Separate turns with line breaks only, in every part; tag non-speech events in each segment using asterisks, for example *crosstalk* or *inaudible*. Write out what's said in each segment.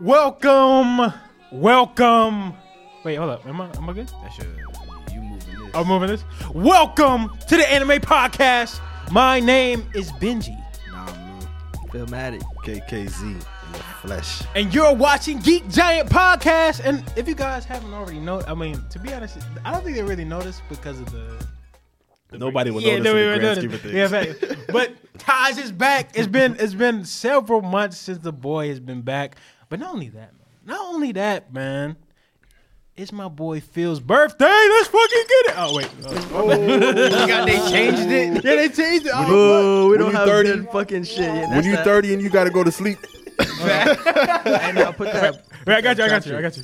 Welcome, welcome. Wait, hold up. Am I am I good?
That shit, you moving this.
I'm moving this. Welcome to the Anime Podcast. My name is Benji,
Nah, man.
Filmatic.
KKZ in the flesh.
and you're watching Geek Giant Podcast. And if you guys haven't already know, I mean, to be honest, I don't think they really noticed because of the
Nobody will
yeah,
notice
no,
in the
we
grand
were
scheme of
doing
things.
it. Yeah, fact. but Taj is back. It's been it's been several months since the boy has been back. But not only that, man. Not only that, man. It's my boy Phil's birthday. Let's fucking get it. Oh wait. Oh,
they changed it.
yeah, they changed it. Oh,
Boo, we
When
don't
you
have
30
that fucking shit. Yeah,
When
that's
you
that.
30 and you gotta go to sleep,
Hey, now put that.
wait, I got you. I got you. I got you.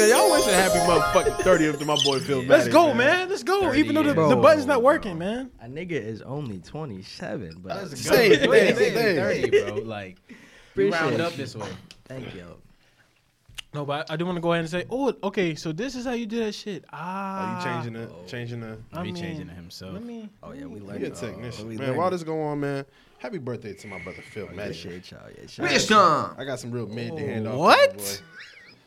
man, y'all wish a happy motherfucking 30th to my boy Phil.
Let's
Madden,
go, man. Let's go. Even though the, the
Bro.
button's
Oh,
not working, man.
A nigga is only 27, but *laughs*
Same, same,
Wait,
same, same.
thirty, bro. Like we
Appreciate
round up
you.
this way.
thank you.
No, but I, I do want to go ahead and say, oh, okay. So this is how you do that shit. Ah,
Are Oh, you changing the
Uh,
changing the
I
Be
mean,
changing to himself.
Let me.
Oh yeah, we learned.
you a
uh,
technician.
we
man,
learned.
while this go on, man, happy birthday to my brother Phil
Oh,
Madden.
Appreciate y'all. Yeah, shout out.
Wisdom.
I got some real mid to hand off.
What?
to my boy.
*laughs*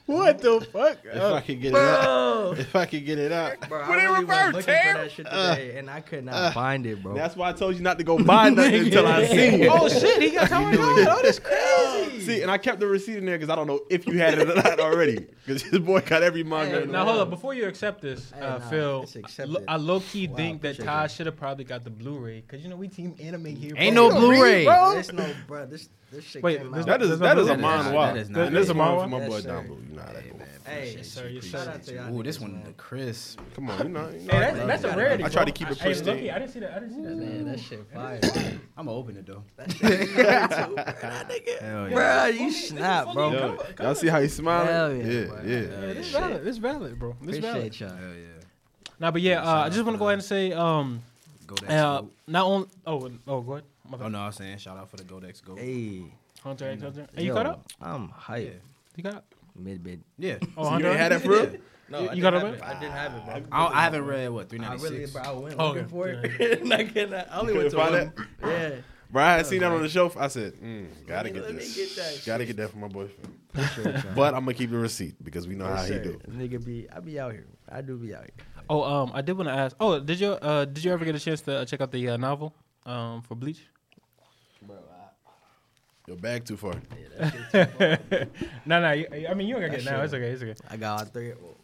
What the fuck?
If
Oh.
I could get it out. If I could get it out.
Bro, I really was looking for that shit today, and I could not find it, bro.
Uh. That's why I told you not to go
*laughs*
buy nothing until I seen it.
Oh shit,
*laughs*
he got time to go. Oh, that's crazy.
See, and I kept the receipt in there because I don't know if you had it or not already. Because this boy got every manga.
Hey,
in the
Now
world.
hold up. Before you accept this,
Hey,
uh,
nah,
Phil,
it's accepted.
lo- I low key
Wow,
think that
appreciate
Ty
it.
should have probably got the Blu-ray because you know we team anime here.
Ain't
bro.
no Blu-ray.
There's no, bro. This this shit
Wait,
came
there's
out.
no-
That is
That's
that is a
not- that is-
manhwa.
that is not-
That is a manhwa.
Yes,
My boy
sir.
Don Blue. You know how that go.
Hey,
Yes, sir, yes,
shout
sir.
out to y'all.
Ooh, this
niggas,
one
man.
crisp.
Come on, you know. you know
Hey,
I
that's,
love
that's
it.
a rarity.
I
bro.
try to keep it
Hey, low-key,
pristine.
I didn't see that. I didn't see that.
Man, that shit *coughs* fire.
I'ma open it though. *laughs* Hell yeah.
bro, you snap, bro.
Yo,
Yo, y'all see how he
Hell
smiling?
yeah,
Yeah,
boy.
yeah.
Yeah,
Hell
this
yeah.
valid. This valid, bro. This valid.
Appreciate y'all.
Hell yeah.
Nah, but yeah, uh, I just
out
want to
for
go ahead and say, um,
Godex
uh,
Goat.
not only. Oh, and- oh, go ahead. My
Oh
bad.
no, I was saying shout out for the Godex Goat.
Hey,
Hunter, X Hunter. Hey,
yo,
you caught up?
I'm hyped.
You caught up?
Mid bit.
Yeah.
Oh,
You
Hunter.
ain't had that for real?
Yeah.
No,
You-
I
you
didn't
got it,
have
bro?
I didn't have it, bro.
I, don't- I haven't read what
I really,
396.
bro, I went
Oh,
looking
okay.
for it, *laughs* and I could not. I only went to
couldn't
one.
find
Yeah,
Bro, I had seen that on the shelf. I said, mm, gotta
me-
get
let me
this.
get that
Gotta get that for my boyfriend.
Appreciate
*laughs*
y'all.
But I'm gonna keep the receipt because we know
Ah,
how he
Sir,
do.
Nigga, be I be out here. I do be out here.
Oh, um, I did want to ask. Oh, did you uh did you ever get a chance to uh, check out the uh, novel um for *laughs* Bleach?
Your bag too far.
No, no. you- I mean, you ain't gonna get it now. It's okay. It's okay.
I got all three. Well,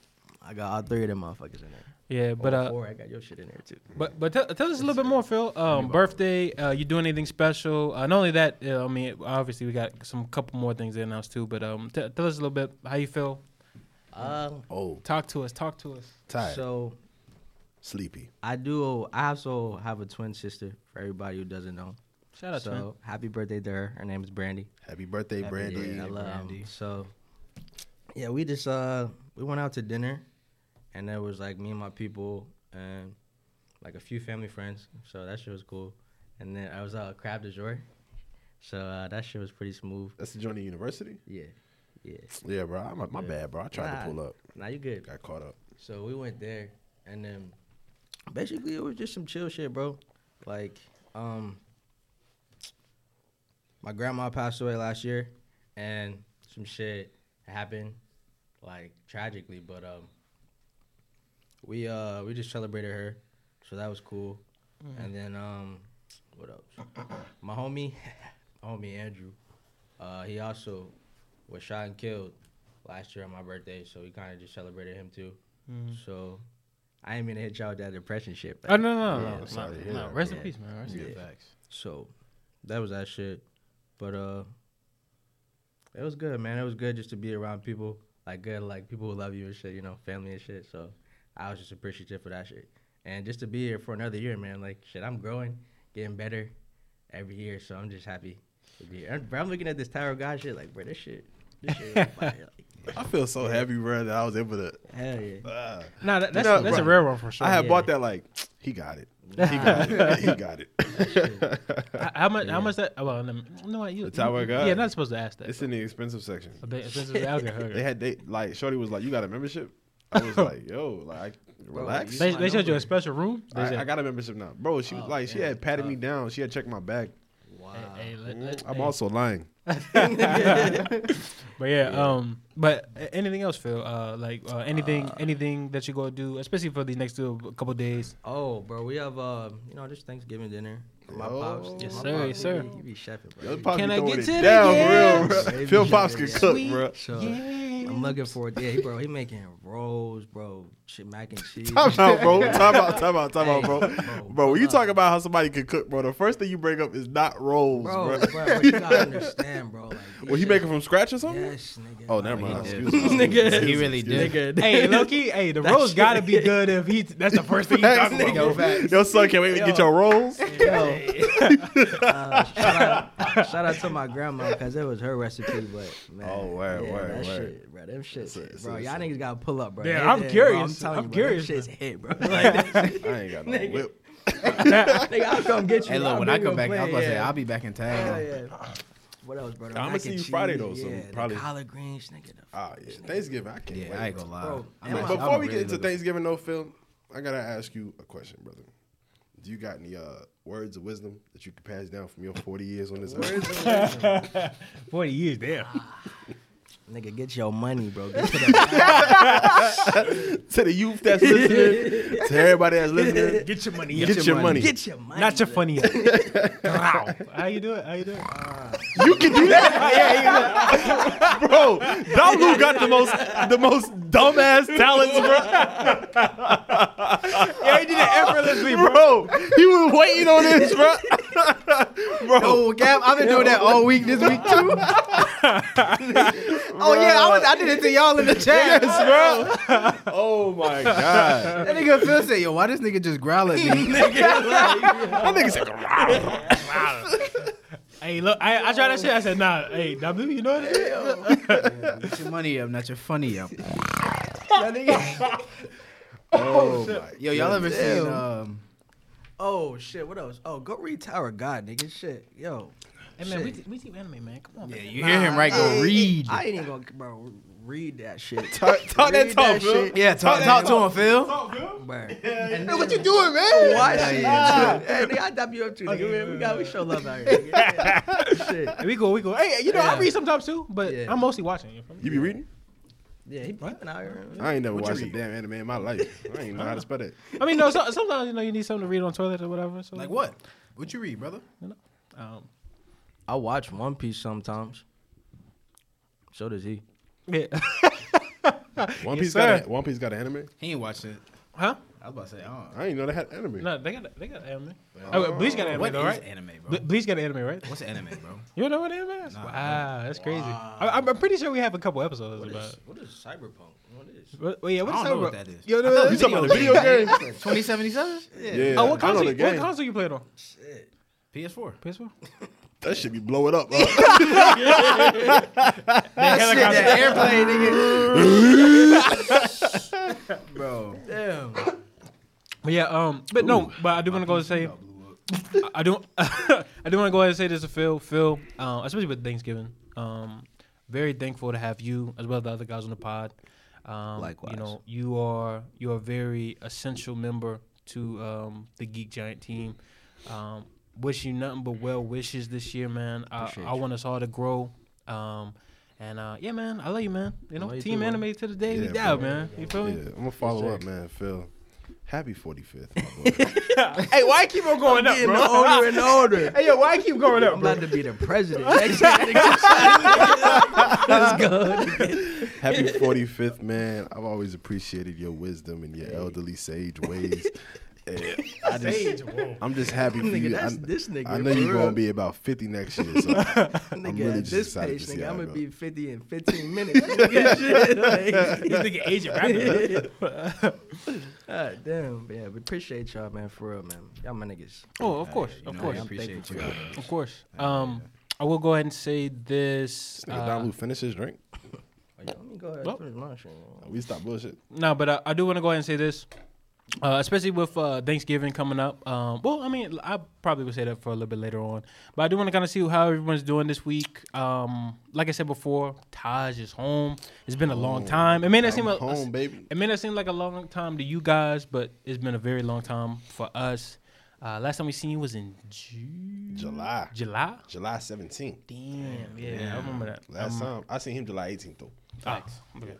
I got all three of them motherfuckers in there.
Yeah, but
All
uh,
four, I got your shit in there too.
But but tell, tell us a little bit more, Phil. Um, birthday. Uh, you doing anything special? Uh, not only that, uh, I mean, obviously we got some couple more things to announce too. But um, t- tell us a little bit how you feel.
Um,
Oh,
Talk to us. Talk to us.
tired,
so
sleepy.
I do. I also have a twin sister. For everybody who doesn't know,
Shout out
so
to him.
happy birthday to her. Her name is Brandy.
Happy birthday,
Happy
Brandy.
birthday, I love,
Brandy.
um, so yeah, we just uh we went out to dinner and there was like me and my people and like a few family friends. So that shit was cool. And then I was out at Crab de Jour. So uh, that shit was pretty smooth.
That's the joint of university.
Yeah. Yeah.
Yeah, bro. I'm a, my bad, bro. I tried to
Nah.
pull up,
Now you good.
got caught up.
So we went there, and then basically it was just some chill shit, bro. Like, um, my grandma passed away last year, and some shit happened, like tragically. But um, we uh we just celebrated her, so that was cool. And then um, what else? my homie, *laughs* my homie Andrew, uh, he also was shot and killed last year on my birthday, so we kind of just celebrated him too.
Mm-hmm.
So I ain't mean to hit y'all with that depression shit. But
Oh no no no.
Yeah,
no,
sorry to
no,
hear
no.
that,
Rest in
yeah.
peace, man. Rest in
Yeah.
peace.
Facts.
So that was that shit. But uh it was good, man. It was good just to be around people. Like good, like people who love you and shit, you know, family and shit. So I was just appreciative for that shit. And just to be here for another year, man. Like shit, I'm growing, getting better every year. So I'm just happy to be here. And, bro, I'm looking at this Tower of God shit, like, bro, this shit. This shit is fire. Like,
I feel so happy, bro, that I was able to.
hell yeah.
ah.
Nah, that, that's
No,
that's a
bro.
rare one for sure.
I had
yeah.
bought that like he got it. He got it. *laughs* he got it.
H- how much how much that? oh, Well, no, no what, you.
The Tower of God?
Yeah, not supposed to ask that.
*laughs* It's in the expensive section.
Oh, they- it's-
*laughs*
it's- okay, okay.
They had they like Shorty was like, "You got a membership?" I was like, "Yo, like relax."
They,
Sign
they showed you
over.
a special room. They
I,
said-
I got a membership now, bro. She was like, she
yeah.
had patted me down. She had checked my back.
*laughs* Wow.
Hey, let- let-
I'm
hey.
also lying.
But yeah, um, but a- anything else, Phil? Uh, like uh, anything, anything that you go do, especially for the next two, couple days.
Oh, bro, we have uh, you know, just Thanksgiving dinner. My pops,
Yo.
Yes,
my
sir,
pops,
yes, sir.
You be, you be chefing, bro.
Yo, Pops
Can
be
I
throwing
get
it
to the
down for real, bro.
yams?
Phil Pops can
Sweet.
cook, bro.
Uh,
So
Yeah.
I'm looking forward. Yeah, he, bro, he making rolls, bro. Shit, mac and cheese.
Time out, bro. Time out, time out, time out,
Hey,
bro.
bro,
Bro, when you
uh,
talk about how somebody can cook, bro, the first thing you bring up is not rolls,
bro,
bro.
bro, but you gotta understand, bro.
*laughs*
Like,
Well, he
shit-
make it from scratch or something?
Yes, nigga.
Oh, never
Like,
mind.
he
Excuse
did.
me.
*laughs*
Excuse me.
He really
Excuse me.
did.
Nigga,
*laughs* hey, Loki. Hey, the
*laughs* That
rolls
shit-
gotta be good if he. That's the first
*laughs*
thing he
Facts,
talking about.
nigga.
facts.
Yo, son, can't wait to get your rolls.
*laughs* Uh, shout, out, shout out to my grandma because it was her recipe, but man.
Oh, word,
yeah,
word,
that
word.
Shit, bro, them shit,
That's it,
bro.
that's
Y'all
it.
niggas gotta pull up, bro.
Yeah,
Hey,
I'm
bro,
curious.
I'm telling
I'm
you, bro, them
curious,
shit's
*laughs*
hit, bro. Like, that shit-
I ain't got no
Nigga.
whip.
nigga, I'll come get you.
Hey, look,
I'll
when
bring
I
you
come
a
back,
plate,
I was about to say,
yeah.
I'll be back in
Yeah,
town.
yeah. What else, bro? The
I'ma
mac
see
and
you Friday,
cheese,
though, so
yeah,
probably-
the collard greens, nigga. The
Ah, yeah. Thanksgiving, I can't
Yeah,
wait.
I ain't gonna lie.
Bro,
I'm
am
But
I-
actually-
before
I'm
we get
really
into
looking-
Thanksgiving, though, Phil, I gotta ask you a question, brother. Do you got any uh, words of wisdom that you can pass down from your 40 years on this earth?
Forty years, damn.
Nigga, get your money,
*laughs*
bro. Get to the
to the youth that's listening, to everybody that's listening,
*laughs* Get your money.
get,
up.
your,
your
money.
money.
get your money.
Not your
bro. *laughs*
funny. up. wow. How you doing? How you doing?
You can do that. yeah, yeah. bro, Don Lou got the most the most dumbass talents, bro.
*laughs* Yeah, he did it effortlessly, bro.
Bro, he was waiting on this, bro. bro, *laughs*
Oh, Gav, I've been doing that all week this week too. *laughs* oh yeah, I, was, I did it to y'all in the chat.
yes, bro. Oh my god,
That nigga Phil said, "Yo, why this *laughs* nigga just growl at me?"
that nigga said.
*laughs*
Hey, look, I, I tried that shit. I said, nah. Hey, W, you know what?
*laughs* Get your money up, not your funny *laughs* up.
Oh my.
Yo, y'all ever seen?
Damn.
Um,
Oh shit, what else? Oh, go read Tower of God, nigga. Shit, yo.
Hey man, we, we team anime, man. Come on, man.
you hear him right? Go
Hey,
read.
I ain't even gonna bro read that shit.
*laughs* Talk, talk that
Read
talk,
that
bro.
shit.
Yeah, talk, talk to him, Phil.
bro.
What you doing, man?
Why
Yeah,
shit?
yeah,
Hey, nigga, I W up too, nigga. We got we show love out here.
*laughs*
nigga. shit.
Hey, we go, we go. Hey, you know, I
Yeah.
read sometimes too, but
Yeah.
I'm mostly watching. You feel me?
You be reading?
Yeah, he popping out here.
I ain't never
What you
watched a
read?
damn anime in my life. I ain't know how to spell it.
I mean, no. So, sometimes you know you need something to read on toilet or whatever. So
Like what? What you read, brother?
Um,
I watch One Piece sometimes. So does he.
yeah. *laughs*
One
Yes,
Piece got
sir.
a, One Piece got an anime.
He ain't watching it.
huh?
I was about to say, I
I didn't know they had anime.
No, they got they got anime. Oh, wait, Bleach got
don't
anime,
know. What
though,
is
right?
anime, bro?
Ble- Bleach got anime, right?
What's anime, bro?
You don't know what anime is? wow, that's crazy. I, I'm I'm pretty sure we have a couple episodes about. it.
what is cyberpunk? What is?
What, well, yeah, what
I
is
don't know
that, bro?
what that is.
You
I
know
thought
what
You
that
talking about the video
*laughs*
game?
2077?
Yeah.
Oh, what
I know
console?
the
you-
game.
What console you played on?
Shit.
PS4.
PS4. *laughs*
That should be blowing up. bro.
Helicopter.
airplane, nigga. bro.
Damn.
But yeah, um, but no, but I do want to go and say. I do. I do *laughs* want to go ahead and say this to Phil. Phil, um, especially with Thanksgiving, um, very thankful to have you as well as the other guys on the pod. Um,
Likewise.
you know, you are you are a very essential member to um, the Geek Giant team. Um, wish you nothing but well wishes this year, man. I,
Appreciate
I
you.
want us all to grow. Um, and uh, yeah, man, I love you, man. You know,
Love you
team
too, man.
anime to the day we
Yeah,
die,
bro.
man. You feel
Yeah,
me?
I'm gonna follow up, man. Phil, happy 45th. my boy.
Hey, why keep on going up,
Getting older and *laughs* older.
Hey, yo, why keep going
I'm about to be the *laughs* president. Next year, nigga. Let's go.
happy 45th, man. I've always appreciated your wisdom and your elderly sage
*laughs*
ways. And I just, I'm just happy
*laughs*
for
Nigga,
you.
that's
I,
this nigga,
I know
for
you're
real.
gonna be about 50 next year.
*laughs*
So I'm
Nigga,
really
at
just
this
excited
pace,
to see
nigga,
how
I'm
it
gonna
go.
be 50 in 15 minutes. nigga. *laughs* Shit, like,
He's thinking Agent Rabbit.
God damn, yeah, we appreciate y'all, man, for real, man. Y'all my niggas.
oh, of
Uh,
course,
You
of
know,
course,
I
I'm
appreciate you.
thankful
bro.
of course. Um, I will go ahead and say this.
This nigga
uh,
Don Lou finish his drink.
Like, let Oh, me go ahead
Well.
and finish my shit.
We stop bullshit.
No, but I, I do want to go ahead and say this, uh, especially with uh, Thanksgiving coming up. Um, well, I mean, I probably will say that for a little bit later on, but I do want to kind of see how everyone's doing this week. Um, like I said before, Taj is home. It's been a long time. It may not
I'm
seem a-
home, baby.
It may not seem like a long time to you guys, but it's been a very long time for us. Uh, last time we seen you was in June,
July.
July.
July 17th.
Damn, yeah, I remember that.
Last time I seen him July 18th though.
Oh, okay.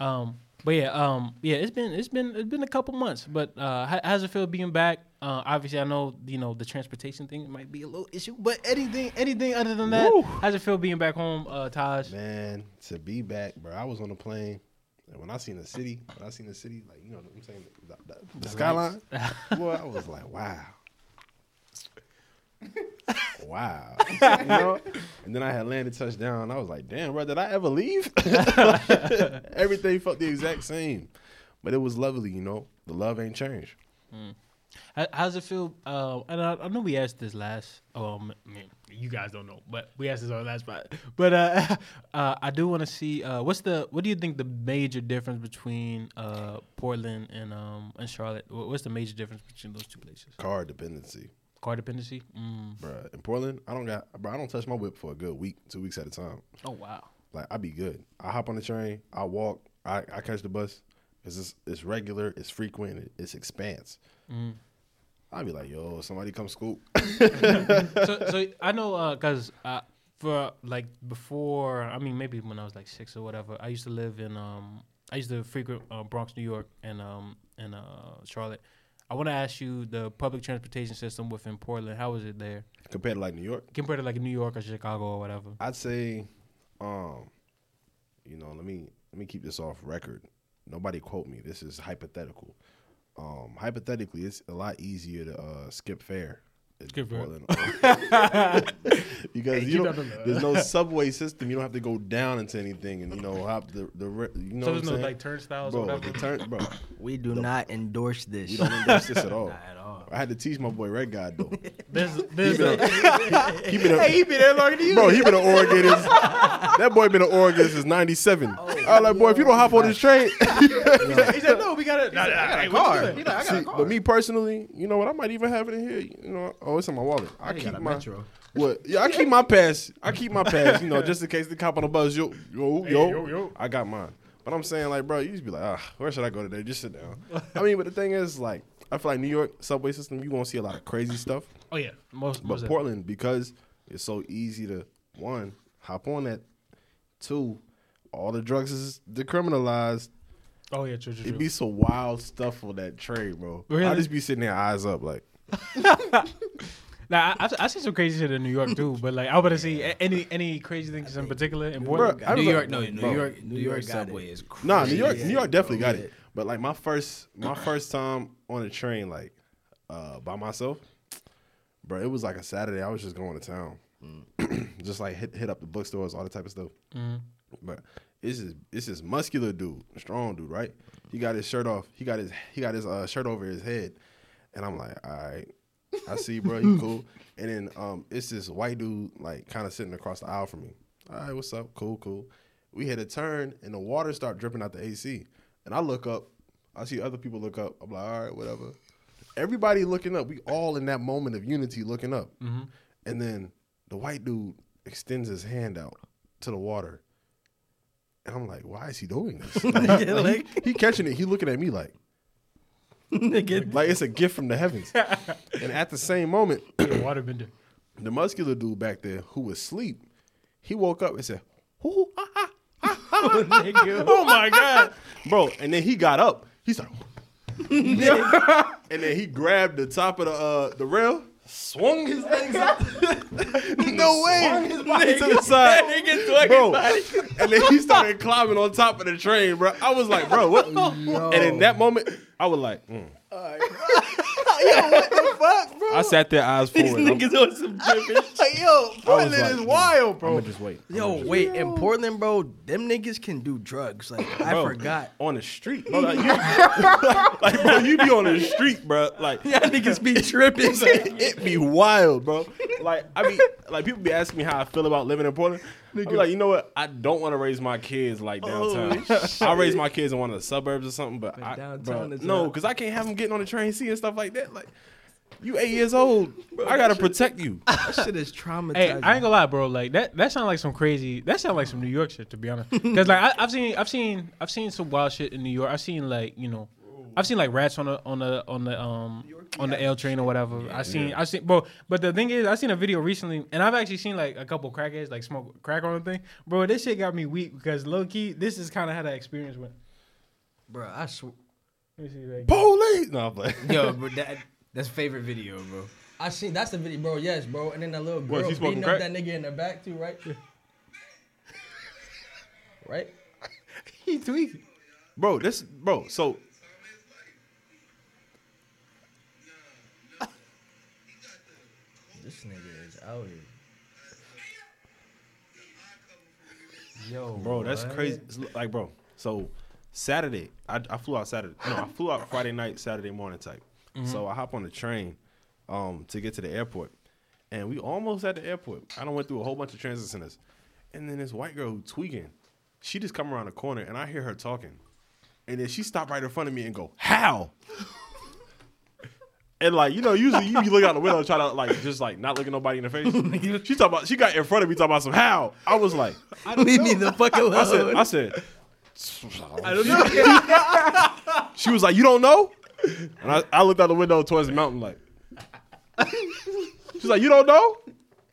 Um, but yeah, um, yeah, it's been it's been it's been a couple months. But uh, how, how's it feel being back? Uh, obviously, I know you know the transportation thing might be a little issue, but anything anything other than that, how's it feel being back home, uh, Taj?
Man, to be back, bro. I was on the plane. And when I seen the city, when I seen the city, like you know what I'm saying, the, the- the skyline, boy, I was like, wow, wow, you know. And then I had landed touchdown. I was like, damn, bro, did I ever leave? *laughs* Everything felt the exact same, but it was lovely, you know. The love ain't changed.
How, how's it feel? Uh, and I, I know we asked this last. Um, you guys don't know, but we asked this on the last spot. But uh, *laughs* uh, I do want to see uh, what's the what do you think the major difference between uh, Portland and um and Charlotte? Wha- What's the major difference between those two places?
Car dependency,
Car dependency. Mm.
bro. In Portland, I don't got, bro. I don't touch my whip for a good week, two weeks at a time.
Oh wow.
Like I be good. I hop on the train. I walk. I, I catch the bus. It's just, it's regular. It's frequent. It, it's expanse. i be like, yo, somebody come scoop.
so, so I know because uh, for like before, I mean maybe when I was like six or whatever, I used to live in um I used to frequent uh, Bronx, New York, and um and uh Charlotte. I want to ask you the public transportation system within Portland. How is it there
Compared to like New York,
compared to like New York or Chicago or whatever?
I'd say, um, you know, let me let me keep this off record. Nobody quote me. This is hypothetical. Um, hypothetically, it's a lot easier to uh, skip fare. in
Skip fare.
Portland. *laughs* because you
keep
don't,
that in there.
there's no subway system. You don't have to go down into anything, and you know hop the the re- you know.
so
what
there's
I'm
no
saying?
like turnstiles or
bro,
whatever.
the turn, bro.
We do not endorse this.
We don't endorse this
*laughs*
at all.
at all.
I had to teach my boy Red God
*laughs*
though. *laughs*
there's there's a,
He been a,
He been there longer than you.
bro, he been an Oregon. Is, that boy been an Oregon since '97. I was like, boy, if you don't hop on this train,
he said no, we gotta. Nah, nah, hey, what you
car.
doing?
He like, I got
*laughs* See,
a car.
but me personally, you know what? I might even have it in here. You know, oh, it's in my wallet. I
He
keep
got a
my
Metro.
what? Yeah, I keep my pass. I keep my pass. You know, just in case the cop on the bus, yo, yo, yo,
yo, yo.
I got mine. But I'm saying, like, bro, you just be like, ah, where should I go today? Just sit down. I mean, but the thing is, like, I feel like New York subway system, you gonna see a lot of crazy stuff.
Oh yeah, most.
But
most of-
Portland, because it's so easy to one hop on that, two, all the drugs is decriminalized.
Oh yeah, true, true, true.
It be some wild stuff on that train, bro. I
Really?
just be sitting there, eyes up, like
Now I, I've- I see some crazy shit in New York too, but like I want to see a- any any crazy things in particular in Portland.
Bruh, I
New
was like,
York, no, New
bro.
York, New York
got
subway is crazy.
Nah, New York, New York definitely got it. But like my first, my first time on a train, like uh, by myself, bro. It was like a Saturday. I was just going to town, just like hit hit up the bookstores, all that type of stuff. But this is this is muscular dude, strong dude, right? He got his shirt off. He got his he got his uh, shirt over his head, and I'm like, all right, I see, bro, you cool. And then um, it's this white dude like kind of sitting across the aisle from me. All right, what's up? Cool, cool. We hit a turn, and the water start dripping out the AC, and I look up. I see other people look up. I'm like, all right, whatever. Everybody looking up. We all in that moment of unity looking up. And then the white dude extends his hand out to the water. And I'm like, why is he doing this? Like, like, he, he catching it. He looking at me like,
*laughs* Nigga.
like it's a gift from the heavens. and at the same moment, *clears throat*
Yeah,
*laughs*
Waterbender.
the muscular dude back there who was asleep, he woke up and said, "Hoo, ah, ah, ah, ah, ah, ah, ah." *laughs*
Oh my god.
bro. And then he got up. He's like, and then he grabbed the top of the uh, the rail, swung his legs *laughs* up. no way. Swung his body to the *laughs* side. bro. And then he started climbing on top of the train, bro. I was like, bro, what? And in that moment, I was like, mm. *laughs* what the fuck, bro? I sat there, eyes forward. I'm-
on
*laughs*
some different
Like, yo, Portland
like, mm.
is wild,
I'ma
bro.
just wait.
Yo, wait, in Portland, bro, them niggas can do drugs. Like, I
Bro,
forgot.
on the street. bro, like, you- *laughs* like, bro, you be on the street, bro.
*laughs*
Like
Yeah, niggas be tripping.
*laughs* it be wild, bro. Like I be like people be asking me how I feel about living in Portland. I be like, you know what? I don't want to raise my kids like downtown.
*laughs*
I raise my kids in one of the suburbs or something, but, I,
downtown
bro,
is
no,
not-
because I can't have them getting on the train seeing stuff like that. Like you eight years old, I gotta
*laughs*
protect you.
*laughs* that shit is traumatizing.
Hey, I ain't gonna lie, bro. Like that, that sounds like some crazy. That sounds like some New York shit, to be honest. Because like I, I've seen, I've seen, I've seen some wild shit in New York. I've seen like you know, I've seen like rats on the on the on the um on the L train or whatever. I seen I seen bro. But the thing is, I seen a video recently, and I've actually seen like a couple crackheads like smoke crack on the thing, bro. This shit got me weak because low key, this is kind of how that experience went.
bro. I swear.
Let me see that.
Police. No, I'm playing.
Yo, bro, that, that's favorite video, bro.
I seen that's the video, bro. Yes, bro. And then that little
What,
girl
she smoking
beating up
crack?
that nigga in the back too, right? *laughs* right?
He tweaking.
bro. This, bro. So
This nigga is out here.
Yo,
bro. That's crazy. It's li- like, bro. So Saturday, I, I flew out Saturday. No, I flew out Friday night, Saturday morning type. So I hop on the train um, to get to the airport, and we almost at the airport. I don't went through a whole bunch of transit centers, and then this white girl who tweaking, she just come around the corner, and I hear her talking, and then she stopped right in front of me and go, "How?" *laughs* And like you know, usually you be looking out the window, and try to like just like not looking nobody in the face. She talking about she got in front of me talking about some how. I was like,
Leave me the *laughs* fuck alone.
I said, I said, I don't know. *laughs* she was like, you don't know? And I, I looked out the window towards the mountain, like, she's like, you don't know?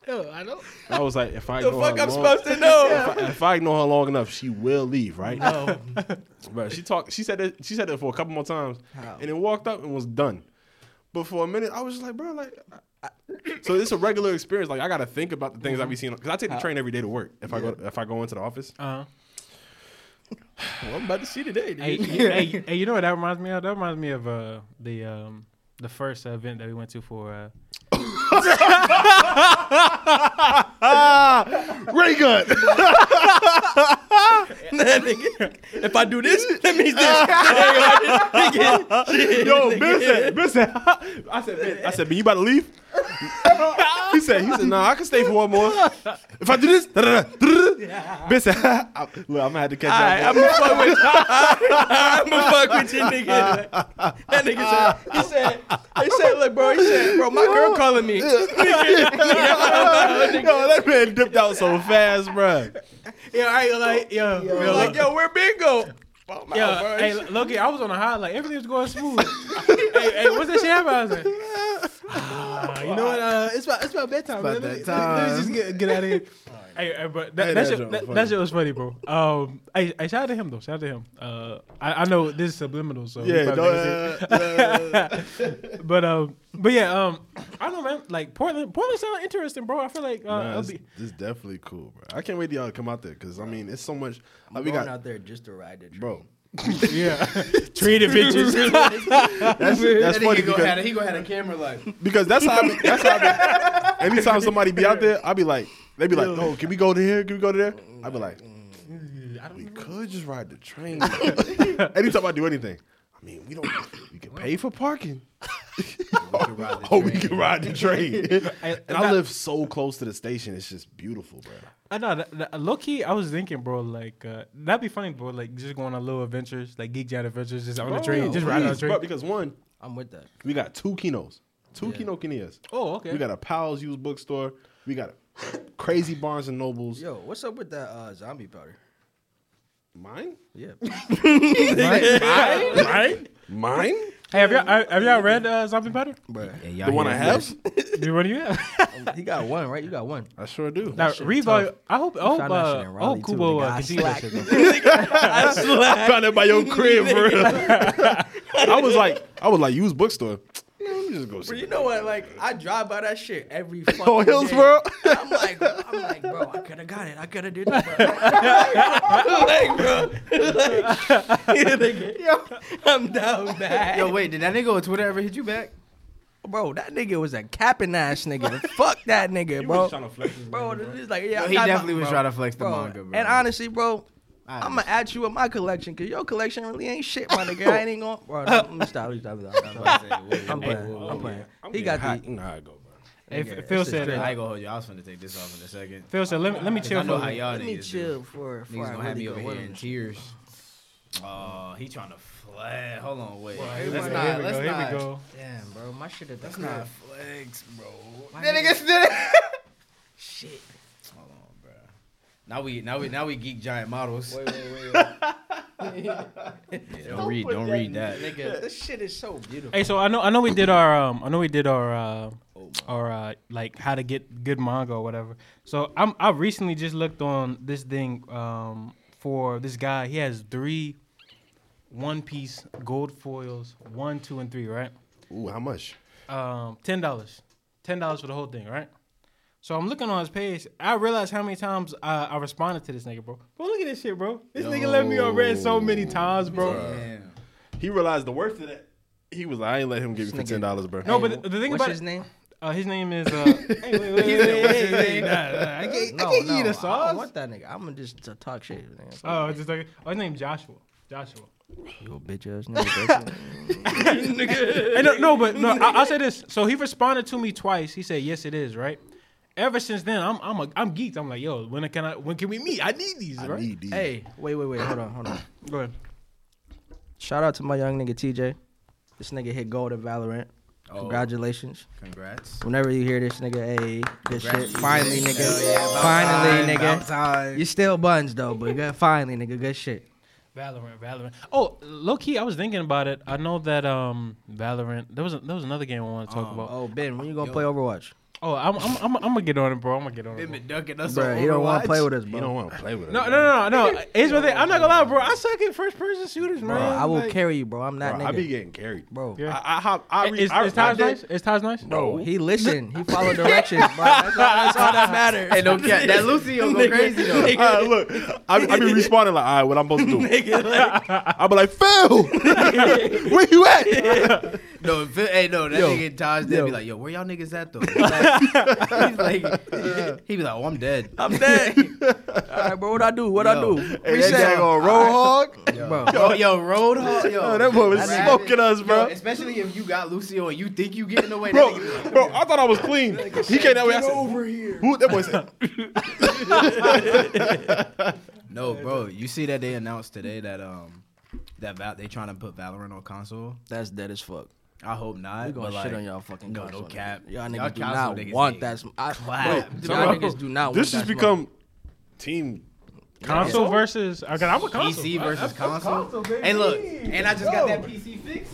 Yo, I don't.
I was like, if I the
fuck I'm supposed to know?
If I, if I ignore her long enough, she will leave, right?
No.
*laughs* But she talked. She said that. She said that for a couple more times,
How?
and then walked up and was done. But for a minute, I was just like, bro, like. I, I, so it's a regular experience. Like I gotta think about the things I
Mm-hmm.
be seeing because I take the train every day to work. If I go if I go into the office,
Uh huh.
Well, I'm about to see today, dude. *laughs*
Hey, you- hey, hey, you know what that reminds me of? That reminds me of uh the um the first event that we went to for uh
ray gun.
That nigga- if I do this, that means
*laughs*
this.
Yo, Ben said, Ben said, *laughs* I said, ben, I said, Ben, you about to leave? he said, he said, nah, I can stay for one more. If I do this, da, da, da, da, da. Ben said, *laughs* I- look, I'm gonna have to catch
I'm
up.
gonna fuck with you. I'm gonna fuck with you, nigga.
*laughs*
That nigga said, he said, he said, look, bro, he said, bro, my girl calling me.
*laughs* Yo, that man dipped out so fast, bruh.
yeah, I like yo, yo,
like, yo, where Bingo? Oh, my
Yeah,
bro.
hey, Loki, I was on a high, like everything was going smooth.
*laughs*
hey, hey, what's that shit happening? I was like, ah, you know what? Uh, it's about it's about bedtime.
about
man. Let
that
me- let me- let me just
time.
get, get out
*laughs*
of here. hey, hey, but that,
Hey,
that,
that
shit,
joke
that,
was
that
funny.
shit was funny, bro. Um, hey, hey, shout out to him though. Shout out to him. Uh, I, I know this is subliminal, so he
Yeah,
probably
no,
doesn't see it.
uh, uh,
but um, but yeah, um, *clears throat* I don't know, man. Like Portland, Portland sounds interesting, bro. I feel like uh,
nah,
it'll
this, *laughs*
be-
this definitely cool, bro. I can't wait to y'all to come out there because I mean, it's so much. Like, we
going
got,
out there just to ride the train.
bro.
yeah, *laughs* treated bitches.
That's,
*laughs*
that's funny
he
because,
gonna, have, he gonna have a camera like.
because that's how. I be, that's how. I
*laughs*
be, anytime somebody be out there, I be like, they be like, oh, can we go to here? Can we go to there? I be like.
I don't
We
know.
could just ride
*laughs*
the train. Anytime I do anything, I mean, we don't. We can pay for parking. Oh, we can ride
*laughs*
the train.
I-
and I live so close to the station. It's just beautiful, bro.
I know. That, that, low key, I was thinking, bro. Like uh, that'd be funny, bro. Like just going on little adventures, like geek jam adventures, just on the
Oh,
train, just riding on the train.
Bro, because one,
I'm with that.
we got two kinos, two kino kineas.
oh, okay.
We got a Powell's used bookstore. We got a crazy Barnes and Nobles.
Yo, what's up with that uh, zombie powder?
Mine,
Yeah.
*laughs*
right?
mine.
Hey, have y'all have y'all read uh, Zombie
*laughs*
Powder?
bro.
The one I have,
Do one of you have?
He got one, right? You got one.
I sure do.
now,
shit
Revo,
tough.
I hope I
You
hope
found that shit
uh,
in
I
Raleigh,
hope
too,
Kubo
nigga.
uh,
I
continues that
slacked.
shit, bro.
*laughs* I found it by
*laughs*
your crib, for real. I was like, I was like, use bookstore. Man, Let me just
Bro,
go see.
*laughs* you know
*laughs*
what? Like, I drive by that shit *laughs* every fucking
Oh, Hillsboro?
day. I'm like, I'm like, bro, I could have got it. I could have did that, bro. like, bro, *laughs* like, *laughs* I'm down bad.
Yo, wait, did that nigga on Twitter ever hit you back?
bro, that nigga was a capping ass nigga. *laughs* Fuck that nigga, bro. Bro, it's like, yeah,
Yo,
I
he
got
definitely
my-
was
bro,
trying to flex the
bro. Ah.
manga, bro.
And honestly, bro.
I
I'm gonna add you in my collection because your collection really ain't shit, my nigga. *laughs* I ain't gonna. Bro, let me stop. Let me stop. Let me stop. I'm playing. I'm playing. He got the.
Nah, I go, bro.
Hey,
Yeah,
Phil
it's just
said,
crazy.
uh,
ain't gonna hold you. I was gonna take this off in a second.
Phil said, let me let me chill
I know
for.
how
a-
y'all
Let me
niggas
chill
do.
for. for
Niggas
I
gonna
really
have me
go
over here in
in.
tears. Oh, he trying to flex. Hold on, wait.
Here
Let's
we
not.
go.
let's
Here
not.
we go.
Damn, bro, my shit at the
Let's
crib.
not flex, bro.
My
That
nigga-
nigga did it.
*laughs* Shit.
Hold on, bro. Now we now we now we geek giant models.
Wait, wait, wait. wait.
*laughs* don't read, don't read that.
Nigga, this shit is so beautiful.
Hey, so I know I know we did our um I know we did our uh
Oh,
our uh like how to get good manga or whatever. So I'm I recently just looked on this thing um for this guy. He has three one piece gold foils, one, two, and three, right?
Ooh, how much?
Um ten dollars. Ten dollars for the whole thing, right? So I'm looking on his page. I realized how many times I, I responded to this nigga, bro. Bro, look at this shit, bro. This nigga left me on red so many times, bro.
Damn.
He realized the worth of that. He was like, I ain't let him give me for
Nigga.
ten dollars, bro.
No, but the, the thing
What's
about
his
it-
name?
Uh, his name is. Uh, *laughs* hey, wait, wait, wait, wait, wait, wait, wait, nah, nah, I can't, I can't eat a
I don't
sauce.
want that nigga. I'm gonna just to talk shit. Nigga.
Oh, I was just like, oh, his name Joshua. Joshua. *laughs*
You a bitch ass nigga.
Hey, no, uh, no, but no, I, I'll say this. So he responded to me twice. He said, "Yes, it is." Right. Ever since then, I'm I'm a, I'm geeked. I'm like, yo, when can I? When can we meet? I need these. Right.
need these.
hey, wait, wait, wait. Hold on, hold on.
Go ahead.
Shout out to my young nigga TJ. This nigga hit gold at Valorant.
Oh.
Congratulations.
Congrats.
Whenever you hear this nigga, hey, this shit.
Congratulations.
Finally,
Hell
nigga.
yeah, about
finally,
time, about
nigga.
time.
You still buns though, but good, finally, nigga. Good shit.
Valorant, Valorant. Oh, low key, I was thinking about it. I know that um, Valorant. There was a, there was another game I want to talk
Um,
about.
uh,
Oh, Ben, when you gonna play Overwatch?
Oh, I'm I'm, I'm I'm gonna get on it, bro. I'm gonna get on it.
They've
Bro.
been ducking us
Bro,
on
he don't want
Overwatch.
to play with us,
You don't
bro.
want to play with it.
No, no, no,
*laughs*
no. Here's my thing. I'm not gonna lie, bro. I suck at first person shooters, man.
Bro, I will
Like-
carry you, bro. I'm that
Bro, I be
nigga,
getting carried.
bro.
Yeah.
I, I hop. I, re-
Is,
I,
is
I
Taj
did- *laughs*
nice? Is Taj nice?
No,
He listened. He followed directions, bro. That's all, that's all that matters.
Hey,
*laughs*
no cap. That Lucio go crazy though.
All
*laughs*
right, look, I, I be responding like, all right, what I'm supposed to do? *laughs* I be like, Phil, *laughs* where
*laughs*
you at?
No, if it- hey, no, that
Yo.
nigga Taj, they
Yo.
be like, yo, where y'all niggas at though? He's like, *laughs* he's like, he be like, oh, I'm dead.
I'm dead. all right, bro. What I do? What I
Yo.
do?
Hey,
We
that
said-
guy gonna roll hog.
bro.
Yo, yo, Roadhog, yo,
Yo, that boy was
That nigga-
smoking us,
yo,
bro.
especially if you got Lucio and you think you getting away, that
Bro,
nigga be like,
bro, I thought I was clean. He came that way. I said, over here. Who that boy said?
No, bro, you see that they announced today that um that Val- they trying to put Valorant on console.
That's dead as fuck.
I hope not.
We gonna
but,
shit
like,
on y'all fucking
no,
console,
no cap.
nigga. Y'all niggas
Y'all
do
console
not
niggas
want
be
that. Sm- I,
clap.
bro, y'all niggas do not.
This
want that
has
smoke.
become team.
*laughs* Console versus. I I'm a console.
*laughs*
PC versus console.
baby.
Hey, look, and I just got that PC fixed.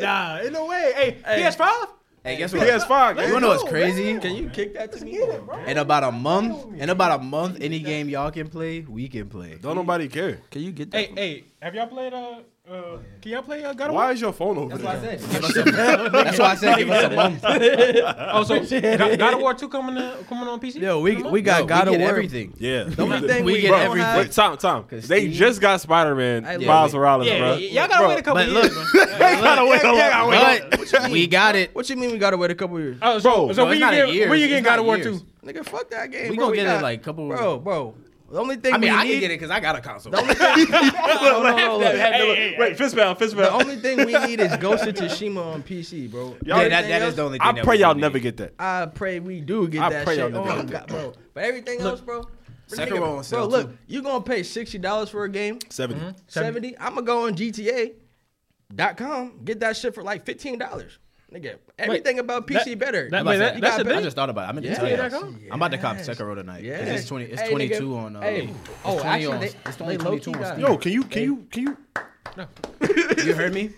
nah, in no way. Hey, PS5.
Hey, guess what?
PS5.
You
gang.
wanna know what's crazy?
Can you kick that to me?
In about a month, in about a month, any game y'all can play, we can play.
Don't nobody care.
Can you get that?
Hey, hey, have y'all played? Uh, uh can y'all play? Uh, God of
Why
War?
is your phone over there?
said. Give us a, that's why I said give us a month.
Oh,
*laughs*
so God, God of War two coming to, coming on PC.
Yo, we we got
Yo,
God
we
of
get
War.
everything.
Yeah.
The only thing we,
Bro,
get
bro,
everything.
Wait, Tom, Tom. They
Steve-
just got Spider Man,
I love
Miles
it.
Morales,
yeah,
bro.
y- y'all gotta wait a couple
But
years.
look,
bro.
*laughs* They gotta wait a lot. bro.
but we got it.
What Oh, you mean we gotta wait a couple years?
Oh, so,
Bro,
so
no,
when
it's
you
not a
get
year.
when you
It's
get God
not
of War
years.
two?
Nigga, fuck that game.
We
bro.
gonna get it
got-
in, like, couple-
Bro, bro. The only thing
I mean,
we
I
need,
can get it because I got a console.
No, no, no, look.
Wait, fist pound, fist
The
pound.
only thing we need is Ghost of Tsushima on PC, bro.
yeah, that,
Everything
that is
else-
the only thing.
I
that
pray
we
y'all
need.
never get that.
I pray we do get
I
that
pray
shit
y'all
on,
do.
God, bro. But everything else, bro.
Sekiro
nigga,
on
bro,
sale,
look,
too.
you gonna pay sixty dollars for a game?
70.
Seventy? I'm gonna go on GTA.com, get that shit for like fifteen dollars. Nigga, everything about PC
that-
better.
that-
You
wait,
gotta-
that-
you
that's
gotta
the
pay-
I just thought about it. I'm gonna
Yeah.
tell
Yeah,
you.
that come?
I'm about to cop Sekiro tonight. 'cause
Yeah.
It's twenty. It's
Hey,
twenty
nigga.
two on. Uh,
Hey.
It's
Oh,
20
actually,
on,
they-
it's only
they
twenty two
low-key
on
got-
Steam.
Yo, can you, can you, can you?
you heard me?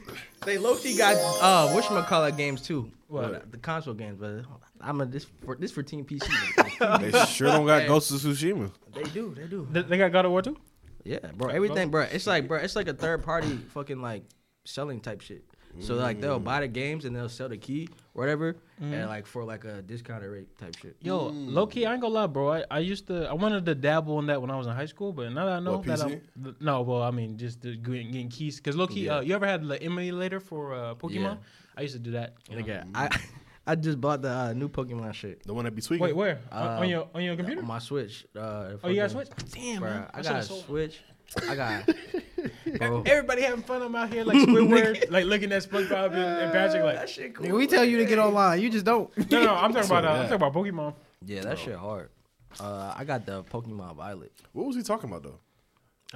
They low key got uh which call it games too. Well, the console games, but I'm a this for this for Team
*laughs*
PC.
They sure don't got Ghost of Tsushima.
they do, they do.
They- They got God of War two.
Yeah, bro. Everything, bro. It's like, bro. It's like a third party fucking like selling type shit. So like
Mm.
they'll buy the games and they'll sell the key, whatever, and like for like a discounted rate type shit.
Yo, low key, I ain't gonna lie, bro. I, I used to, I wanted to dabble in that when I was in high school, but now that I know
What,
that
PC?
I'm, th- no, well, I mean, just the, getting, getting keys. Because low key, uh, you ever had the emulator for uh, Pokemon?
Yeah.
I used to do that. you know.
Nigga,
Mm.
I *laughs* I just bought the uh, new Pokemon shit
The one that be tweaking.
Wait, where? On-
Um,
on your on your computer?
on my Switch. Uh,
oh, you got a
fucking-
Switch? Damn,
Bro,
man.
I
should've
got a
sold-
Switch. I *laughs* got. Bro,
Everybody having fun. I'm out here like Squidward, like looking at SpongeBob and, and Patrick.
that
Like,
shit
Nigga, we tell you to get online. You just don't.
no, no, I'm talking about, uh, I'm
that.
talking about Pokemon.
Yeah, that shit hard. Uh, I got the Pokemon Violet.
What was he talking about though?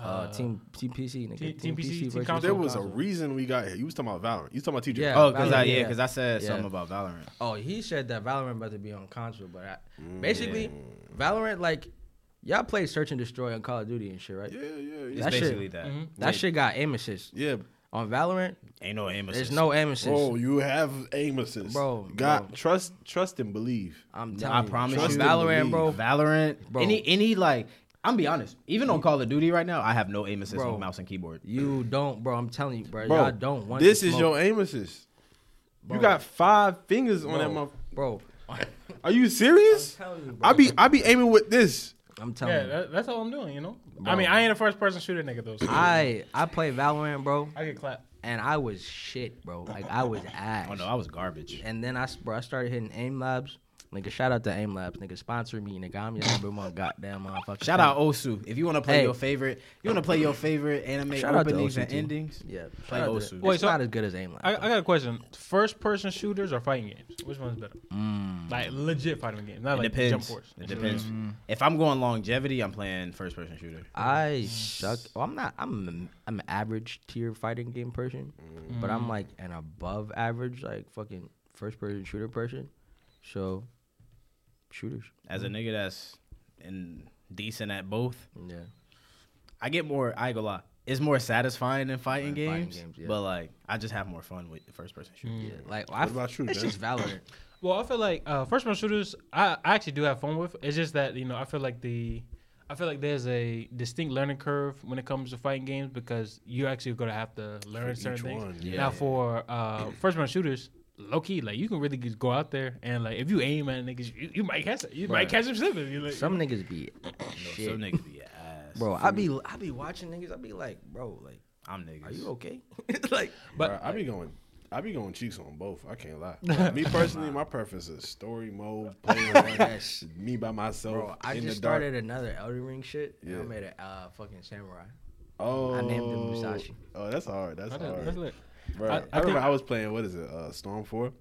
Uh, team Team PC, nigga.
Team- Team PC, Team
versus-
Console.
There was a
console.
reason we got here. You was talking about Valorant. You talking about
*laughs*
TJ?
Yeah.
Oh, because I
Valorant,
yeah,
yeah.
because I said
Yeah.
something about Valorant.
Oh, he said that Valorant about to be on console, but I, basically, Valorant like Y'all played Search and Destroy on Call of Duty and shit, right?
Yeah, yeah, yeah.
That shit- mm-hmm.
basically that.
That shit got aim assist.
yeah.
On Valorant,
Ain't no aim
there's
assist.
no aim assist.
Bro, you have aim assist.
Bro,
God,
bro.
trust, trust and believe.
I'm
I
telling you.
promise
on
you,
Valorant, bro.
Valorant,
Bro.
any any like, I'm be honest. Even on Call of Duty right now, I have no aim assist
Bro.
on mouse and keyboard.
You don't, bro. I'm telling you, bro.
Bro,
y'all don't want
this
to
is
smoke.
your aim assist.
Bro.
You got five fingers on that
bro.
mother.
bro. *laughs*
Are you serious?
telling you, bro.
I be I be aiming with this.
I'm telling
Yeah,
you.
that, that's all I'm doing, you know? I mean, I ain't a first person shooter nigga, though. So I,
I I played Valorant, bro,
get clapped.
and I was shit, bro. Like I was ass.
Oh no, I was garbage.
And then I, s- bro, I started hitting Aim Labs. Nigga, shout out to Aim Labs. Nigga, sponsor me. Nigga, I'm your number one goddamn motherfucker.
Shout out Osu. If you want to play
Hey.
your favorite, you want to play your favorite anime
Shout out to
openings
Osu,
and
too.
endings.
Yeah,
Play
shout out to-
Osu.
It's
Wait, so-
not as good as Aim Labs.
I, I
though.
got a question. First person shooters or fighting games? Which one's better? Like legit fighting games, not
It
like jump
depends.
force. Mm-hmm.
It depends. Mm-hmm. If I'm going longevity, I'm playing first person shooter.
Mm-hmm. I suck. Well, I'm not. I'm I'm an average tier fighting game person, but I'm like an above average like fucking first person shooter person. So shooters,
As a nigga that's in decent at both,
yeah.
I get more. I ain't gonna lie. It's more satisfying than fighting
Than fighting
games,
games, yeah.
but like I just have more fun with the first person shooter.
Yeah, like I,
What about you,
It's
Jen?
just Valorant.
Well, I feel like uh, first person shooters, I, I actually do have fun with. It's just that you know, I feel like the, I feel like there's a distinct learning curve when it comes to fighting games because you're actually gonna have to learn
For
certain
each
things.
one,
Now for uh, first person shooters, low key, like you can really just go out there and like if you aim at niggas, you, you might catch it. You might
Right.
catch them slipping. You like,
Some niggas be
So
shit,
niggas be ass.
bro. I be I be watching niggas. I be like, bro, like,
I'm
are
niggas.
you okay? *laughs* like,
but-
Bruh, I be going. I be going cheeks on both. I can't lie.
*laughs*
Like, me personally, my preference is story mode, playing alone, me by myself
bro, I
in
just
the dark.
started another Elder Ring shit. and
Yeah.
I made a uh, fucking samurai.
oh,
I named him Musashi.
Oh, that's hard. That's
I
hard.
don't- that's lit.
Bruh,
I-
I,
I
remember
think-
I was playing. What is it? Uh, Storm Four.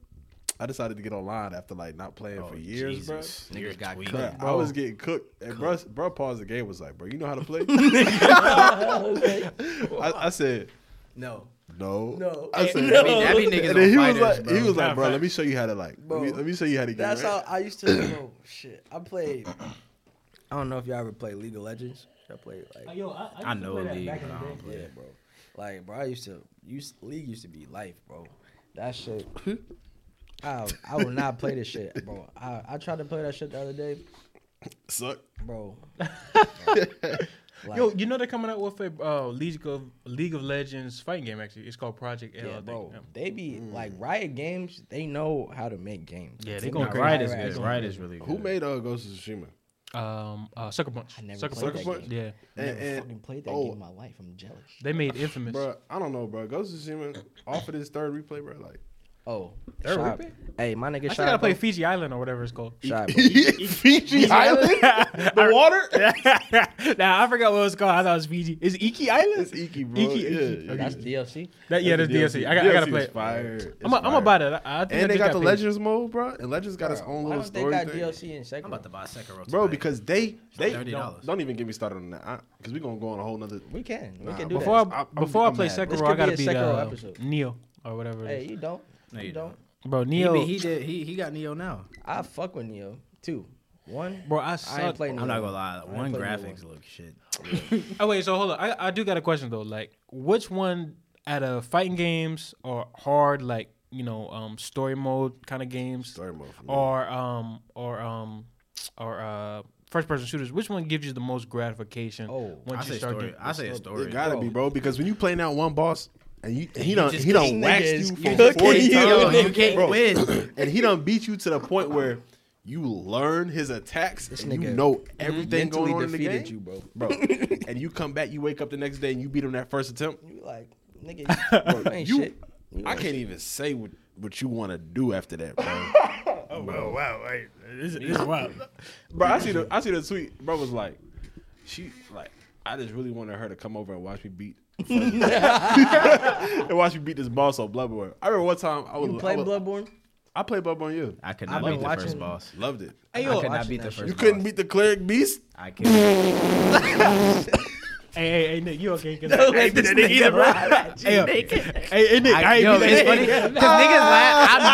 I decided to get online after like not playing for years,
Jesus.
Niggas
You're
got
tweaking.
bro.
cut.
Bruh, I
*laughs*
was getting cooked, and bro, bro paused the game. Was like, bro, you know how to play? *laughs* I, I said.
No,
No.
No.
I said,
No. That be- that be niggas
and then
on
he
fighters,
was like,
bro.
he was like,
Nah,
bro,
fact.
let me show you how to like,
Bro.
let me, let me show you how to get.
That's
right.
how I used to. Bro, shit, I played. I don't know if y'all ever played League of Legends. I played like
yo, I,
I know League, but
Oh,
I don't play.
yeah, bro. Like bro, I used to used League used to be life, bro. That
*laughs*
shit. I I will not play this shit, bro. I I tried to play that shit the other day,
Suck. *laughs*
bro. like,
Yo, you know they're coming out with a uh, League of League of Legends fighting game. Actually, it's called Project L. I
yeah,
think.
bro. They be like
Mm.
Riot Games. They know how to make games.
Yeah, they
They
going
know
Riot
how
is
to
good.
act.
Riot is
really
Who made uh Ghost of Tsushima?
Um, uh, Sucker Punch.
I never
Sucker
played
Punch.
that game.
Yeah,
I
And,
never fucking
and
played that
oh.
game in my life. I'm jealous.
they made Infamous.
bro, I don't know, bro. Ghost of Tsushima off of this third replay, bro. Like,
Oh,
They're
shout-
ripping?
Hey, my nigga,
I
shot.
still gotta play Fiji Island or whatever it's called. *laughs*
Shy,
*laughs*
bro.
Fiji Island, the water.
nah, I forgot what it's called. I thought it was Fiji. Is it Iki Island?
It's E- Iki, bro.
Iki,
yeah,
Iki.
yeah.
That's DLC.
That, yeah,
That's
that's
the
DLC. I, got, I gotta
DLC
play
is
it.
Fire. It's
I'm gonna
fire.
buy that. I, I think I
And they
just
got the
paid.
Legends mode, bro. And Legends got its own
Why
little
don't they got
story thing.
DLC in Sekiro?
I'm about to buy Sekiro.
Bro,
tonight.
because they they
$30.
don't, don't even get me started on that, because we gonna go on a whole nother.
we can. We
Nah,
can do
Before
that.
I,
I'm-
before
I'm
I play
mad.
Sekiro,
This
I
could be
gotta
a
be
Sekiro
uh,
episode.
Neo or whatever.
hey,
It
you don't.
No,
you
you
don't.
is. Bro,
he,
Neo.
be- he did he he got Neo now.
I fuck with Neo. Two. One.
Bro, I
I ain't
suck.
playing
I'm not gonna lie. One
play Neo
graphics look shit.
Oh wait, so hold on. I, I do got a question though. Like, which one out of fighting games or hard, like you know, um, story mode kind of games,
Story mode for me.
or um, or um, or uh, first person shooters? Which one gives you the most gratification?
Oh,
I
once you
say
start
story.
doing
I say a story.
It gotta be, bro, because when you playing out one boss and you and he
You
done
just-
he done
this nigga
waxed you
is
for
cooking
forty
you,
Yo,
times,
you can't
bro,
win.
*clears throat* and he done beat you to the point where you learn his attacks and you
nigga
know everything
mentally
going on in the
defeated
game,
you, bro. *laughs*
bro. and you come back, you wake up the next day and you beat him that first attempt.
You like, nigga, you ain't
you-
shit. You
I
ain't
can't even say what what you want to do after that, bro.
Oh wow, wait, this is wild.
Bro, I see the I see the tweet. Bro was like, she like, I just really wanted her to come over and watch me beat. *laughs* and watch me beat this boss on Bloodborne. I remember one time I was,
You play
I, was
Bloodborne?
I played Bloodborne. You
I could
I've
not
been
beat the
watching-
first boss.
loved it.
Hey
I
yo,
could
watching
not beat
that
the
shit.
first.
you couldn't
boss.
beat the cleric beast.
I can't.
hey, hey, hey, Nick, you okay? 'Cause-
Hey, this nigga laugh.
hey, yo. hey, hey, Nick, I,
I,
ain't
yo,
do
it's
that.
funny. 'cause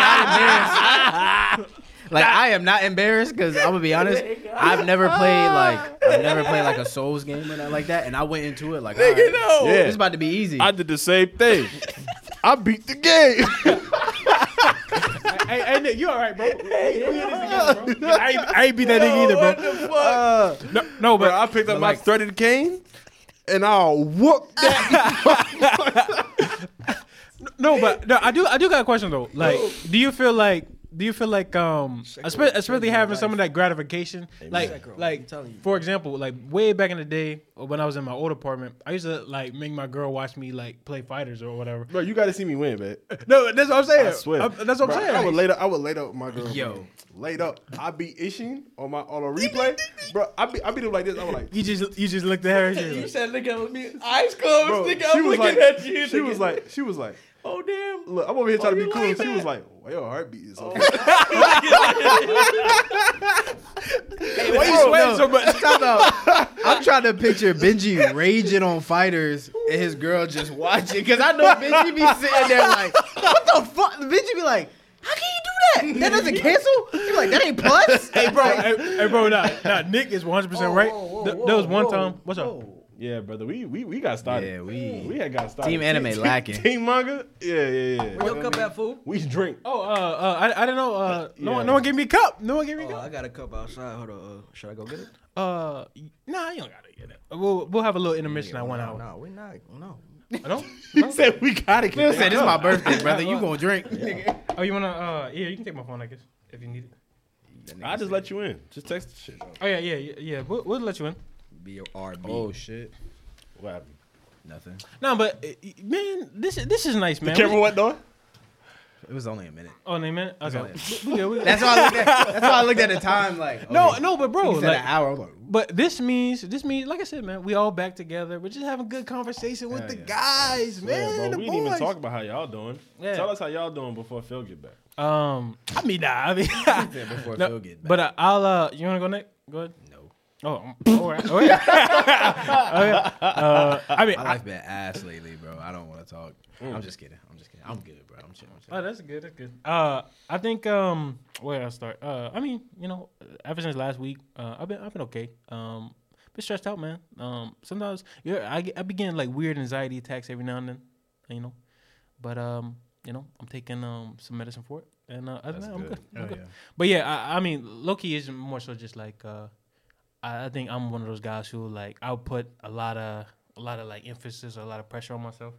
niggas laugh. *laughs* I'm not embarrassed. like I am not embarrassed because I'm gonna be honest. I've never played like
I've never played like a Souls game or nothing like that, and I went into it like, all
Nigga,
right,
no.
yeah. it's about to be easy.
I did the same thing. I beat the game.
hey, hey, Nick, you all right, bro? We in this together, bro. I, ain't- I ain't beat that nigga either,
the fuck? Uh,
bro. No, no,
but
but
I picked up
but
my
like-
threaded cane, and I'll whoop that.
No, but no, I do. I do got a question though. Like, do you feel like? Do you feel like um, especially, especially having some of that gratification, like like for example, like way back in the day uh, when I was in my old apartment, I used to like make my girl watch me like play fighters or whatever.
Bro, you got to see me win, man.
No, that's what I'm saying.
I swear.
I'm- that's what
Bro,
I'm saying.
I would laid up. I would laid up my girl.
Yo.
laid up. I beat Ishin on my on a replay, bro. I beat I beat him like this. I was like,
you just you just looked at her. And she was
You
like,
said look at me, eyes closed.
bro.
nigga,
She
*laughs* I'm
was
looking
like,
at you.
she
nigga.
was like, she was like,
oh damn.
look, I'm over here trying to
you
be cool.
like
and she
that?
was like, why your heartbeat is so
Why you sweating so much?
Time out. *laughs* I'm trying to picture Benji raging on fighters and his girl just watching because I know Benji be sitting there like, what the fuck? Benji be like, how can you do that? That doesn't cancel? You like, that ain't plus? Hey, bro.
hey, hey, bro, nah, nah, Nick is 100 percent right. Th- there was one time. What's up?
*laughs* Yeah, brother, we we we got started.
Yeah, we-
we had got started.
Team anime
team,
lacking.
Team manga. Yeah, yeah, yeah.
Yo, cup at food.
We drink.
Oh, uh, uh I, I didn't know. *laughs* Uh, no one,
Yeah.
no one gave me a cup. No one gave me a
Oh,
cup.
I got a cup outside. Hold on. Uh, should I go get it?
Uh, nah, you don't gotta get it. We'll we'll have a little intermission at one hour.
No, we're not. No.
I don't.
He said we gotta get.
Listen,
that
this is my
up."
birthday, brother. You
*laughs*
gonna drink?
Oh, you wanna? Uh, yeah, you can take my phone, I guess, if you need it.
I just let you in. Just text the shit.
Oh yeah, yeah, yeah. yeah. We'll, we'll let you in.
Be your RB.
Oh shit.
What happened?
Nothing.
No, but uh, man, this is this is nice, man.
Camera
We-
what door?
It was only a minute.
Oh, no, man. Okay.
only-
We- we good, we good.
That's why I looked at. That's why I looked at the time. Like,
No,
okay.
no, but bro,
He said an
like,
hour. I'm like,
but this means this means like I said, man, we all back together. We're just having good conversation with
Yeah,
the
yeah.
guys, man.
Yeah, bro,
the
we
boys.
didn't even talk about how y'all doing.
Yeah.
Tell us how y'all doing before Phil get back.
Um, I mean, nah, I
*laughs*
mean, *laughs*
before
no,
Phil get back.
but uh, I'll. Uh, you wanna go next? Go ahead.
no,
Oh, um, all right. Oh,
*laughs*
yeah. *laughs* Oh, yeah. Uh, I mean,
my
I,
life been ass lately, bro. I don't want to talk. I'm just kidding. I'm just kidding. I'm good, bro. I'm chilling. I'm chilling.
oh, that's good. That's good. Uh, I think um, where did I start? Uh, I mean, you know, ever since last week, uh, I've been I've been okay. Um, been stressed out, man. Um, sometimes you know, I get- I begin like weird anxiety attacks every now and then, you know, but um, you know, I'm taking um some medicine for it, and uh, other than that, I'm good. I'm good. But yeah, I, I mean, Loki is more so just like uh, I, I think I'm one of those guys who like I'll put a lot of a lot of like emphasis, a lot of pressure on myself,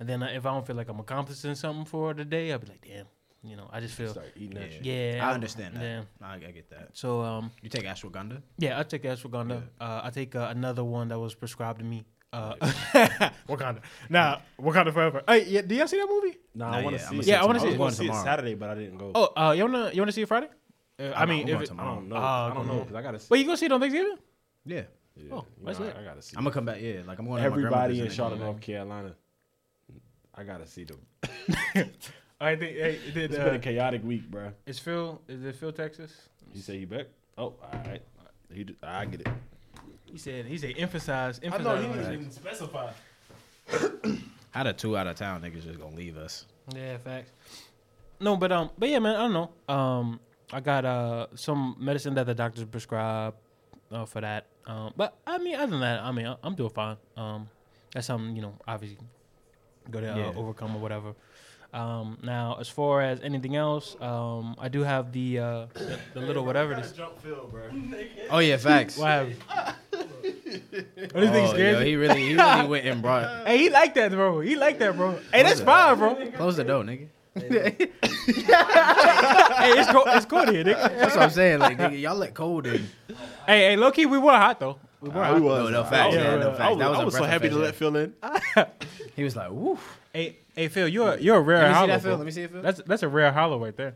and then uh, if I don't feel like I'm accomplishing something for the day, I'll be like, damn, you know, I just feel
Start eating that shit.
yeah.
I understand that.
Yeah.
I, I get that.
So um,
You take ashwagandha?
yeah, I take ashwagandha. Uh, I take uh, another one that was prescribed to me. Uh, *laughs* Wakanda. Nah, Wakanda forever. Hey, yeah, do y'all see that movie?
Nah,
Nah,
I want to see.
yeah, I'ma
it.
see
Yeah, I wanna
was
see it.
gonna see it
Tomorrow.
Saturday, but I didn't go.
Oh, uh, you wanna you wanna see it Friday? Uh, I
I'm-
mean, if
I'm going
it,
I
tomorrow.
don't know.
Ah,
I don't
okay.
know because I gotta see.
wait, you gonna see it on Thanksgiving?
Yeah.
Yeah,
oh,
you
that's
know,
lit.
I, I gotta see.
I'm gonna come back. Yeah, like I'm going. to my grandmother's
Everybody in
and come
Charlotte,
back.
North Carolina. I gotta see them.
I think hey, did,
It's
uh,
been a chaotic week, bro.
is Phil is it Phil Texas?
You say he back? Oh, all right. He, do- I get it.
He said he said emphasize emphasize. on that.
even specify.
How the two out of town niggas just gonna leave us?
Yeah, facts. No, but um, but yeah, man, I don't know. Um, I got uh some medicine that the doctors prescribed uh, for that. Um, but I mean, other than that, I mean, I- I'm doing fine. Um, that's something you know, obviously, go to uh,
Yeah.
overcome or whatever. Um, now as far as anything else, um, I do have the uh the, the little whatever this.
Jump Phil, bro.
Oh yeah, facts.
Wow. What do you think
Oh,
scares
yo,
you?
he really, he *laughs* really went and brought.
Hey, he like that, bro. He like that, bro. Hey, that's fine, bro. hey,
Close the door, nigga.
it's cold. It's cold here, nigga.
That's what I'm saying. Like, nigga, y'all let cold in.
Hey, hey, low key, we were hot though. We were
Nah,
hot.
we was.
No, no,
I
facts,
was-
yeah, no,
I
facts.
was-
That was
I
a
was so
breath of
happy to
fresh air.
let Phil in.
He was like, woof.
Hey, hey, Phil, you're a, you're a rare
Let me see
hollow.
that, Phil.
bro.
Let me see it, Phil.
That's that's a rare hollow right there.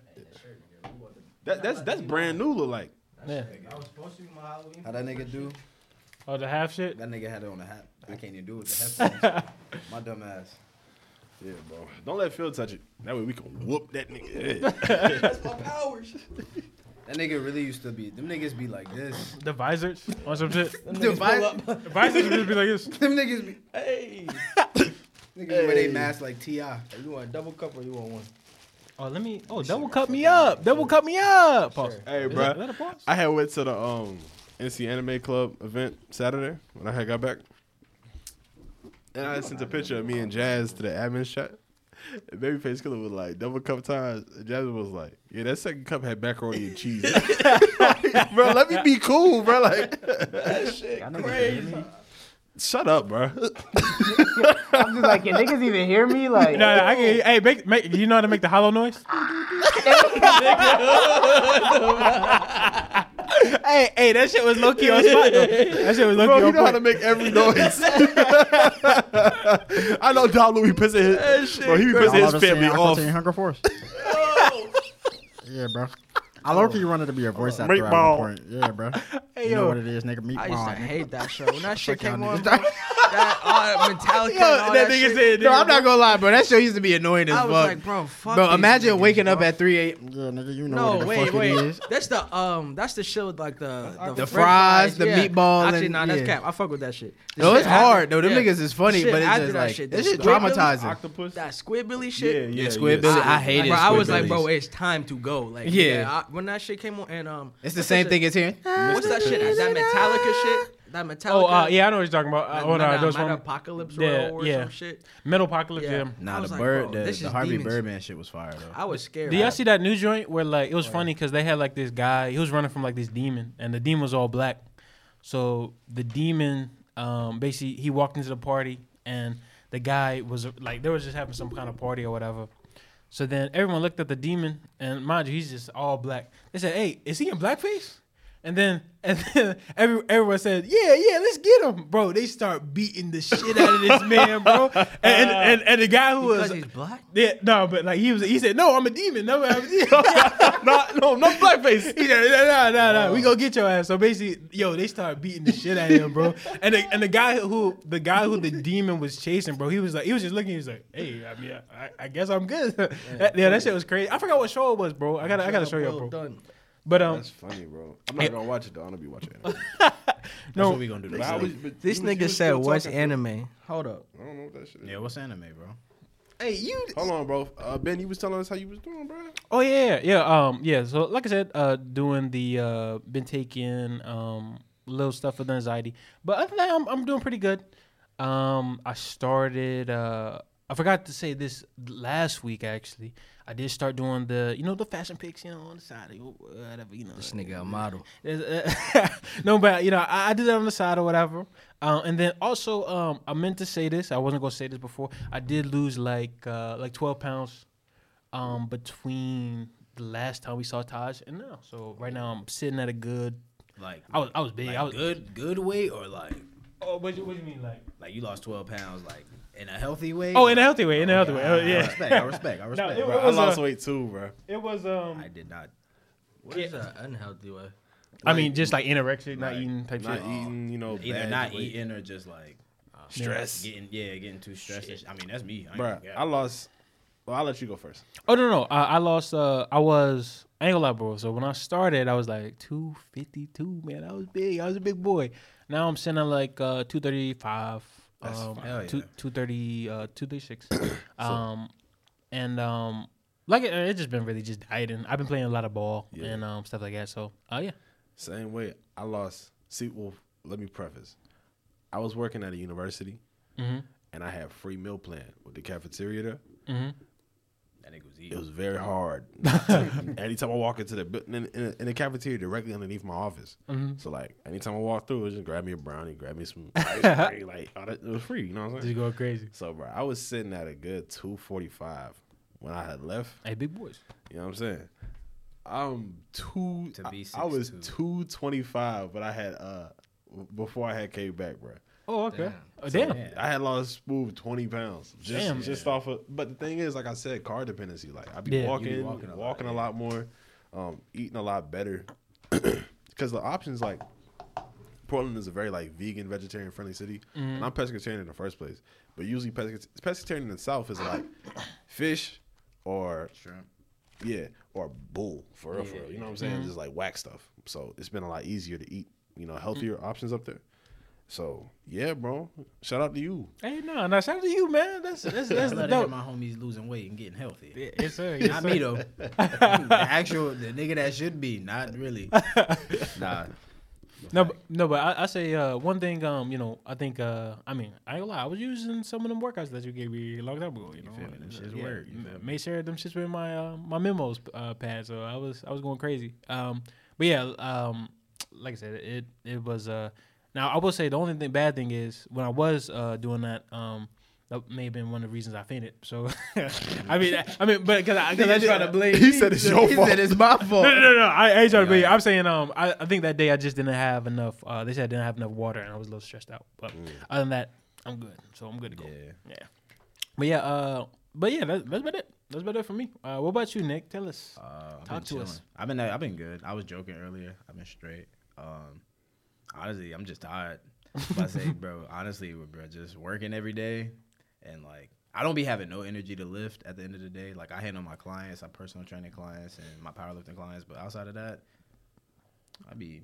That, that's that's brand new. Look like
Yeah.
I was supposed to be my Halloween.
*laughs*
How that nigga do?
Oh, the half shit.
That nigga had it on a hat. I can't even do it. *laughs* The headphones. My dumb ass.
Yeah, bro. Don't let Phil touch it. That way we can whoop that nigga. head.
That nigga really used to be. Them niggas be like this.
The visors on some *laughs* shit.
The vi-
the visors would just be like this.
them niggas be.
*coughs*
Hey.
Niggas wear they mask like Ti.
You want a double cup or you want one?
Oh, let me. Oh, double cut me up. Double cut me up. Pause.
*laughs* Hey,
Is
bro.
that- is that a pause?
I had went to the um NC Anime Club event Saturday when I had got back. And I sent a picture of me and Jazz to the admin chat. And Babyface Killer was like, double cup times. And Jazz was like, yeah, that second cup had macaroni
*laughs*
and cheese. *laughs* bro, let me be cool, bro. Like,
Y'all niggas even hear me?
shut up, bro.
I'm just like, can niggas even
*laughs*
hear me? Like,
No, no, I can, hey, make, make, you know how to make the hollow *laughs* noise? hey, hey, that shit was low key on spot though. That shit was low
Bro,
key
you
on
know how
point.
to make every noise. *laughs* I know Don Louis pissing his, bro, he be
I'm
pissing
about
his
to say,
family
I
off.
continue Hunger Force. yeah, bro. I low key wanted to be a voice actor at
Meatball.
one point. Yeah, bro.
Hey,
You know
yo.
what it is, nigga. Meatball.
I used to
nigga.
hate that show. When that shit
Fuck y'all
came on,
niggas.
bro, that uh, Metallica, and
that
all that,
nigga
shit,
said,
No, I'm not gonna lie, bro. That show used to be annoying as
I
fuck.
was like, bro, fuck.
bro,
these
imagine
niggas,
waking up
bro.
at 3 a.m.
Yeah, nigga, you know
No,
what the
wait,
fuck
wait.
it is.
That's the um, that's the shit with like the the,
The
french
fries, the
yeah.
meatball,
Actually,
and-
nah, that's
yeah.
cap. I fuck with that shit. The
No,
shit
it's
after-
hard. No, them
yeah.
niggas is funny,
Shit
but it's
after
just
that
like
shit,
this
the
shit
squid
traumatizing.
Octopus.
That squidbilly shit.
Yeah, Squidbillies. I hated
Bro, I was like,
Squidbillies.
bro, it's time to go. Like,
Yeah.
yeah, I, when that shit came on, and um,
It's the
what's
same
that
thing
shit-
as hearing.
What's that shit? That Metallica shit. That Metallica.
Oh, uh, yeah, I know what you're talking about.
That,
Uh, hold on, those one.
apocalypse
Yeah,
Row or
yeah.
some shit.
Metal Apocalypse,
Yeah.
yeah.
I
Nah, the
was like,
bird,
bro,
the,
this
the
is
Harvey
demons.
Birdman shit was fire though.
I was scared.
Did y'all see that new joint where like it was funny because they had like this guy he was running from like this demon and the demon was all black, so the demon um basically he walked into the party and the guy was like they was just having some kind of party or whatever, so then everyone looked at the demon and mind you he's just all black. They said, "Hey, is he in blackface?" And then *laughs* and then every, everyone said, "Yeah, yeah, let's get him, bro." They start beating the shit out of this man, bro. And and, and, and the guy who
Because
was
he's black.
yeah, no, but like he was, he said, "No, I'm a demon. No, I'm a *laughs* demon. no, no, no, *laughs* blackface." He said, "No, no, no, no. We gonna get your ass." So basically, yo, they started beating the shit out of him, bro. And the, and the guy who the guy who the demon was chasing, bro, he was like, he was just looking. He was like, "Hey, I mean, I, I guess I'm good." *laughs* That- Yeah, that, shit was crazy. I forgot what show it was, bro. I gotta, I gotta show you,
Well
bro.
done.
But um,
That's funny, bro. I'm not gonna watch it though. I'm gonna be watching it.
That's
no,
what we gonna do.
But I
next
was-
week.
but
This
you was- you
nigga
was
said,
still
"What's
talking to-
anime?" Hold up.
I don't know what that shit is.
Yeah, what's anime, bro?
Hey, you.
Hold on, bro. Uh, ben, you was telling us how you was doing, bro.
Oh yeah, yeah, yeah. Um, yeah. So like I said, uh, doing the uh, been taking um little stuff with anxiety, but other than that, I'm I'm doing pretty good. Um, I started. Uh, I forgot to say this last week actually. I did start doing the you know the fashion pics you know on the side of you, whatever you know.
This nigga a model.
There's, uh, *laughs* no, but you know, I, I did that on the side or whatever. Um, and then also, um, I meant to say this. I wasn't gonna say this before. I did lose like uh, like twelve pounds um, between the last time we saw Taj and now. So right now, I'm sitting at a good.
Like,
I was I was big.
like
I was.
good, good weight or like,
Oh, what, you- what do you mean like?
like you lost 12 pounds, like in a healthy way?
Oh, in a healthy way. In a healthy way. Oh,
I
yeah.
respect, I
*laughs*
respect, I respect.
it
bro.
was-
I lost
uh,
weight too, bro.
It was. Um.
I did not.
What is an unhealthy way?
I mean, just like anorexic, not eating type
Not
shit.
eating, you know,
Either
bad
not
weight.
eating or just like
Uh, stress,
getting, yeah, getting too stressed. I mean, that's me. I
bro.
ain't- yeah.
I lost. Well, I'll let you go first.
Oh no no! no. I, I lost. Uh, I was I ain't gonna lie, bro. So when I started, I was like two fifty two. Man, I was big. I was a big boy. Now I'm sitting at like uh, two thirty five. Um,
fine.
two
Hell yeah.
two thirty uh, two thirty six. um, and um, like it, it's just been really just dieting. I've been playing a lot of ball
Yeah.
and um stuff like that. So uh, yeah.
Same way. I lost. See, well, let me preface. I was working at a university, and I had free meal plan with the cafeteria there.
that nigga was
It
eating.
was very hard. anytime I walk into the bu- in, in, in the cafeteria directly underneath my office, so like anytime I walk through, it was just grab me a brownie, grab me some ice cream, like all that, it was free. You know what I'm saying?
going crazy.
So, bro, I was sitting at a good two forty five when I had left.
Hey, big boys.
You know what I'm saying? I'm two.
To be
I, I was
6'2".
two twenty five, but I had uh w- before I had came back, bro.
Oh okay. Oh, damn.
I had lost smooth twenty pounds just
Damn.
just off of. But the thing is, like I said, car dependency. Like I be
Yeah, you be
walking,
walking
walking, a,
a
lot,
lot, yeah.
more, um, eating a lot better, *clears throat* because the options like. Portland is a very like vegan, vegetarian friendly city, and I'm pescatarian in the first place. But usually, pesca- pescatarian in the South is like *coughs* fish or
Shrimp.
yeah, or bull for real, for real. You know what I'm saying? Just like whack stuff. So it's been a lot easier to eat, you know, healthier options up there. So yeah, bro. Shout out to you.
Hey no, no. Shout out to you, man. That's that's
*laughs*
that's
Let
dope.
my homies losing weight and getting healthy.
Yes sir. Yes,
Not
sir.
*laughs*
me though. the actual the nigga that should be, not really.
Nah.
No, but, no, but I, I say uh, one thing. Um, you know, I think. Uh, I mean, I ain't gonna lie. I was using some of them workouts that you gave me a long time ago. You, know, uh,
feel me? Them shits work, you feel me?
May Sarah, them shits were in my uh, my memos uh, pad, so I was I was going crazy. Um, but yeah, um, like I said, it it was. Uh, now I will say the only thing bad thing is when I was uh doing that. Um, that may have been one of the reasons I fainted. So, *laughs* I mean, I- I mean, but because I, cause I try
*laughs*
to blame.
He said it's your
he
fault.
said it's my
No,
*laughs*
no,
fault.
no, no. I, I ain't trying to be. I'm saying, um, I, I think that day I just didn't have enough. Uh, they said I didn't have enough water, and I was a little stressed out. But other than that, I'm good. So I'm good to go. Yeah. But yeah, uh, but yeah, that, that's about it. That's about it for me. Uh, what about you, Nick? Tell us.
Uh, I've
Talk
been
to
chilling.
us.
I've been I've been good. I was joking earlier. I've been straight. Um, honestly, I'm just tired. But
*laughs*
I say, bro, honestly, bro, just working every day, and like I don't be having no energy to lift. At the end of the day, like I handle my clients, my personal training clients, and my powerlifting clients. But outside of that, I be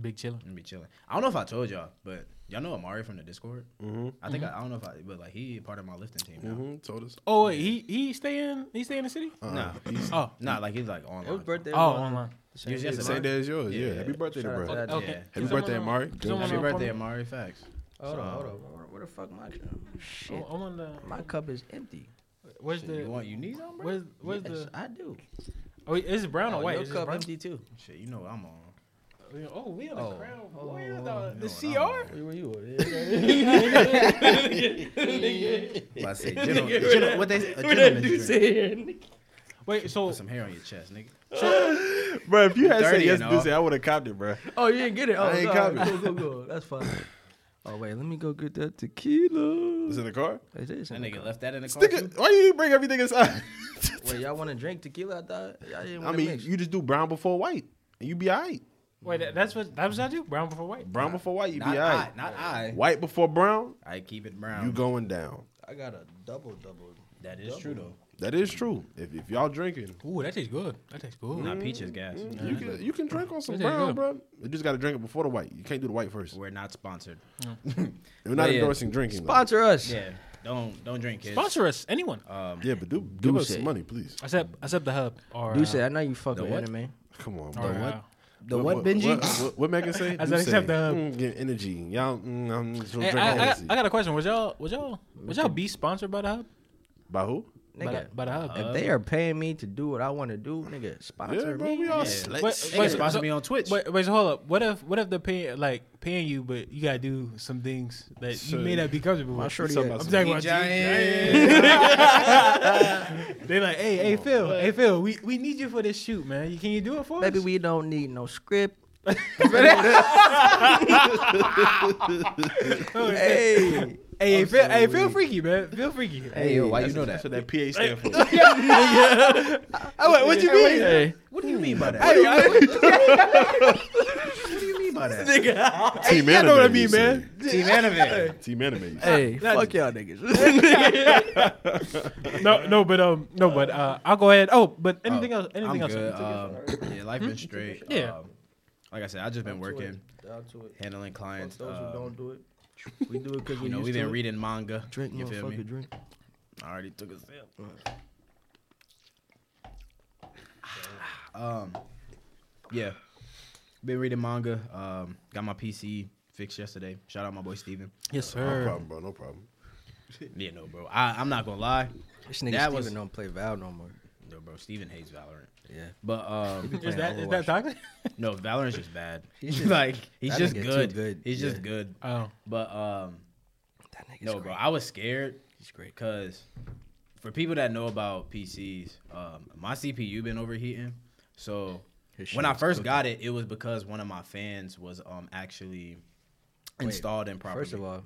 Big chilling.
I be chilling. I don't know if I told y'all, but y'all know Amari from the Discord. Mm-hmm. I think I, I don't know if I, but like he part of my lifting team
Mm-hmm.
now.
hmm Told us. Uh,
Oh wait, he he staying he stay in the city?
Nah,
Oh,
nah, like he's like
It was
online.
birthday.
oh, online.
He was yesterday.
Same day as yours. Yeah.
Yeah.
Happy birthday to
Shout out to
bro.
that.
Okay.
Yeah.
Can
Happy birthday,
someone,
Amari.
um, can someone,
Happy
um,
birthday,
call me?
Amari. Facts.
Hold on, hold
So-
on. Where the fuck my shit?
Oh, I'm on the.
My cup is empty.
Where's
Shit,
the?
you want you need some, bro?
Where's where's
Yes,
the?
I do.
Oh, is it brown
Oh,
or white?
your
Is it
cup
brown? *laughs*
empty too.
Shit, you know what
*laughs*
I'm on.
Oh, we on the
Oh.
crowd.
Oh,
boy,
oh,
the-
oh,
the
You know what I'm
CR.
on.
Where were you?
Well, I say, gentle, gentle, what they a gentleman's drink.
Wait, so
Put some hair on your chest, nigga.
Bro, if you had said
Dirty
yes
and
to this,
all.
I would have copped it, bro.
Oh, you didn't get it. Oh,
I ain't
no,
copy.
Go, go, go. That's fine. *laughs* Oh wait, let me go get that tequila.
It's in the car.
It is.
That
in the
nigga
cup.
left that in the car.
Stick it- Why you bring everything
*laughs*
inside?
Wait, y'all want to drink tequila? I thought y'all didn't
I
want
mean, you just do brown before white, and you be alright.
Wait, that, that's what that's what I do. Brown before white.
Brown before white, you
Not
be
I,
alright.
not I.
White before brown,
I keep it brown.
you going down.
I got a double double.
That is true though.
That is true. If, if y'all drinking,
Ooh, that tastes good. That tastes good.
Not
Mm-hmm.
peaches gas.
you can you can drink on some
There you
brown,
go.
bro. You just gotta drink it before the white. You can't do the white first.
We're not sponsored.
We're not
But yeah.
endorsing drinking. though.
Sponsor us.
Yeah, don't don't drink kids.
Sponsor us, anyone.
Yeah, but do give us
say.
some money, please.
Except except the hub or
Duce,
uh,
I know you fuck
The
with
what?
anime.
Come on,
or,
bro.
uh,
The what, Benji?
What, what, what Megan
*laughs*
say?
I said
You say,
accept the- uh,
mm, get energy. Y'all, mm, I'm just gonna
Hey,
drink
I, I, got-
Hennessy.
I got a question. Was y'all was y'all was y'all be sponsored by the hub?
By
By
who?
the,
Nigga, Uh,
by the hub.
if they are paying me to do what I want to do, nigga,
Yeah,
sponsor
bro.
me.
We all
Yeah.
slit.
Wait,
They
wait,
can sponsor
so-
me on Twitch.
Wait, wait, so hold up. What if what if they're paying like paying you, but you gotta do some things that you may
Shit.
not be comfortable with?
You
shorty
talking
at-
about
I'm
some-
talking about they like, hey, hey, Phil, hey, Phil, we, we need you for this shoot, man. You can you do it for *laughs*
Maybe
us?
we don't need no script. hey,
Oh, hey, hey, Phil, hey, Phil, freaky, man, Phil, freaky.
hey, yo, *laughs* why you know
That's
that?
what that PH stand for.
Oh, wait, what you mean?
Hey,
What do you
*laughs*
mean by that? what do you mean by that?
Team anime.
I know what I
you
mean,
say.
man.
Team anime.
Team anime.
hey, fuck y'all niggas.
No, no, but um, no, but uh, I'll go ahead. Oh, but anything else?
I'm
Anything else?
good. Um, yeah, life been straight.
Hmm? Yeah.
Um, like I said, I just been working,
Down to it.
handling clients.
Those who
uh,
um,
don't do it, we do
*laughs*
it because we
you know,
used
we've
to
been
it.
reading manga.
Drink,
you feel me?
motherfucker, drink.
I already took a sip. *sighs* um, yeah, been reading manga. Um, got my PC fixed yesterday. Shout out my
*laughs*
boy Steven.
yes,
No
sir.
problem, bro. No problem.
Yeah, no, bro. I, I'm not gonna lie.
This nigga
That
Steven
was-
don't play Val no more.
No, bro. Steven hates Valorant.
Yeah. *laughs*
But um,
Is
playing
that is that
Overwatch.
toxic?
no, Valorant's just bad.
He's
He's
just-
*laughs* like he's
that
just
nigga too
good.
good,
He's
yeah.
just good.
Oh,
But um,
That nigga's
no,
great.
bro. I was scared
He's great.
because for people that know about PCs, um, my CPU been overheating. So
His
when
shit
I
is
first got it, it was because one of my fans was um actually installed improperly.
First of all,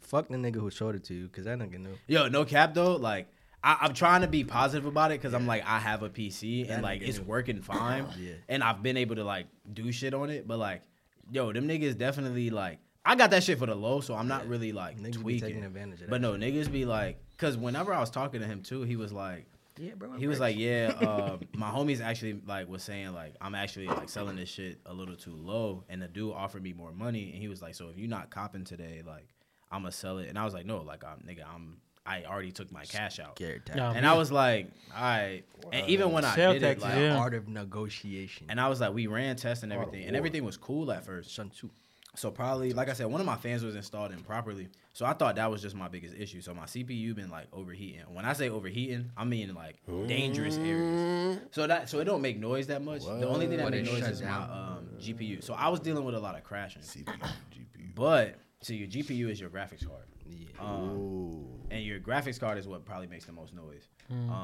fuck the nigga who showed it to you because that nigga knew.
yo, no cap though, like. I, I'm trying to be positive about it because I'm like I have a PC and
That
like
nigga
it's
knew. Oh,
working fine,
Yeah.
and I've been able to like do shit on it. But like, yo, them niggas definitely like I got that shit for the low, so I'm not really like
Niggas be
tweaking.
taking advantage of
But
that
no, niggas be like, because whenever I was talking to him too, he was like,
Yeah, bro.
He was like, yeah, uh, my homies actually like was saying like I'm actually like selling this shit a little too low, and the dude offered me more money, and he was like, so if you're not copping today, like I'ma sell it, and I was like, no, like I'm nigga, I'm I already took my cash out.
Scare tactic.
Nah,
And I was like, all right. And even when I
Sale
did it,
taxes,
like,
yeah.
Art of negotiation.
and I was like, we ran tests and everything, and everything was cool at first.
Sun Tzu.
So probably, like I said, one of my fans was installed improperly. So I thought that was just my biggest issue. So my CPU been like overheating. When I say overheating, I mean like dangerous areas. So that so it don't make noise that much. The only thing that
But
makes
it
noise
shut
is
down.
my um, GPU. So I was dealing with a lot of crashing.
CPU, GPU.
But so your GPU is your graphics card,
Yeah.
um,
Ooh.
and your graphics card is what probably makes the most noise.
Hmm.
*laughs*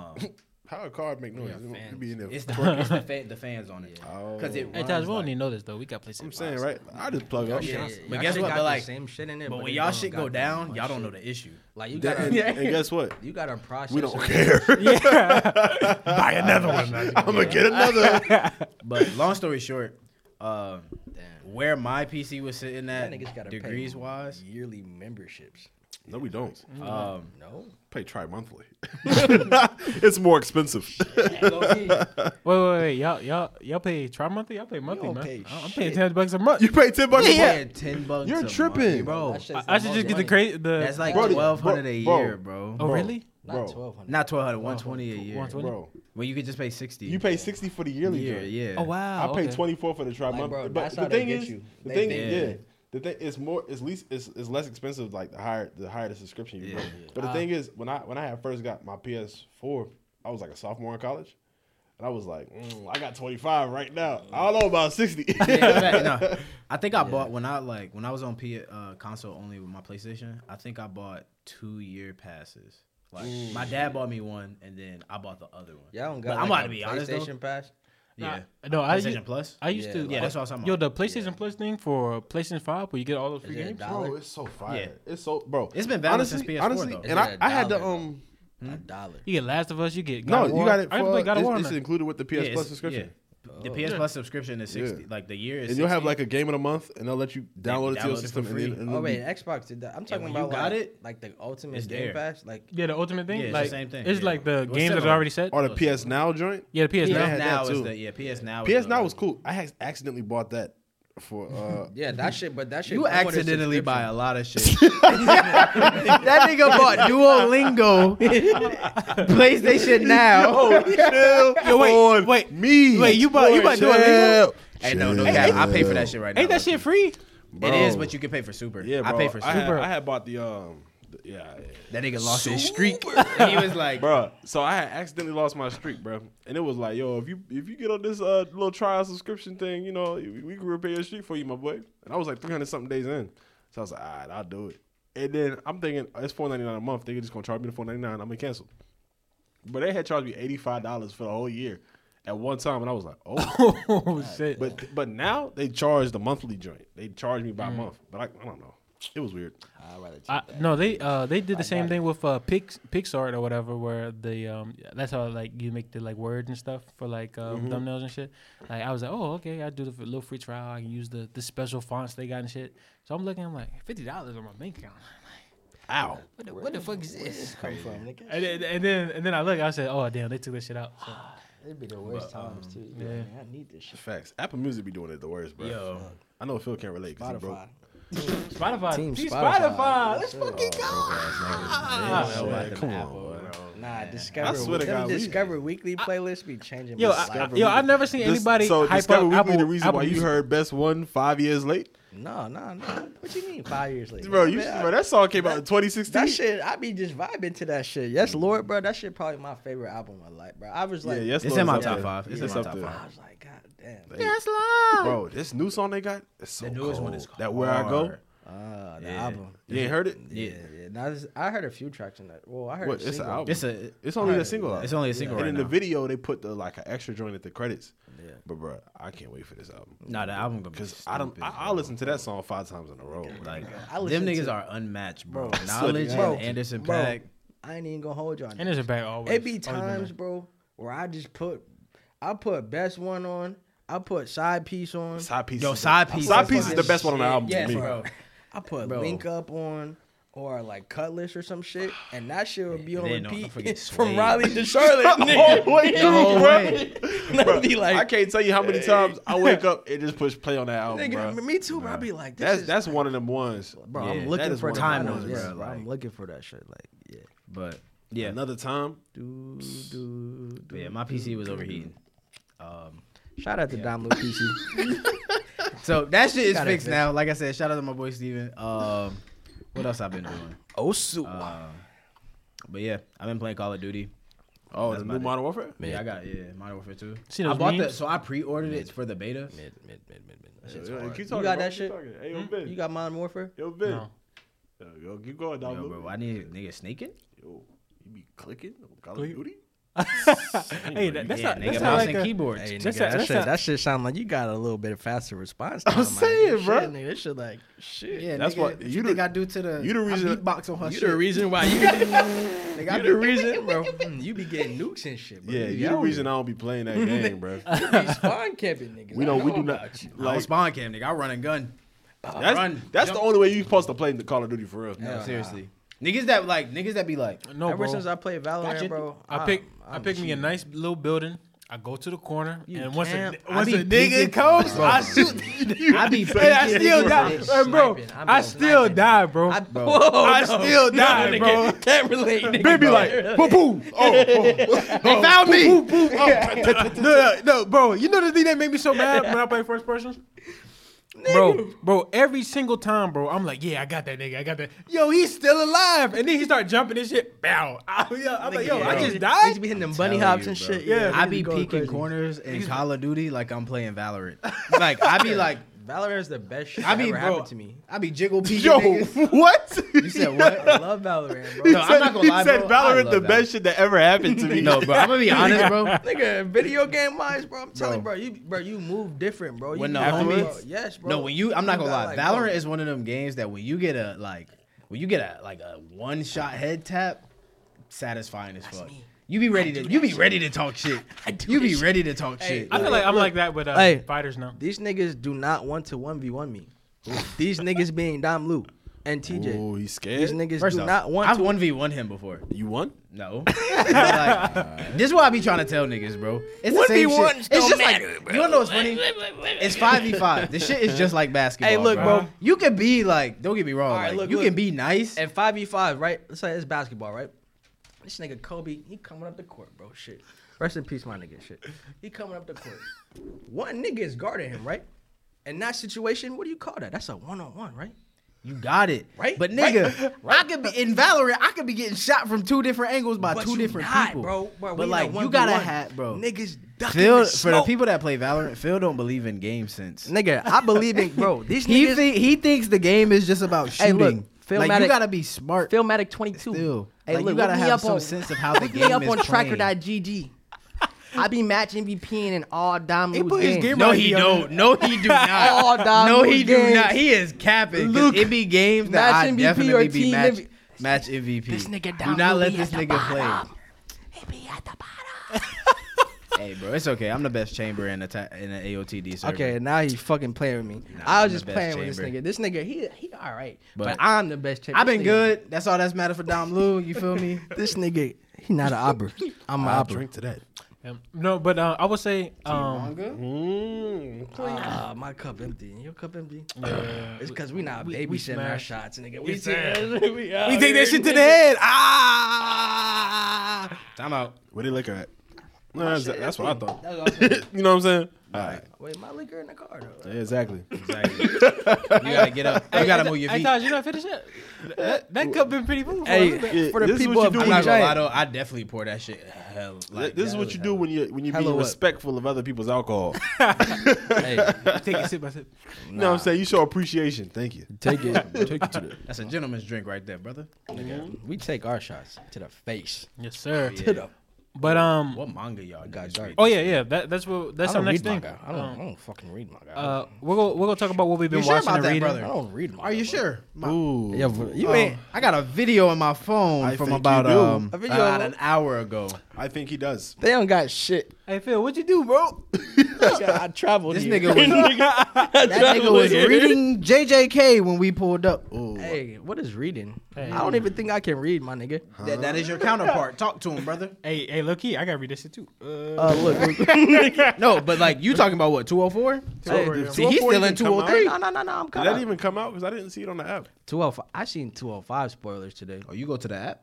Um,
How a car make noise?
yeah,
It
fans.
be in there.
It's the it's the, fa- the fans on it
Oh.
because it.
Hey,
runs
Taj, we don't
like-
need to know this though. We got to play *laughs* some.
I'm saying right. I just plug up.
Yeah,
But
yeah, y'all shit
guess what?
got
But
the
like-
same shit in it,
But when
they
y'all
don't
shit
got
go
that
down,
much
y'all don't
shit.
know the issue.
Like you
That-
got
and,
a,
and guess what?
you got a process. *laughs*
We don't care. *laughs*
Buy another one.
I'm gonna get another.
But long story short, um,
Damn.
where my PC was sitting
That
at
niggas got to
degrees
pay
wise,
yearly memberships.
no, we don't.
um,
No.
Pay tri monthly. *laughs* it's more expensive.
Wait, wait, wait. Y'all, y'all, y'all pay tri monthly. Y'all pay monthly,
don't
man.
pay
I- I'm
shit.
paying ten bucks a month.
you pay ten bucks a month.
paying ten bucks.
You're
a month,
tripping.
bro.
That shit's
I should just
most
get the
money.
crazy. The
That's like
Bro,
twelve hundred a
bro,
year, bro.
Oh really?
Not
Bro.
twelve hundred.
Not twelve hundred, one twenty a year.
120?
Bro,
When you could just pay sixty.
you pay sixty for the yearly.
Yeah,
joint.
yeah.
Oh wow.
I paid
okay.
twenty four for the tri
Like,
monthly.
bro,
but
that's
the
how they
thing
get
is,
you.
the
They-
thing
they-
is,
Yeah.
yeah. The thing is more it's least it's, it's less expensive like the higher the higher the subscription you
Yeah. Uh.
get. But the thing is when I when I had first got my PS4, I was like a sophomore in college. And I was like, mm, I got 25 right now. I don't know about 60.
Mm. *laughs* Yeah,
*laughs*
fact, no.
*laughs*
I think I bought when I like when I was on P uh, console only with my PlayStation. I think I bought two year passes. Like my dad bought me one, and then I bought the other one.
Y'all don't
But
got.
I'm
like,
about
a
to be honest though.
PlayStation Pass.
Nah,
Yeah,
Uh, No, I
PlayStation
used,
Plus.
I used
Yeah,
to.
like- Yeah,
that's what I was talking
Yo, the
about.
PlayStation
Yeah.
Plus thing for PlayStation Five, where you get all those free
Is it a
games.
dollar?
Bro, it's so fire.
Yeah.
It's so bro.
It's been valid since PS4 though.
And I,
Is it a
I had the
dollar, though?
um
A dollar.
You get Last of Us. You get God
no,
of
you
War.
got it.
I can
For,
play God of War.
it's,
on
it's
that.
included with the PS
Yeah, it's-
Plus subscription.
yeah.
Oh.
The PS Plus subscription is sixty.
Yeah.
Like the year is.
And you'll have
60.
like a game of the month, and they'll let you download it to
download it
your
for
system. and
free.
then- and
Oh
it'll be-
wait, Xbox did that. I'm talking
when
about
you got
like,
it,
like the ultimate
it's
Game
there.
Pass. Like
Yeah, the ultimate thing.
Yeah, it's the
like,
same thing,
It's
yeah.
like the
Well,
game that's
similar.
already set.
Or the PS Now joint.
Yeah, the PS
PS
Now.
had
Now
that,
is
too.
the yeah PS Now. is
PS
the-
Now was cool. I ac- accidentally bought that
*laughs*
for. uh
yeah, that shit. But that shit.
You
come with a
accidentally buy
subscription.
a *laughs* lot of shit.
That nigga bought
*laughs*
Duolingo, PlayStation Now.
Yo, wait, wait,
Me.
wait. You bought, you bought
Chill.
Duolingo.
Hey, no, no, cap. I pay for that shit right now.
Ain't that shit free?
It is, but you can pay for super.
Yeah, bro.
I pay for super.
I had,
Super.
I had bought the um. the- yeah, yeah.
That nigga lost his streak. *laughs* And he was like,
bro. So I had accidentally lost my streak, bro. And it was like, yo, if you if you get on this uh little trial subscription thing, you know, we, we can repair your streak for you, my boy. And I was like 300 something days in, so I was like, all right, I'll do it. And then I'm thinking oh, it's 4.99 a month. They're just gonna charge me the 4.99. I'm gonna cancel. But they had charged me 85 dollars for the whole year at one time, and I was like, oh.
*laughs* oh shit.
But but now they charge the monthly joint. They charge me by
Mm.
month. But I, I don't know. It was weird.
I'd rather take
I,
that.
no, they uh they did the same thing with uh Pix, Pixart or whatever, where the um that's how like you make the like words and stuff for like um, thumbnails and shit. Like I was like, oh okay, I do the f- little free trial. I can use the the special fonts they got and shit. So I'm looking, I'm like fifty dollars on my bank account.
Ow.
What the, what the fuck is this?
Come from nigga.
And then, and then and then I look, I said, oh damn, they took this shit out. So,
It'd be the worst times too. You'd be like,
yeah.
"Man, I need this shit.
Facts. Apple Music be doing it the worst, bro.
Yo.
I know Phil can't relate. 'cause he broke.
Spotify.
Spotify,
Team
Team
Spotify.
Spotify. Let's fucking
Oh,
go.
like the
come on,
Apple,
boy.
bro.
Nah, Discover.
I swear to
them
God, we-
Discover Weekly playlist be changing.
Yo,
my
I,
life.
I, yo, I've never seen
Dis-
anybody
so
hype
Discover
up
Weekly
Apple,
the reason
Apple
why you
Music.
heard best one five years late,
No, no, no. What you mean? Five years later,
bro. You
Man, I-
bro, that song came out in
that-
2016.
That shit, I be just vibing to that shit. Yes, Lord, bro. That shit probably my favorite album of my life, bro. I was
yeah,
like,
yes,
It's
Lord,
in my
up
top
there.
five. It's in
It's
my
up
top
there.
I
five.
was like, God damn.
Yes, Lord. Bro, this new song they got, it's so
The newest
cold.
one is
that where I go.
hard.
Ah, the
Yeah.
album.
You ain't heard it?
Yeah, yeah. Now this, I heard a few tracks in that. Well, I heard
What,
a
it's an
single.
album?
It's a.
It's only
Alright,
a single. out.
It's only a single
And
right
in
now.
the video, they put the like an extra joint at the credits.
Yeah.
But bro, I can't wait for this album.
Nah, the album gonna be
Cause I don't.
stupid,
I, I
bro.
listen to that song five times in a row. Like,
I
Them
listened
niggas
to-
are unmatched, bro.
Bro,
Knowledge
bro,
and Anderson
bro,
Paak.
I ain't even gonna hold y'all.
And there's a back always.
It be
always been there.
times, bro, where I just put, I put best one on, I put side piece on,
side piece.
Yo,
is the-
side piece.
Side
is
piece is
like
the best one on the
shit.
album.
Yes,
to me. *laughs*
bro.
I put
Bro.
link up on. Or like Cutlass or some shit, and that shit would be on
then don't- don't
repeat *laughs*
forget
from
Suede.
Raleigh to Charlotte. nigga.
The whole way.
I'd
Bro,
be like,
I can't tell you how many times I wake up and just push play on that album,
nigga,
bro.
me too, bro. I'd be like, this
That's
is-
that's one of them ones.
bro.
Yeah,
I'm
that
looking
is
for
one of
time
the
notes,
ones,
bro.
bro,
I'm
like-
looking for that shit. Like, yeah,
But yeah,
Another time,
Do, do, do.
but yeah, my PC was overheating. Um,
Shout out to Dom Lil PC.
so that shit is
Gotta
fixed
exist.
now. Like I said, shout out to my boy Steven. Um, what else I've been doing?
Oh, so
Um, but yeah, I've been playing Call of Duty.
oh,
That's
the
about
new
it.
Modern Warfare.
Yeah, I got yeah, Modern Warfare 2.
See
I
those
bought the
memes?
so I pre-ordered it for the beta.
mid, mid, mid, mid, mid. That shit's
Yeah,
hard.
keep
you
talking,
got
bro.
that
Keep
shit? Hmm?
talking. Hey, yo,
You
Ben.
got Modern Warfare?
Yo, Ben.
No.
Yo, yo, keep going, dog.
Yo, Oh, bro, I need nigga sneaking.
Yo, you be clicking on Call
Go
of
you-
Duty?
hey, that, that's not,
yeah, nigga,
that's not like
mouse
uh,
and
a,
keyboard.
Hey, nigga,
That's a-
that,
that's
shit,
a-
that shit sound like you got a little bit of faster response. Time,
I'm saying,
like,
bro.
Shit, nigga, that shit like shit.
yeah,
that's
nigga,
what-
what
you
you
the-
think I do to the
you the
I
reason-
beatbox on her
You
shit.
the reason why you you
*laughs* Nigga, I
the
do- *laughs*
reason, bro.
Hmm,
Mm, You be getting nukes and shit, bro.
Yeah,
you
you the reason I don't be
*laughs*
playing that game, bro.
These spawn camping niggas.
We
I
know we do
about
not.
you.
*laughs* I don't
Like,
spawn cam, nigga. I run and gun.
that's
run,
that's
jump.
the only way you supposed to play the Call of Duty for real.
No, seriously. Niggas that like niggas that be like,
no,
Ever
bro.
since I played Valorant,
Gotcha.
bro, ah,
I
I'm-
pick i
I'm
pick me a
cheating.
nice little building. I go to the corner,
You
and once a,
can't- I
once
be
a nigga
peeking-
comes,
Bro.
I shoot. *laughs*
I be
Hey, I
peeking
still
for
die,
this
Hey, bro.
sniping. I be
I still
sniping.
die, bro.
I,
I,
bro. Whoa, no.
still die,
Nigga,
bro. *laughs*
Can't relate, nigga.
Ben be
bro.
like, boom, boom. Oh,
they found me.
*laughs*
no, no, no, bro. You know the thing that made me so mad when I play first person? Bro, bro, every single time, bro, I'm like, yeah, I got that nigga, I got that. Yo, he's still alive, and then he start jumping and shit. Bow. *laughs* I, yeah, I'm like, yo, I
Nigga,
just
We
died.
used to be hitting them bunny hops and shit.
Yeah.
I be
going
peeking
crazy.
corners in Call of Duty like I'm playing *laughs* Valorant. like I be like,
Valorant's the best shit
I
that
be
ever
bro.
happened to *laughs* me.
I be jiggle
*laughs*
*laughs*
peeking
Yo, *laughs*
niggas.
what?
you said what?
*laughs* I love Valorant, bro.
He
No, I'm
said-
not
*laughs*
gonna
he
lie,
said
bro. I
Valorant
love
the
Valorant.
best shit that ever happened to me.
*laughs* no, bro. I'm gonna be honest, bro.
Nigga, video game wise, bro. I'm telling you, bro, you bro, you move different, bro. You
When the
move-
homies-
bro, yes, bro.
No, when you, I'm not gonna
got,
lie.
like,
Valorant
bro,
is one of them games that when you get a like, when you get a like a one shot head tap, satisfying as fuck.
me.
You be ready to, you be ready to talk shit. You be ready to talk shit.
I feel like I'm like that with uh,
Hey.
fighters now.
These niggas do not want to one v one me. These niggas being Dom Luke and
*laughs*
TJ.
Oh, he's scared.
These niggas
First
do
off,
not want
I've
to.
one v one him before.
You won?
No. *laughs* Like, this is what I be trying to tell niggas, bro. It's the same shit.
1v1
It's
don't
just
matter,
like you don't know what's funny. It's five v five. This shit is just like basketball.
Hey, look,
bro.
You can be like, don't get me wrong.
All right,
like,
look,
you
look.
can be nice.
And five v five, right? Let's say it's basketball, right? This nigga Kobe, he coming up the court, bro. Shit. Rest in peace, my nigga. Shit. He coming up the court. One nigga is guarding him, right? In that situation, what do you call that? That's a one on one, right?
You got it,
Right?
But nigga,
*laughs*
I could be in Valorant. I could be getting shot from two different angles by
But
two
you
different
not,
people,
bro. Bro, we
But
in
like,
a
you gotta
1v1.
have, bro.
Niggas ducking
Phil,
the
for the
smoke.
people that play Valorant, Phil don't believe in game sense.
Nigga, I believe in bro. These
He
niggas.
thi- he thinks the game is just about
Hey,
shooting.
look,
like
Philmatic-
you gotta be smart.
Philmatic 22.
Still,
Hey,
like,
look,
you gotta
look me
have
up
some
on-
sense
*laughs*
of how the
Look
game
me up
is
on
playing.
tracker.gg. I be match MVP in all Dom Luke's
put his
games.
game
No,
Right,
he
yo.
don't. No, he
*laughs*
do not.
All Dom
no,
Luke
he do
games.
not. He is capping. 'cause
Look,
it be games that
match
I
MVP or
definitely be
team
match,
MVP.
match MVP.
This nigga
do
Dom
not
Luke
let
be
this
at the
nigga play.
bottom. He be at the bottom.
Hey, bro, it's okay. I'm the best chamber in the ta- in the AOTD server.
Okay, now he's fucking playing with me.
Nah,
I
I'm
was
the
just
best
playing with
chamber.
this nigga. This nigga, he he all right, but,
But-
I'm the best chamber.
I've been
This nigga-
good. That's all that's matter for Dom Lou. *laughs* You feel me?
*laughs* This nigga, he not an opper. I'm an opper.
to that.
Yeah. No, but uh, I would say, um,
Mm.
Ah, my cup empty. and Your cup empty.
yeah.
It's because we not
we- we
babysitting our
smash.
shots, nigga. We,
Yes,
see-
sir.
we,
*laughs*
out
we take that
here.
shit to the head. Ah.
Time out.
Where they look at? No, that's,
shit,
that's what I thought. *laughs*
That's what I'm saying.
you know what I'm saying? All right.
Wait, my liquor in the car though.
Yeah, exactly.
Exactly. you gotta get up. You gotta move your
Hey,
feet.
Taj, you not finished yet? That, that cup been pretty full.
Hey,
Yeah,
for the
this is
people
what
of
you do
I'm not gonna lie
DJ,
though. I definitely pour that shit. Hell, like
this is what you do when you when you be
Hello, what?
respectful of other people's alcohol.
hey, *laughs*
Take it sip by sip.
You know what I'm saying? You show appreciation. Thank you.
take it.
Take it to that.
That's a gentleman's drink right there, brother.
*laughs* We take our shots to the face.
Yes, sir.
To the
But um,
What manga y'all got?
dark.
oh yeah, yeah. That, that's what. That's
I
our
don't
next thing.
read manga. I don't,
Um,
I don't fucking read manga.
Uh, we're gonna we're gonna talk about what we've been
You sure
watching
about
and
that,
reading.
brother?
I don't read manga.
Are you
bro.
sure?
Ooh.
Yeah, but
You
you ain't.
ain't. I got a video on my phone
I
from
think
about
you do.
um
A video?
about an hour ago.
I think he does.
They don't got *laughs* shit.
Hey Phil, what you do, bro? *laughs*
I traveled.
This
here. *laughs*
nigga *laughs* was that nigga was reading JJK when we pulled up.
Hey, what is reading?
Hey.
I don't even think I can read, my nigga.
That, that is your counterpart. Talk to him, brother.
hey, hey, low key, I gotta read this shit too. Uh,
Uh, look,
*laughs* No, but like you talking about what 204?
Hey,
See, he's still in 203.
*laughs* no, no, no, no. I'm
Did
caught
that
up.
even come out? Because I didn't see it on the app.
205. I seen 205 spoilers today.
Oh, you go to the app.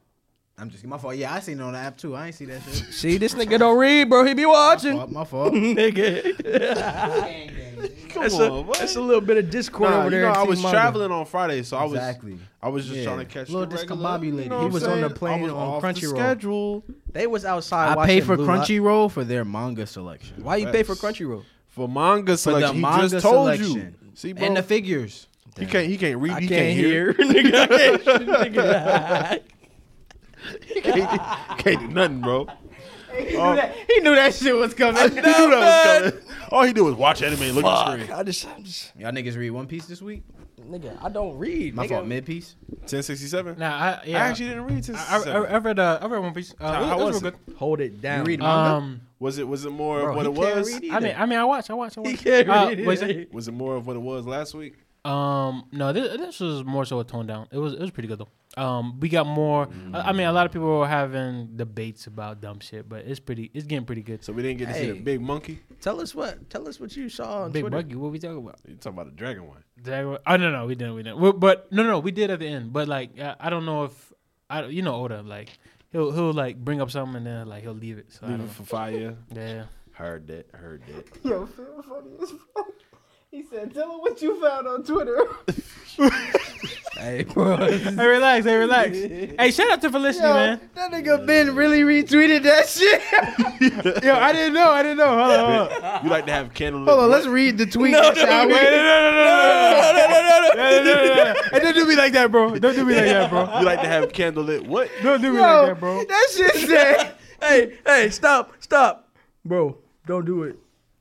I'm just my fault. Yeah, I seen it on the app too. I ain't see that shit.
See, this nigga don't read, bro. He be watching.
my *laughs* fault.
*laughs* nigga.
Come
That's
on,
a,
what?
that's a little bit of discord
Nah,
over
you
there.
know,
in
I
Team
was
Manga.
traveling on Friday, so I was
Exactly.
I was just
Yeah.
trying to catch
Little
the regular,
discombobulated.
You know
He
what
was
I'm
on the
saying?
plane
I was
on
off the
Crunchyroll.
schedule
They was outside.
I pay
watching
for
Blue Lock-
Crunchyroll for their manga selection.
Why you pay for
Facts.
Crunchyroll?
for manga
For the
selection. he
manga
just told
selection.
you. See, bro,
And the figures.
he can't he can't read.
I
he
can't,
*laughs*
hear. nigga, I can't, nigga.
he can't, he can't do nothing, bro. All,
he knew that shit was *laughs* coming.
he knew that was coming. All he do is watch anime and look at the screen.
I just, I'm just,
Y'all niggas read One Piece this week?
nigga, I don't read.
My
nigga.
fault, mid piece.
Ten sixty seven.
Nah, I,
I
yeah.
actually didn't read ten
I,
sixty
I, I
seven.
read uh, I read One Piece. Uh, it
How-
was-
how
it was
was
real
it?
Hold it down.
read
good.
manga?
Um,
Was it was it more of Uh, what
he
it
can't
was?
read either.
I mean, I mean, I watched, I watched, I watched. Uh,
read
what'd you
either.
say?
Was it more of what it was last week?
Um, no, this, this was more so a tone down. It was it was pretty good though. Um, we got more. I, I mean, a lot of people were having debates about dumb shit, but it's pretty. It's getting pretty good.
So we didn't get to see
Hey.
the big monkey.
Tell us what. Tell us what you saw on
Big
Twitter.
Buggy, what we talking about?
You talking about the dragon one?
Did I, oh no, no, we didn't, we didn't. We, but no, no, we did at the end. But like, I, I don't know if I, you know, Oda like he'll he'll like bring up something and then like he'll leave it. So I
Leave
don't
it for fire.
know. Yeah.
Heard that. Heard that.
Yo, Phil, funny as fuck. He said, "Tell him what you found on Twitter."
Hey, bro.
Hey, relax. Hey, relax. hey, shout out to Felicity, man.
That nigga Ben really retweeted that shit.
Yo, I didn't know. I didn't know. Hold on. Hold on.
Uh, You like to have candlelit.
Hold on, let's read the tweet. shall we?
No, no, no, no, no. Hey, don't do me like that, bro. Don't do me like that, bro.
You like to have candlelit. What?
Don't do me
Yo,
like that, bro.
That shit said.
*laughs* hey, hey, stop, stop, bro. Don't do it.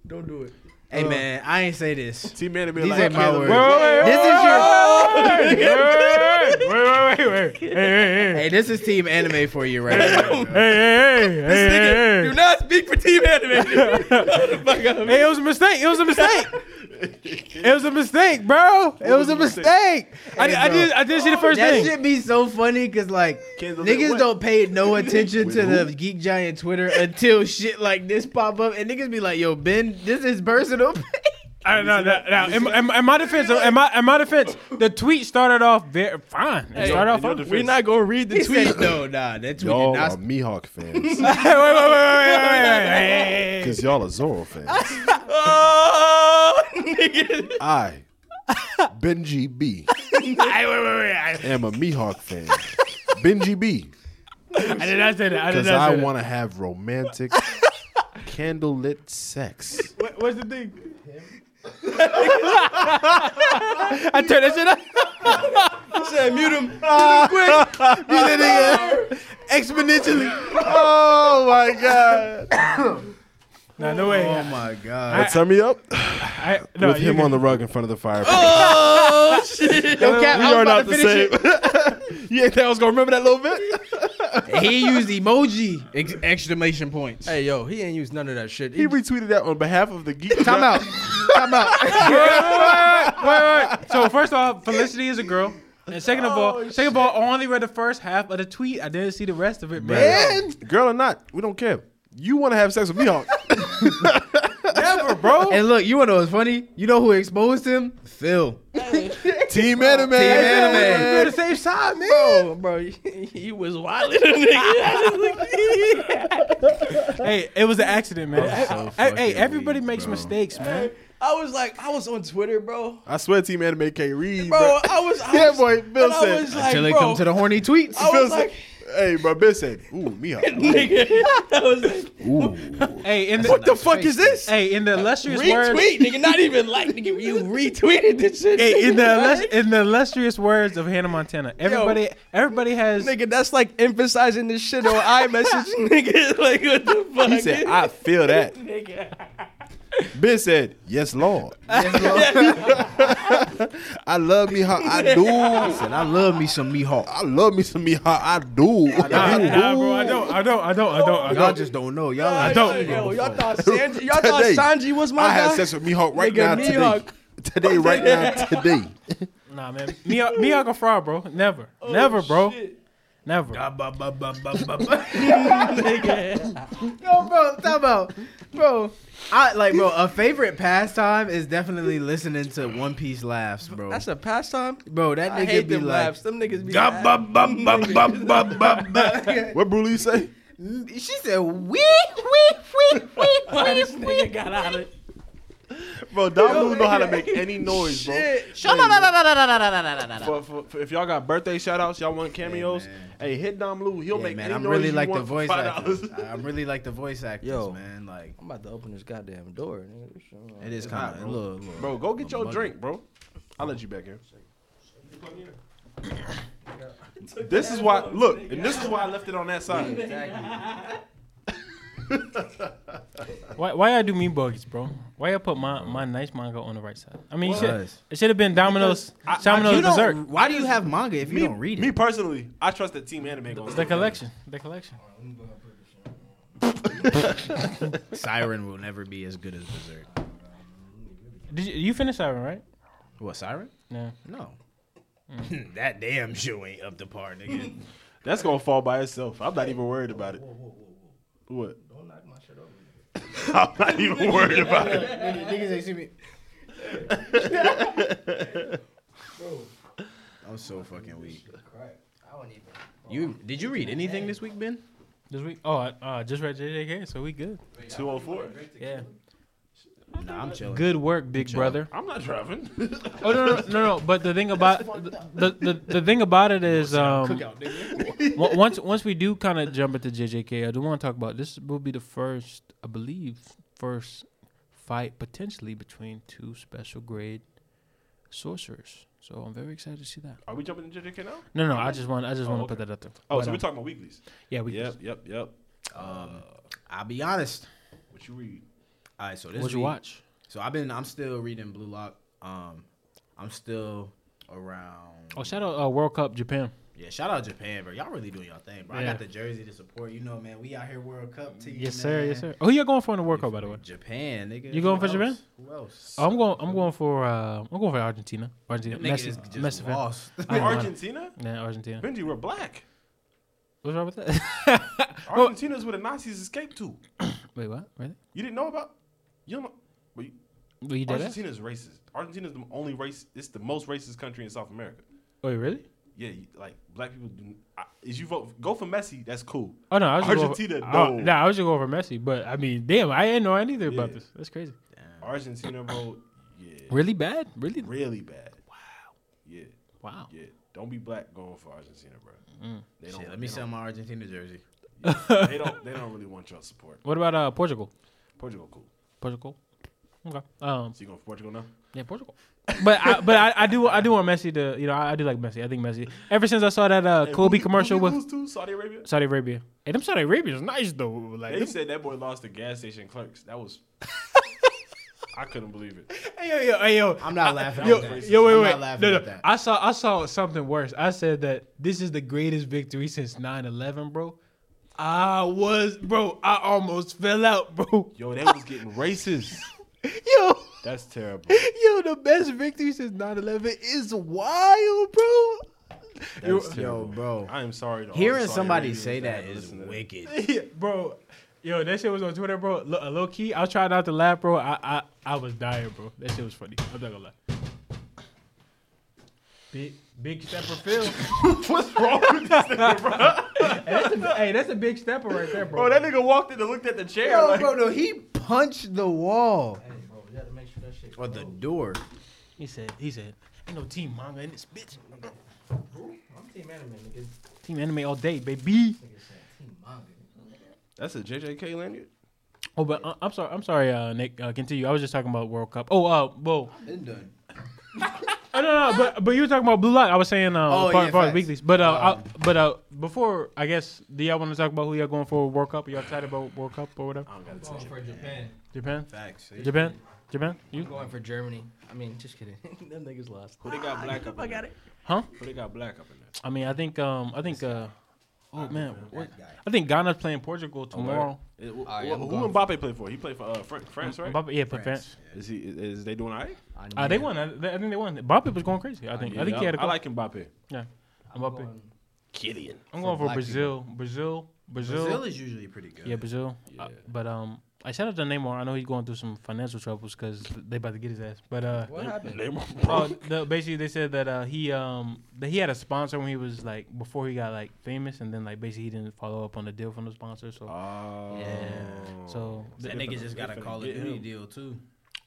Don't do it.
Hey man, I ain't say this.
T man
These
like
ain't my
candlelit.
words. This is your.
Wait, wait, wait, wait, wait. Hey, hey, hey.
Hey, this is team anime for you right now.
Hey, hey, hey. This hey,
Do not speak for Team
*laughs*
Anime.
Hey, it was a mistake. It was a mistake. it was a mistake, bro. It was a mistake. I, I did. I did see the first
That
thing.
shit be so funny because like
Kendall did
niggas
what?
don't pay no attention to
who?
the Geek Giant Twitter until shit like this pop up and niggas be like, "Yo, Ben, this is personal." *laughs*
I don't know. Now, now, in, in, in my defense, in my, in my defense, the tweet started off very fine. It started off
in your
fine.
defense,
gonna read the
He said, "No, nah, that tweet
Y'all
did
are
not."
*laughs* Mihawk fans
*laughs* wait, wait, wait, wait, wait, wait, wait, wait, wait.
because y'all are Zoro fans.
Oh, nigga.
I, Benji B, am a Mihawk fan. Benji B,
I did not say that. I did
because
not
I
say that.
want to have romantic candlelit sex.
What, what's the thing? *laughs* I turned that shit
*laughs*
up.
said mute him.
Exponentially. Oh my God.
Nah, no way.
Oh my god!
But turn me up
I, no,
with
you
him
can- *laughs*
on the rug in front of the fireplace.
Oh shit.
Yo, Cap,
we
I was
are
about
not
to
the
finish
same. *laughs*
it.
you ain't think I was gonna remember that little bit?
He used emoji ex- exclamation
*laughs*
points.
Hey, yo, he ain't used none of that shit.
He retweeted that on behalf of the geek.
Time out. Time out.
wait, wait, wait. So first off, Felicity is a girl. And second of all, second of all, I only read the first half of the tweet. I didn't see the rest of it, man.
Girl or not, we don't care. You want to have sex with *laughs* Mihawk?
Never, bro.
And look, you wanna know what's funny? You know who exposed him? Phil.
Team anime. Team
We're on the
anime.
same side, man.
bro, bro, he was wilding, nigga.
Hey, it was an accident, man.
so
hey, hey,
fucking
everybody
weak,
makes
bro.
mistakes, man.
*laughs* I was like, I was on Twitter, bro.
I swear, Team Anime can't read,
Bro, I was. *laughs* I
Yeah,
was,
boy, Bill
and I
said,
was like,
Till they
bro, Oh.
come to the horny tweets.
I
Bill
was *laughs*
said-
like,
hey, bro, Ben said, "Ooh, Mihawk."
nigga, *laughs* I was like,
Hey, in the,
what the fuck is this?
Hey, in the illustrious words,
Retweet, nigga. Not even like, nigga. *laughs* You retweeted this shit.
Hey, in the illus-
*laughs* Like,
in the illustrious words of Hannah Montana, everybody everybody has
nigga, that's like emphasizing this shit *laughs* on iMessage, nigga. *laughs* Like, what the fuck?
*laughs* He said, "I feel that."
nigga.
Ben said, "Yes, Lord." *laughs* I love Mihawk. I do.
And I love me some Mihawk.
I love me some Mihawk. I do.
Nah,
I do.
nah, bro, I don't, I don't, I don't, I don't, I
Y'all
don't.
just don't know. Y'all
I
like,
don't. Yo, y'all
*laughs*
thought Sanji, y'all thought
Today,
Sanji was Oh my
I
guy.
had sex with Mihawk right
Nigga,
now
Mihawk.
today. Today, right now, today.
Nah, man, Mia, Mia fraud, bro. Never, never, bro.
Shit.
Never.
Ah, ba, ba, ba, ba, ba, ba.
Yo, bro, talk about, bro. I like, bro. A favorite pastime is definitely listening to One Piece laughs, bro.
That's a pastime.
bro, that
I
nigga
hate
be
them
like,
laughs. Them niggas be.
Ah, ba,
laughing.
ba, ba, ba, ba, ba, ba.
*laughs* What Brulee say?
she said, "Wee, wee, wee, wee,
Why
wee,
this
wee."
nigga got out of?
Bro, Don Blue know how to make any noise, bro. For, for, for- if y'all got birthday shout outs, y'all want cameos, hey, hit Don Blue. He'll
Yeah,
make
man,
any
I'm
noise
really
you
like the
want for
voice
five
actors.
dollars.
I'm really like the voice actors,
Yo.
man. Like
I'm about to open this goddamn door. Nigga. This shit, I'm like-
it is
hot,
kind of
bro.
a little, little-
Bro, go get your
Buggy.
drink, bro. I'll let you back in. This is why, look, and this is why I left it on that side.
Why why y'all do me buggies, bro? Why y'all put my, my nice manga on the right side? I mean, you should,
Because-
it should have been Domino's
Because I- I-
Domino's
You don't-
Berserk.
Why do you have manga if you
me,
don't read it?
me personally, I trust that Team Anime. gonna
The
stay.
collection, the collection.
Siren will never be as good as Berserk.
Did you, you finish that one, right?
What Siren?
No.
No.
*laughs*
that damn shoe ain't up to par, nigga.
That's gonna fall by itself. I'm not even worried about it. What? *laughs* I'm not even worried about it.
Niggas ain't see me.
*laughs* I'm so fucking weak. You did you read anything this week, Ben?
This week? Oh, I uh, just read JJK, so we good.
204.
Yeah.
Nah, I'm chilling.
Good work, big brother.
I'm not driving.
Oh no, no, no, no, no. But the thing about the, the, the thing about it is um on- once once we do kind of jump into JJK, I do want to talk about this will be the first, I believe, first fight potentially between two special grade sorcerers. So I'm very excited to see that.
Are we jumping into JJK now?
No, no, I just want I just want to
okay.
put that up there.
Oh,
But,
so
um,
we're talking about weeklies.
Yeah, we.
Yep, yep, yep.
Um, I'll be honest.
Uh, What you read?
All right, so this
What you
week-
watch?
So I've been. I'm still reading Blue Lock. Um, I'm still around.
Oh, shout out uh, World Cup Japan.
Yeah, shout out Japan, bro. Y'all really doing y'all thing, bro. I
Yeah.
got the jersey to support. You know, man, we out here World Cup team.
Yes, sir. Yes,
man.
sir. Oh, you're going for in the World Cup, by the way.
Japan, nigga.
You going
Who
for Japan?
else? Who else?
Oh, I'm going. I'm going for. Uh, I'm going for Argentina. Argentina.
Them niggas
Messi.
is
Messi
just
fan. *laughs*
lost.
I don't know.
Argentina?
Yeah, Argentina.
Benji, we're black.
What's wrong with
*laughs*
that? Well-
Argentina's where the Nazis escaped to.
Wait, what? Really?
You didn't know about? You don't know? But you,
Well, you did that?
Argentina's racist. Argentina's the only race. It's the most racist country in South America.
Wait, Oh, really?
Yeah, you, like black people. Do, I, is you vote go for Messi? That's cool.
Oh no, I was just
Argentina,
Going for, oh,
no.
nah, I was just going for Messi, but I mean, damn, I didn't know anything about
Yeah.
this. That's crazy.
Argentina, bro. Yeah,
Really bad? Really?
really bad. Wow. Yeah,
Wow.
yeah. Don't be black going for Argentina,
*laughs*
bro. They don't.
Shit, let me
they
sell my Argentina jersey.
don't, they don't. They don't really want your support.
What about uh Portugal?
Portugal, cool.
Portugal. Okay. Um.
So you going for Portugal now?
Yeah, Portugal. But I, but I, I do I do want Messi to you know I, I do like Messi. I think Messi. Ever since I saw that uh
Hey,
Kobe
who-
commercial
who we
with
lose to Saudi Arabia.
Saudi Arabia. Hey, them Saudi Arabians nice though. Like
They
them-
said that boy lost to gas station clerks. That
*laughs*
was. I couldn't believe it.
Hey yo, yo, hey yo.
I'm not laughing.
Yo,
at that.
yo, wait,
I'm
wait.
Not laughing
no,
at
no.
that.
I saw, I saw something worse. I said that this is the greatest victory since 9-11, bro. I was, bro. I almost fell out, bro. *laughs*
Yo, that was getting racist.
Yo,
That's terrible.
yo, the best victory since 9-11 is wild, bro.
That's
Yo,
terrible.
bro.
I am sorry. To all
Hearing
the Saudi
somebody
Arabians
say that
had to
is
listen to
wicked.
*laughs* Yeah, bro. Yo, that shit was on Twitter, bro. Low, low key, I was trying not to laugh, bro. I, I, I was dying, bro. That shit was funny. I'm not gonna lie. Big, big stepper Phil.
*laughs* What's wrong with this nigga, bro?
that's a, *laughs* hey, that's a big stepper right there,
Bro, that nigga walked in and looked at the chair.
Yo,
like,
bro, no, he punched the wall.
Or the door.
He said, he said, ain't no team manga in this bitch. Team anime all day, baby.
That's a JJK lanyard.
Oh, but uh, I'm sorry, I'm sorry, uh, Nick. Uh, continue. I was just talking about World Cup. Oh, uh, whoa.
Been done.
Oh, no, no, but but you were talking about Blue Lock. I was saying uh,
Oh,
part,
yeah,
part
facts.
weeklies. But uh, I, but uh, before I guess, do y'all want to talk about who y'all going for World Cup? Are y'all excited about World Cup or whatever?
I don't gotta tell you.
for Japan.
Japan,
Facts.
Japan, Japan. You
I'm going for Germany. I mean, just kidding. *laughs* Them niggas lost.
Who they got black up in there?
Huh?
Who they got black up in there?
I mean, I think um, I think uh, oh man, what? I think Ghana's playing Portugal tomorrow.
It- wh-
Alright,
wh-
I'm
who
going
Mbappe played for? He played for uh, Fran- France, right?
Mbappe- yeah, for France.
Is he? Is, is they doing alright?
I
Uh, they won. I, I think they won. Mbappe was going crazy. I think. I think he had a
I
goal.
like Mbappe.
yeah.
I'm
Mbappe.
going
Killian.
I'm going for
black
Brazil. Brazil. Brazil.
Brazil is usually pretty good.
Yeah, Brazil. Uh, but um, I shout out to Neymar. I know he's going through some financial troubles because they about to get his ass. But uh,
What happened?
*laughs*
Neymar,
oh, the, basically they said that uh, he um that he had a sponsor when he was like before he got like famous, and then like basically he didn't follow up on the deal from the sponsor. So
Oh.
Yeah.
so
That
th-
nigga just got a Call of Duty deal too.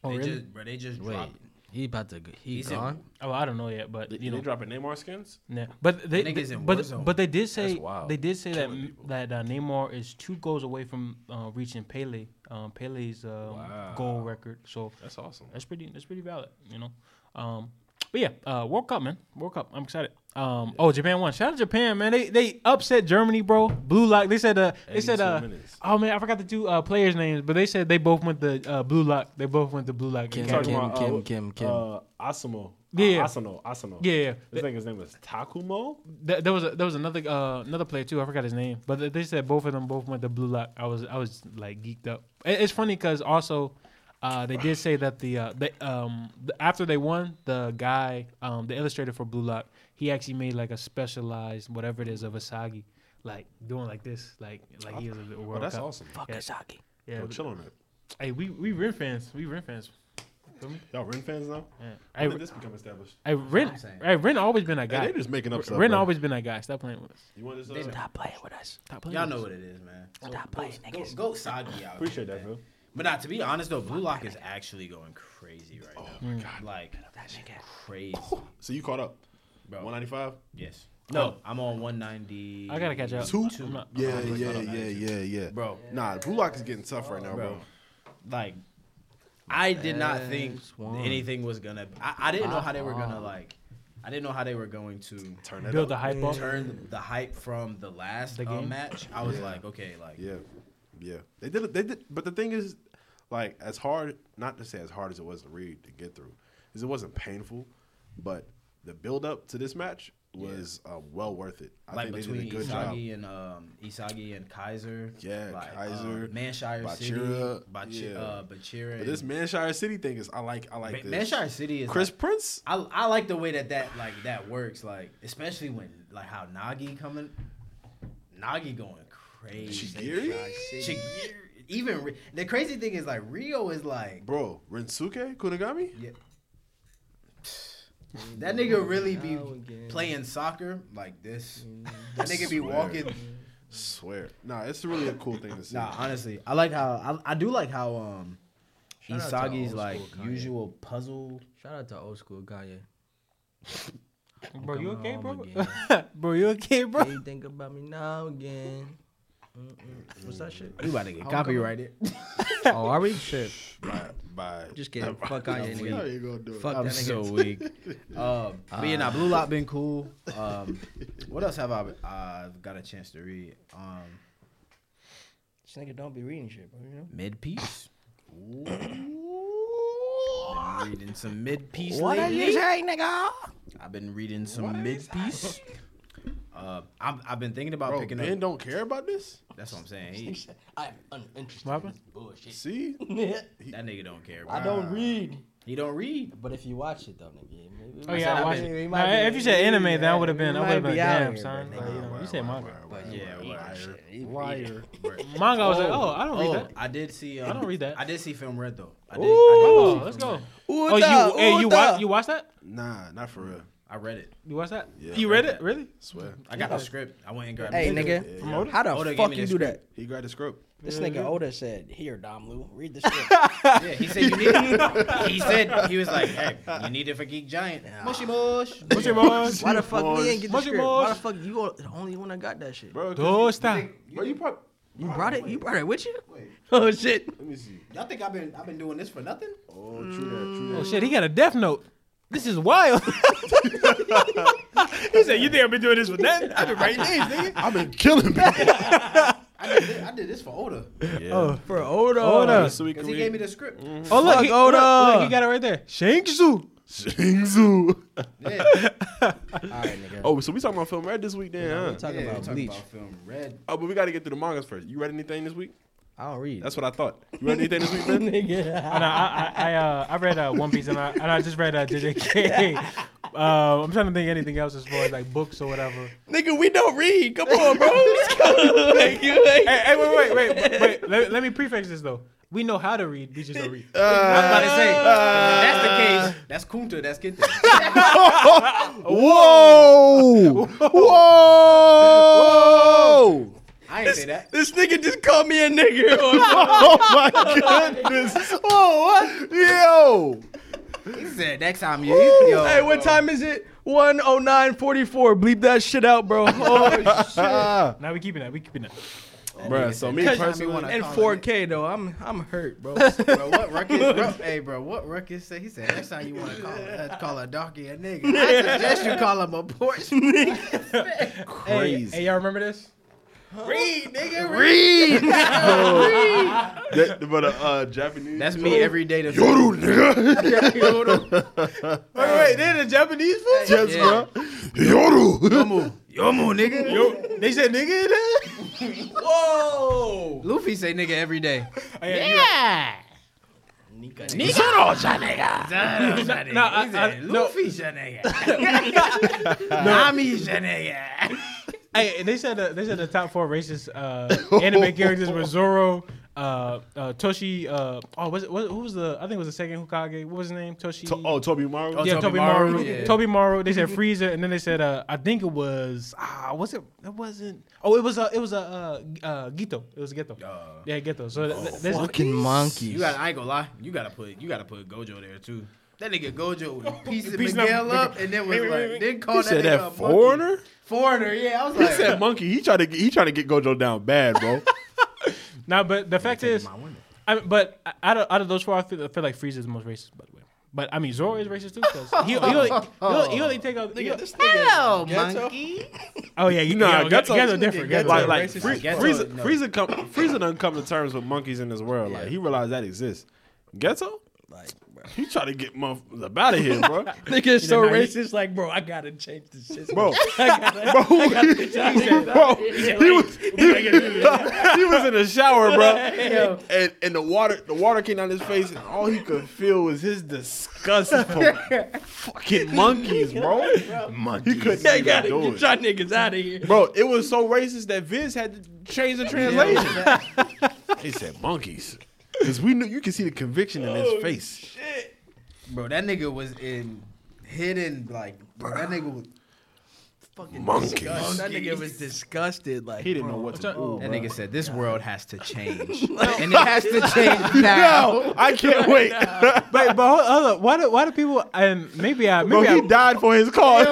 Oh,
they
really?
just, bro, they just
Wait,
dropped.
he about to go- he
He said-
gone?
oh I don't know yet, but
They,
you know
they dropping Neymar skins?
Yeah, but they,
Niggas
they-
in
but
Warzone.
but they did say
That's wild.
they did say
Killing people.
that that uh, Neymar is two goals away from uh, reaching Pele, um, Pele's um, goal
Wow.
record. So
That's awesome.
that's pretty that's pretty valid, you know. Um, but yeah, uh, World Cup man, World Cup. I'm excited. Um, Oh, Japan won. Shout out to Japan, man. They they upset Germany, bro. Blue lock. They said uh, they said
82
uh,
minutes.
oh man, I forgot the two uh, players' names, but they said they both went to uh, blue lock. They both went to blue lock.
Kim,
Yeah,
Talking about,
Kim,
uh,
Kim, Kim.
Uh, Asamo.
Yeah.
Uh, Asano. Asano.
yeah. yeah.
This nigga's name is Takumo.
Th- there was a, there was another uh, another player too. I forgot his name, but th- they said both of them both went to blue lock. I was I was like geeked up. It- it's funny because also uh, they did say that the uh, they, um the, after they won, the guy um, the illustrator for blue lock he actually made like a specialized whatever it is of Asagi, like doing like this, like like he was a
Oh,
World
that's
Cup.
awesome.
Yeah, Yeah,
Yo,
but-
chill on it.
hey, we we Ren fans, we Ren fans.
Y'all Ren fans now?
Yeah.
How
Hey,
did this become established?
hey, Ren,
I'm saying.
hey, Ren always been a
Hey,
guy.
they just making up stuff.
Ren
bro.
always been that guy. Stop playing with us.
You want this? uh,
Stop playing with us.
Stop playing.
Y'all
with
know
us.
what it is, man.
Stop playing,
Go,
niggas.
go soggy out.
Appreciate
man.
that, bro.
But nah, to be honest though, Blue Lock is actually going crazy right now. Oh my god, like
That nigga.
crazy,
So you caught up.
bro.
195?
yes. No, I'm on 190.
I gotta catch up.
Two?
I'm not-
Yeah, yeah, yeah, yeah, yeah.
Bro.
Nah, Blue Lock is getting tough right now, bro.
bro. Like, I did not think
Last one.
anything was gonna. I, I didn't know how they were gonna like. I didn't know how they were going to
Turn that
Build the
up.
hype up.
turn the hype from the last
The
uh,
game?
match. I was like, okay, like
Yeah, yeah. They did it. They did. But the thing is, like, as hard not to say as hard as it was to read to get through, is it wasn't painful, but the build up to this match was uh, well worth it. I
like
think they
between
did a good
Isagi
job.
and um, Isagi and Kaiser.
Yeah,
like,
Kaiser,
uh, Manshire City,
Bachira,
Bachi-
yeah.
uh, Bachira.
But this
and-
Manshire City thing is, I like, I
Ma-
like this.
Manshire City is
Chris
like-
Prince.
I, I like the way that that like that works, like especially when like how Nagi coming, Nagi going crazy.
Shigiri?
Shigiri- even Ri- the crazy thing is like Rio is like
Bro, Rinsuke Kunigami?
yeah. That nigga really be
Now again.
playing soccer like this.
Mm,
That nigga be walking.
Swear. Nah, it's really a cool
*laughs*
thing to see.
Nah, honestly, I like how I, I do like how um
out to
Isagi's
old
like
school Kanye.
usual puzzle.
Shout out to old school Kanye. I'm
Bro, you
coming
okay,
home
bro? *laughs*
again.
bro, you okay, bro?
They think about me now again. Mm-mm. What's that shit?
We about to get copyrighted.
Oh, are we? Shit.
By, by
Just kidding. Fuck Kanye,
How
nigga.
you gonna do it?
Fuck
I'm
that nigga.
so weak. *laughs* Um, but yeah, nah, Blue Lock been cool. Um, what else have I I've got a chance to read? Um,
This nigga don't be reading shit, bro. You know?
mid piece. Been reading some mid piece
What are you
lately.
saying, nigga?
I've been reading some mid piece. Uh, I'm, I've been thinking about
Bro,
picking
Ben
up.
don't care about this.
That's what I'm saying. He-
I'm uninterested.
What happened?
Bullshit. *laughs*
See,
that nigga don't care.
I
Bro.
don't read.
He don't read.
But if you watch it though, nigga, maybe.
Oh
I
yeah,
said
I
I
watched
been-
it.
he
Nah,
might be-
if you said anime, then I
yeah,
would have been.
he
I would have
might
been.
be out
Damn,
here,
son.
but
Like,
nigga,
you know, you said manga.
Yeah,
Liar.
liar.
*laughs*
Liar.
*laughs* Manga was like, oh, I don't
Oh,
read that.
I did see. Um,
I don't read that.
I did see Film Red though. I did. I, did
Oh,
see
let's
Film
go.
Red.
Oh, you, hey, you watch, you watch that?
nah, not for real.
I read it.
You watch that?
Yeah,
you
I
read
read
it?
that.
Really?
Swear.
I got the script. I went and grabbed.
Hey,
it.
nigga.
Yeah,
How the
Oda gave
fuck
me
you
this
do that?
script.
he grabbed the script.
This nigga Oda said, "Here, Dom Lou,
*laughs*
read the script."
Yeah, he said you *laughs* need. he said he was like, "Hey, you need it for Geek Giant." Mushy mush.
What's your boy? *laughs*
Why the fuck we ain't get the
Monkey
script? Why the
Mosh.
fuck you all- the only one that got that shit?
Bro, 'cause
Don't
you-
stop.
Bro, you probably.
You brought it. You brought it with you.
Wait.
Oh shit.
Let me see.
Y'all think I've been I've been doing this for nothing?
Oh, true that,
Mm.
true that.
Oh shit, he got a death note. This is wild. *laughs* he said, "You think I've been doing this for nothing? *laughs* I've been writing these, nigga."
I've been killing people.
*laughs* I did, thi- I did this for Oda
yeah.
For Oda.
Oda.
So we
because
can
he gave me
read
the script.
Oh look,
Fuck
he,
Oda.
look, look, he got it right there. Shang Tzu.
*laughs*
Shingzu.
Yeah,
All right, nigga.
Oh, so we talking about film red this week, then? huh?
Talk
yeah,
about
talking
bleach.
about film red.
Oh, but we got to get through the mangas first. You read anything this week?
I don't read.
That's what I thought. You read anything this week,
*laughs*
Ben?
nigga.
*laughs*
*laughs*
And I, I, I, I, uh, I read uh, One Piece and I, and I just read uh, JJK. Uh, I'm trying to think of anything else as far as like books or whatever.
Nigga, we don't read. Come on, bro. like, you, like,
Hey, hey, wait, wait, wait, wait. wait. Let, let me preface this though. We know how to read. We just don't read.
I
Uh,
was about to say, that's the case. That's Kunta. That's *laughs* Kinta.
*laughs* Whoa! Whoa!
I ain't say that.
This nigga just called me a nigga. oh my goodness. oh, what? Yo!
He said, next time you, yo.
Hey, what time is it? 109.44. Bleep that shit out, bro. Oh, shit.
Uh-uh.
Now we keeping that. We keeping that.
Bruh, so me personally,
And 4K though. I'm I'm hurt, bro.
Bro, what ruckus? Bro, hey, bro, what ruckus said? He said, next time you want to call, uh, call a donkey a nigga. I suggest you call him a porch.
Hey,
Crazy.
hey, y'all remember this?
Read, nigga, read.
that, but uh, uh, Japanese.
That's me every day. To
Yoru, nigga. *laughs*
Wait, wait, they're the Japanese food.
yes,
Yeah.
bro. Yoru.
Yomu, nigga.
Yo, they said nigga in there.
Whoa. Luffy say nigga every day.
Yeah.
Nika,
No, I, I, no.
Luffy nigga. *laughs* Nami nigga.
Hey, and they said the, they said the top four racist uh, anime characters were Zoro, uh, uh, Toshi. Uh, oh, was it was, who was the? I think it was the second Hokage. What was his name? Toshi.
To- oh, Toby Mario.
yeah, Toby
Tobimaru,
Maru.
yeah.
Toby Maru. They said Frieza, and then they said uh, I think it was ah, was it? It wasn't. Oh, it was a it was a uh, uh, Gito. It was Gito. yeah, Gito. So th- th- there's
Fucking
You
monkey.
got. I ain't gonna lie. You gotta put. You gotta put Gojo there too. That nigga Gojo *laughs* was piecing
Piecing up-
Miguel up, and *laughs* then was like, then called
He
that
said
nigga
that
a monkey.
foreigner.
Foreigner, yeah. I was
He
like,
said monkey. He tried to get, he tried to get Gojo down bad, bro.
now, but the fact is, I mean, but out of, out of those four, I feel, I feel like Frieza is the most racist. By the way. But I mean, Zoro is racist too. Cause he, he, only, he, only, he only take out. he-
Hell, monkey.
*laughs* oh yeah, you
Nah,
know,
Geto's-
Geto's different. Geto's
like like
racist.
Free,
Ghetto,
Frieza,
no.
Frieza, come, Frieza done come to terms with monkeys in this world. Like he realized that exists. Ghetto,
Like, bro.
he tried to get motherfuckers out of here, bro.
Nigga is so
know, he-
racist. Like, bro, I gotta change this shit.
Bro, bro, *laughs* bro, he was he, he was in the shower, bro, and and the water the water came down his face, and all he could feel was his disgust for fucking monkeys, bro. Monkeys, he couldn't
I
even
gotta
do it.
get y'all niggas out of here.
Bro, it was so racist that Viz had to change the translation. he said monkeys. Because we knew you could see the conviction in his face.
bro, that nigga was in hidden, like, bro, that nigga was.
Monkeys.
That nigga was disgusted. Like,
He didn't know what to do.
That nigga said, "This world has to change, and it has to change now."
No, Oh, I *laughs* can't wait.
But, but hold, hold up, why do why do people? And maybe I
Bro,
maybe
he
I,
died for his cause.
hey,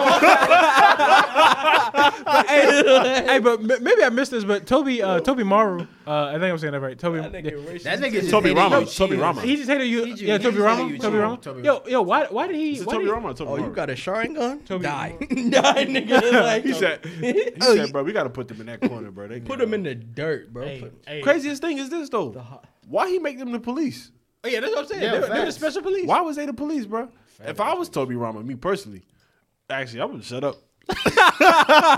uh, hey, but m- maybe I missed this. But Toby uh, Toby Maru, uh, I think I'm saying that right. Toby,
That nigga just
Toby
hated
Rama.
you.
Toby Rama.
he just hated you.
He just-
yeah,
he
Toby
just
Rama.
hated you,
Toby
Toby-
Rama.
Toby-
Yo, yo, why why did he?
Is it
why
Toby
did he-
Rama or Toby
Oh, you
Rama?
got a Sharingan?
Toby
Die. *laughs*
Rama.
Die, nigga.
*laughs*
Like,
He *laughs* said, Oh, he said, bro, we got to put them in that corner, bro. They
put him in the dirt, bro.
Hey,
Put-
hey.
Craziest thing is this, though. Why he make them the police?
Oh, yeah, that's what I'm saying.
Yeah,
they're, they're the
facts.
special police.
*laughs*
Why was they the police, bro? If I was Toby Rama, me personally, actually, I would shut up.
*laughs*
But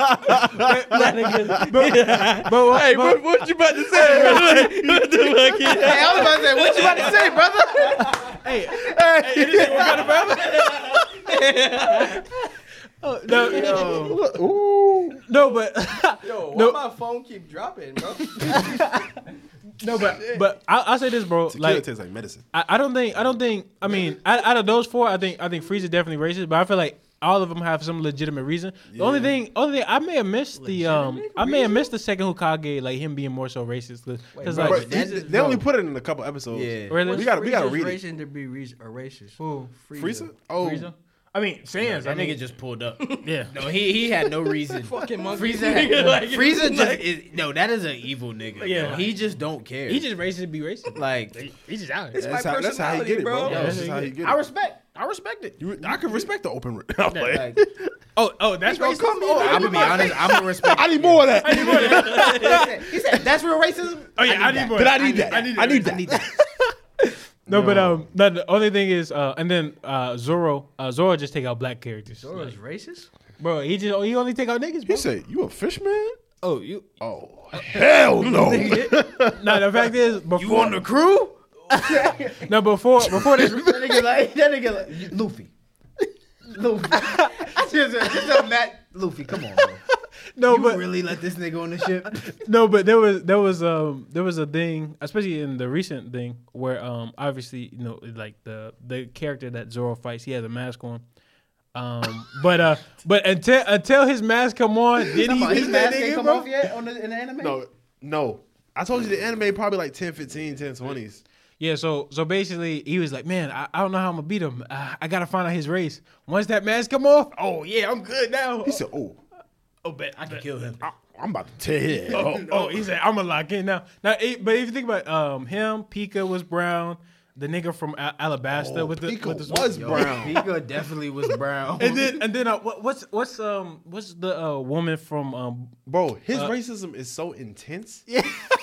why-
Hey,
but-
what, what you about to say, bro? Like, *laughs* what the fuck is-
Hey, I was about to say, what you about to say, brother?
hey, hey, it is what kind of brother? No, no, but *laughs*
Yo, why
No.
my phone keep dropping, bro?
no, but but I, I'll say this, bro.
Tequila
Like,
tastes like medicine.
I, I don't think I don't think I mean out, out of those four I think I think Freeze is definitely racist but I feel like all of them have some legitimate reason. The only thing only thing I may have missed the um I may have missed the second Hokage like him being more so racist because
bro,
Bro,
like
but that
they-
is-
they only put it in a couple episodes.
Yeah.
Really?
We got to we got to read it.
Racist to be re- a racist.
Who?
Frieza? Oh,
Frieza? I mean Sans I
That nigga
mean
just pulled up.
yeah
No, he he had no reason.
Fucking monkey.
Frieza, had,
nigga, like,
Frieza just is, no. That is an evil nigga.
Yeah.
Yeah, he just don't care.
he just racist to be *laughs* racist
like
he's just out
It's
here.
that's
my
how, that's how he get
personality,
it, bro.
bro.
That's just how he get it.
I respect. I respect it.
You- I can respect the open. *laughs* re- I'm like,
Like,
Oh oh that's
gonna
racist
call me
oh,
a-
I-
I'm gonna be honest. I'm gonna respect.
I need more of that.
He said that's real racism.
oh, yeah I need more
But I need that.
I need
I need
that.
that. I need that.
no, but um no, the only thing is uh and then uh Zoro uh Zoro just take out black characters
Bro,
Like,
is racist?
bro he just he only take out niggas bro.
He said, "You a fish man?"
Oh, you.
Oh, hell
No,
no.
the fact is, before,
*laughs* You on the crew?
no, before before this,
that nigga like that nigga like Luffy.
Luffy. just, just a Matt Luffy. Come on, bro.
No,
you
Oh, but
really let this nigga on the ship?
no, but there was there was um there was a thing, especially in the recent thing, where um obviously you know like the the character that Zoro fights, he has a mask on. Um, but uh, but until until his mask come on, did he
His
beat that
mask
nigga,
ain't come
bro?
off yet on the, in the anime.
No, no. I told you the anime probably like 10, 15, 10, 20s.
Yeah, so so basically, he was like, "Man, I, I don't know how I'm gonna beat him. Uh, I gotta find out his race. Once that mask come off, oh yeah, I'm good now.
He said, "Oh,
oh, bet I can kill him.
I, I'm about to tear his
*laughs*
head
Oh,
off."
oh, he said, I'm gonna lock in now. Now, eh, but if you think about um him, Pika was brown. The nigga from Al- Alabasta
Oh,
with the
Pico
with the
was brown.
Pika definitely was brown.
and then and then uh, what, what's what's um what's the uh, woman from um
Bro, his racism is so intense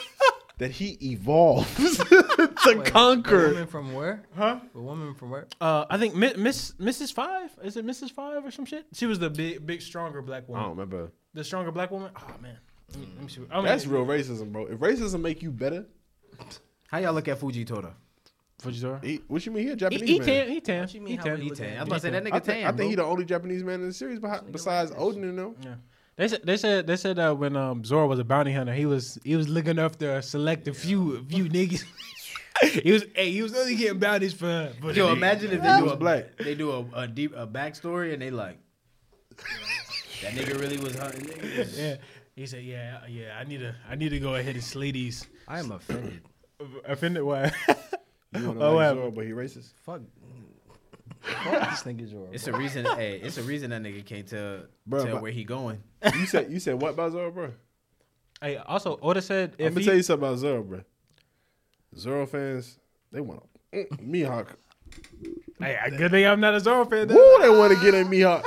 *laughs* that he evolves to
*laughs* A
conquer.
woman from where? Huh? A woman from where?
uh I think Mi- Miss Mrs Five is it Mrs Five or some shit? She was the big big stronger black
I *laughs*
woman.
don't
Oh.
remember.
The stronger black woman. Oh man, let me, let me see. I'm
That's real racism, bro. If racism make you better,
How y'all look at Fuji
Tota?
Toda?
Fujitora.
he, what you mean he a Japanese
He, he
man?
tan. He tan.
you
he
mean how
tan.
we
He
look
tan.
at it?
I was about to say that nigga
Tota. I think,
tan.
I think
bro.
he the only Japanese man in the series behi- besides Odin and them.
Yeah. They said they said they said uh, when um, Zoro was a bounty hunter, he was he was looking after a selective few few niggas. *laughs* he was hey, he was only getting bounties for. for
Yo,
the niggas.
imagine if they
He
do
was
a
black.
They do a, a deep a backstory and they like that nigga really was hunting. niggas."
Yeah. He said, "Yeah, yeah, I need to, I need to go ahead and slay these."
I am offended.
Offended? Why?
You wanna
Oh, wow.
like Zoro, but he racist.
Fuck. this nigga's
*laughs*
your. It's a reason. hey, it's a reason that nigga can't tell
Bruh,
tell
but-
where he going.
*laughs* You said you said what about Zoro, bro?
*laughs* hey, also, Oda said,
I'm
"If
gonna
he,
tell you something about Zoro, bro. Zoro fans, they want to Mihawk.
hey, I- good thing I'm not a Zoro fan. Then.
Woo, they want to get in Mihawk.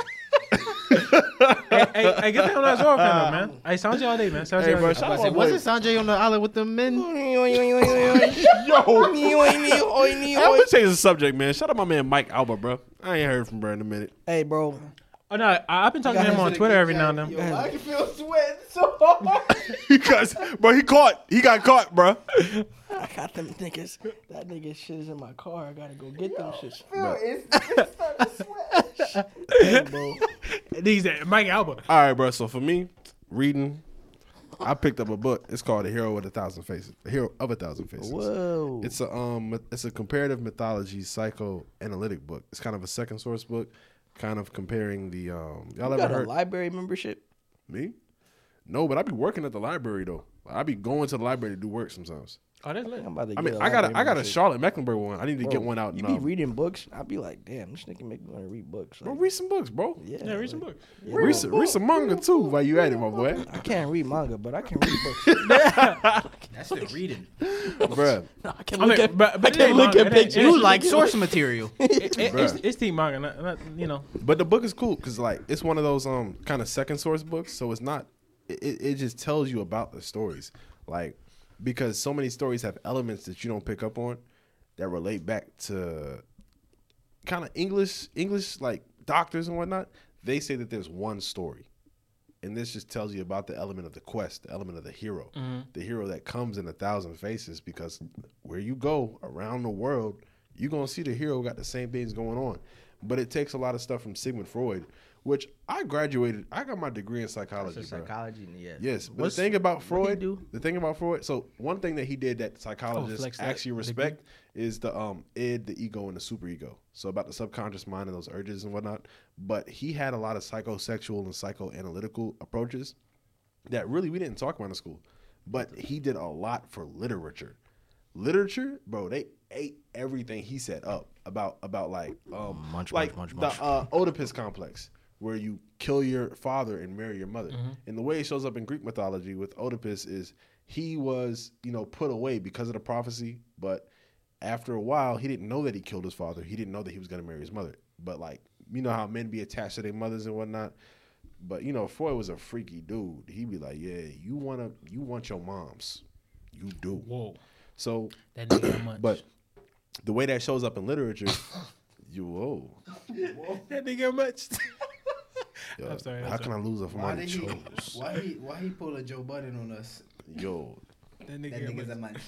hey, hey, hey, good thing I'm not a Zoro fan, though, man. Hey, sounds you all day, man. Sounds
*laughs* Hey,
you all
bro,
day.
shout out
I
my
said,
boy.
wasn't Sanjay on the island with the men?
I'm gonna change the subject, man. Shout out my man Mike Alba, bro. I ain't heard from bro in a minute.
Hey, bro.
Oh no, I, I've been talking to him on Twitter every now and then.
I can feel sweat so hard.
*laughs* Because, bro, he caught. He got caught, bro.
I got them niggas. That nigga shit is in my car. I gotta go get them shits.
Feel it. It's starting to sweat.
Hey, bro.
These uh, Mike Alba.
All right, bro. So for me, reading, I picked up a book. It's called The Hero with a Thousand Faces. The Hero of a Thousand Faces.
Whoa.
It's a um, it's a comparative mythology psychoanalytic book. It's kind of a second source book, kind of comparing the um. Y'all
You
ever
got a
heard
library membership?
me? No, but I be working at the library though. I be going to the library to do work sometimes.
Oh, that's lit.
I'm about to
I
get
mean,
a
I got a,
library
I got a
membership.
Charlotte Mecklenburg one. I need to get one out.
You
now.
be reading books? I'd be like, damn, this nigga make me want to read books.
Bro,
Like,
read some books, bro.
yeah,
Yeah,
like,
read some books.
yeah,
Read some, read some manga too while you at it, my
*laughs*
boy.
I can't
*laughs*
read manga, but I can read books.
That's the reading.
Bruh.
No, I can
I
look
mean,
at.
but, but
I can't
it
look at
ain't manga. It ain't-
pictures.
it ain't-
You
like source material.
It, it, it's,
Bruh.
it's team manga, not, not, you know.
But the book is cool because like it's one of those um kind of second source books, so it's not it, it it just tells you about the stories. Like because so many stories have elements that you don't pick up on that relate back to kind of English English like doctors and whatnot. They say that there's one story. And this just tells you about the element of the quest, the element of the hero, the hero that comes in a thousand faces. Because where you go around the world, you're gonna see the hero got the same things going on. But it takes a lot of stuff from Sigmund Freud, which I graduated. I got my degree in psychology.
So
bro.
psychology. Yeah.
Yes, but the thing about
he
Freud,
do?
the thing about Freud. So one thing that he did that
Oh,
psychologists
flex that
actually respect is the um id, the ego, and the superego. So about the subconscious mind and those urges and whatnot. But he had a lot of psychosexual and psychoanalytical approaches that really we didn't talk about in school. But he did a lot for literature. Literature, bro, they ate everything he set up about about like um like the Uh, Oedipus complex where you kill your father and marry your mother. And the way it shows up in Greek mythology with Oedipus is he was, you know, put away because of the prophecy, but after a while, he didn't know that he killed his father. He didn't know that he was going to marry his mother. But like, you know how men be attached to their mothers and whatnot. But you know, Freud was a freaky dude. He'd be like, "Yeah, you wanna, you want your moms, you do."
Whoa,
So,
that nigga much.
but the way that shows up in literature, *coughs* you whoa,
that nigga *laughs* much.
yo,
I'm sorry, I'm
how
sorry.
can I lose if I'm
Why
already
did he?
chose?
*laughs* Why he? Why he pull a Joe Budden on us?
Yo,
That
That
nigga,
nigga's a
was
*laughs*
munch.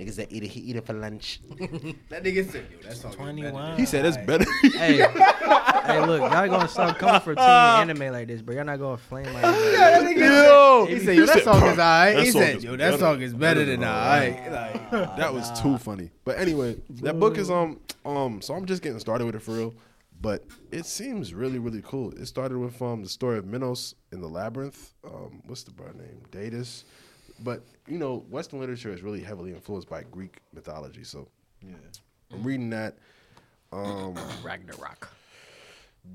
Niggas that eat it, he eat it for lunch.
That nigga's sick, dude. That's all. good.
21.
He said it's better. *laughs*
hey, hey, look, y'all gonna stop coming for team
*laughs*
anime like this, bro. Y'all not gonna flame like this.
Yo, he said, yo, that
said,
song is
"Bruh,
alright.
that
He
song
said,
is
yo, that
better-
song is better
better
than
than
alright. Like,
that was too funny. But anyway, that book is um um. So I'm just getting started with it for real. But it seems really really cool. It started with um the story of Minos in the labyrinth. Um, what's the brother name? Datis. But you know, Western literature is really heavily influenced by Greek mythology. So yeah, I'm reading that.
Ragnarok.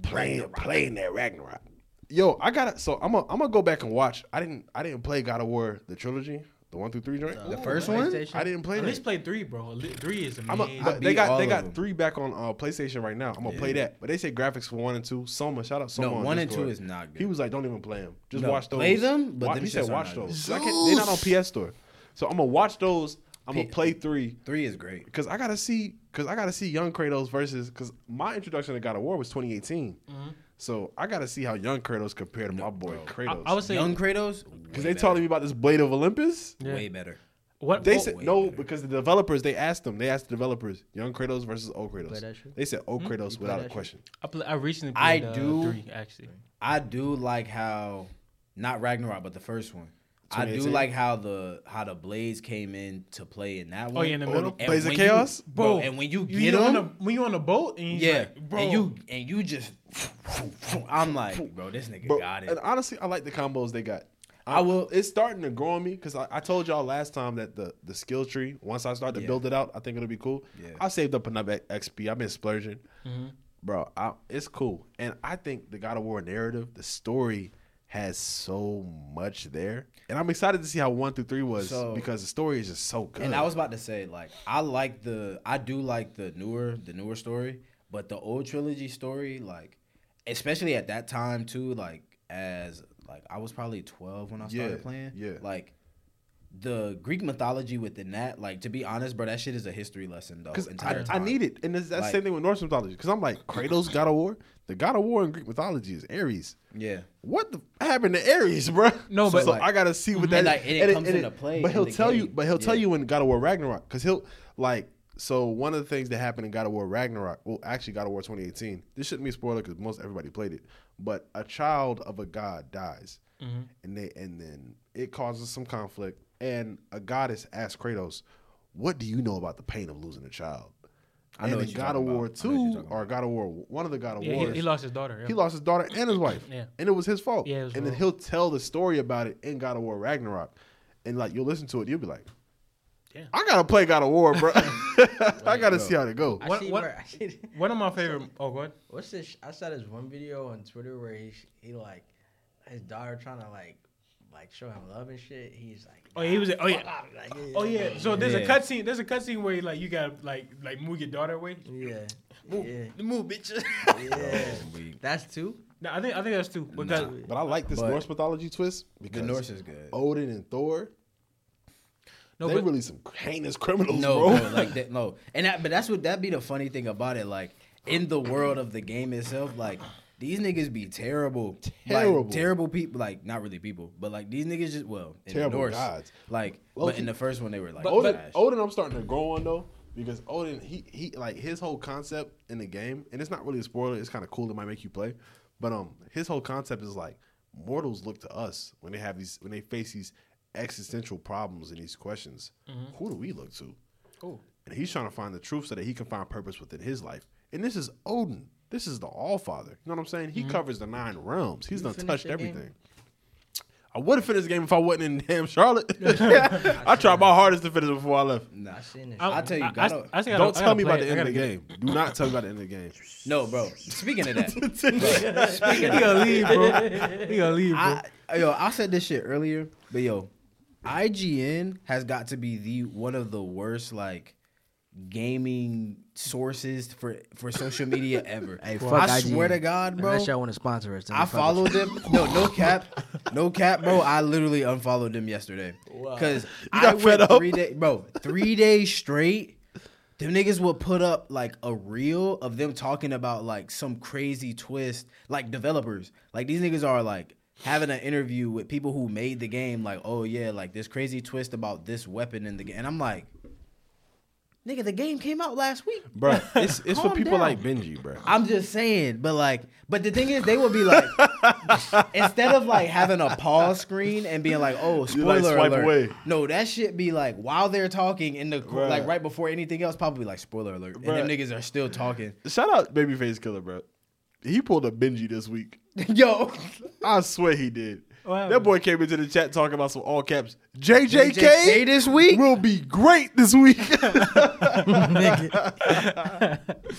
playing playing that Ragnarok. Yo, I gotta. So I'm gonna I'm gonna go back and watch. I didn't I didn't play God of War the trilogy, the one through three joint.
the first one?
I didn't play
At
that.
least play three, bro. Li- Three is
I'm a,
amazing.
but they
beat
got
all
they
of
got
them.
three back on uh, PlayStation right now. I'm gonna play that. But they say graphics for one and two. Soma, shout out Soma.
No,
on
one and
Discord.
two is not good.
He was like, don't even play them. Just
No,
watch those.
play them, but
Wa-
them
he said
shits are
watch
not good.
those. I can't- They're not on PS Store. So I'm gonna watch those. I'm gonna play three
*laughs* Three is great.
because I gotta see because I gotta see young Kratos versus because my introduction to God of War was 2018. So I gotta see how young Kratos compared to my boy Kratos.
I would say
Young Kratos,
because they telling me about this Blade of Olympus.
way better.
what
They
Oh,
what-
said no because the developers they asked them they asked the developers young Kratos versus old Kratos.
that shit?
They said old
Hmm?
Kratos without a question.
I, play, I recently
I
played uh,
do-
three actually.
I do like how not Ragnarok, but the first one. I do
2018?
like how the how the blades came in to play in that one.
yeah, in the middle?
And
Blades of
when you-
Chaos?
bro, And when you get
on
them,
the, when you on the boat, and you
yeah,
like, bro,
and you and you just, I'm like, bro, this nigga
Bro,
got it.
And honestly, I like the combos they got.
I will.
It's starting to grow on me because I, I told y'all last time that the the skill tree. Once I start to build it out, I think it'll be cool.
Yeah. Mm-hmm.
I saved up enough X- XP. I've been splurging, bro. I, it's cool, and I think the God of War narrative, the story has so much there, and I'm excited to see how one through three was
So-
because the story is just so good.
And I was about to say, like, I like the, I do like the newer, the newer story, but the old trilogy story, like, especially at that time too, like, as like I was probably twelve when I started
Yeah,
playing,
yeah.
like. The Greek mythology within that, like to be honest, bro, that shit is a history lesson though.
Because
Entire
I, I
time.
need it, and it's that
Like-
same thing with Norse mythology. Because I'm like Kratos, God of War. The God of War in Greek mythology is Ares.
Yeah.
What the f- happened to *laughs* Ares, bro?
No, but-
so I gotta see what that.
And, like, and it comes into play
But
in
he'll
the
tell you.
game.
But he'll tell
Yeah.
you in God of War Ragnarok, because he'll like. So one of the things that happened in God of War Ragnarok, well, actually God of War 2018. This shouldn't be a spoiler because most everybody played it. But a child of a god dies,
Mm-hmm.
and they and then it causes some conflict. And a goddess asks Kratos, "What do you know about the pain of losing a child?" I
know
and
what
in
you're
God of
talking
War
about. I know what you're
Two
talking
or God of War one of the God of
yeah,
Wars,
he, he lost his daughter. Yeah.
he lost his daughter and his wife.
Yeah.
And it was his fault.
Yeah, it was
and then
wrong.
he'll tell the story about it in God of War Ragnarok. And like you'll listen to it, you'll be like,
Damn.
I gotta play God of
*laughs*
War, bro. *laughs* I gotta see how it go.
What-
I see
what-
where, I see, *laughs*
One of my favorite. Oh, go ahead.
what's this? I saw this one video on Twitter where he he like his daughter trying to like like show him love and shit. He's like,
Oh, yeah, he was. Oh yeah.
"Fuck," like,
Oh yeah. So there's a
Yeah.
cutscene. There's a cutscene where like you got to like like move your daughter away.
yeah, yeah,
Move, move, bitch.
yeah. That's two.
no, I think I think that's two. Because
But I like this
But-
Norse mythology twist
The
because
Norse is good.
Odin and Thor,
no,
they
but,
really some heinous criminals,
no,
bro. *laughs*
bro, like that, no, and that, but that's what that be the funny thing about it. Like in the world of the game itself, like these niggas be terrible,
Terrible.
like, terrible people. Like not really people, but like these niggas just well, in the
Terrible
Norse,
gods.
Like,
Low
but in the first one they were like
Odin,
trash.
Odin, I'm starting to grow on though because Odin, he he like his whole concept in the game, and it's not really a spoiler. It's kind of cool. It might make you play, but um, his whole concept is like mortals look to us when they have these when they face these existential problems and these questions. Who do we look to?
Cool.
And he's trying to find the truth so that he can find purpose within his life. And this is Odin. This is the All Father. You know what I'm saying?
Mm-hmm.
He covers the nine realms. He's done touched everything. I would have finished the game if I wasn't in *laughs*
*laughs*
damn Charlotte. I tried my hardest to finish it before I left.
I seen this.
I'm-
I tell you,
I- I-
God of-
I still gotta-
Don't
I
tell
gotta
me
play
about
it.
the
I
end of the
gotta
game. Do not tell me about the end of
*laughs*
the game.
no, bro. Speaking
*laughs*
of that,
get- He gonna leave, bro. He gonna leave, bro.
I, yo, I said this shit earlier, but yo, IGN has got to be the one of the worst like gaming sources for for social media ever.
*laughs* Hey,
I
fuck
swear
IGN.
to God, bro.
Unless y'all want to sponsor us, then
I
fuck with
followed
you.
them. No, no cap, no cap, bro. I literally unfollowed them yesterday because I
got
went
fed up?
three days, bro. Three days straight. Them niggas would put up like a reel of them talking about like some crazy twist, like developers. Like these niggas are like having an interview with people who made the game, like, oh yeah, like this crazy twist about this weapon in the game, and I'm like, nigga, the game came out last week.
bro. It's it's for
Calm
people
down.
like Benji, bro.
I'm just saying, but like, but the thing is, they would
*laughs*
be like, instead of like having a pause screen and being like, "Oh,
You,
spoiler
like, swipe
alert,"
away.
no, that shit be like while they're talking in the
Bruh.
like right before anything else, probably like spoiler alert, and them
Bruh.
niggas are still talking.
Shout out Babyface Killer, bro. He pulled a Benji this week.
Yo,
I swear he did.
happened?
That boy came into the chat talking about some all caps.
Hey,
JJK *laughs*
this week.
will be great this week.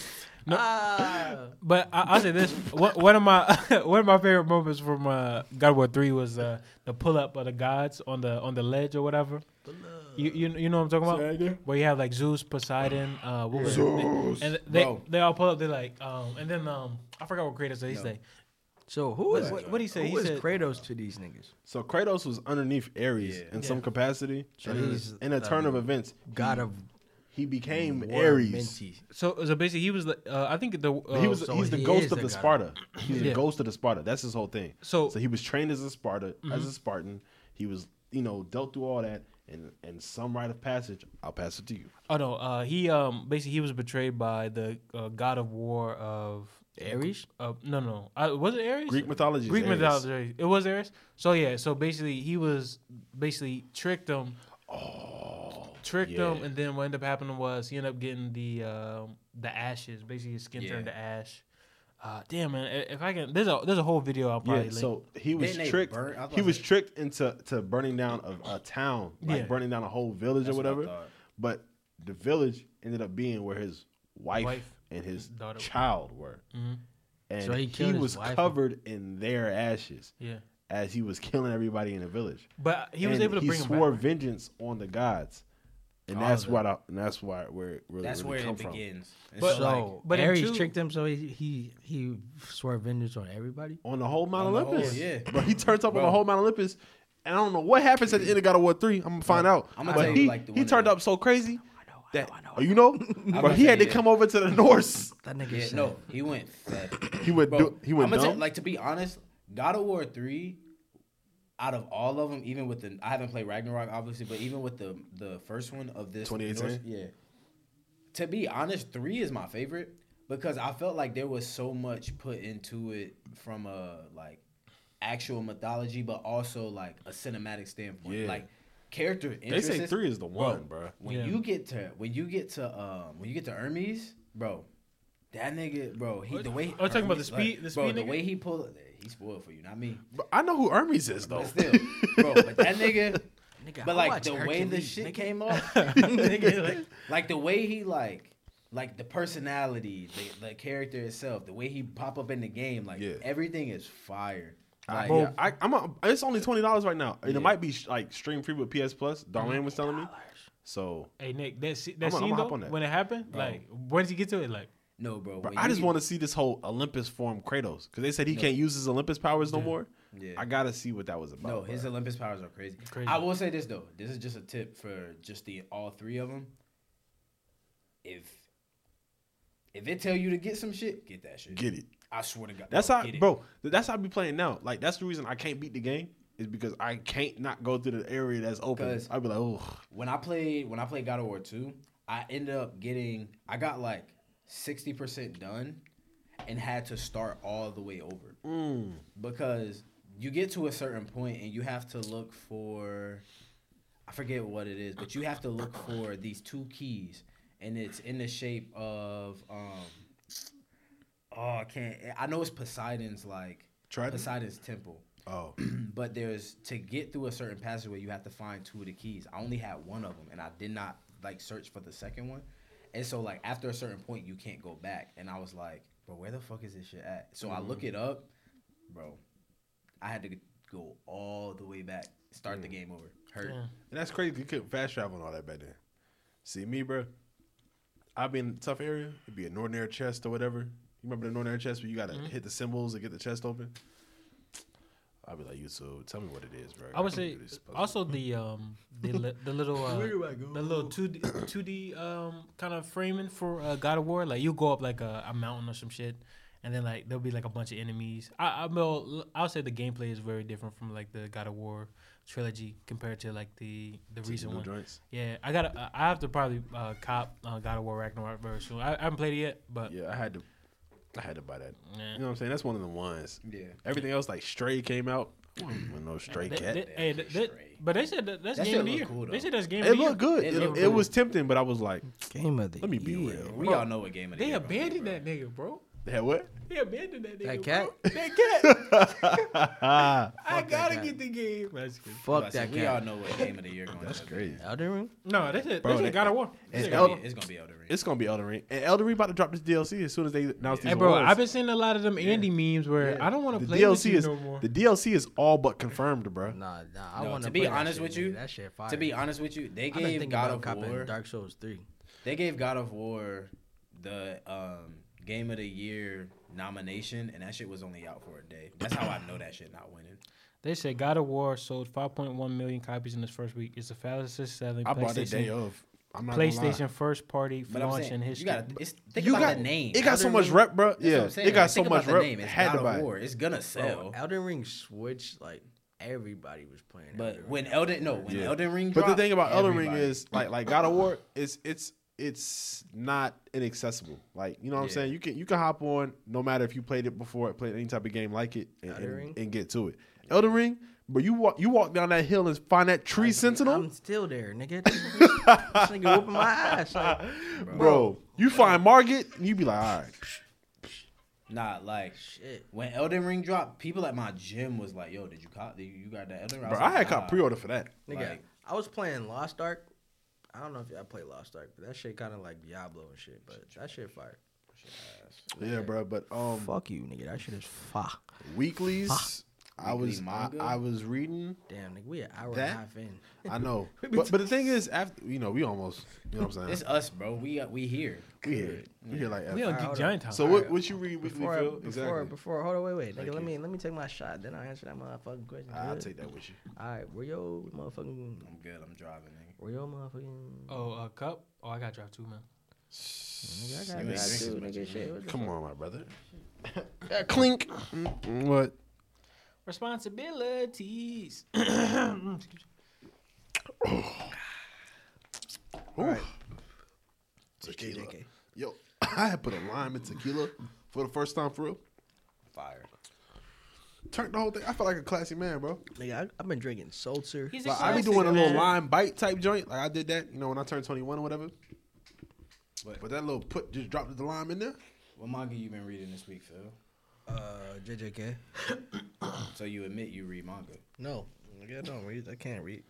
*laughs*
Ah.
But I, I'll say this: one, one of my *laughs* one of my favorite moments from uh, God of War Three was uh, the pull up of the gods on the on the ledge or whatever. You, you you know what I'm talking about? Where you have like Zeus, Poseidon, uh, what was Zeus, and they
Bro.
they all pull up. They're like, um, and then um, I forgot what Kratos said. He's like,
So who
what
is
what what he say?
who
He
is
said,
Kratos to these niggas?
so Kratos was underneath Ares in some capacity.
So
And
he's,
in a turn
uh,
of events,
God of
he became
War
Ares.
Menti.
so so basically he was like, uh, I think the uh,
He was
so
he's the
he
ghost
is
of
the
the
god
Sparta.
of-
He's the
Yeah.
ghost of the Sparta. That's his whole thing.
So-
so he was trained as a Sparta, as
Mm-hmm.
a Spartan. He was you know dealt through all that and and some rite of passage. I'll pass it to you.
oh no uh, he um basically he was betrayed by the uh, God of War of
Ares?
uh, no no uh, was it Ares
Greek mythology. is
Greek
Ares.
mythology. Ares. It was Ares. So yeah. So basically, he was basically tricked them. Oh. Tricked them, and then what ended up happening was he ended up getting the um, the ashes. Basically, his skin turned to ash. Uh, damn man, i- if I can, there's a there's a whole video I'll probably
Yeah,
link.
so he was
Didn't they
tricked.
burn- I thought
he was
they-
tricked into to burning down a, a town, like
Yeah.
burning down a whole village or
what I
whatever.
thought.
But the village ended up being where his wife,
Wife
and his
daughter-
child were, and
So he
he,
killed his
was
wife and-
covered in their ashes
yeah,
as he was killing everybody in the village.
but he was
And
able to
he
bring him
swore
back.
vengeance on the gods, and that's what I, and that's why where it really,
that's
really
where
come
it
from.
begins. And
But-
so, like,
So
but in
Ares
two-
tricked him, so he he he swore vengeance on everybody.
on the whole Mount
On the whole,
Olympus.
yeah.
But he turns up on the whole Mount Olympus. And I don't know what happens at the end of God of War 3. I'm gonna find out.
I'ma
but
tell
he,
you, like, the
he
one
turned
that-
up so crazy that
I know,
oh, you know, but he
say,
had to
yeah.
come over to the Norse.
That nigga
yeah,
said,
no, he went. fat.
*laughs* He went
Bro,
do, he went
I'ma tell-
dumb.
like to be honest, God of War three, out of all of them, even with the I haven't played Ragnarok obviously, but even with the the first one of this
2018?
yeah. To be honest, three is my favorite because I felt like there was so much put into it from a like actual mythology, but also like a cinematic standpoint,
Yeah.
like character.
they say
interests.
three is the one,
Bro,
bro.
When
Yeah.
you get to when you get to um when you get to Hermes, bro, that nigga, bro, he the way.
Oh, you're talking about the
Hermes,
speed- the
bro,
speed
the
nigga?
way he pulled, he spoiled for you, not me.
But I know who Hermes is though. *laughs*
But still, bro, but that nigga,
nigga, I
but like
watch
the way the
Hercules,
shit
nigga.
came
*laughs*
off, nigga, like, like the way he like. Like the personality, the, the character itself, the way he pop up in the game, like
Yeah.
everything is fire.
I,
Like,
yeah, I, I'm a, it's only twenty dollars right now. And It might be like stream free with PS Plus. Darlene was telling me. So
Hey Nick, that se- that
I'ma-
scene
I'ma hop
though,
on that. Oh.
when it happened, like once you get to it, like
no, bro.
Bro,
when
I
you
just
get-
want to see this whole Olympus form Kratos because they said he can't use his Olympus powers no more.
Yeah.
I gotta see what that was about.
No,
bro.
his Olympus powers are crazy.
Crazy.
I will say this though. This is just a tip for just the all three of them. If if it tell you to get some shit, get that shit.
get it.
I swear to God.
That's
no,
how,
get it.
bro. th- That's how I be playing now. Like that's the reason I can't beat the game is because I can't not go through the area that's open.
'Cause-
I'd be like, oh,
When I played when I played God of War two, I ended up getting I got like sixty percent done, and had to start all the way over
Mm.
because you get to a certain point and you have to look for I forget what it is, but you have to look for these two keys, and it's in the shape of um. Oh, I can't. I know it's Poseidon's like
Trident?
Poseidon's temple,
oh,
but there's to get through a certain passageway, you have to find two of the keys. I only had one of them, and I did not like search for the second one. And so, like after a certain point, you can't go back. And I was like, "Bro, where the fuck is this shit at?" So I
Mm-hmm.
look it up, bro. I had to go all the way back, start
Mm.
the game over. Hurt.
and that's crazy. You could fast travel and all that back then. See me, bro. I be in a tough area. It'd be a northern air chest or whatever. You remember the northern air chest where you
Mm-hmm.
gotta hit the symbols to get the chest open. I'd be like, you so tell me what it is, bro.
I would
can
say
do this puzzle."
also the um the
*laughs*
li- the little uh, the little two D two D um kind of framing for uh, God of War. Like you go up like a, a mountain or some shit, and then like there'll be like a bunch of enemies. I I will I'll say the gameplay is very different from like the God of War trilogy compared to like the the recent
new
one.
joints.
Yeah, I got to I have to probably uh, cop uh, God of War Ragnarok very soon. I, I haven't played it yet, but
Yeah, I had to. I had to buy that.
Yeah.
You know what I'm saying? That's one of the ones. Yeah. Everything else, like Stray came out. I don't want no Stray
They-
cat.
they- hey, they- they- but they said that, that's
That
game
shit
of the
look
year.
cool,
they
though.
said that's game.
it
of the year.
looked good. It,
looked
it
good.
was tempting, but I was like,
Game of the
let me be real.
We all know what game of the
They
year.
abandoned that nigga, bro.
They had what?
They abandoned that nigga.
That
*laughs*
cat?
Bro. That cat. I
that
gotta
cat.
get the game.
Fuck that
We all
cat.
know what game
*laughs*
of the year going. That's
Crazy.
Elden Ring?
No, that's it.
Bro,
That's
they-
it. God of War. They said God of War.
Elden-
It's gonna be Elden Ring.
It's gonna be Elden Ring, and Elden Ring about to drop this DLC as soon as they announce these
Hey, bro,
awards.
I've been seeing a lot of them Andy memes where I don't want to
the
play with
DLC
you
is
no more.
the DLC is all but confirmed, bro.
Nah, nah. I
No,
want
to be honest with you,
That shit fire.
To be honest with you, they
I've been
gave
thinking
God
about
of War.
copping Dark Souls 3.
They gave God of War the um, Game of the Year nomination, and that shit was only out for a day. That's how I know that shit not winning.
They said God of War sold 5.1 million copies in its first week. It's the fastest selling
I bought it day
PlayStation,
of. I'm not gonna lie.
PlayStation first party
But I'm
launch
saying
in
you
history.
gotta it's, think
You
about
got-
the name.
It got so
Elden
much
Ring.
rep, bro.
That's what
Yeah,
I'm saying.
it got
Like,
so
think
much
about the
rep.
name. It's
Had to
God
buy
of War.
it.
It's gonna
Bro,
sell.
Elden Ring Switch, like, everybody was playing
But
Elden
when
Ring.
Elden no, when
Yeah.
Elden Ring.
But the
dropped,
thing about Elden Ring
everybody-
is like like God of War is it's it's not inaccessible. Like you know what I'm
Yeah.
saying. You can you can hop on no matter if you played it before, played any type of game like it, and,
Elden
and,
Ring?
and get to it. Elden Ring, but you walk you walk down that hill and find that tree sentinel,
I'm still there, nigga. *laughs* this nigga whooping my ass. Like,
bro. You find Margit, and you be like, all right,
Nah, like
Shit.
When Elden Ring dropped, people at my gym was like, "Yo, did you cop? Did you, you got that Elden Ring?"
bro.
was
I had
like,
caught
"Nah."
pre order for that.
Nigga,
Like-
I was playing Lost Ark. I don't know if y'all play Lost Ark, but that shit kind of like Diablo and shit. But that shit fire.
Yeah, bro. But um,
Fuck you, nigga. That shit is fire.
weeklies, I was I,
manga?
I was reading.
Damn, nigga, we an hour
That-
and a half in.
I know, but, but the thing is, after you know, we almost you know what I'm saying.
It's us, bro. We uh, we here.
we hear it. We hear like
we don't
F-
hold
get
on.
giant time.
So what, what you read weekly,
Before, I,
Phil?
before,
exactly.
before, hold on, wait, wait, nigga.
Thank
Let
you.
me let me take my shot. Then I answer that motherfucking question.
I'll
good?
take that with you.
All right, where your motherfucking,
I'm good. I'm driving. Nigga.
where your motherfucking.
Oh, a cup? Oh, I got dropped too, man.
Nigga, I got
ain't
that
drinking
too, nigga. Shit. what the
Come on, my brother. clink. What?
Responsibilities.
Tequila. Yo, *laughs* I had put a lime in tequila for the first time for real.
Fire.
Turned the whole thing. I felt like a classy man, bro.
fuck- Nigga, I, I've been drinking seltzer.
He's
Like I be
classic,
doing a little
man.
lime bite type joint. Like I did that, you know, when I turned 21 or whatever. But, that little put just dropped the lime in there.
What manga you been reading this week, Phil?
Uh, JJK.
So you admit you read manga.
No, nigga, I don't read. I can't read.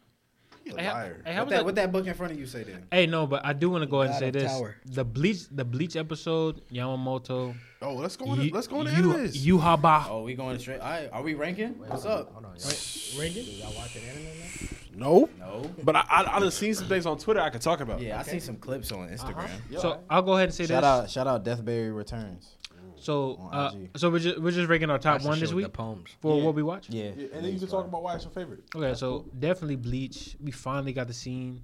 You a
Hey, how-
liar.
hey, how
What
was
that,
that-
what that book in front of you say then?
Hey, no, but I do want to go ahead and
God
say
of
this:
Tower.
the bleach, the bleach episode, Yamamoto.
Oh, let's go. On
Yu-
to, let's go on to
Yu-
end this.
Yuhaba.
Oh, we going straight. All right, are we ranking? What's up?
Hold on, y'all.
Ranking?
Y'all watching anime now?
no,
No.
but I I, I done seen some things on Twitter I could talk about.
Yeah, I seen some clips on Instagram.
So I'll go ahead and say this.
shout out, Deathberry Returns.
So,
On
uh,
IG.
so we're just, we're just ranking our top
That's the
one
shit
this
with
week
The poems.
for
Yeah.
what we watch.
Yeah,
and then you can talk about why it's your favorite.
Okay, so definitely Bleach. We finally got the scene.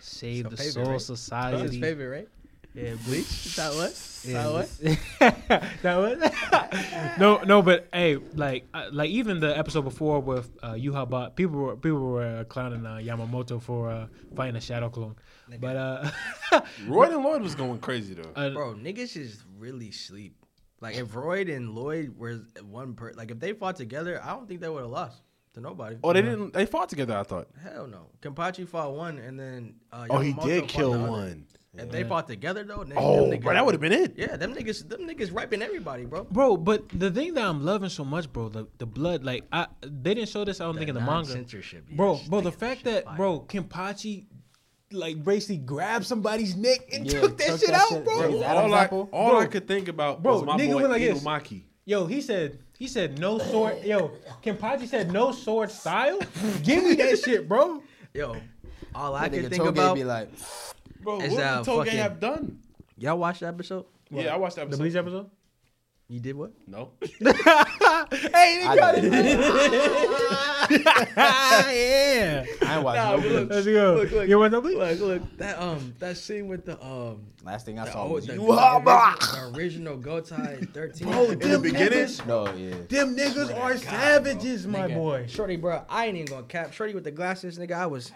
Save
your
the
favorite,
Soul
right? That's his
Society.
favorite, right?
Yeah,
Bleach? Is that what? Is that
*laughs*
what?
that was *laughs* no, no. But hey, like, uh, like even the episode before with uh, Yuhaba, people were people were uh, clowning uh, Yamamoto for uh, fighting a shadow clone. But uh, *laughs*
Roy and Lloyd was going crazy though.
uh,
Bro, niggas is really sleep. Like if Royd and Lloyd were one per, like if they fought together, I don't think they would have lost to nobody.
Oh, they didn't. They fought together. I thought.
Hell no. Kempachi fought one, and then uh,
Oh, he
Yamamoto
did
fought
kill
the other.
one.
If they fought together though, then them
Oh,
niggas-
bro, that would have been it.
Yeah, them niggas, them niggas riping everybody, bro.
bro, but the thing that I'm loving so much, bro, the, the blood. Like, I they didn't show this. I don't think in the manga.
non-censorship, yeah,
bro,
just
bro, the
thinking that
fact
shit
that
fire.
bro Kenpachi, like basically grabbed somebody's neck and took that
took
shit
that
out,
shit.
bro.
Bro,
All, I, all I could think about
Bro,
was my
nigga
boy
went like this.
Inumaki.
Yo, he said he said no sword. Yo, Kenpachi said no sword style. Give me that shit, bro.
Yo, all I
That
can
nigga
think
Toge
about.
be like,
Bro,
Is
what
that
did Toge
fucking-
have done?
y'all watch that episode?
Yeah, I watched that
The
episode.
Bleach episode.
You
*laughs*
did what?
No.
I got it.
Ah, yeah.
I ain't watching no Blue.
Let's go.
Look, look.
you want that, please?
Look, look, that um, that scene with the um,
Last thing I
the,
saw
old-
was
the,
you.
the original,
*laughs*
the original Gotai thirteen.
In the beginning,
No, yeah.
Them niggas are savages, my
Nigga,
boy.
Shorty, bro, I ain't even gonna cap. Shorty with the glasses, nigga, I was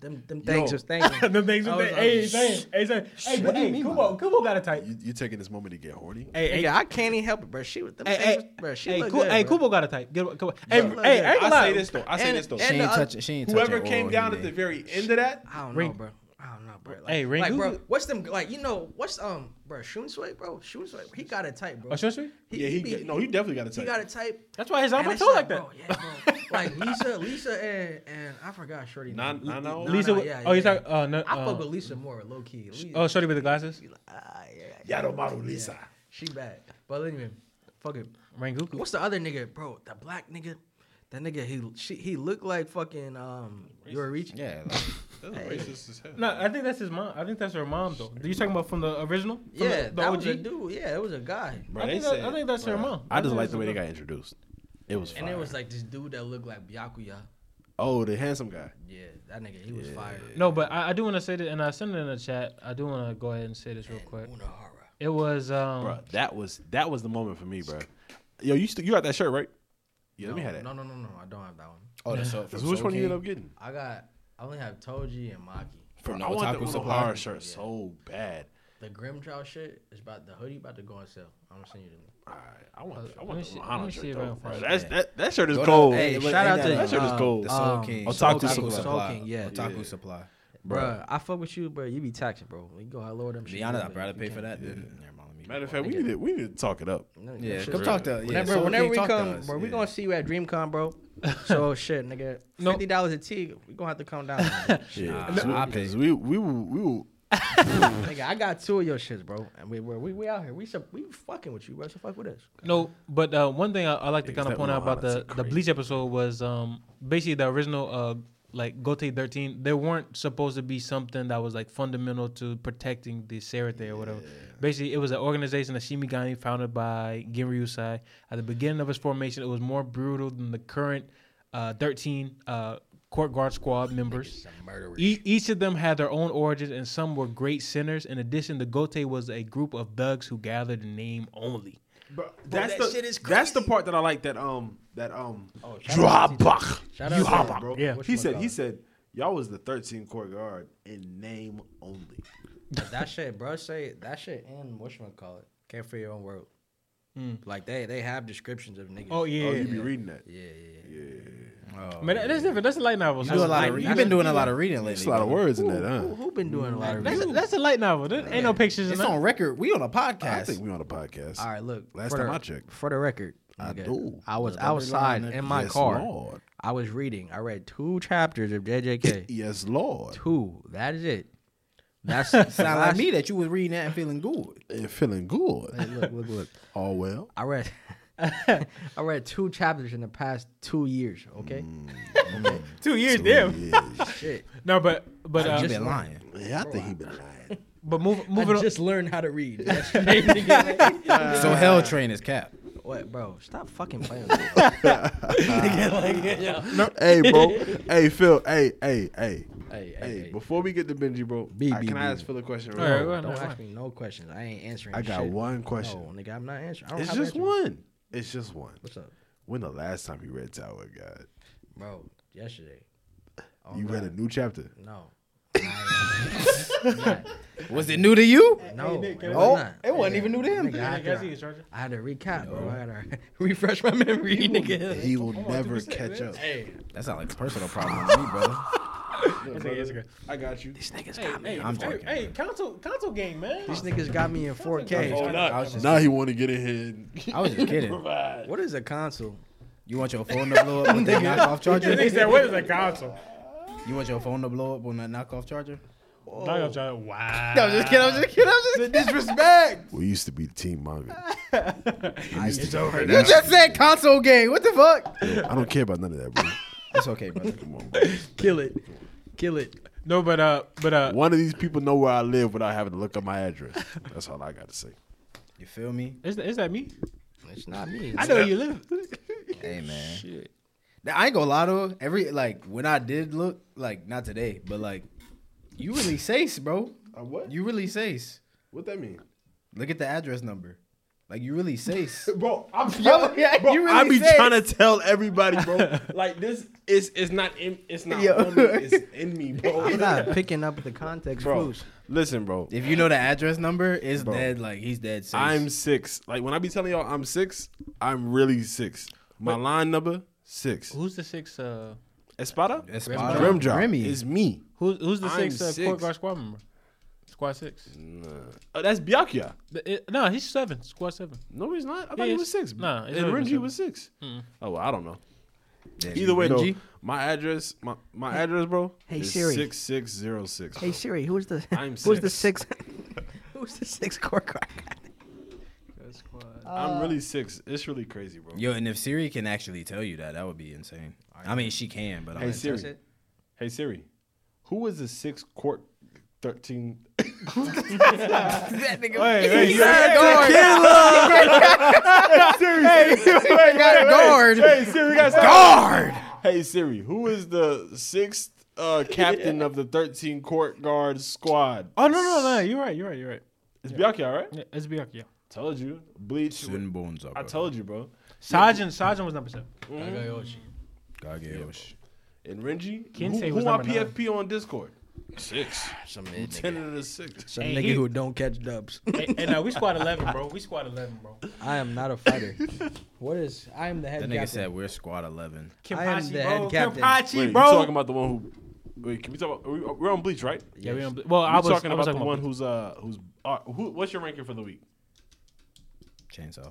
them *laughs* them things
*laughs*
was thinking.
Them things
I
are
was
they,
like,
hey, saying, hey, saying, hey, but hey, Kubo, Kubo got a type.
you, you taking this moment to get horny?
Hey, hey,
Nigga, I can't even help it, bro. She was them
hey,
things,
hey,
bro. She
hey,
look
Ku-
good,
hey,
bro.
Kubo got a type. Get, come on. Hey,
Look,
hey, I ain't gonna
I say
lie.
this though. I say
And-
this though.
and
She
the
ain't
oth-
touching. She ain't
Whoever
touching
came
oral
down at the
either.
very end of that,
I don't know,
Ring-
bro. I don't know, bro. Like,
Hey, Ring,
like, bro,
who-
what's them like? You know, what's um, bro, Shunsui, bro, Shunsui, he got a type, bro.
Oh, Shunsui?
yeah, he
be-
no, he definitely got to
he
take.
got a type.
That's why his
And
album
it's
too like that.
Bro, yeah, bro. like Lisa, Lisa, and and I forgot Shorty.
Nan-
name.
Nano?
Nano,
Lisa,
yeah,
oh, you
yeah.
talking? Uh, no,
I fuck
uh,
with Lisa more, low key. Lisa,
oh, Shorty with the glasses.
ah, yeah, yeah, yeah,
Yadomaru Lisa.
she bad. But anyway, fuck it.
Rangoku.
What's the other nigga, bro? That black nigga. That nigga, he she, he looked like fucking um Yorichi.
Yeah, like,
That's racist as hell.
No, I think that's his mom. I think that's her mom though. Are you talking about from the original? From
Yeah,
the, the
that
OG.
was a dude. Yeah, it was a guy.
Bro,
I,
they
think that, I
said-
think that's her
Bruh.
mom.
I just
think
like
that's
the way
her
they got
mom.
introduced. It was fire.
And it was like this dude that looked like Byakuya.
oh, the handsome guy.
Yeah, that nigga, he was fire.
No, but I, I do want to say that, and I sent it in the chat. I do want to go ahead and say this real
And
quick.
Unohara.
It was um.
Bro, that was that was the moment for me, bro. Yo, you still you got that shirt right? Yeah, let me have that.
No, no, no, no. I don't have that one.
oh, that's so.
So which one you end up getting?
I got. I only have Toji and Maki.
Bro,
From
I want the
Otaku Supply?
Unohara shirt so bad.
The Grim Trout shit is about the hoodie about to go on sale. I'm gonna send you the link.
Alright, I
Uh,
want, I
let me
want the
see- let me
Unohara
see if
shirt
I
though.
can
bro.
find
That's, that that shirt is
Go to-
cold.
hey,
look,
shout
ain't
out
that
to
a-
that shirt is gold.
The
Uh,
Soul
Um,
King.
Otaku
Otaku
Supply.
Supply.
Yeah.
Otaku Supply.
Bro, I fuck with you, bro. You be taxing, bro. You go high lower them.
To be honest, I'd rather pay for that. than Never mind. let me-
Matter of fact, we need to we need to talk it up.
Yeah, come talk to. Yeah,
Whenever,
Soul
whenever
King,
we
talk to
come,
us.
bro, we
Yeah.
gonna see you at DreamCon, *laughs* bro. So shit, nigga, fifty dollars a tee, we gonna have to come down. *laughs* nigga.
Yeah,
Nah, I pay.
because we we will we will
nigga, I got two of your shits, bro, and we we we, we out here, we sup- we fucking with you, bro. So fuck with us.
No, but uh, one thing I, I like to kind of
that
point out about
Unohara
the,
shit
the
crazy.
Bleach episode was um, basically the original uh, like Gotei 13. They weren't supposed to be something that was like fundamental to protecting the Serate or whatever. Basically, it was an organization, the Shimigami, founded by Genryusai. At the beginning of its formation, it was more brutal than the current uh, 13 uh, court guard squad members. E- each of them had their own origins, and some were great sinners. In addition, the Gotei was a group of thugs who gathered in name only.
Bro, that's
that
the
shit is
that's the part that I like. That um that um Drabach.
Shout
You
to
hop
him,
up.
Yeah.
What
He
you
said
call
he
it?
said y'all was the 13 core guard in name only.
that shit, bro. Say that shit and what you wanna call it? Care for your own world.
Hmm.
Like they they have descriptions of niggas.
Oh, yeah.
Oh, you be reading that?
Yeah, yeah, yeah.
Oh,
Man, that- that's different. That's a light novel.
you
So
do a lot
like-
of. re- You've been doing a lot of reading lately.
It's a lot of
brother.
words in that, huh?
Who, who been doing a lot of
That's a,
reading?
that's a light novel. There ain't no pictures in
It's
that.
on record. We on a
I
podcast.
think we on a podcast.
All right, look.
Last
for
time
the-
I checked.
for the record,
I
nigga,
do.
I was
The boundary
outside
line
in my
yes,
car.
Lord.
I was reading. I read two chapters of
*laughs*
JJK.
Yes, Lord.
two. That is it.
*laughs*
That's
Sound like me that you was reading that and feeling good.
And feeling good.
Look, look, look.
*laughs* All well.
I read. *laughs* I read two chapters in the past two years. Okay,
Mm.
Two years, damn.
Oh,
*laughs* shit.
No, but but
You
uh,
been lying.
Yeah, I think he been lying.
*laughs* but move,
I
moving on.
just learned how to read. *laughs* That's what made me get like-
So Hell Train is cap.
*laughs* what, bro? Stop fucking playing.
*laughs*
with me.
hey, bro. hey, Phil. Hey, hey, hey.
hey, hey,
Hey,
hey.
before we get to Benji, bro,
B,
I-
B,
can I
B.
ask Phil a question?
All right, go
real quick?
ahead.
Don't
That's
ask
fine.
me no questions. I ain't answering.
I got
shit.
one question.
No, nigga, I'm not answering. I don't
It's
have
just
answers.
one. It's just one.
What's up,
When the last time you read Tower of God?
bro? Yesterday. Oh,
You read a
God.
new chapter. *laughs*
No.
Was it new to you?
No, it was
Oh,
not.
it wasn't
Yeah.
even new to him.
Nigga, I, had
Can I see
to,
it, Sergeant?
I had to recap, bro. I had to *laughs* refresh my memory, nigga.
He will never catch up.
Hey,
That's not like a personal problem with me, brother.
It's okay, it's okay.
I got you.
these niggas
Hey,
got me.
hey,
I'm
hey,
joking.
hey, console console game, man.
These niggas got me in 4K.
now,
I was just-
now he want to get in here. And
I was just kidding.
provide.
What is a console?
You want your phone to blow up with that knockoff
This nigga
charger?
said, "What is
*laughs*
a console?"
You want your phone to blow up on that knockoff charger? Oh.
Now
*laughs*
y'all trying- Wow.
I'm just kidding. I'm just kidding. I'm just disrespect.
We used to be the team manga.
It's over
You just said console game. What the fuck?
I don't care about none of that, bro.
It's okay, brother.
Come on, bro.
Kill it. Kill it.
No, but uh, but uh,
One of these people know where I live without having to look up my address. That's all I got to say.
You feel me?
is that, is that me?
It's not me.
I know you live.
Hey man.
Now, I ain't gonna lie though. Every like when I did look, like not today, but like you really sace, bro.
Uh, what?
You really sace.
What that mean?
Look at the address number. Like you really sace.
*laughs*
Bro, I'm
Yo, yeah, you really
I be
safe.
trying to tell everybody, bro.
*laughs*
Like this is it's not in, it's not
Yo.
on me, it's in me,
*laughs*
bro.
I'm not picking up the context
Bro.
clues.
Listen, bro.
If you know the address number, it's dead. Like he's dead. Safe.
I'm six. Like when I be telling y'all I'm six, I'm really six. My line number
*laughs*
six.
Who's the six? Uh,
Espada?
Espada.
Rim drop.
Remy.
Is me.
who's who's the
I'm
six? Uh, court
six.
guard squad member. Squad six.
Mm.
Oh, that's Byakuya.
The- it- no, he's seven. Squad seven.
No, he's not. I thought
Yeah,
he was
it's-
six.
nah, it's
and
always been
Renji
seven.
was 6 Oh, well, I don't know. Either way, though,
Renji?
my address, my, my address, bro.
Hey,
is
Siri.
six six zero six.
Hey Siri, who's the
I'm
who's the
*laughs*
six? who's the six core guard?
I'm
Uh,
really six. It's really crazy, bro.
Yo, and if Siri can actually tell you that, that would be insane. I mean, she can, but I'm
Hey
like,
Siri. Hey Siri. Who was the sixth court thirteen?
that nigga.
Hey, Siri.
got guard.
Hey Siri, got guard. Hey Siri, who is the sixth uh, captain of the thirteen court guard squad?
Oh no no no! You're right. You're right. You're right.
It's Byakuya, right?
Yeah, it's Byakuya.
Told you, bleach.
Sin bones up.
I told you, bro.
Sergeant Sergeant was number seven.
Kagayoshi.
Gageyoshi.
And Renji,
Kensei
who,
was
who my
number nine.
PFP on Discord? Six.
Some mid
Ten
nigga.
of the six.
Some
Hey,
nigga
he-
who don't catch dubs.
hey, hey, no, we squad eleven, bro. We squad eleven, bro.
I am not a fighter. what is? I am the head
That nigga
captain.
said we're squad 11.
Kim
I am
Hachi,
the
bro.
head captain.
Kim Hachi,
Wait, you
bro.
talking about the one who? Wait, can we talk? About, are we, we're on bleach, right?
yeah, we don't, well,
We're
I was
talking
I was
about the
talking
one who's uh who's uh, who? What's your ranking for the week?
Chainsaw.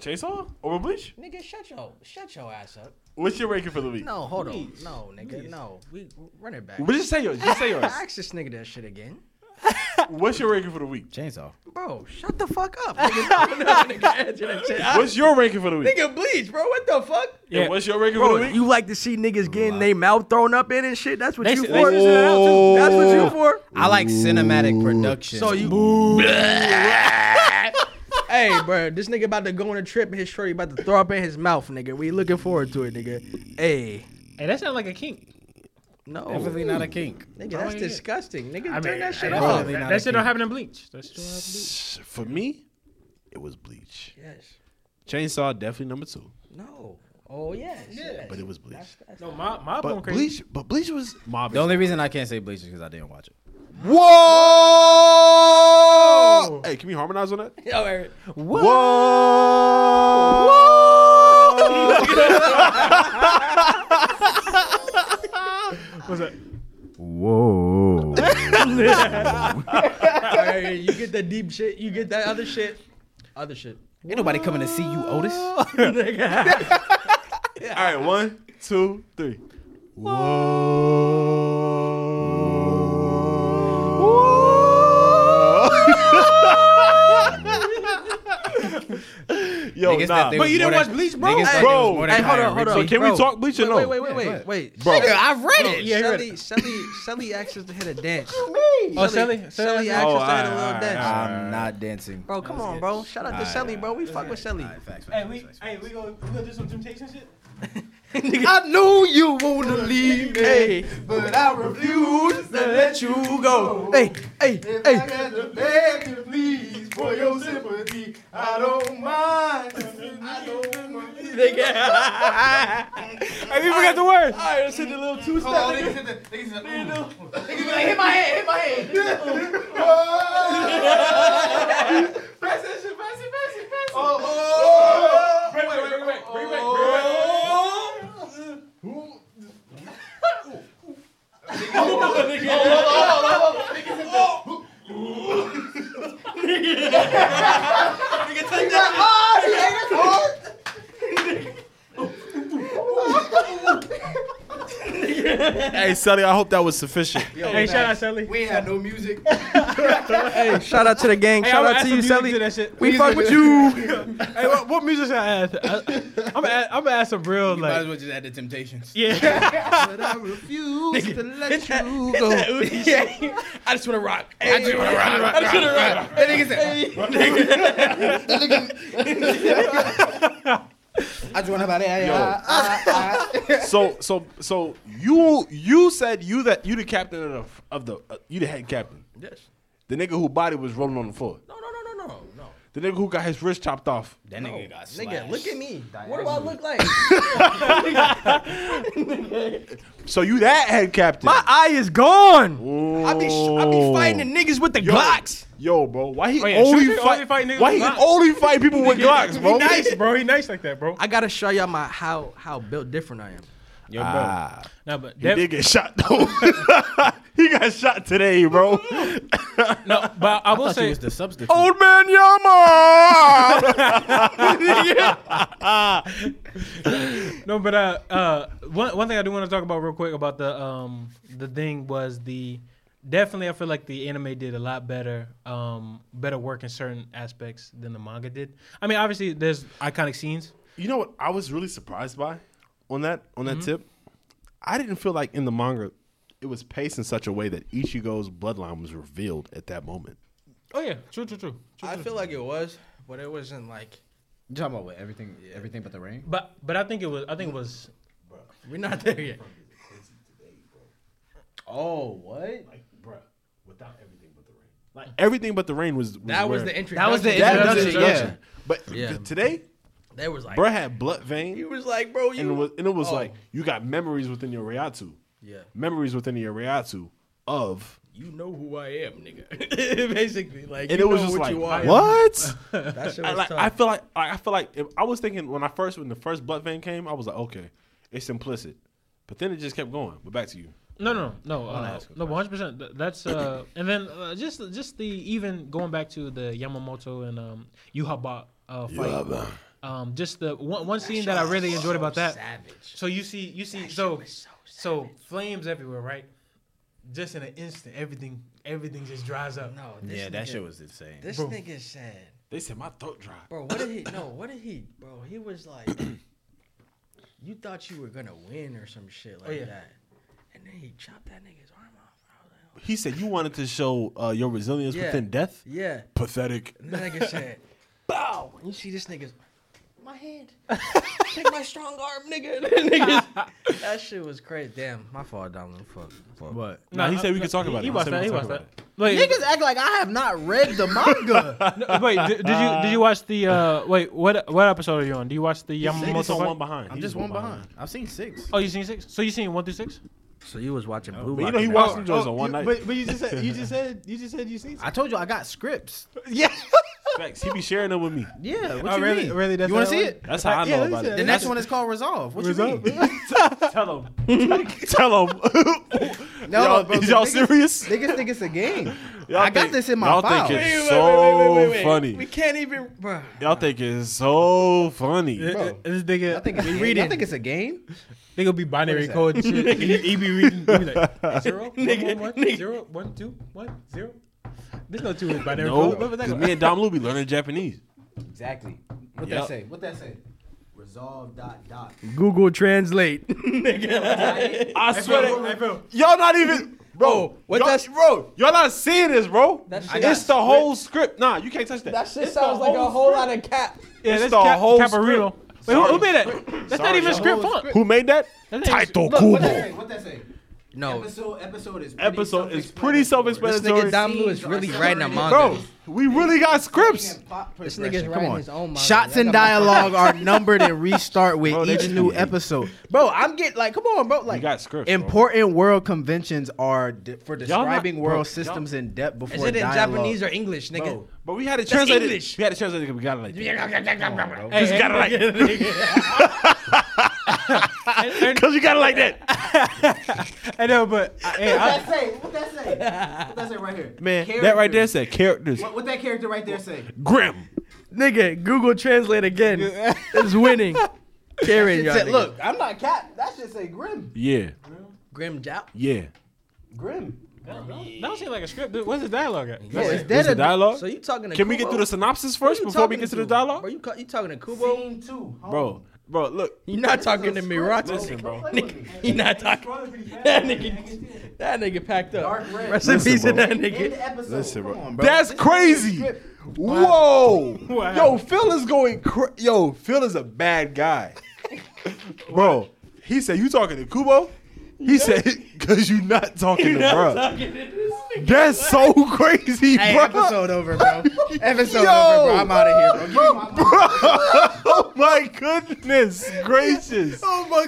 Chainsaw over bleach?
Nigga, shut your shut your ass up.
What's your ranking for the week?
No, hold on. No, nigga, no. We run it back.
But just say yours. Just say yours.
Ask this nigga that shit again,
*laughs* What's your ranking for the week?
Chainsaw.
bro. Shut the fuck up. Nigga, no, no, nigga, answer that shit. I
What's your ranking for the week?
nigga bleach, bro. What the fuck?
Yeah.
Yeah.
And what's your ranking for the week?
You like to see niggas getting their mouth thrown up in and shit. That's what
They
you
s- they
for.
s- that out too.
That's what you for.
I like cinematic production.
Oh,
So you
Hey, bro, this nigga about to go on a trip and his shorty about to throw up in his mouth, nigga. We looking forward to it, nigga. Hey,
Hey, that sounds like a kink.
no,
definitely not a kink.
nigga, that's
yeah.
disgusting, nigga.
I
turn
mean,
that shit
hey,
off.
That,
Definitely not
that
a
shit don't happen in bleach. That shit don't happen in bleach.
For me, it was bleach.
Yes.
Chainsaw definitely number two,
No. Oh yes. yes.
but it was bleach.
No, my my
But
bone crazy.
bleach, but bleach was mob.
The only reason I can't say Bleach is because I didn't watch it.
Whoa! Hey, can we harmonize on that?
Yo, Eric,
Whoa! *laughs* Whoa!
Whoa.
Eric, you get that deep shit. You get that other shit. Other shit.
Ain't nobody coming to see you, Otis.
All right, one, two, three. Whoa! Yo,
Niggas
nah.
thought they
But
was
you didn't
more
watch
than-
Bleach,
niggas
bro.
thought they
Bro.
was more
Hey,
than
hold on, hold
Kyrie
on.
so
Irving.
can we talk bleach or no?
Wait, wait, wait, wait, wait, wait.
Bro.
Shut up.
I've read it.
Yeah, you read
Shelly, Shelly, Shelly asked us to hit a dance.
Oh, Shelly,
Shelly
Shelly,
asked
Oh,
us to hit a
alright,
little
alright,
dance.
I'm not dancing.
Bro, come on, bro. Shout out to Shelly, bro. We fuck with Shelly.
Alright, facts, facts,
Hey,
facts,
we,
facts,
hey,
facts.
we gonna, we gonna do some temptation shit.
I knew you wanna leave me,
Hey.
but I refuse to let you go.
hey, hey, hey.
had to beg you, please, for your sympathy. I don't mind. I don't mind.
Hey, we forgot the word.
Oh, niggas hit the- niggas hit the- Niggas be like, hit my head, hit my head. Pass that shit, pass it, pass it, pass it. Bring it back, bring it back, bring it back, bring it back. Hold on, hold on, hold on, hold on. Niggas hit the- Nigga, take that- Ah, he ate it hard.
hey, Sully, I hope that was sufficient.
*laughs*
Hey, shout out Shelly.
We ain't had no music.
Hey, shout out to the gang.
Hey,
shout
I'ma
out
add
to
some
you,
music
Sally.
to that shit.
We fuck with you.
Hey, what, what music should I add? *laughs* I, I'm gonna add, I'm gonna add some real
You might as
like.
well just add the Temptations.
Yeah, *laughs*
But I refuse to let you go.
I just want to rock. I just want to rock. I just want to rock.
That nigga said,
I just want to have
Yo.
that.
*laughs* so, so, so you you said you that you the captain of the, of the uh, you the head captain.
Yes.
The nigga who body was rolling on the floor.
no, no, no, no, no, no.
The nigga who got his wrist chopped off.
That nigga got slashed.
Nigga, look at me. What do I look like?
So you that head captain.
My eye is gone.
I be I be fighting the niggas with the Glocks. Yo, bro, why he
Oh, yeah,
only,
Schuster
fight,
only fight niggas
Why
with
he
Glocks.
only fight people with Glocks, bro?
nice, bro. He nice like that, bro.
I gotta show y'all my how how built different I am.
Yo, bro.
Ah,
Nah, but
he did get shot
*laughs*
though. he got shot today, bro.
no, but I will
I thought you
say
was the substitute.
Old man Yama.
no, but uh, uh, one one thing I do want to talk about real quick about the um the thing was the definitely I feel like the anime did a lot better um better work in certain aspects than the manga did. I mean, obviously there's iconic scenes.
You know what I was really surprised by on that on that
Mm-hmm.
tip? I didn't feel like in the manga it was paced in such a way that Ichigo's bloodline was revealed at that moment.
Oh yeah, true, true, true. true,
I
true.
feel like it was, but it wasn't like
You talking about what? Everything, everything but the rain.
But but I think it was I think it was
we're not there yet. Oh, what?
Everything but the rain was, was
That was
where-
the introduction.
That was the
that was the
introduction, yeah.
introduction. But th- today,
They was like,
bruh had blood
he
vein,
was like, bro, you.
and it was, and it was
Oh.
like you got memories within your Ryatsu,
yeah,
memories within your Ryatsu of,
you know who I am, nigga. *laughs* Basically, like,
and
you
it was
know
just
what
like
you are.
what?
That shit
I,
was
like,
tough.
I feel like I I feel like if, I was thinking when I first when the first blood vein came, I was like, okay, it's implicit, but then it just kept going. But back to you.
No, no, no,
wanna
uh,
ask a
no, one hundred percent. That's uh, and then uh, just just the even going back to the Yamamoto and um Yuhaba uh, fight. Um, just the one, one scene that I really enjoyed about that.
Savage.
So you see, you see, so so, flames everywhere, right? Just in an instant, everything everything just dries up.
No, this
Yeah,
nigga,
that shit was insane.
This
Bro.
nigga said,
They said my throat dry.
bro, what did he? No, what did he? Bro, he was like, you thought you were gonna win or some shit like
Oh, yeah.
that, and then he chopped that nigga's arm off. I was like, oh.
He said you wanted to show uh, your resilience
Yeah.
within death.
Yeah,
Pathetic.
and that
*laughs*
nigga said, bow. And you see this nigga's, my hand, take my strong arm, nigga. *laughs* Niggas- that shit was crazy. Damn, my fault, Donald. Fuck. fuck.
What?
No, he said we could talk about it.
He
He
watched
said
that.
we
He watched
could talk
that. Wait,
Niggas act like I have not read the manga.
no, wait, did, did you did you watch the uh? Wait, what what episode are you on? Do you watch the
I'm
Yamamoto
one
fight?
behind.
I'm
He's
just one behind. I've seen six.
Oh, you seen six? So you seen one through six?
so Oh, you was watching Blue
But you
Lock.
know he
and
watched them
that.
joints on one night.
But, but oh, you just said you just said you just said you seen.
I told you I got scripts.
Facts. He be sharing them
*laughs*
with me.
Yeah. What
Oh,
you
really?
mean?
Really? That's
you want
how
to
it
see
was?
it?
That's how I know about
The
it.
next one is called Resolve. What you mean?
Tell him.
*laughs*
*laughs*
Tell him.
No,
y'all,
bro,
is
the
y'all
niggas-
serious?
*laughs* Niggas think it's a game.
Y'all
I got
think-
this in my
Y'all
file.
think it's
Wait, wait, wait, wait,
so
wait, wait. We
funny.
can't even, bro.
Y'all think it's so funny.
Bro.
This nigga,
I think it's a
he
game.
reading.
I think it's a game.
They gonna be binary
that?
code and shit. And he, he be reading. He be like zero, one, one, one, zero, one, two, one, zero. There's no two in binary
No,
code. Remember that?
'cause me and Dom Lou be learning Japanese.
Exactly.
What yep.
say? What that say? Resolve dot dot.
Google Translate.
I swear, to-
feel.
y'all not even, bro.
what
y'all,
that's-
bro? Y'all not seeing this, bro? It's
shit-
the whole script. Nah, you can't touch that.
That shit sounds like a whole lot of cap.
Yeah,
It's
that's
the
Cap-
whole
Caparino. Wait, who, who made that? That's not
Sorry,
even
y'all.
script font.
Who made that?
That's not even-
Taito Kubo.
say? What that say?
No,
episode is
Episode is pretty
this
self-explanatory.
nigga Dom Lewis really writing a manga.
Bro, we really got scripts.
this nigga's writing his own manga.
Shots
Y'all
and
got my-
dialogue are numbered and restart with
Bro, they
each
just
new
be-
episode. Bro, I'm getting like, come on, bro.
We
Like,
got scripts. bro.
important world conventions are de-
Y'all
for
not-
describing
bro, y'all-
world systems in depth before
Is it in
dialogue.
Japanese or English, nigga?
Bro, but we had to translate it.
English.
We had to translate it because we got it like that.
Hey,
Cause you
hey,
got it like *laughs*
and-
Cause you got it like that.
and- I know, but I- hey, I,
say? What that say? What that say right here?
Man, that right there said characters.
What that character right there say?
Grim.
Nigga, Google Translate again. it's winning. Karen, y'all.
said,
niggas.
look, I'm not cap. That shit say grim.
Yeah.
Grim Jout.
Yeah.
Grim.
That don't seem like a script. dude. What's the dialogue at?
Yeah, it's
There's a
dead-
dialogue.
So you talking to
Can we get
Kubo?
through the synopsis
Who you
first before we
talking
get to the
Bro,
dialogue?
you, ca- you talking to Kubo?
Scene two. Hold
Bro, bro, look.
*laughs* You not talking to me, Rochester,
bro.
bro. *laughs* Nigga, you not talking. *laughs* That nigga, that nigga packed up.
Dark red.
Rest in peace to that
End
nigga.
the episode.
Listen,
Come
bro.
on,
That's crazy. Whoa. Yo, Phil is going cra- Yo, Phil is a
*laughs*
bad guy. bro, he said, you talking to Kubo? He said, because you not talking to bro.
Talking to this nigga.
That's so crazy,
Hey,
bro.
episode over, bro. Episode
Yo.
over, bro. I'm out of here, bro. Give me
*laughs*
my-
oh my goodness gracious.
oh my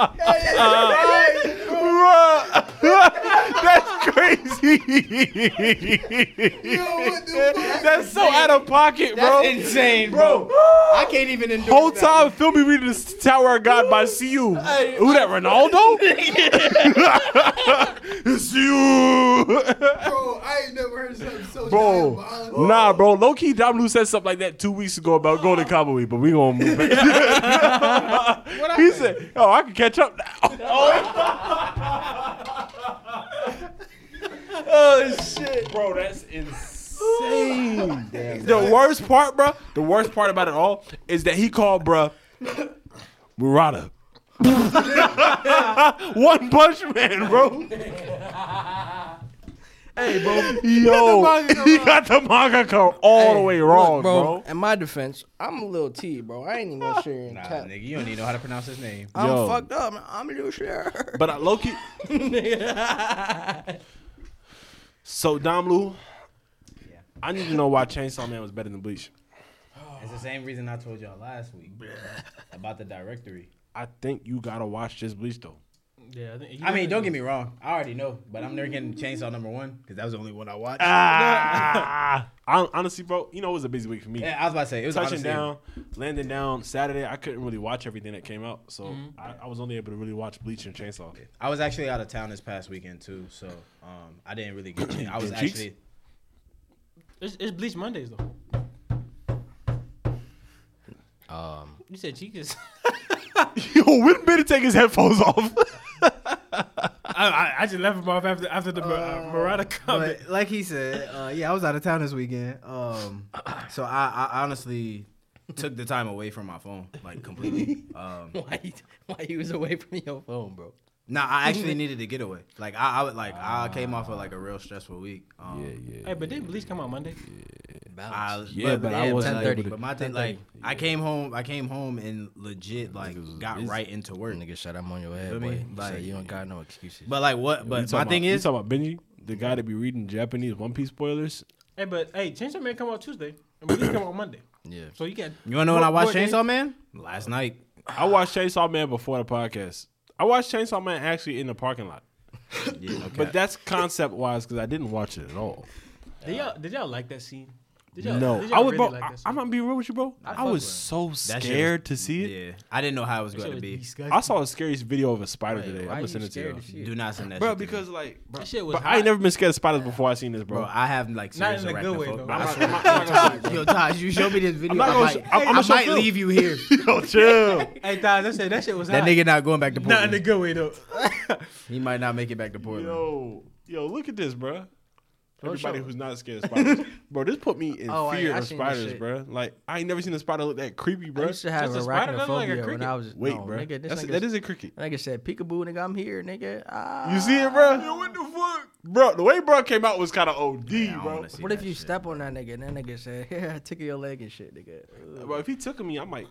*laughs*
god.
Bruh. *laughs* That's crazy. *laughs* That's so out of pocket, bro.
Insane, bro.
bro.
I can't even endorse
Whole
that.
time, Phil be reading this Tower of God by CU. Who that, Ronaldo?
*laughs*
*laughs* it's *laughs* you.
Bro,
Oh,
I ain't never heard something so
Bro, nah, bro. Low key, Domlu said something like that two weeks ago about going to Cowboy, but we gonna move. *laughs* back. he said, "Oh, I can catch up now." *laughs* oh shit, bro, that's
*laughs*
insane. the worst part, bro. The worst part about it all is that he called, bro, Murata. *laughs* One Punch Man, bro.
Hey, bro.
Yo, he got the manga cover all the way wrong,
Look,
bro.
In my defense, I'm a little T, bro. I ain't even *laughs* gonna share in
Nah,
cap.
nigga, you don't even know how to pronounce his name.
I'm
Yo.
fucked up. man. I'm a little share.
But I low key. So Domlu, I need to know why Chainsaw Man was better than Bleach.
Oh.
It's the same reason I told y'all last
*laughs*
week about the directory.
I think you gotta watch this Bleach though.
Yeah, I, think
I mean, don't get me wrong. I already know, but I'm never getting Chainsaw number one because that was the only one I watched.
*laughs* Ah, I, honestly, bro, you know it was a busy week for me.
yeah, I was about to say it was
Touching
honestly-
down, landing down Saturday, I couldn't really watch everything that came out, so I, I was only able to really watch Bleach and Chainsaw.
I was actually out of town this past weekend too, so um, I didn't really
*clears throat*
get. I was
Them cheeks?
actually
It's, it's Bleach Mondays though.
Um,
You said *laughs* Chica's.
Yo, when better take his headphones off?
I, I, I just left him off after after the uh, Murata *laughs* comment.
But like he said, uh, yeah, I was out of town this weekend.
*clears throat*
Um,
so I, I honestly took the time away from my phone like completely. Um,
*laughs* why, you- why you was away from your phone, bro?
nah,
*laughs*
I actually needed to get away. Like I, I would like I came off of like a real stressful week. Um,
Hey, but did Bleach come out Monday?
I,
Balance.
Yeah, but I wasn't able
10:30.
to-
But my thing, like, I came home, I came home and legit like got right into work.
Nigga, shut up on your head,
Feel
boy.
me?
You
Like-
said you don't got no excuses.
But like what?
You
But
talking
my
about-
thing
you
is,
talking about Benji, the guy that be reading Japanese One Piece spoilers.
Hey, but hey, Chainsaw Man come out Tuesday and Bleach come out Monday.
yeah.
So you got
you wanna know when I
What-
watched
what
Chainsaw Man last night?
I watched Chainsaw Man before the podcast. I watched Chainsaw Man actually in the parking lot,
Yeah, okay.
but that's concept wise because I didn't watch it at all.
did y'all did y'all like that scene? Did y'all,
No,
did y'all
I was
really
bro.
like
I,
that scene?
I'm gonna be real with you, bro. I, was so
was-
scared to see it.
yeah, I didn't know how it was
That shit
going to
was
be.
disgusting.
I saw the scariest video of a spider today. I'm
Why
gonna
you
send it to you,
scared of shit?
Do not send that,
bro.
shit to me.
Because like, bro,
That shit was
bro, I ain't
hot.
never been scared of spiders before I seen this, bro.
bro, I have like
Not in
serious
a good way though.
arachnophobia.
*laughs*
I swear-
I'm not- I'm not gonna lie, bro.
yo, Taj, you showed me this video.
I'm not
I
gonna.
might-
sh- I'm, I'm
I
gonna show
might
Phil.
leave you here.
*laughs* Yo, chill.
hey, Thaz, I said that shit was
*laughs* That
hot.
nigga not going back
*laughs*
to
Not in
Portland.
a good way though.
he might not make it back to Portland.
Yo, yo, look at this, bro. Everybody who's not scared
*laughs*
of spiders, bro. This put me in
Oh, I-
fear
I
of
seen this
spiders,
shit.
bro. Like I ain't never seen a spider look that creepy,
I
bro.
used to have
just a spider that
arachnophobia
look like a
when
cricket.
I was
Wait,
no,
bro.
Nigga, this
That's,
nigga,
that is a cricket.
nigga said peekaboo, nigga. I'm here, nigga. Ah.
You see it, bro? Yo, what the fuck, bro? The way bro came out was kind of od,
I
bro.
wanna see
What
that
if you
shit.
step on that nigga and that nigga said, *laughs* "Yeah, tickle your leg and shit, nigga." Ugh.
Bro, if he took me, I might.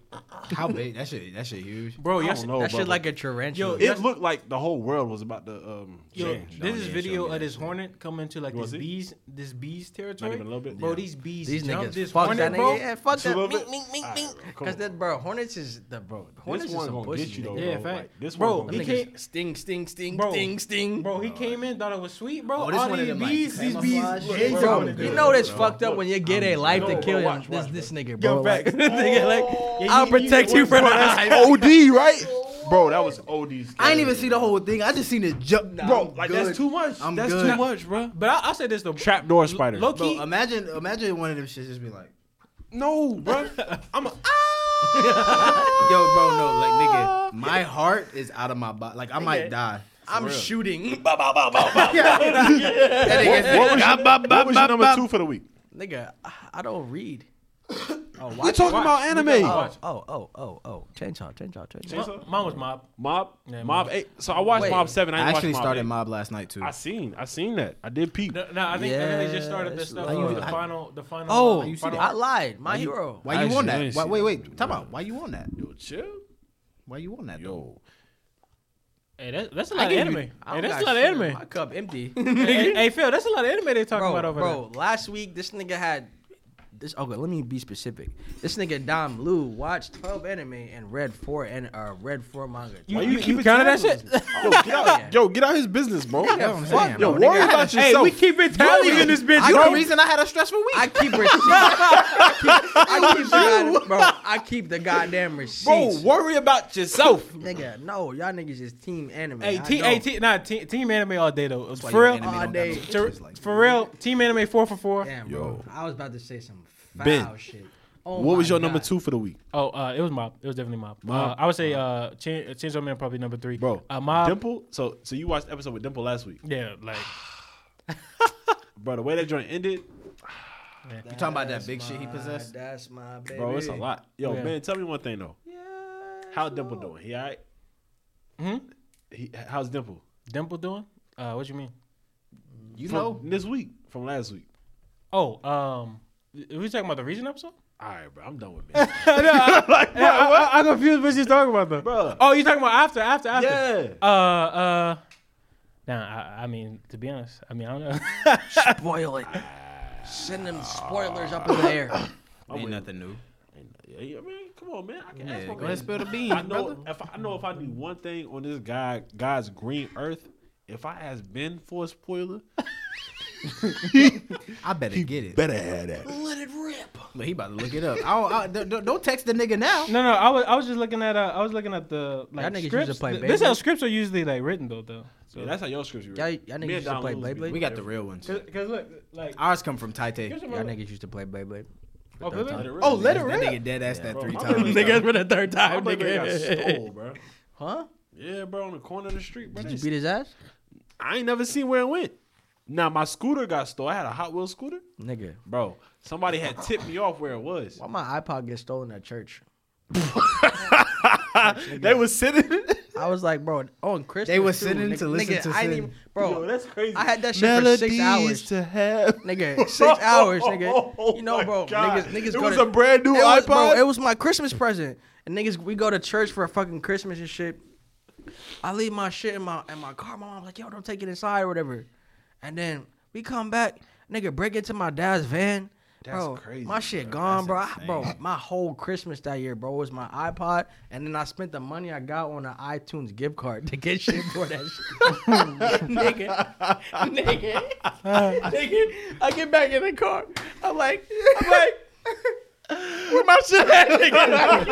How big? That shit. That shit huge.
Bro,
I
y'all
don't
should-
Oh,
know,
that
bro.
shit like a tarantula.
Yo,
it looked like the whole world was about to um
Yo,
change.
there's this
yeah, show
video
me
of
that
this hornet coming to like
wanna
this
see?
bees, this bees territory.
even a little bit?
bro.
Yeah.
These bees,
These
jump
niggas,
this
fuck
hornet,
that
bro.
nigga. Yeah, fuck
Just a
that.
little
Mink,
bit?
mink, mink,
All right,
mink.
bro, come
Because
on,
that bro, hornets is the bro. Hornets
This
is
one's
some
gonna get
pussy.
you though,
nigga.
Yeah,
bro.
fact.
Like, this
Bro,
one's
he
gonna
Them
get
can't-
you.
niggas sting, sting, sting,
Bro.
sting, sting.
Bro, he came in, thought it was sweet, bro.
Oh, this
All
one of
these
them, like,
bees, these bees,
camouflage
they
shit.
jump.
Bro,
Bro,
you know that's
bro.
fucked up when you get a life to
no,
kill
bro,
him.
watch,
This
watch,
this nigga,
Yo,
bro. Like,
facts.
*laughs*
nigga, like,
Yeah,
I'll
you- you-
protect you from that.
OD, right? Bro, that was OD. Scary.
I ain't even see the whole thing. I just seen the jump.
Bro, like that's too much.
I'm
that's
good.
too much, bro.
But I, I said this though.
Trapdoor spider.
Loki,
Bro, imagine, imagine one of them shits just be like,
*laughs* No, bro. I'm a ah.
Yo, bro, no, like nigga, my heart is out of my body. Like I might die. I'm shooting. Ba, ba, ba, ba, ba. That nigga said,
What was your,
"Ba, ba, ba,
what was your
ba,
number
ba."
two for the week?
Nigga, I- I don't read.
Oh,
We're
watch,
talking about anime.
Oh, oh, oh, oh, oh. Chainsaw, chainsaw, chainsaw.
Mine was mob.
Mob,
Yeah,
Mob
Mob.
Eight. So I watched
Wait,
Mob Seven. I,
I
didn't
actually
watch Mob
started
Eight.
Mob last night too.
I seen, I seen that. I did peep.
No, no, I think I think they just started
Yes,
this stuff.
like-
with
I-
the final, the final.
Oh,
uh,
you see
final-
I lied. My hero.
Why you
Actually,
on
I ain't
that? Why,
seen
wait,
that.
wait. Time out. Why you on that?
Yo, chill.
Why you on that? Yo,
Hey, that, that's a lot of
gave
anime.
you- I
hey,
don't
that's a lot
got
of
shit in
anime.
My cup *laughs* empty.
hey, hey, Phil, that's a lot of anime they talking about
bro,
over
bro last week this nigga had this. Okay, let me be specific. This nigga Dom Lu watched twelve anime and read four and uh, read four manga.
there.
Why
You,
you
you,
keep
you
it
counted that
tabs?
shit?
Yo, get out, yo, get out his business, bro.
I'm saying,
Yo,
bro.
worry about
hey,
yourself.
we keep it tally in this bitch.
I
bro.
keep, reason I had a stressful week. I keep receipts. *laughs* I keep, I keep the god- bro. I keep the goddamn receipts.
worry about yourself.
Nigga, no, y'all niggas is team anime.
Hey,
I
T,
don't.
hey, T, nah, team, team anime all day though.
why
For
you
real,
anime
all
don't got
day.
no
to-
bitches like that.
for real, team anime four for four.
Damn, bro.
Yo.
I was about to say some foul
Ben,
shit. Oh
What was
my
your number
God.
two for the week,
Oh, uh, it was mob. It was definitely mob.
Mob?
Uh, I would say uh, Chin- Chainsaw Man probably number three.
bro?
uh, mob.
Dimple. So, so you watched the episode with Dimple last week,
Yeah, like
bro. The way that joint ended,
you talking about that big
That's
shit he
my-
possessed?
That's my baby.
bro. It's a
*laughs*
lot. Yo,
Yeah.
man, tell me one thing though. How Dimple doing? He all right?
hmm
He, how's Dimple?
Dimple doing? Uh, what you mean?
You
From
know,
this week, from last week.
Oh, um, are we talking about the region *laughs* episode?
All right, bro. I'm done with me.
*laughs* Yeah, I, I, I'm confused what you're talking about though.
*laughs* Bruh.
Oh, you talking about after, after, after?
yeah.
Uh, uh. Nah, I, I mean, to be honest, I mean, I don't know. *laughs*
Spoil it. Send them spoilers up in the air.
ain't nothing new.
Yeah, yeah, man, come on, man. I can
Yeah,
ask
go
for
ahead,
it.
spill the beans,
I know
brother.
if I, I know if I need one thing on this guy, God's green earth. If I ask Ben for a spoiler,
I better get it.
better have that.
Let it rip.
But he about to look it up. I don't, I, don't, don't- don't text the nigga now.
No, no, I was I was just looking at uh, I was looking at the like
Y'all niggas
scripts.
used to play
Th- this is how
Beyblade?
scripts are usually like written though, though. So
Yeah, that's how your scripts you
Y'all,
read.
y'all
Me
niggas
and
used to
Don
play
Lewis be
Beyblade.
We got the real ones.
cause, cause look like
Ours come from Taite.
here's
*coughs* Y'all
my-
niggas used to play Beyblade.
oh,
third
really?
time.
Oh,
let it rip. That nigga dead ass that three
my
times.
brother-
for the third
My
time,
nigga got stole, bro.
Huh?
Yeah, bro, on the corner of the street, bro.
Did you
They-
beat his ass?
I ain't never seen where it went. Now my scooter got stolen. I had a Hot Wheels scooter,
Nigga.
bro. Somebody had tipped me off where it was.
Why my iPod get stolen at church?
*laughs* *laughs* they was sitting.
I was like, bro, on Christmas.
They was
too,
sitting
nigga,
to listen
nigga,
to
I ain't
sin.
even, bro.
Yo, that's crazy.
I had that shit for six hours.
to have.
Nigga,
*laughs*
six hours, nigga. you know,
Oh my
bro,
God.
niggas, niggas
It
go
was
to,
a brand new
it was, bro,
iPod?
it was my Christmas present, and niggas, we go to church for a fucking Christmas and shit. I leave my shit in my in my car. My mom's like, "Yo, don't take it inside or whatever." And then we come back, nigga, break into my dad's van. bro,
crazy,
my shit
bro.
gone,
That's
bro. I-
insane.
bro, my whole Christmas that year, bro, was my iPod, and then I spent the money I got on an iTunes gift card to get shit for that shit. *laughs* nigga, nigga, nigga, I get back in the car. I'm like, I'm like, *laughs* where my shit at, nigga?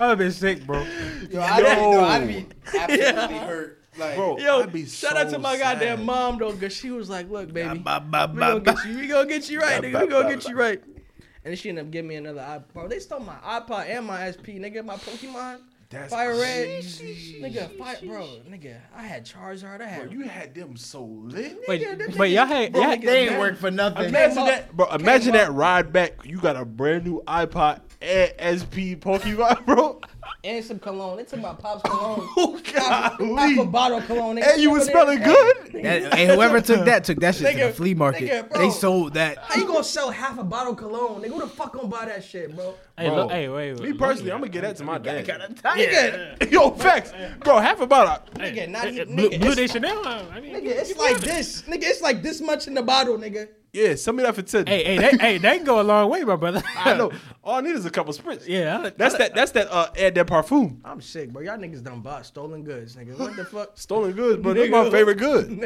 I've been sick, bro.
Yo, I'd, be, no, I'd
*laughs*
be absolutely hurt. Like,
Bro,
Yo,
I'd be
shout
so
out to my goddamn
sad.
mom though, cause she was like, "Look, baby,
Ba, ba,
we
ba,
gonna
ba.
get you, we gonna get you right, nigga,
ba,
we gonna
ba, *laughs*
get you right." And then she ended up giving me another iPod. Bro, they stole my iPod and my SP, nigga. My Pokemon,
That's
Fire Red,
crazy.
nigga, fire, bro, nigga. I had Charizard, I had.
Bro, you had them so lit.
Wait, wait, y'all had, y'all had
They ain't work for nothing.
Imagine
up-
that, bro. Imagine that ride back. You got a brand new iPod and SP Pokemon, *laughs* bro.
and some cologne. They took my pops cologne.
*laughs* Oh
half, a-
golly.
half a bottle of cologne. Nigga.
And you was
Over there.
smelling good.
That- hey, whoever took that took that shit to the
Nigga,
flea market.
nigga, bro.
they sold that.
How you gonna sell half a bottle of cologne? Nigga, who the fuck gonna buy that shit, bro?
Hey,
Bro,
look, hey, wait, wait.
Me personally, I'm gonna get that to my dad.
Nigga,
*laughs* Yo, facts, bro. Half about a
nigga, not even.
Blue,
Nigga,
Blue
it's-
Day Chanel. I mean,
Nigga, it's like this. Nigga, it's like this much in the bottle, nigga.
yeah. Send me that for ten.
hey, hey, that, hey, that can go a long way, my brother.
I know. All I need is a couple sprints.
Yeah, I-
That's that. That's that. Uh, add that parfum.
I'm sick, bro. Y'all niggas done bought stolen goods, nigga. What the *laughs* fuck?
Stolen goods, bro. That's my favorite *laughs* good.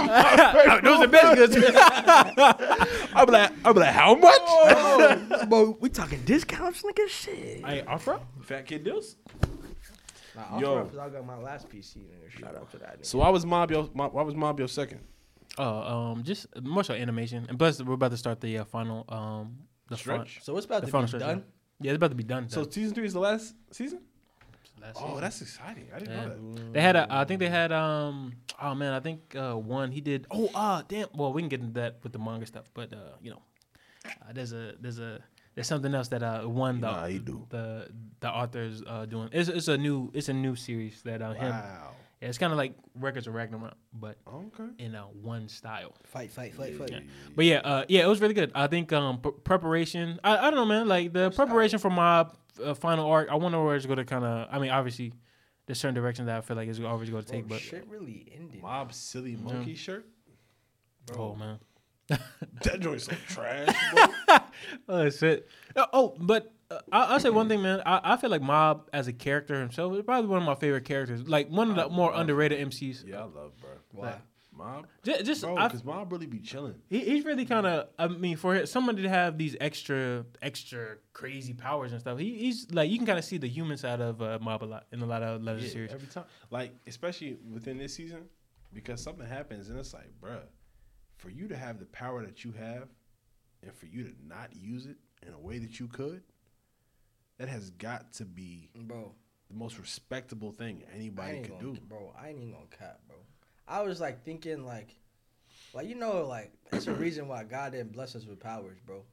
Those are the best goods.
I'm like, I'm like, how much?
*laughs*
Oh, *laughs* bro, we talking discounts, nigga? Shit.
Hey, offer up. Fat kid deals.
Nah,
Yo.
Yo. I got my last PC, nigga. Shout out to that nigga.
So why was mob your? Mob, why was mob your second?
Oh, um, just more so animation, and plus we're about to start the uh, final, um, The front.
So it's about
The
to
final
be
stretch,
done.
Yeah, it's about to be done.
So
So
season three is the last season.
Last
oh, that's exciting! I didn't
Yeah.
know that.
they had a. I think they had. Um. Oh man, I think uh, one he did. Oh ah, damn. Well, we can get into that with the manga stuff, but uh, you know, uh, there's a there's a there's something else that uh one the
Nah, he do.
the the author's uh doing. It's it's a new it's a new series that uh, him.
Wow.
Yeah, it's kind of like Records of Ragnarok, but
Okay.
in a one style.
Fight, fight, fight, fight.
But yeah, uh, yeah, it was really good. I think um, p- preparation. I, I don't know, man. Like the preparation for my uh, final arc, I wonder where it's going to kind of. I mean, obviously, there's certain directions that I feel like it's always going to
Oh,
take. but
shit really ended.
Mob silly monkey shirt.
oh man,
That joint's so trash.
oh shit. Uh, Oh, but uh, I, I'll say one thing, man. I, I feel like Mob as a character himself is probably one of my favorite characters. Like one of the more underrated MCs.
*laughs* yeah, I love bro.
Why?
Mob,
Just, just
bro,
I,
because mob really be chilling.
He, he's really kind of. I mean, for his- somebody to have these extra, extra crazy powers and stuff, he, he's like you can kind of see the human side of uh, Mob a lot in a lot of Legends
Yeah,
series.
every time. Like especially within this season, because something happens and it's like, bruh, for you to have the power that you have, and for you to not use it in a way that you could, that has got to be
Bro,
the most respectable thing
I
anybody
ain't
could
gonna,
do.
Bro, I ain't even gonna cap, bro. I was like thinking like like you know like it's a reason why God didn't bless us with powers, bro.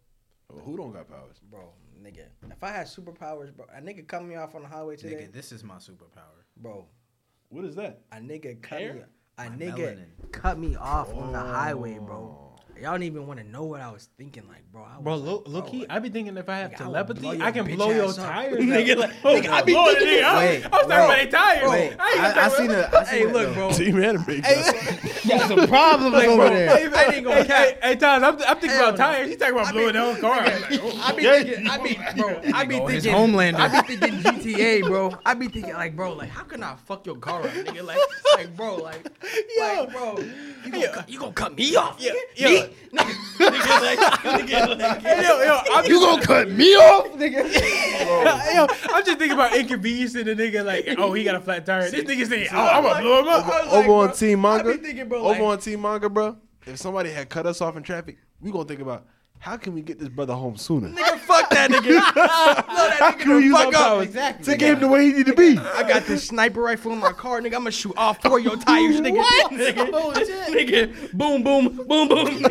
Well, who don't got powers?
Bro, nigga. If I had superpowers, bro, a nigga cut me off on the highway today,
Nigga, this is my superpower.
bro.
What is that?
A nigga cut me,
Hair?
a
My
nigga
melanin.
cut me off on the highway, bro. Y'all don't even want to know what I was thinking, like, bro. I was
Bro,
like,
look, look,
bro,
he.
like,
I be thinking if I have
Nigga, I would
telepathy,
blow your
I can
bitch
blow your
ass up.
tires.
Nigga,
out.
like, nigga, I be
Lord,
thinking
nigga, I-
Wait,
I was talking about
wait,
their tires. I uh,
wait.
ain't
I-
gonna
I
talk
seen
about-
it. I seen
Hey,
it,
look,
though.
bro.
*laughs* Team anime.
There's a problem over there.
Hey, I ain't gonna cap. Hey, Tyler, I'm, I'm thinking about tires. You talking about blowing the whole *laughs* car?
*laughs* I be thinking, I *laughs* be, bro, I be
his
thinking, oh, Homelander. I be thinking GTA, bro. I be thinking, like, bro, like, how can I fuck your car up, nigga? Like, like, bro, like, like, bro, you gonna, cut, you gonna cut me off, yeah,
yeah.
nigga? Yeah. Nigga, like, nigga, like,
yo, yo, I'm
You gonna cut me off, nigga?
Yo, I'm just thinking about inconveniencing the nigga. Like, oh, he got a flat tire. This nigga saying, oh, I'm gonna blow him up.
over on Team Manga.
I be thinking, bro,
over
like-
on Team Manga, bro. If somebody had cut us off in traffic, we gonna think about how can we get this brother home sooner.
nigga, fuck that nigga. Blow that
How
nigga
can we
the
use
fuck
our
up.
powers
Exactly.
to get him the way he need to be?
I got this sniper rifle in my car, nigga. I'm gonna shoot all four of your tires, nigga. *laughs*
*laughs*
nigga.
Oh,
nigga, boom, boom, boom, boom.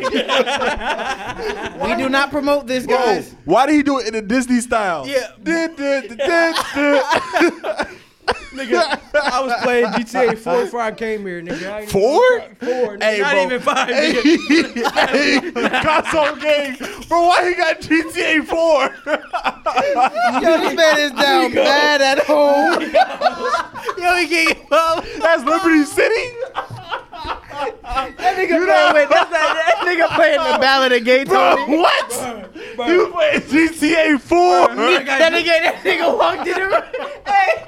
We do not promote this,
Bro,
guys.
why did he do it in a Disney style?
Yeah.
Did, did, did, *laughs* did.
I was playing GTA 4 before I came here, nigga. I ain't-
Four?
Four, nigga.
Hey,
not
bro.
even five. nigga.
Hey, hey, console game. Bro, why he got GTA 4?
Yo, this man is down bad at
*laughs*
home.
Yo, he can't blow.
That's Liberty City?
That nigga playing with that's not, that nigga playing the ballad of gay
Bro,
Tony.
what? You playing GTA 4?
That nigga, that nigga walked in the room. Hey,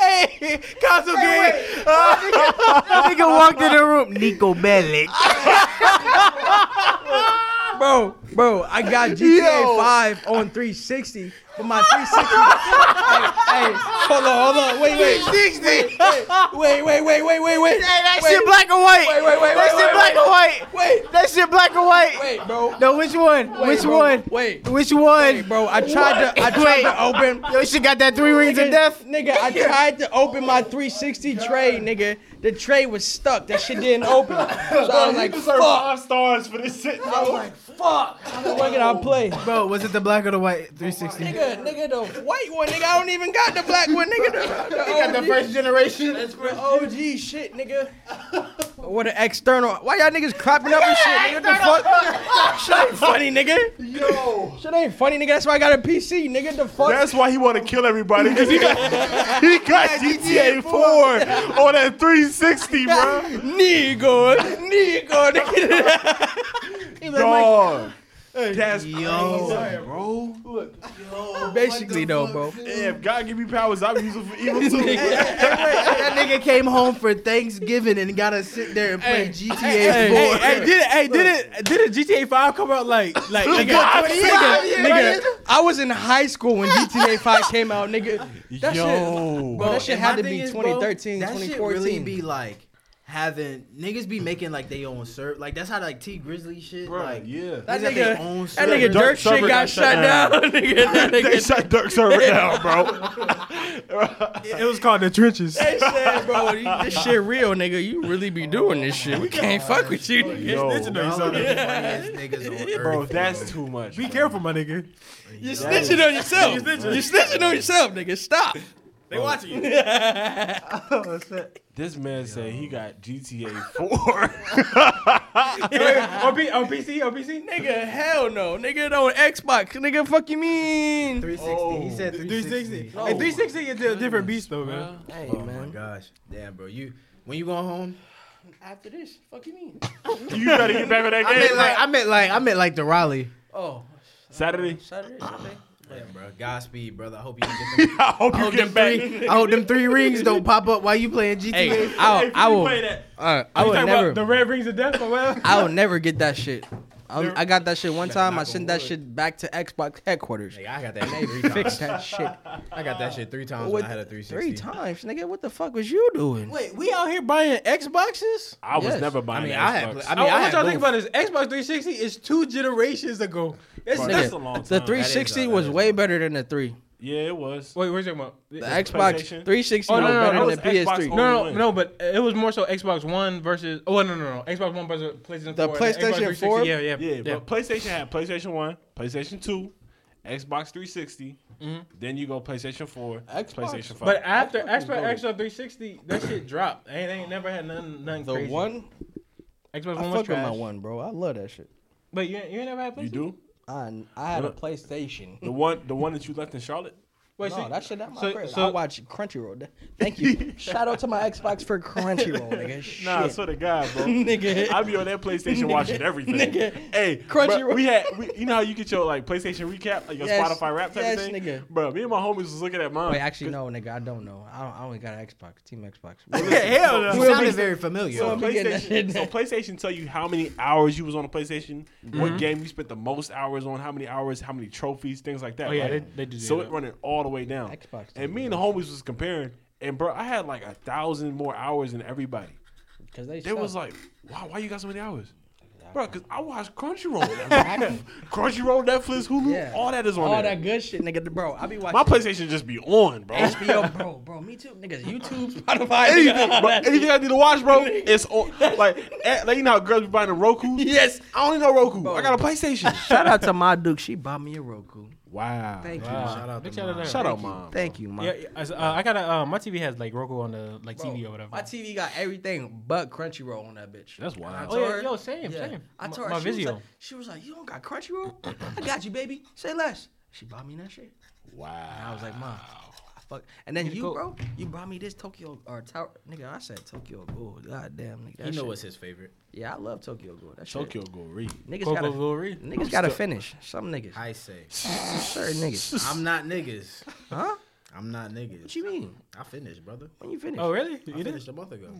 Hey, console game.
*laughs*
that nigga walked in the room. Nico Bellic.
Bro, bro, I got GTA
Yo.
5 on 360, but my 360. hey, hey, hold on, hold on. Wait, wait.
360.
Wait, wait, wait, wait, wait, wait.
Hey, that shit black and white.
Wait, wait, wait,
that
wait,
shit
wait,
black
wait.
and white.
Wait,
That shit black and white.
wait, bro.
No, which one?
Wait,
which
bro.
one?
Wait.
Which one?
Wait, bro, I tried to, I tried
Wait.
to open.
Yo, she got that three rings of death.
Nigga, I tried to open my 360 tray, nigga. The tray was stuck. That shit didn't open. So I was *laughs* like, fuck.
stars for this shit.
I was like, fuck. What can I play?
Bro, was it the black or the white 360?
Nigga, nigga, the white one, nigga. I don't even got the black one, *laughs* nigga. The, the
got the
OG.
first generation.
The OG shit, nigga. *laughs* What an external. Why y'all niggas clapping up and *laughs* shit, nigga? What the fuck? *laughs* shit ain't funny, nigga. Yo. Shit ain't funny, nigga. That's why I got a PC, nigga. The fuck?
That's why he want to kill everybody because he got he got GTA 4 on that 360, bro.
Nigga, nigga, nigga.
Dog. That's crazy,
Yo.
bro.
Basically, though, bro.
Yeah, if God give me powers, I'm using for evil too. *laughs*
that nigga came home for Thanksgiving and gotta sit there and play GTA 4.
Hey, hey, did it? Hey, did it? Did it? GTA Five come out like, like,
God,
like
nigga.
Nigga, I was in high school when GTA 5 came out, nigga. That shit,
Yo.
bro, that shit
and
had
my
to
thing
be
is, bro,
2013,
that shit
2014.
really be like,
having niggas be making like they own serve. Like that's how like T Grizzly shit. like
yeah.
that
nigga-
nigga own
That
serve.
nigga Dirk shit got shut down. *laughs* nigga,
*laughs*
that nigga,
They shut Dirk server down, *laughs* bro.
It was called the trenches.
they said, bro, you- this shit real, nigga. You really be doing this shit. We can't fuck with you. nigga.
Y'all
Yo,
are the funniest niggas
oh.
on earth.
bro, that's too much.
Be careful, my nigga.
You snitching on yourself. you snitching on yourself, nigga. Stop.
They watching
*laughs*
you.
This man said he got *laughs* GTA 4.
on, Oh, B- on PC, on PC.
Nigga, hell no. Nigga, don't Xbox. Nigga, fuck you mean?
360. He said 360.
360. Hey, 360 is a different beast though, man.
Hey
Oh my
man.
gosh, damn, bro. You when you going home after this? Fuck you mean?
you better get back on that
I meant
game.
like I meant like I meant like the Raleigh.
Oh,
Saturday.
Saturday, Sunday. Yeah, bro. Godspeed, brother. I hope you can get
I hope
Oh,
you get back.
I hope them three rings don't pop up while you playing GTA.
Hey, I, I will. Uh,
You
I would
talking
never.
about the red rings of death or whatever?
*laughs* I will never get that shit. I, I got that shit one time. I sent that shit back to Xbox headquarters.
Nigga, I got that shit three
*laughs* Fix
times.
that shit
I got that shit three times when I had a 360.
three times, nigga. What the fuck was you doing?
Wait, we out here buying Xboxes?
I was
Yes.
never buying
I mean,
an
I had.
Xbox.
I
I,
Oh,
mean, I,
want
had
y'all to think
both.
about this. Xbox 360 is two generations ago. That's,
Nigga,
that's
the 360
that
was
is-
way better than the three.
yeah, it was.
Wait, where's your mom?
The Xbox
PlayStation?
360
Oh, no,
was
no, no,
better
that
than the
was Xbox
PS3.
only.
No,
No, no,
One.
no, but it was more so Xbox One versus. Oh no, no, no, PlaySox One versus PlayStation
The
Four. and Xbox
PlayStation
360.
4?
Yeah, yeah,
Yeah, but PlayStation had PlayStation 1, PlayStation 2, Xbox 360,
Mm-hmm.
then you go PlayStation 4, PlayStation 5.
But after Xbox Xbox 360, that shit dropped. I ain't, I ain't never had nothing, nothing
The
crazy.
one,
Xbox
I
One was
fuck with my
trash.
one, bro. I love that shit.
But you, ain't- you ain't never had PlayStation.
you do?
I, I had a
What
PlayStation.
The one the one that you left in Charlotte?
Wait,
No,
see-
that shit not my
so-
crazy.
so-
I watch Crunchyroll. Thank you. Shout out to my Xbox for Crunchyroll, nigga. Shit.
Nah, I swear to God,
*laughs*
bro.
Nigga.
I be on that PlayStation watching everything.
Nigga.
Hey,
Crunchyroll.
bruh, we had we, you know how you get your like PlayStation recap, like your
Yes.
Spotify rap type
Yes,
of thing?
nigga.
Bro, me and my homies was looking at mine.
Wait, actually, no, nigga. I don't know. I, don't, I only got an Xbox. Team Xbox.
*laughs* hell
You sounded very familiar.
So
we get that
PlayStation,
shit
so PlayStation tell you how many hours you was on a PlayStation,
Mm-hmm.
what game you spent the most hours on, how many hours, how many trophies, things like that.
Oh, yeah,
right?
they- they do
So
that.
it running all the way down.
Xbox
and
does
me and the homies was comparing, and bro, I had like a thousand more hours than everybody.
Because they
They was
suck.
like, wow, why you got so many hours? Bro, cause I watch
*laughs*
Crunchyroll, Crunchyroll, Netflix, Hulu,
Yeah.
all that is on
all
there.
that good shit, nigga. Bro, I be
My
watching
PlayStation just be on, *laughs* bro.
HBO, bro, bro. Me too, niggas. YouTube,
*laughs*
Spotify, nigga,
anything,
all
bro,
that.
anything I need to
*laughs*
watch, bro, it's on. Like, eh, like you know how girls be buying the Roku.
Yes.
I only know Roku. I got a
*laughs*
PlayStation.
Shout out to my Duke. She bought me a Roku.
Wow.
Thank you.
Wow.
Ma.
Shout out
Big
to
shout
Mom.
out to
Shout
her.
out, mom.
Thank you, mom.
Yeah, yeah, as- uh, I got a uh, my TV has like Roku on the like
Bro,
TV or whatever.
My TV got everything but Crunchyroll on that bitch.
That's wild.
oh
told her-
yeah, yo, same,
Yeah.
same.
I
My-
told her
my
she, was
Vizio.
like, she was like, "You don't got Crunchyroll? I got you, baby. Say less." She bought me that shit. And I
Wow.
was like, "Mom, I fuck." And then
Here
you,
go.
bro, you brought me this Tokyo or Tower, nigga. I said Tokyo Ghoul. God damn, nigga. That
You know
shit-
what's his favorite?
Yeah, I love Tokyo Ghoul. That shit.
Tokyo go read.
Niggas
Coco
gotta,
Glory.
niggas gotta finish. Some niggas,
I say.
*laughs* certain niggas.
*laughs* I'm not niggas.
Huh?
I'm not
What
niggas.
you mean?
I finished, brother.
When you finish?
Oh really?
I
You did?
finished a month ago.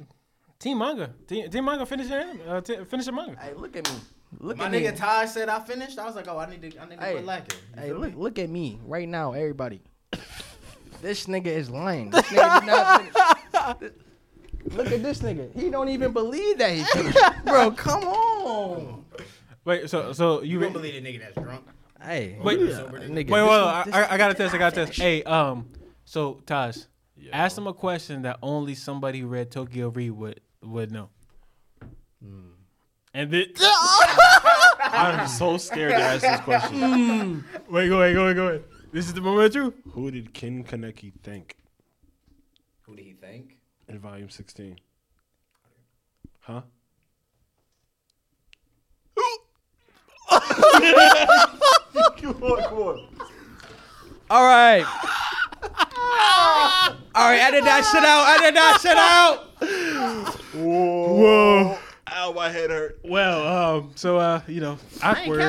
Team manga. Team, team manga finishing anime. Uh, t- finishing manga.
Hey, look at me. Look
My
at me.
nigga Taj said I finished. I was like, oh, I need to, I need to
Hey.
quit lacking. You
Hey,
feel
look,
me?
look at me right now,
*laughs*
everybody. this nigga is lying. This nigga did not finish. Look at this nigga. He don't even believe that he finished.
*laughs*
Bro, come on.
Wait, so so you
You don't believe a nigga that's drunk?
Hey,
Wait,
you a
sober Wait,
nigga. This
wait,
nigga-
wait,
this
I, I got a
nigga
test. I
did
got
not
a test. Hey,
finish.
um, so Taj, ask him a question that only somebody who read Tokyo Re would would know. And then
I'm so scared to ask this question.
Hmm. wait, go ahead, go ahead, go ahead. This is the moment you.
Who did Ken Kaneki thank
Who did he think?
in volume 16? Huh? come on, come on.
All right. *laughs* All right, edit that shit out. Edit that shit out.
Whoa. Ow, my head hurt.
Well, um, so uh, you know, awkward.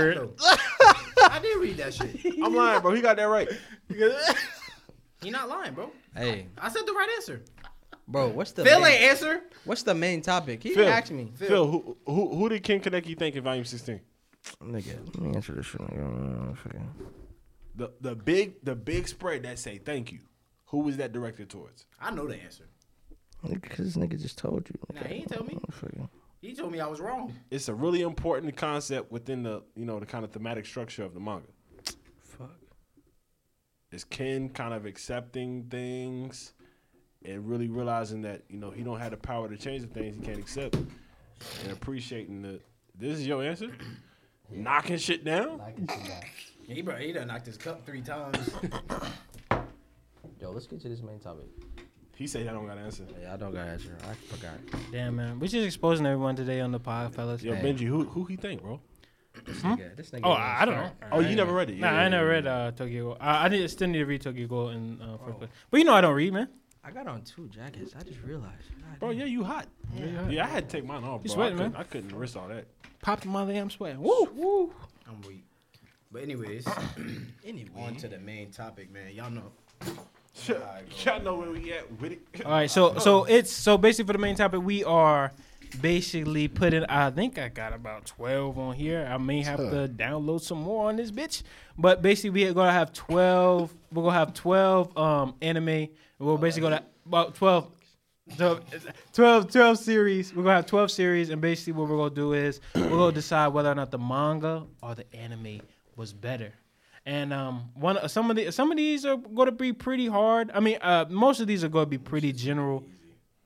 I did read that shit.
I'm lying, bro. He got that right.
He not lying, bro.
Hey,
I said the right answer.
bro, what's the
Phil
main,
ain't answer.
what's the main topic? He
Phil.
asked me.
Phil, who, who who did Ken Kaneki thank in volume 16?
Nigga, let me answer this shit. Nigga.
The the big the big spread that say thank you. Who was that directed towards?
I know the answer.
Because this nigga just told you.
Nah, he ain't tell me. He told me I was wrong.
It's a really important concept within the you know the kind of thematic structure of the manga.
Fuck.
It's Ken kind of accepting things and really realizing that you know he don't have the power to change the things he can't accept and appreciating the. This is your answer. Knocking shit down.
He bro, he done knocked his cup three times.
*coughs* Yo, let's get to this main topic.
He said I don't got an answer.
Yeah, I don't got an answer. I forgot.
Damn, man. We're just exposing everyone today on the pod, fellas.
Yo, Benji, who who he think, bro?
Yeah, this nigga.
Oh, I, I don't know.
Oh, you never read it.
Nah, I never read uh, Tokyo. Ghoul. I, I need, still need to read Tokyo Ghoul in uh, first place. But you know I don't read, man.
I got on two jackets. I just realized.
Bro, yeah, you hot. Yeah, I had to take mine off.
You
Bro.
sweating,
I, couldn't,
man?
I couldn't risk all that.
Popped my leg, I'm sweating. Woo, woo.
I'm weak. But *clears throat* anyways, anyway, on to the main topic, man. Y'all know.
*laughs* Y'all know where we at with it.
All right, so so it's so basically for the main topic, we are basically putting. I think I got about twelve on here. I may have to download some more on this bitch, but basically we're gonna have twelve. We're gonna have twelve um anime. We're basically gonna about 12, 12, 12 12 series. We're gonna have twelve series, and basically what we're gonna do is we're gonna decide whether or not the manga or the anime was better. And um, one uh, some of the some of these are going to be pretty hard. I mean, uh, most of these are going to be pretty general.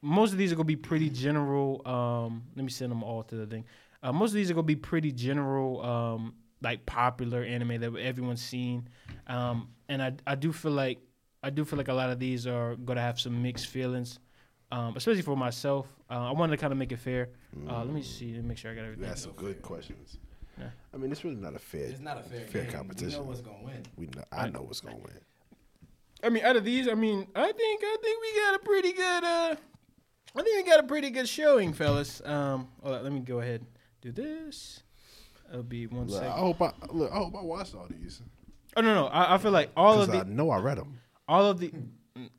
Most of these are going to be pretty general. Um, let me send them all to the thing. Uh, most of these are going to be pretty general, um, like popular anime that everyone's seen. Um, and I I do feel like I do feel like a lot of these are going to have some mixed feelings, um, especially for myself. Uh, I wanted to kind of make it fair. Uh, let me see, let me make sure I got everything.
That's some good questions. I mean, it's really not a fair.
It's not a fair,
Fair
game.
competition.
You know what's gonna win.
We know, I know what's gonna win.
I mean, out of these, I mean, I think I think we got a pretty good. Uh, I think we got a pretty good showing, fellas. Um, hold on, let me go ahead and do this. It'll be one
Look,
second.
I hope I look. I hope I watched all these
Oh no, no, I, I feel like all of
because I
the,
know I read them.
all of the,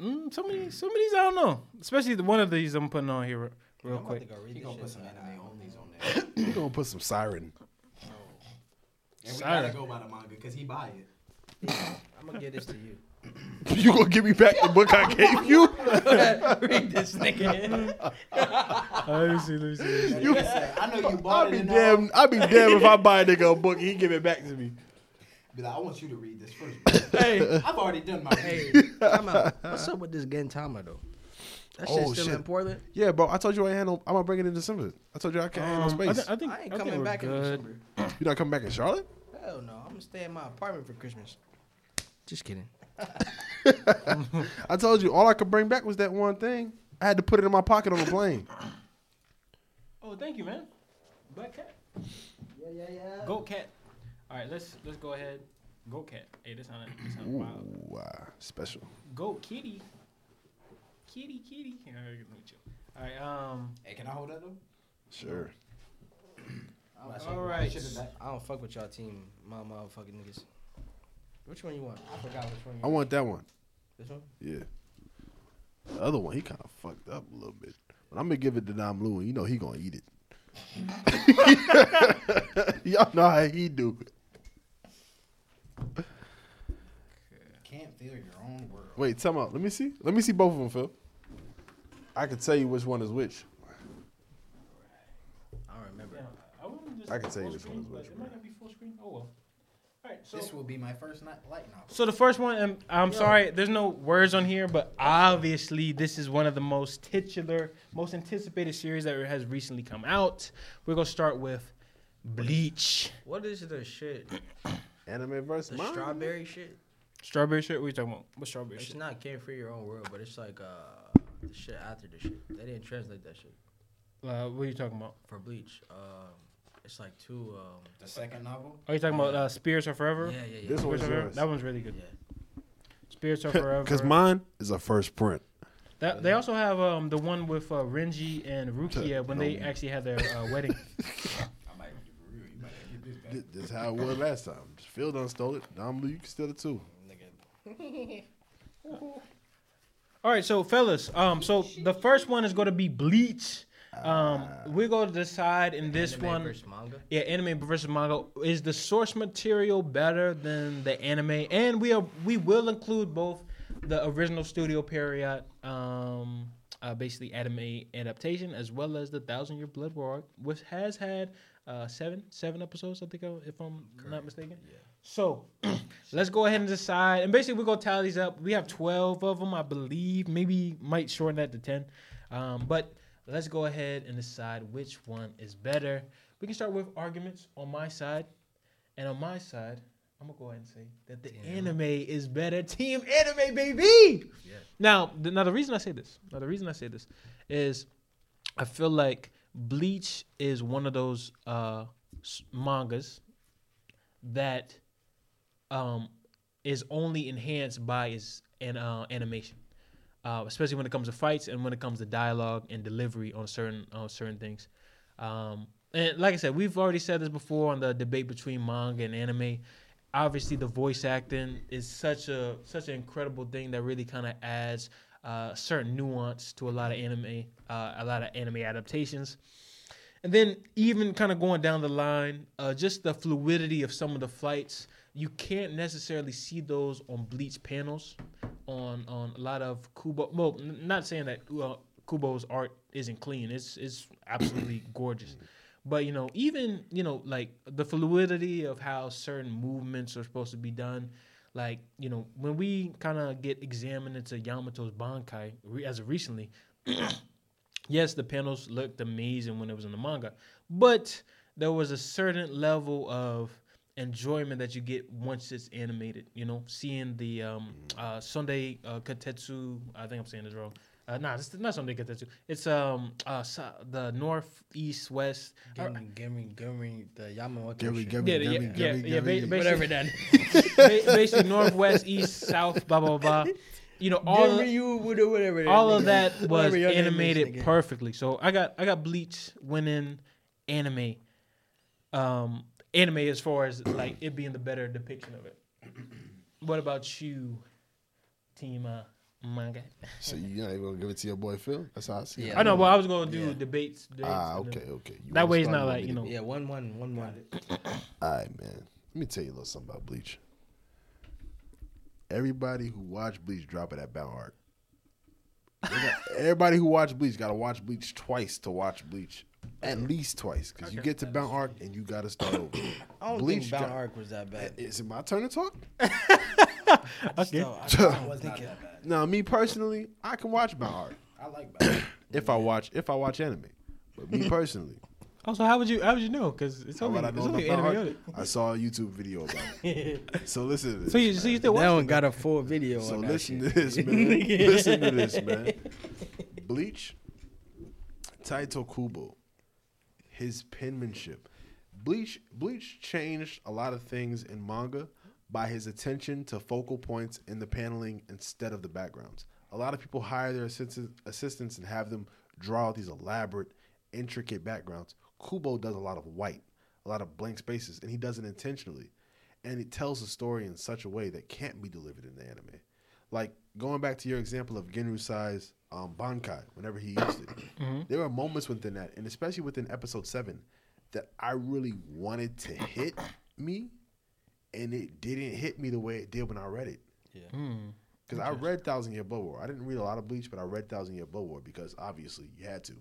mm, some of these, some of these, I don't know. Especially the one of these I'm putting on here real, real quick.
He gonna put some anime onlys on there.
You gonna put some siren?
And we
Sorry.
gotta go by the manga because he buy it. I'm gonna get this to *laughs* you.
*laughs* You gonna give me back the book I gave you?
Read *laughs* this nigga.
Oh, let me see, let me see, let me see.
you
I know you bought it.
I'll be
And
damn. I'll be damn if I buy a nigga a book and he give it back to me.
Be like, I want you to read this first.
Hey,
I've already done my. Hey,
Time out. What's up with this Gentama though? That shit's
Oh,
still
shit.
in Portland.
Yeah, bro. I told you I ain't. No, I'm gonna bring it in December. I told you I can't
um, I,
handle space.
thi- I think
I ain't
I think
coming
we're
back in
good.
December.
you not coming back in Charlotte?
Hell no, I'm gonna stay in my apartment for Christmas. Just kidding.
I told you all I could bring back was that one thing. I had to put it in my pocket on the plane.
Oh, thank you, man. Black cat.
yeah, yeah, yeah.
Go cat. All right, let's let's go ahead. Go cat. Hey, this sounded this sounded wild.
Wow, special.
Go kitty. Kitty kitty. All right, let me chill. All right, um
Hey, can I hold that though?
Sure.
all right.
I don't fuck with y'all team, my motherfucking niggas. Which one you want?
I forgot which one.
I want that one.
This one?
Yeah. The other one, he kind of fucked up a little bit. But I'm gonna give it to Dom Lou, and you know he gonna eat it. *laughs* Y'all know how he do.
You can't feel your own world.
Wait, tell me. Let me see. Let me see both of them, Phil. I can tell you which one is which.
I don't remember.
I can tell you which one is which. man.
This will be my first night light novel.
So the first one, and I'm sorry, there's no words on here, but obviously this is one of the most titular, most anticipated series that has recently come out. We're gonna start with Bleach.
What is the shit?
*coughs* Anime versus
The
manga.
strawberry shit?
Strawberry shit. What are you talking about? What strawberry
It's
shit?
not can't free your own world, but it's like uh the shit after the shit. They didn't translate that shit
Uh, what are you talking about?
for Bleach. Um, it's like two. Um,
The second novel.
Are you talking about uh, Spirits Are Forever?
yeah, yeah, yeah.
This
Spirits
one's
Are Forever?
yours.
That one's really good.
Yeah.
Spirits Are
*laughs*
Forever.
Because mine is a first print.
That, they also have um, the one with uh, Renji and Rukia when they
no.
actually had their uh, wedding.
I might be real. You might get this back.
Th- This is how it was last time. Phil done stole it. Dom Lou, you can steal it too.
All right, so fellas, um, so the first one is going to be Bleach. Um, we're going to decide in this
Anime
one.
versus manga.
Yeah, anime versus manga. Is the source material better than the anime? And we are we will include both the original studio period, um, uh, uh, basically anime adaptation, as well as the Thousand Year Blood War, arc, which has had uh, seven seven episodes, I think, uh, if I'm not mistaken. So *clears throat* let's go ahead and decide. And basically, we're gonna tally these up. We have twelve of them, I believe. Maybe might shorten that to ten. Um, but let's go ahead and decide which one is better. We can start with arguments on my side, and on my side. I'm gonna go ahead and say that the anime is better. *laughs* Team anime, baby. Now, the, now the reason I say this, now the reason I say this, is I feel like Bleach is one of those uh, s- mangas that um, is only enhanced by its an, uh, animation, uh, especially when it comes to fights and when it comes to dialogue and delivery on certain on certain things. Um, and like I said, we've already said this before on the debate between manga and anime. Obviously, the voice acting is such a such an incredible thing that really kind of adds uh, certain nuance to a lot of anime, uh, a lot of anime adaptations. And then even kind of going down the line, uh, just the fluidity of some of the flights, you can't necessarily see those on Bleach panels, on on a lot of Kubo. Well, n- not saying that uh, Kubo's art isn't clean; it's it's absolutely gorgeous. But you know, even you know, like the fluidity of how certain movements are supposed to be done, like you know, when we kind of get examined into Yamato's Bankai re- as of recently, yes, the panels looked amazing when it was in the manga, but there was a certain level of enjoyment that you get once it's animated. You know, seeing the um, uh, Sunday uh, Katetsu. I think I'm saying this wrong. Uh, nah, it's not Sunday Katetsu. It's um uh, so- the north, east, west. or-
Gimri, Gimri, Gimri, the Yamamoto. shit.
yeah, yeah, yeah, yeah, ba- basically-
Whatever that.
*laughs* ba- basically northwest, east, south, blah blah blah. You know all
Gimri,
the-
you whatever. whatever that
all of
nigga.
that was
Whatever your name is,
animated
nigga.
perfectly. So I got I got Bleach winning anime, um, anime as far as like it being the better depiction of it. *clears throat* What about you, team uh, manga?
So you not even gonna give it to your boy Phil? That's how I see it.
I know, well, I was gonna do
Yeah.
debates. debates
Ah,
and then-
okay, okay. You
That
wanna
way it's
start,
not
want
like
me
you
to-
know.
Yeah, one, one, one, one.
All right, man. Let me tell you a little something about Bleach. Everybody who watched Bleach drop it at Bound Arc. They
*laughs*
got- Everybody who watched Bleach got to watch Bleach twice to watch Bleach, at least twice, because you get to Bound Arc and you got to start
*coughs*
over.
I don't
Bleach
think Bound
got-
Arc was that
*laughs*
bad.
Is it my turn to talk?
No, I, I was thinking.
No, me personally, I can watch Bound Arc
I like Bound Arc.
if I watch if I watch anime. But
*laughs*
me personally,
Also, Oh, how would you how would you know? Because it's
how
only,
would I
it's
know about
only
Bound
anime.
Arc?
only.
I saw a YouTube video about it.
*laughs*
so listen to this.
So you so you still
That
watch?
one got a full video.
So
on that
listen
shit.
to this, man.
*laughs*
listen to this, man. Bleach, Taito Kubo, his penmanship. Bleach, Bleach changed a lot of things in manga by his attention to focal points in the paneling instead of the backgrounds. A lot of people hire their assistants, assistants and have them draw these elaborate, intricate backgrounds. Kubo does a lot of white, a lot of blank spaces, and he does it intentionally and it tells a story in such a way that can't be delivered in the anime. Like going back to your example of Genru Sai's um, Bankai, whenever he used it, there were moments within that, and especially within episode seven, that I really wanted to hit me, and it didn't hit me the way it did when I read it. Because I read Thousand Year Blood War. I didn't read a lot of Bleach, but I read Thousand Year Blood War because obviously you had to.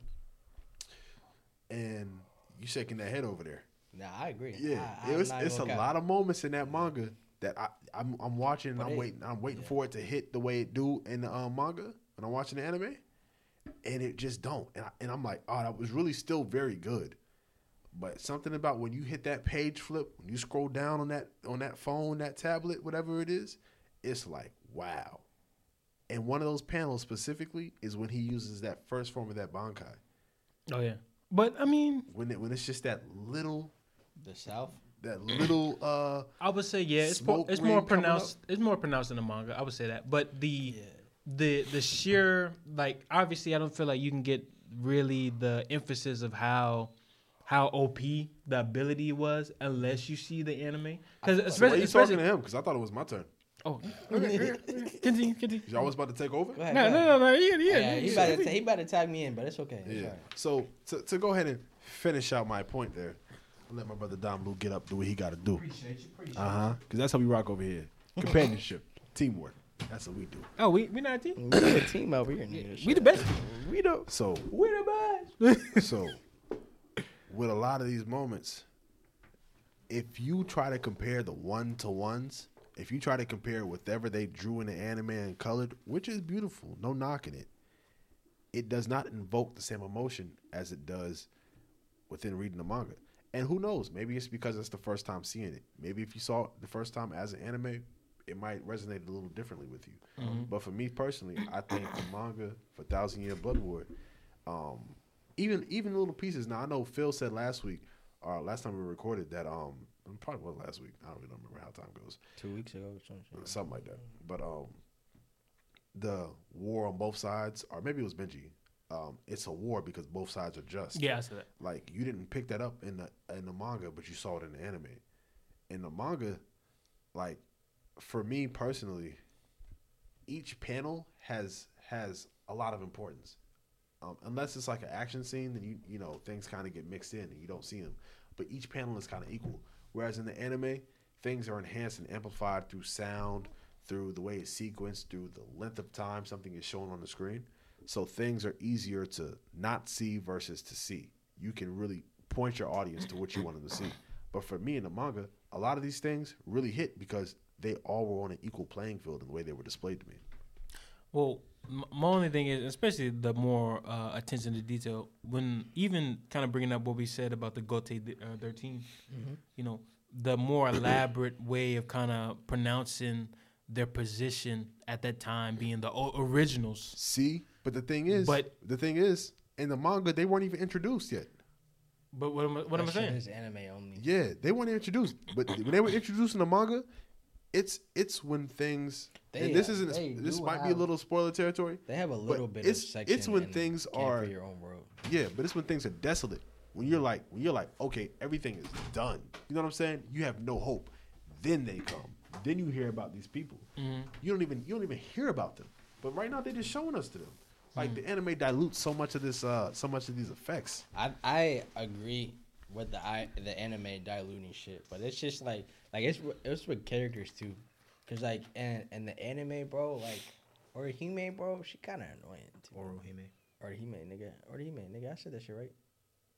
And you shaking that head over there.
Nah, I agree.
Yeah,
I,
it
I'm
was.
not
It's a
gonna cap.
lot of moments in that manga that I I'm, I'm watching. And I'm
it-
waiting. I'm waiting for it to hit the way it do in the um, manga when I'm watching the anime, and it just don't. And I, and I'm like, oh, that was really still very good, but something about when you hit that page flip, when you scroll down on that on that phone, that tablet, whatever it is, it's like wow. And one of those panels specifically is when he uses that first form of that bankai.
Oh yeah, but I mean,
When it, when it's just that little
The South.
that little uh
I would say yeah, it's po-
Smoke
it's more
ring coming up?
pronounced. It's more pronounced in the manga. I would say that, but the the the sheer like obviously, I don't feel like you can get really the emphasis of how how op the ability was unless you see the anime. Because
Why are
especially,
you talking to
especially
him? Because I thought it was my turn.
*laughs* oh, continue, continue.
Y'all was about to take over.
Go ahead,
No,
go ahead.
no, no, no. Yeah, yeah.
Yeah, he about to ta- he about to tag me in, but it's okay. It's
Yeah.
all right.
So to, to go ahead and finish out my point there, I'll let my brother Don Blue
Uh-huh.
*laughs* get up do what he got to do. Uh huh. Because that's how we rock over here. Companionship, teamwork.
That's what we do.
Oh, we we not a team.
We a team over here, nigga.
We the best.
We do.
So
We the
*laughs* so with a lot of these moments, if you try to compare the one to ones, if you try to compare whatever they drew in the anime and colored, which is beautiful, no knocking it, it does not invoke the same emotion as it does within reading the manga. And who knows? Maybe it's because it's the first time seeing it. Maybe if you saw it the first time as an anime, it might resonate a little differently with you. But for me personally, I think the manga for Thousand Year Blood War, um, even even little pieces. Now I know Phil said last week, or last time we recorded that um it probably was last week. I don't really remember how time goes,
Two weeks ago or something.
something like that. But um, the war on both sides, or maybe it was Benji. Um, it's a war because both sides are just
Yeah, I said that.
like you didn't pick that up in the in the manga, but you saw it in the anime. In the manga, like for me personally, each panel has has a lot of importance. Um, unless it's like an action scene, then you you know things kind of get mixed in and you don't see them. But each panel is kind of equal. Whereas in the anime, things are enhanced and amplified through sound, through the way it's sequenced, through the length of time something is shown on the screen. So things are easier to not see versus to see. You can really point your audience to what you want them to see. But for me in the manga, a lot of these things really hit because they all were on an equal playing field in the way they were displayed to me.
Well, m- my only thing is, especially the more uh, attention to detail, when even kind of bringing up what we said about the Gote th- uh, 13,
Mm-hmm.
you know, the more elaborate way of kind of pronouncing their position at that time being the o- originals.
See, but the thing is,
But-
the thing is, in the manga they weren't even introduced yet.
But what am I, what am I saying?
It's anime only.
Yeah, they weren't introduced. But when they were introduced in the manga, it's it's when things.
They-
and this isn't.
they
This
do
might be a
have-
little spoiler territory.
They have a little bit
it's-
of
it's
section.
when
in
things
Camp
are-
for your own world.
Yeah, but it's when things are desolate. When you're like, when you're like, okay, everything is done. You know what I'm saying? You have no hope. Then they come. Then you hear about these people.
Mm-hmm.
You don't even you don't even hear about them. But right now they're just showing us to them. Like
Mm.
the anime dilutes so much of this, uh, so much of these effects.
I I agree with the I, the anime diluting shit, but it's just like like it's wi- it's with characters too, cause like and and the anime bro like Orihime bro she kind of annoying too.
Orohime.
Orihime nigga, Orihime nigga, I said that shit right,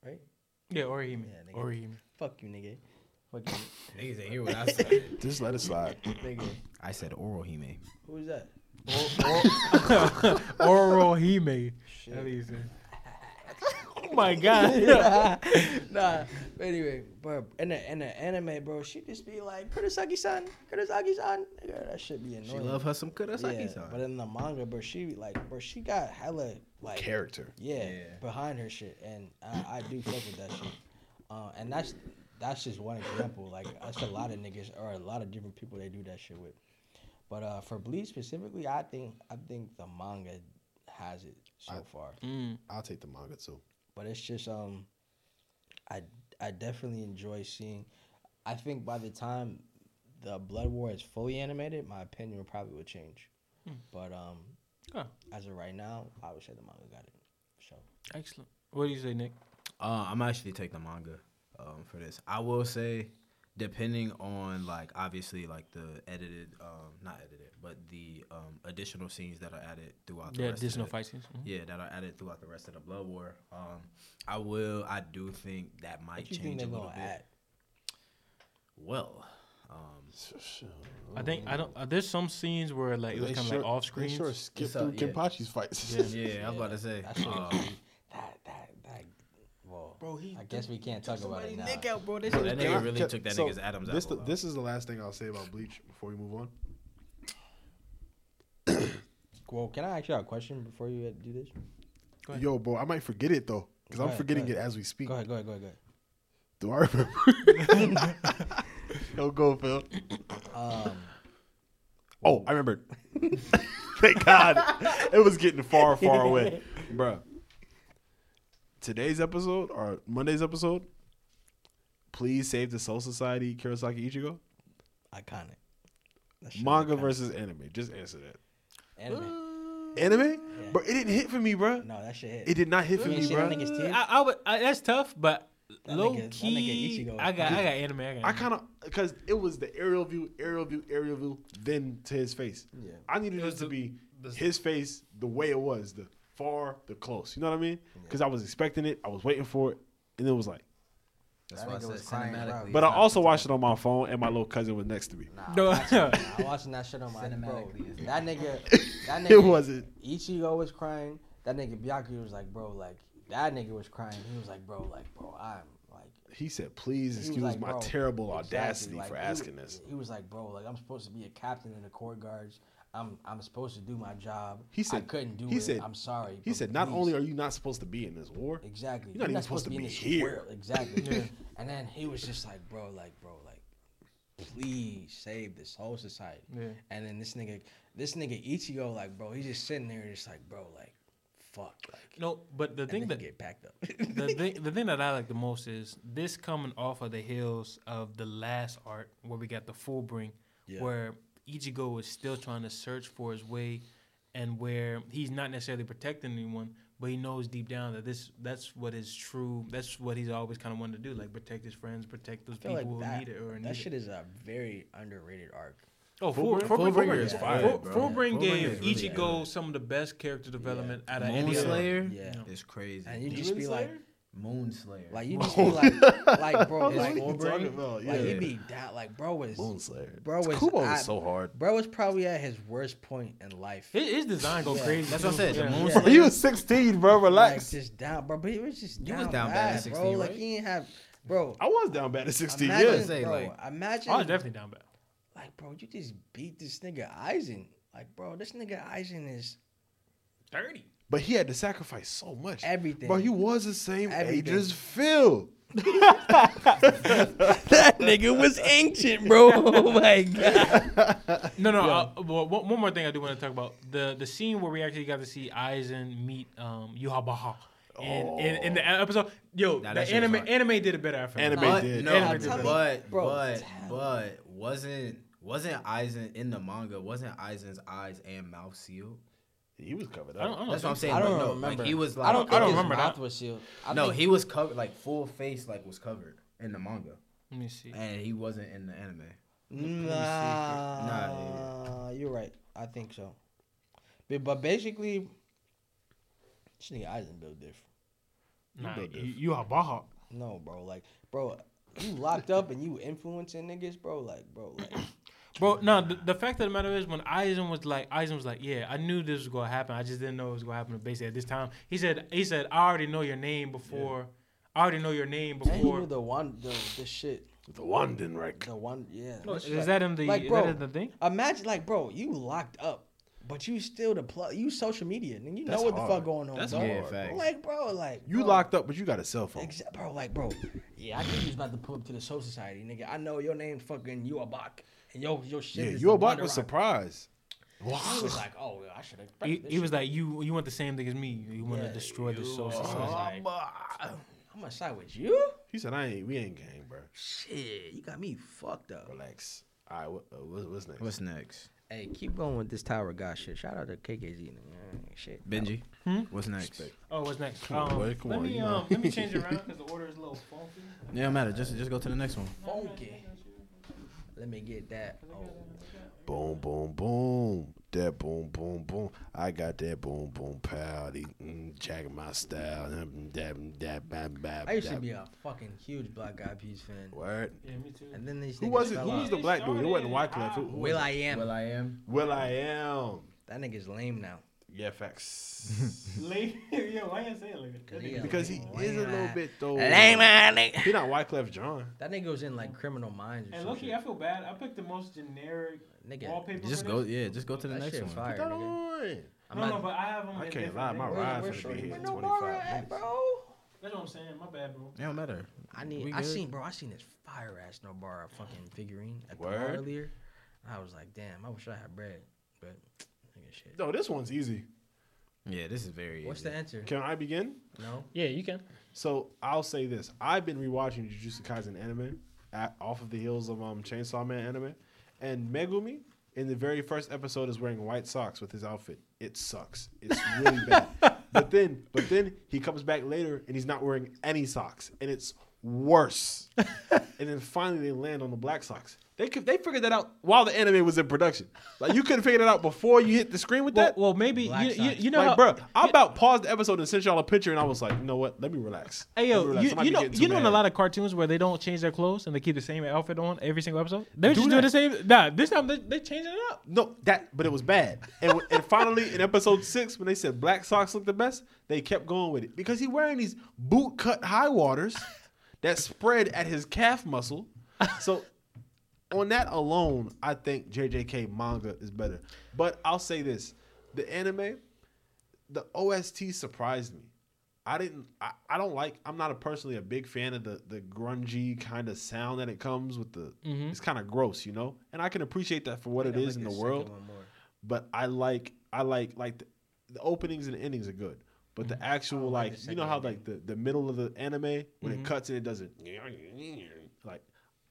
right?
Yeah, Orihime.
Yeah, nigga.
Orihime.
Fuck you nigga, fuck you
Niggas ain't hear what I said.
Just let it slide.
nigga.
*laughs* I said Orohime.
Who's that? *laughs*
*laughs*
Orihime. At least. Oh my god.
nah, but anyway, but in the in the anime bro, she just be like Kurosaki-san, Kurosaki-san, nigga, that should be annoying.
She love her some Kurosaki
yeah,
san
but in the manga, bro, she be like, bro, she got hella like
Character.
Yeah,
Yeah.
behind her shit, and I, I do fuck with that shit. Uh, and that's that's just one example. Like that's a lot of niggas or a lot of different people they do that shit with. But uh, for Bleach specifically, I think I think the manga has it so far.
Mm,
I'll take the manga too.
But it's just um, I I definitely enjoy seeing. I think by the time the Blood War is fully animated, my opinion probably would change. But um,
Oh,
as of right now, I would say the manga got it. So
excellent. What do you say, Nick?
Uh, I'm actually take the manga um, for this. I will say, depending on like obviously like the edited, um, not edited, but the um, additional scenes that are added throughout the
Yeah,
rest
additional
of the,
fight scenes. Mhm.
Yeah, that are added throughout the rest of the Blood War. Um, I will. I do think that might
what you think
change
they
a little
gonna
bit.
add?
Well,
*laughs*
um,
I think I don't. Uh, there's some scenes where like it was kind of like off screen.
They sure skip
It's a-
through
yeah.
Kenpachi's fights. *laughs*
yeah, I was about to say.
That shit,
um,
that that that. Well,
Bro, he
I guess we can't talk about it now.
out, bro. This
that
Can I-
nigga really
can-
took that
so
nigga's Adam's
this
apple.
the-
out.
this is the last thing I'll say about Bleach before we move on.
Well, can I ask you a question before you do this?
ahead.
Yo, bro, I might forget it though, because
Go
I'm
ahead,
forgetting
go
it
ahead.
as we speak.
Go ahead, go ahead, go ahead, go ahead.
Do I remember? *laughs* Yo, go, Phil.
Um,
Oh, I remembered.
*laughs*
Thank God. It was getting far, far away. Bruh. Today's episode or Monday's episode, please save the Soul Society Kurosaki Ichigo.
iconic. That shit
Manga
iconic.
versus anime. Just answer that.
anime.
Anime? Bro, it didn't hit for me, bruh.
No, that shit hit.
It did not hit for
You ain't
me,
seen that
bruh.
nigga's teeth?
I, I would. I, that's tough, but Low
nigga- that nigga
key,
Ichigo.
I got, I got anime. I, got
I
anime.
kind of because it was the aerial view, aerial view, aerial view, then to his face. Yeah. I needed this to be his face the way it was, the far, the close. You know what I mean? Because I was expecting it, I was waiting for it, and it was like.
That's why I
nigga
said
was crying
cinematically.
proud.
But I also watched it on my phone, and my little cousin was next to me.
*laughs*
*laughs* No.
I'm watching that shit on my bro.
Cinematically, it's
That nigga, that nigga,
It wasn't.
Ichigo was crying. That nigga Byakuya was like, bro, like that nigga was crying. He was like, bro, like, bro, I'm like,
He said, "Please
he was
excuse
like,
my
bro,
terrible
exactly,
audacity
like,
for
he-
asking this."
He was like, bro, like I'm supposed to be a captain in the court guards. I'm I'm supposed to do my job.
He
I
said-
couldn't do
he
it.
said-
I'm sorry.
He
but
said, "Not
please."
only are you not supposed to be in this war,
Exactly.
You're not even supposed to be
in this
here.
world. Exactly.
*laughs*
And then he was just like, bro, like, bro, like, please save this whole society.
Yeah.
And then this nigga, this nigga Ichigo, like, bro, he's just sitting there, just like, bro, like, fuck, like,
no, but the
and
thing
then
that
he get packed up. *laughs*
the thing, the thing that I like the most is this coming off of the heels of the last art where we got the full bring,
Yeah.
where Ichigo is still trying to search for his way, and where he's not necessarily protecting anyone, but he knows deep down that this that's what is true. That's what he's always kind of wanted to do, like protect his friends, protect those
I feel
people
like
who
that,
need it or need
that
it.
shit is a very underrated arc.
Oh, Full, Full, Full,
Fullbringer
is
is fire,
Full,
bro.
Fullbringer
Fullbringer
gave
is really
Ichigo some of the best character development out of
Moon
any other.
Mm-hmm.
Slayer
Yeah.
is
And you
crazy.
just be like,
Moon Slayer.
like you just be like, like bro, like,
What are you
like,
talking about? Yeah.
you be down, like bro was,
Slayer.
bro was,
Kubo
I-
was so hard.
bro was probably at his worst point in life.
His, his design go
Yeah.
crazy.
That's what
too.
I said. The
Yeah.
Moon
Yeah.
Slayer.
He was 16, bro. Relax.
Like just down, bro. But he was just
You
down
was down bad at 16,
bro. Like
right?
he didn't have, bro.
I was down bad at 16.
Imagine,
Yeah.
Say,
bro,
like-
imagine,
I was definitely down bad.
like, bro, you just beat this nigga Eisen. Like, bro, this nigga Eisen
*laughs*
is
Thirty.
But he had to sacrifice so much.
Everything.
But he was the same
Everything.
age as Phil.
that nigga was ancient, bro. *laughs* Oh
*laughs*
my god.
No, no. Uh, well, one one more thing I do want to talk about the the scene where we actually got to see Aizen meet um, Yuhabaha. In, in, in the episode, yo,
Oh. Nah,
the
that shit was
anime
hard.
anime did it better. I feel
Anime
But
did.
no,
Anime
did.
but but,
Bro,
but
tell
but wasn't wasn't Aizen in the manga? Wasn't Aizen's eyes and mouth sealed?
He was covered
I don't, I
up.
don't
That's what I'm
think
saying.
I don't
but no,
remember.
Like, he was like
I don't.
I
I
don't
don't his
remember that.
mouth was sealed. I
no,
think-
he was covered like full face, like was covered in the manga,
so. Let me see.
and he wasn't in the anime.
Nah, you're right. I think so. But, but basically, this nigga Eisen built different.
Nah, you, Yuhabaha.
No, bro. Like, bro, you locked up and you influencing niggas, bro. Like, bro, like,
Bro, no, the, the fact of the matter is when Eisen was like Eisen was like, Yeah, I knew this was gonna happen. I just didn't know it was gonna happen basically at this time. He said he said, I already know your name before I already know your name
and you knew
before
the one, the, the shit,
The London record.
the one, yeah.
No,
this
is
like-
that in the
like,
is
bro,
that in the thing?
Imagine, like, bro, you locked up, but you still the plug. You social media, and you know
That's
what the
hard.
fuck going on.
That's
bro.
hard, Yeah, bro.
Like, bro, like
You
bro,
locked up, but you got a cell phone.
Exa- bro, like, bro, yeah, I think you was about to pull up to the Soul Society, nigga. I know your name, fucking you a buck, and yo, your shit.
Yeah,
is
you
the
a buck was
Wonder Rock.
surprised.
He was like, oh, I should have.
He, he was like, You you want the same thing as me. You wanna
Yeah,
destroy the soul
Oh,
society.
I'm gonna side with you.
He said, "I ain't. We ain't game, bro.
Shit, you got me fucked up.
Relax. All right. What, uh, what, what's next?
What's next,
Hey, keep going with this Tower of God shit. Shout out to KKZ. nigga. Shit.
Benji? What's next?
Oh, what's next?
on,
Um,
boy, come
let
on,
me
you know.
um let me change it
*laughs*
around because the order is a little funky.
Yeah, don't matter. Just just go to the next one.
Funky. Let me get that. Oh,
Boom, boom, boom. That boom, boom, boom. I got that boom, boom, pow. They, mm, jacking my style. Mm, dab, dab, dab, dab,
I used to
dab.
be a fucking huge Black Eyed Peas fan.
Word.
Yeah, me too.
And then these
Who
niggas
was it?
fell
Who was
out.
the black dude? It wasn't Wyclef. Who, who
Will I am.
Well, I am.
Will I am.
That nigga's lame now.
Yeah, facts.
*laughs*
*laughs* Late. yeah, why you say it like that?
Yeah,
because he
lame.
is a little
Lame.
bit though.
Lame ass nigga.
He not Wyclef John.
That nigga was in like Criminal Minds or
And
something.
lucky, I feel bad. I picked the most generic
Nigga,
wallpaper.
Just
for
go.
this.
Yeah, just go to the
that
next
shit
one.
fire,
That
nigga.
on.
I'm
No,
not,
no, but I have them.
I
in
can't
different
lie. My
things.
ride's gonna be here in
No more
25
at,
minutes.
bro.
That's what I'm saying. My bad, bro.
it don't matter.
I need.
We
I
good?
seen, bro. I seen this fire ass no bar fucking figurine at the bar
Word.
earlier. I was like, damn, I wish I had bread, but nigga, shit.
No, this one's easy.
Yeah, this is very.
What's the answer?
Can I begin?
No.
Yeah, you can.
So I'll say this: I've been rewatching Jujutsu Kaisen anime at, off of the heels of um, Chainsaw Man anime, and Megumi in the very first episode is wearing white socks with his outfit. It sucks. It's
*laughs*
really bad. But then, but then he comes back later and he's not wearing any socks, and it's
*laughs*
worse. and then finally they land on the Black Sox. They could they figured that out while the anime was in production. Like you couldn't figure that out before you hit the screen with
Well,
that.
well, maybe you, you, you know,
like,
how-
bro, I about paused the episode and sent y'all a picture, and I was like, you know what? Let me relax.
Hey
Let
yo,
me relax.
you,
I might
you
be
know
getting
you
too
know in a
mad.
lot of cartoons where they don't change their clothes and they keep the same outfit on every single episode. They're just doing the same. Nah, this time they they changing it up.
No, that, but it was bad. And, and finally, in episode six, when they said Black Sox look the best, they kept going with it because he wearing these boot cut high *laughs* waters that spread at his calf muscle. So, on that alone, I think JJK manga is better. But I'll say this: the anime, the OST surprised me. I didn't. I, I don't like. I'm not a personally a big fan of the the grungy kind of sound that it comes with. The it's kind of gross, you know. And Mm-hmm. I can appreciate that for what it is in the world. But I like. I like like the, the openings and the endings are good. But the actual like, you know how like the, the middle of the anime when it cuts and it doesn't like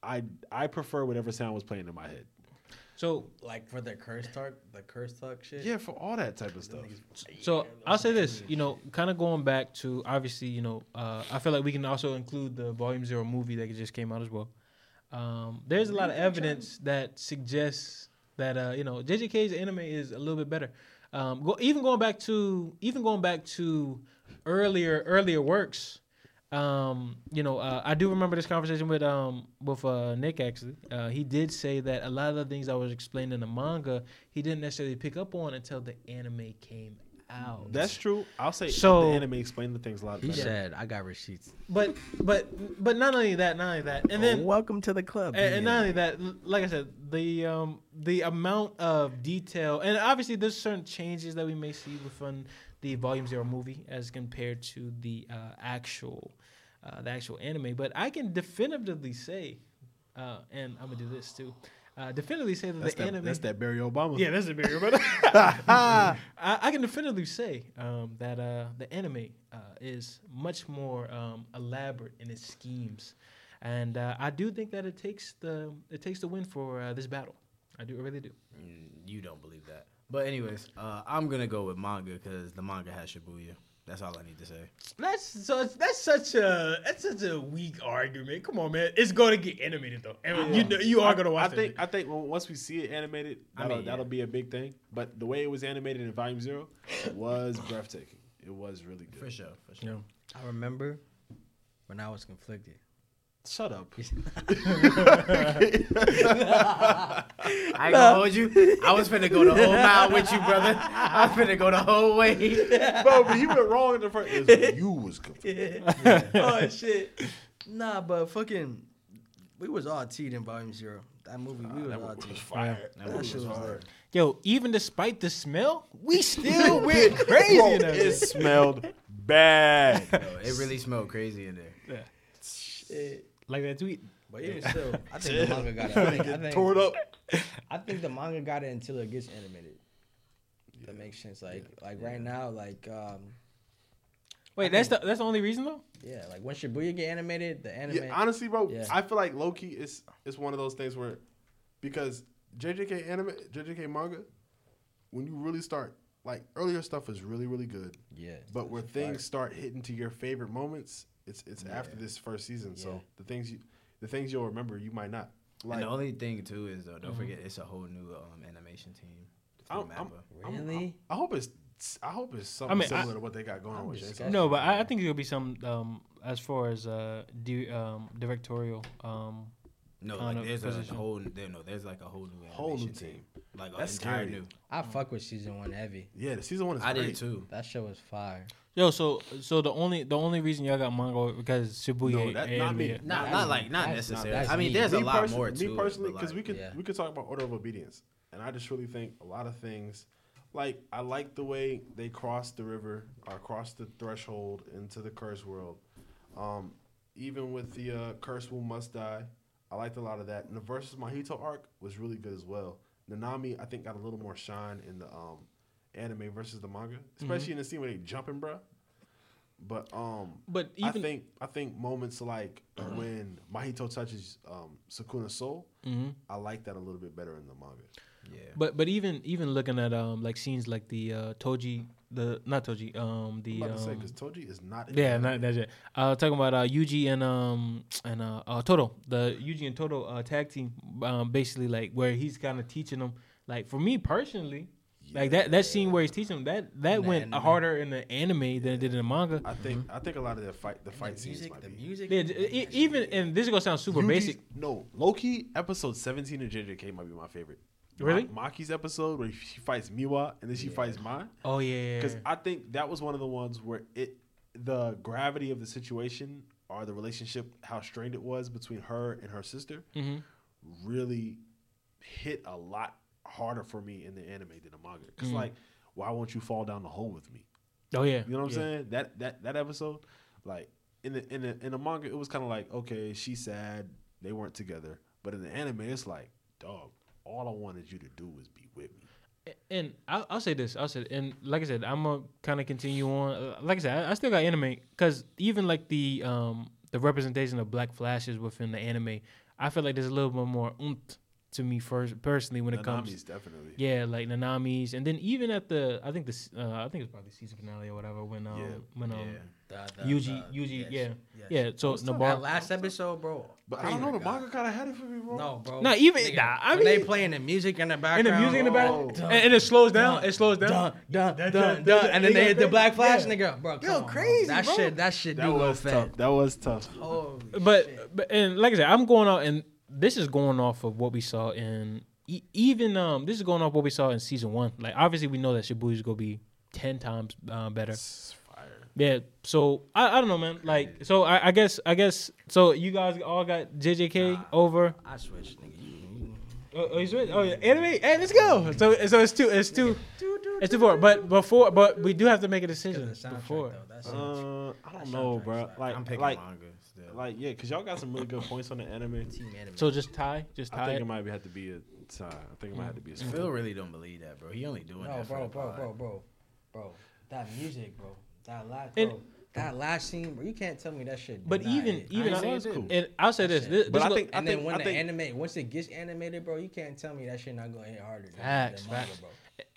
I I prefer whatever sound was playing in my head.
So
Like for the curse talk, the curse talk shit.
Yeah, for all that type of stuff.
so I'll say this, you know, kind of going back to obviously, you know, uh, I feel like we can also include the Volume Zero movie that just came out as well. Um, there's a lot of evidence that suggests that uh, you know JJK's anime is a little bit better. Um, go, even going back to even going back to earlier earlier works, um, you know, uh, I do remember this conversation with um with uh, Nick actually. Uh, he did say that a lot of the things I was explaining in the manga, he didn't necessarily pick up on until the anime came out.
That's true. I'll say
So-
the anime explained the things a lot
He
better.
said, "I got receipts."
but but but not only that, not only that, and then
Welcome to the club.
And, and not only that, l- like I said, the um the amount of detail, and obviously there's certain changes that we may see within the Volume Zero movie as compared to the uh, actual uh, the actual anime. But I can definitively say, uh, and I'm gonna do this too, uh, definitively say that
That's
the
that,
anime.
that's that Barry Obama.
Yeah, that's a bigger. But *laughs* I, I can definitively say um, that uh, the anime uh, is much more um, elaborate in its schemes, and uh, I do think that it takes the it takes the win for uh, this battle. I do, I really do.
You don't believe that. But anyways, uh, I'm gonna go with manga because the manga has Shibuya. That's all I need to say.
That's such that's such a that's such a weak argument. Come on, man, it's going to get animated though, and you know, you are going to
I
watch
think I think well, once we see it animated, that'll,
mean, yeah.
that'll be a big thing. But the way it was animated in Volume Zero it was breathtaking. It was really good.
For sure. For sure.
I remember when I was conflicted.
Shut up.
I ain't gonna hold you. I was finna go the whole mile with you, brother. I was finna go the whole *laughs* way.
Bro, but you went wrong in the first. it was- you was confused.
oh shit. Nah, but fucking, we was all teed in Volume Zero. That movie, we was all teed.
Fire.
That shit was hard.
Yo, even despite the smell, *laughs* we still went crazy.
Bro,
in that
it smelled bad.
Yo, it *laughs* really smelled crazy in there.
Like that tweet.
But even still, I think the
*laughs*
manga got it. I think, I, think,
Poured up.
I think the manga got it until it gets animated. That makes sense. Like, like right now, like, um,
Wait, that's the that's the only reason though.
yeah, like when Shibuya get animated, the anime.
Yeah, honestly, bro,
Yeah.
I feel like Loki is it's one of those things where because JJK anime, JJK manga, when you really start like earlier stuff is really really good,
yeah.
but where things start hitting to your favorite moments, it's it's after this first season. So the things you the things you'll remember, you might not. Like
and the only thing too is though, don't forget it's a whole new um, animation team.
I'm-
through
I'm-
MAPPA.
Really?
I hope it's I hope it's something
mean,
similar
I-
to what they got going on with Chainsaw.
No, but I, I think it'll be some um, as far as uh, di- um, directorial. Um,
No,
Kind
like
of
there's a
position.
whole there, no, there's like a whole new animation
Whole new
team.
team.
Like an entire
That's scary.
new.
I fuck with season one heavy.
Yeah, the season one is
I
great.
did too.
That shit was fire.
yo, so so the only the only reason y'all got manga because Shibuya.
No, that- not
and-
me.
yeah.
Not not like not
That's-
necessarily.
that's
I mean,
me.
there's a
Me
lot
person-
more
me
to it,
personally,
but,
because
like,
we could
yeah.
we could talk about order of obedience, and I just really think a lot of things, like I like the way they crossed the river or crossed the threshold into the curse world. Um, even with the uh, curse will must die, I liked a lot of that. And the versus Mahito arc was really good as well. Nanami, I think, got a little more shine in the um, anime versus the manga,
Mm-hmm.
especially in the scene where they jumping, bruh. But um,
But even-
I
Uh-huh.
think I think moments like when Mahito touches um, Sakuna's soul,
Mm-hmm.
I like that a little bit better in the manga.
yeah.
But but even even looking at um like scenes like the uh, Toji the not Toji. Um, the
I'm about to say
um,
because Toji is not. in
yeah,
it.
not that's it. Uh, talking about uh Yuji and um and uh, uh Toto, the Yuji and Toto uh, tag team, um, basically like where he's kind of teaching them. Like for me personally, like that that scene where he's teaching them that that went harder in the anime than it did in the manga.
I think
Mm-hmm.
I think a lot of the fight the fight scenes
music,
might
the
be.
music.
Yeah, e- even and this is gonna sound super
Yuji's-
basic.
No, Loki episode seventeen of JJK might be my favorite. Ma-
Really?
Maki's episode where she fights Miwa and then she fights Ma.
Oh yeah,
Because I think that was one of the ones where it, the gravity of the situation or the relationship, how strained it was between her and her sister,
Mm-hmm.
really hit a lot harder for me in the anime than the manga.
Mm.
Because like, why won't you fall down the hole with me?
oh yeah,
You know what I'm
yeah.
saying? That that that episode, like in the in the in the manga, it was kind of like okay, she's sad, they weren't together. But in the anime, it's like, dog, all I wanted you to do was be with me.
and I'll, I'll say this. I'll say, and like I said, I'm gonna kind of continue on. Uh, Like I said, I, I still got anime because even like the um the representation of Black Flashes within the anime, I feel like there's a little bit more oomph to me first personally when it comes.
Nanami's definitely.
Yeah, like Nanami's, and then even at the I think this uh, I think it's probably season finale or whatever when um
Yeah.
when um
The- the-
Yuji
the-
Yuji
yes,
yeah
yes.
yeah so
That
Nabar.
last episode, bro.
But I don't know. The manga kind of had it for me, bro.
No, bro.
Nah, even-
Nigga,
nah, I
when they
mean-
playing the music in the
And
background.
the music in the
oh,
background, and, and it slows down. It slows down.
Dun, dun, dun, dun, and then they hit the black flash nigga, bro. Yo, crazy, That shit, that shit do
That
go
was
fast.
tough. That was tough.
Holy shit.
but, but and like I said, I'm going out and this is going off of what we saw in e- even um this is going off what we saw in season one. Like obviously we know that Shibuya's gonna be ten times uh, better. Yeah. So I, I don't know, man. Like so I, I guess I guess so you guys all got JJK over.
I switched, nigga.
Oh, oh, he's right. Oh, yeah. anime. Hey, let's go. So so it's two it's two it's two four. But before but we do have to make a decision
The soundtrack,
before.
though, that's
*laughs* Uh, I don't know, bro. Like,
I'm picking
like,
manga still.
like, yeah, because y'all got some really good points on the anime.
team anime.
So just tie, just
I
tie.
think it
it.
might have to be a tie. I think it might have to be
Mm.
a split.
Phil really don't believe that, bro. He only doing
No,
that for
bro,
the
bro,
pod.
bro, bro, bro. That music, bro. That last,
And-
bro. That last scene, bro. You can't tell me that shit. did
But
not
even
hit.
even
I ain't saying it
cool.
didn't.
and I'll say this.
That's it.
this
But
this
I
go-
think I
and then
think
when
I
the
think
anime, once it gets animated, bro, you can't tell me that shit not gonna hit harder. Than,
Facts,
than manga,
facts.
bro.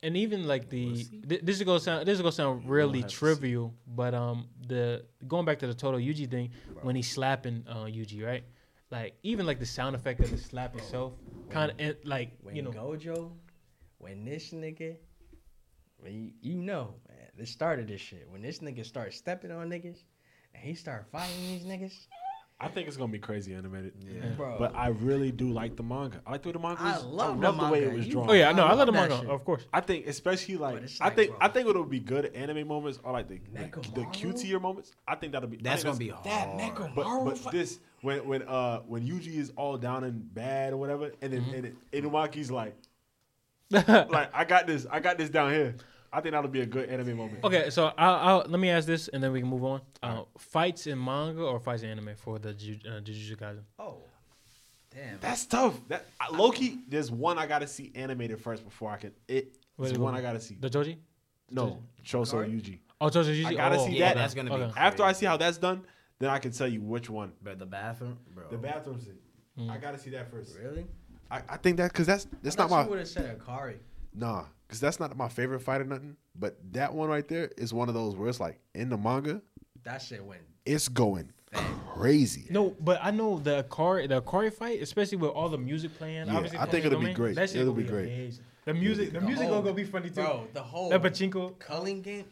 and even like the th- this is gonna sound this is gonna sound really trivial, but um the going back to the total Yuji thing when he's slapping uh, Yuji right, like even like the sound effect of the slap itself kind of like
When
you know
Gojo, when this nigga, when you, you know, man, this started this shit. When this nigga start stepping on niggas, and he start fighting these niggas,
I think it's gonna be crazy animated. Yeah.
bro.
But I really do like the manga. I like the way the manga.
I
was-
love
I
the
love the way
manga.
it was
You-
drawn.
oh yeah no I
I
love the
love that
manga
shit.
of course
I think especially like,
it's
I
like,
think
bro.
I think it'll be good anime moments or like the the, the
Nekomaru?
cutier moments. I think that'll be I
That's
think
gonna be hard.
that Necromaru
But, but
fight-
this when when uh when Yuji is all down and bad or whatever, and then and then Inumaki's like, like I got this, I got this down here. I think that'll be a good anime moment.
okay so I'll, I'll let me ask this and then we can move on uh, fights in manga or fights in anime for the Ju- uh, Jujutsu Kaisen
oh, damn.
That's tough. That I- Loki, there's one I gotta see animated first before I can. It,
Wait, wait,
it's one
wait.
I gotta see.
the Joji
No, Choso Yuji.
oh Joji Yuji
I gotta
oh,
see
okay.
that.
That's gonna be
okay.
crazy.
After I see how that's done, then I can tell you which one.
But the bathroom, bro.
The bathroom scene.
Mm.
I gotta see that first.
Really?
I, I think that because that's that's not
I
my
would have said Akari.
Nah, because that's not my favorite fight or nothing. But that one right there is one of those where it's like in the manga,
That shit went.
it's going crazy.
No, but I know the Akari, the Akari fight, especially with all the music playing.
Yeah,
obviously
I think
you
it'll
know what
be
I mean?
great.
That shit
It'll
gonna
be great.
amazing. The music, the music gonna
whole-
go be funny too.
Bro, the whole
That pachinko.
culling game.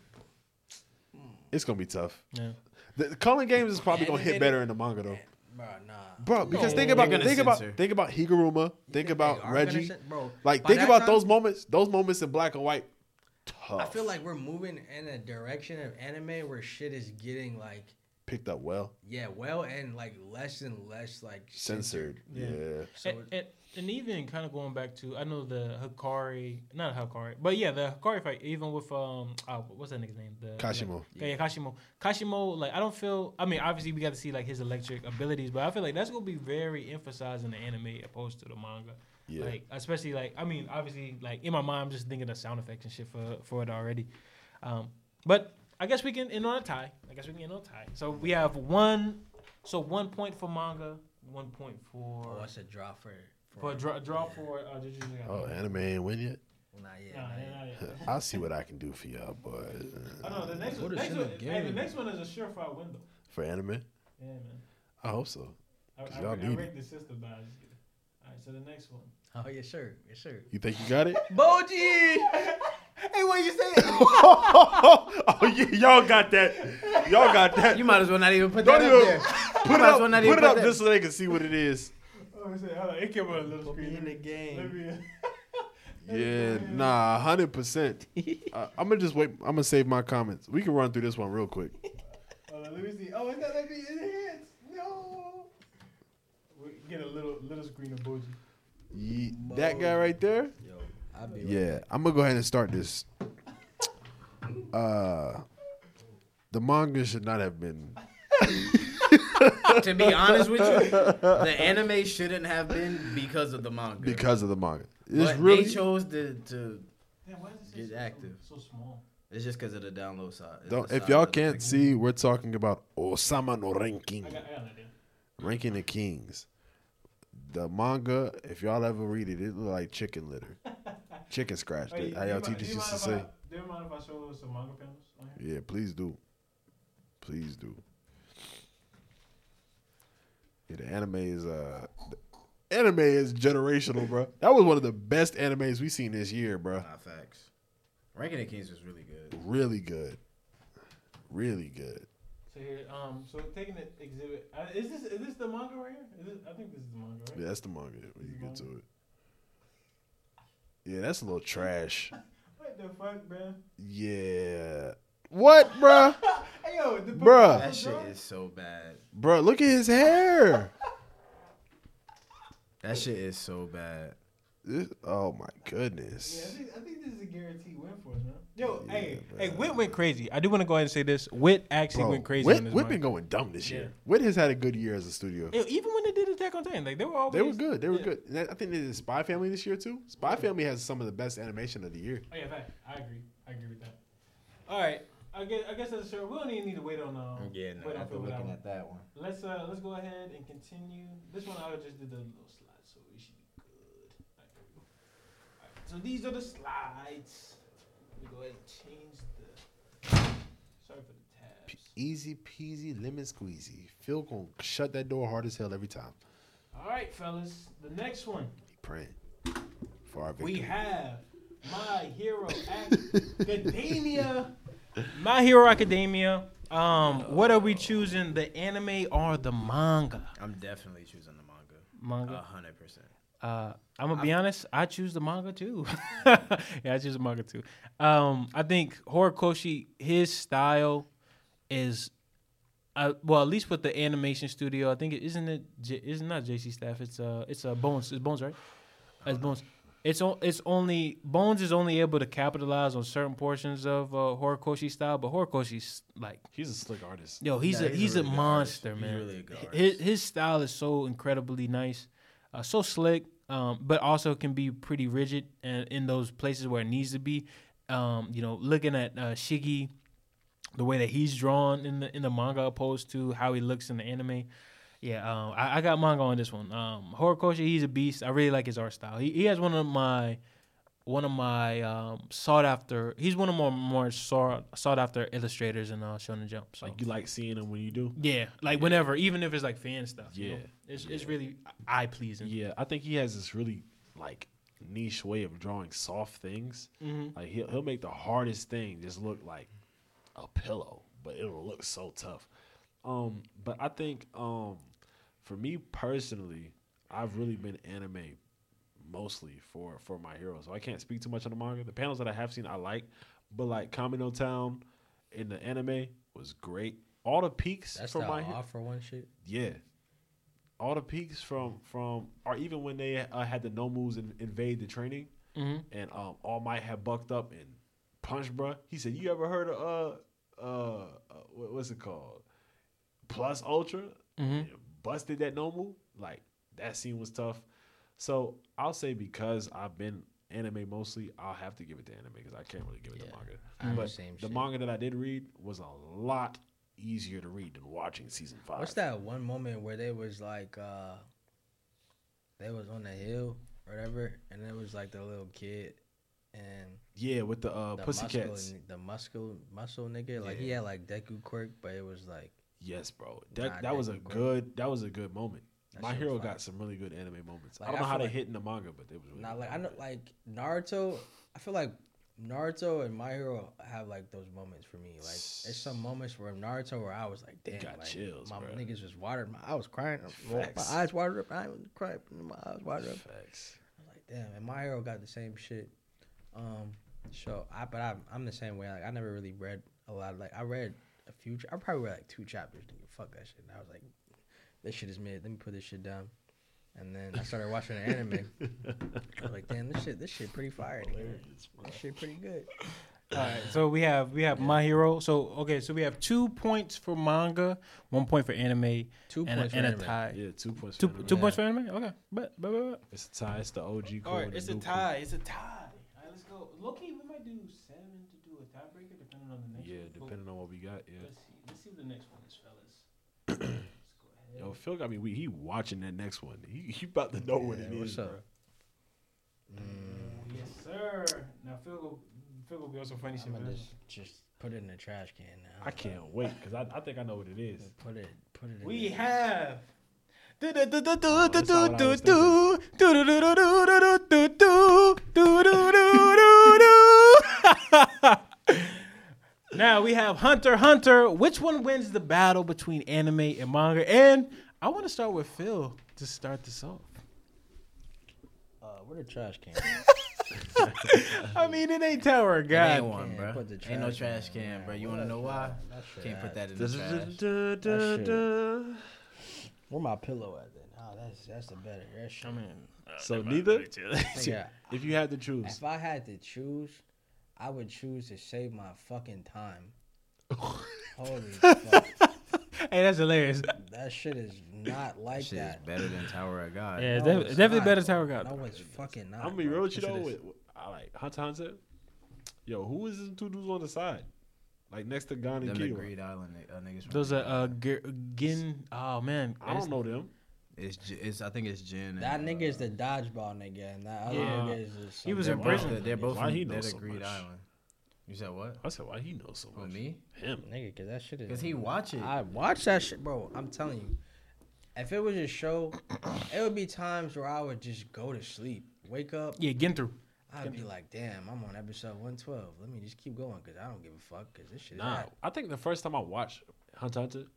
It's gonna be tough.
Yeah.
The, the Cullen Games is probably gonna hit
Animated-
better in the manga though,
Bro, nah.
bro. Because think
They're
about
gonna
think about
censor.
think about Higuruma, think
they
about
are
Reggie,
gonna cen- bro,
like
by
think
that
about
time-
those moments, those moments in black and white. Tough.
I feel like we're moving in a direction of anime where shit is getting like,
picked up well,
yeah, well, and like less and less like
censored. Yeah,
So
and, and, and even kind of going back to, I know the Hikari, not Hikari, but yeah, the Hikari fight, even with, um, oh, what's that nigga's name? The,
Kashimo.
Yeah, yeah, Kashimo. Kashimo, like, I don't feel, I mean, obviously we got to see, like, his electric abilities, but I feel like that's going to be very emphasized in the anime opposed to the manga.
Yeah.
Like, especially, like, I mean, obviously, like, in my mind, I'm just thinking of sound effects and shit for, for it already. Um, but I guess we can end on a tie. I guess we can end on a tie. So we have one, so one point for manga, one point for.
Oh, that's a draw for.
For a draw, draw for uh, Jujutsu Kaisen.
Oh, anime ain't win yet.
Nah, yeah.
Nah,
nah, yeah.
yeah, yeah.
I'll see what I can do for y'all, uh, boy.
Oh no, the next one,
is
next
in
one,
the
hey, the
game?
next one is a surefire window.
For anime?
Yeah, man.
I hope so.
I,
'Cause
I,
y'all
I,
need
rate the system by. All right, so the next one.
Oh, yeah, sure. Yeah, sure.
You think you got it?
Boji! *laughs* hey, what you saying?
*laughs* oh, yeah, y'all got that. Y'all got that.
You might as well not even put
Don't
that up
even
there.
put it
Might as
up,
well not
put
even
it up
put that-
just so they can see what it is.
Oh, I said, hold on, it came on a little screen.
in the game.
*laughs* Let me- uh,
Yeah,
Mm.
nah,
*laughs*
hundred percent. I'm gonna just wait. I'm gonna save my comments. We can run through this one real quick.
hold on, let me see. Oh, it's not let me enhance. No. We get a little little screen of Boji.
Ye- that guy right there.
Yo, I be
Yeah, I'm gonna go ahead and start this. Uh, the manga should not have been.
to
*laughs*
be honest with you, the anime shouldn't have been because of the manga.
Because of the manga, it's
but
really
they chose to, to
Damn, why is
get
this
active.
so small?
It's just because of the download side. It's
Don't,
the
if
side
y'all
of the
can't
thing.
see, we're talking about Osama no Ranking,
I got, I got an idea.
Ranking the Kings. The manga, if y'all ever read it, it look like
*laughs*
chicken litter, chicken scratch.
Hey,
that- How
do you
y'all
mind- do
teachers
you
used to
mind
say.
if I- Do you mind if I show some manga panels on here?
Yeah, please do, please do. Yeah, the anime is uh, the anime is generational, bro. That was one of the best animes we seen this year, bro.
Nah, facts. Ranking the Kings was really good.
Really good, really good.
So here, um, so taking the exhibit, uh, is this is this the manga right here? Is this, I think this is the manga, right?
Yeah, that's the manga when you get to it. Yeah, that's a little trash.
What the fuck, man?
Yeah. What, bruh? *laughs*
Hey yo, the
Bruh.
That shit is so bad.
Bruh, look at his hair.
That shit is so bad.
This- oh
Yeah,
my
I
goodness.
think, I think this is a guarantee win for us, man. Yo, hey, hey, Wit went crazy. I do want to go ahead and say this. Wit actually
Bro,
went crazy
Whit,
on this
Whit
one.
been going dumb this
Yeah.
year. Whit has had a good year as a studio.
Yo, even when they did Attack on Titan, like they were always
They were good. They were
yeah.
good. And I think they did Spy Family this year too. Spy Family has some of the best animation of the year.
Oh yeah, fact. I agree. I agree with that. All right, I guess I guess that's sure. We don't even need to wait on um.
Yeah,
wait
no,
on
after
Phil without
looking
one.
at that one.
Let's uh let's go ahead and continue. This one I just did the little slide, so we should be good. Alright, there we go. Alright, so these are the slides. Let me go ahead and change the. Sorry for the tabs.
Easy peasy lemon squeezy. Phil gonna shut that door hard as hell every time.
All right, fellas, the next one
He praying for our victory.
we have My Hero Academia. My Hero Academia. Um, what are we choosing, the anime or the manga?
I'm definitely choosing the manga. A
Manga.
hundred percent.
Uh, I'm gonna be honest. I choose the manga too. *laughs* yeah, I choose the manga too. Um, I think Horikoshi, his style is, uh, well, at least with the animation studio. I think it isn't it. J- it's not JC Staff. It's uh, it's uh, Bones. It's Bones, right? It's Bones. It's on. It's only Bones is only able to capitalize on certain portions of uh, Horikoshi style, but Horikoshi's like
He's a slick artist.
Yo, he's
Yeah,
a
he's
he's,
a really
a
good
monster,
artist. He's
man.
really a good
Hi- his his style is so incredibly nice, uh, so slick, um, but also can be pretty rigid and in those places where it needs to be. Um, you know, looking at uh, Shiggy, the way that he's drawn in the in the manga opposed to how he looks in the anime. Yeah, um, I, I got manga on this one. Um, Horikoshi, he's a beast. I really like his art style. He, he has one of my one of my um, sought after. He's one of my more sought sought after illustrators in uh, Shonen Jump. So.
Like you like seeing him when you do.
Yeah, like whenever, even if it's like fan stuff. Yeah,
Yeah.
it's it's really eye pleasing.
Yeah, I think he has this really like niche way of drawing soft things.
Mm-hmm.
Like he'll he'll make the hardest thing just look like a pillow, but it'll look so tough. Um, but I think um, for me personally, I've really been anime mostly for for my hero, so I can't speak too much on the manga. The panels that I have seen, I like, but like Kamino Town in the anime was great. All the peaks
That's
for
the
my Hero-
offer one shit.
yeah. All the peaks from from or even when they uh, had the no moves and invade the training, and um, all might have bucked up and punched, bruh. He said, "You ever heard of uh uh, uh what, what's it called? Plus Ultra And busted that no move. Like that scene was tough. So I'll say because I've been anime mostly, I'll have to give it to anime because I can't really give it to manga.
I'm the
but
same
the
shit.
manga that I did read was a lot easier to read than watching season five.
What's that one moment where they was like, uh, they was on the hill or whatever, and it was like the little kid and
Yeah, with the uh,
the
Pussycats.
muscle, the muscle muscle nigga. Like he had like Deku quirk, but it was like
Yes, bro. That
Nah,
that was a
Deku Groot.
good that was a good moment.
That
My
shit
hero
was fire.
got some really good anime moments. I
Like, I
don't know how
feel
they
like-
hit in the manga, but they was really
not
good.
like I know like Naruto. I feel like Naruto and My Hero have like those moments for me. Like there's some moments where Naruto where I was like, damn,
got
like,
chills,
My
bruh.
niggas was watered. My, I was crying. My
Facts.
eyes watered up. I was crying. My eyes watered up.
Facts.
Like damn, and my hero got the same shit. Um, so I but I'm I'm the same way. Like I never really read a lot. Like I read a few. ch- I probably read like two chapters. Nigga, fuck that shit. And I was like, this shit is mid. Let me put this shit down. And then I started watching the anime. I was like, damn, this shit, this shit pretty fire. nigga. This shit pretty good.
All right, so we have we have My Hero. So okay, so we have two points for manga, one point for anime,
Two
and,
points
a,
for
and
anime.
a tie.
Yeah, two points.
Two
for anime.
two points for anime. Okay, but but but.
It's a tie. It's the OG.
All
core
right,
and the
it's a
new core.
tie. It's a tie. All right, let's go. Loki, we might do seven to do a tiebreaker, depending on the next.
Yeah,
one. But
depending on what we got. Yeah.
Let's see. Let's see what the next one is, fellas. let's go ahead.
Yo, Phil got me. We he watching that next one. He, he about to know what it
Yeah, what's
is. bro.
up?
Yes, sir. Now Phil go. Phil gonna be on some funny shit.
I'm gonna
man.
just, just put it in the trash can now.
I can't wait because I, I think I know what it is.
Put it, put it. In
We
the-
have.
Oh, that's not what I was
*laughs* Now we have Hunter x Hunter. Which one wins the battle between anime and manga? And I want to start with Phil to start this off.
Uh, where the trash can?
I mean, it ain't Tower of
Ain't
God.
one,
can't
bro.
put the
Ain't no
trash
trash
can
can,
around.
bro. You wanna know why? Can't put that in the trash.
That shit.
thinking.
Where my pillow at then? Oh, that's that's the better. That shit.
So neither.
Nigga,
*laughs* If you had to choose,
If I had to choose, I would choose to save my fucking time. Holy fuck.
Hey, that's hilarious.
That shit is not like
Shit is
that.
better than Tower of God.
Yeah, it's
No,
def-
it's
definitely
not.
better Tower of God.
No
though.
one's fucking not.
I'm gonna be
bro.
real with you
That
though.
shit
With,
is-
I like Hunter x Hunter. Yo, who is these two dudes on the side? Like next to Gon
Them
and
the
Killua.
Greed Island ni- uh, niggas. from
Those are
Greed
uh,
Island.
G- Gin. Oh man,
I don't know them.
It's, J- it's I think it's Jin.
That
and,
nigga
uh,
is the dodgeball nigga, and that other
Yeah.
nigga is just.
He was
they're
in
both-
prison.
They're both
Why
from
he
they're
knows
the
so
Greed
much?
Island. You said what?
I said, why he knows so
With
much?
me?
Him.
Nigga, cause that shit is.
Cause he watch it.
I watch that shit, bro. I'm telling you, if it was a show, it would be times where I would just go to sleep, wake up,
Yeah, Ginther.
I'd be like, damn, I'm on episode 112. Let me just keep going because I don't give a fuck because this shit
Nah,
is hot.
I think the first time I watched Hunter x Hunter,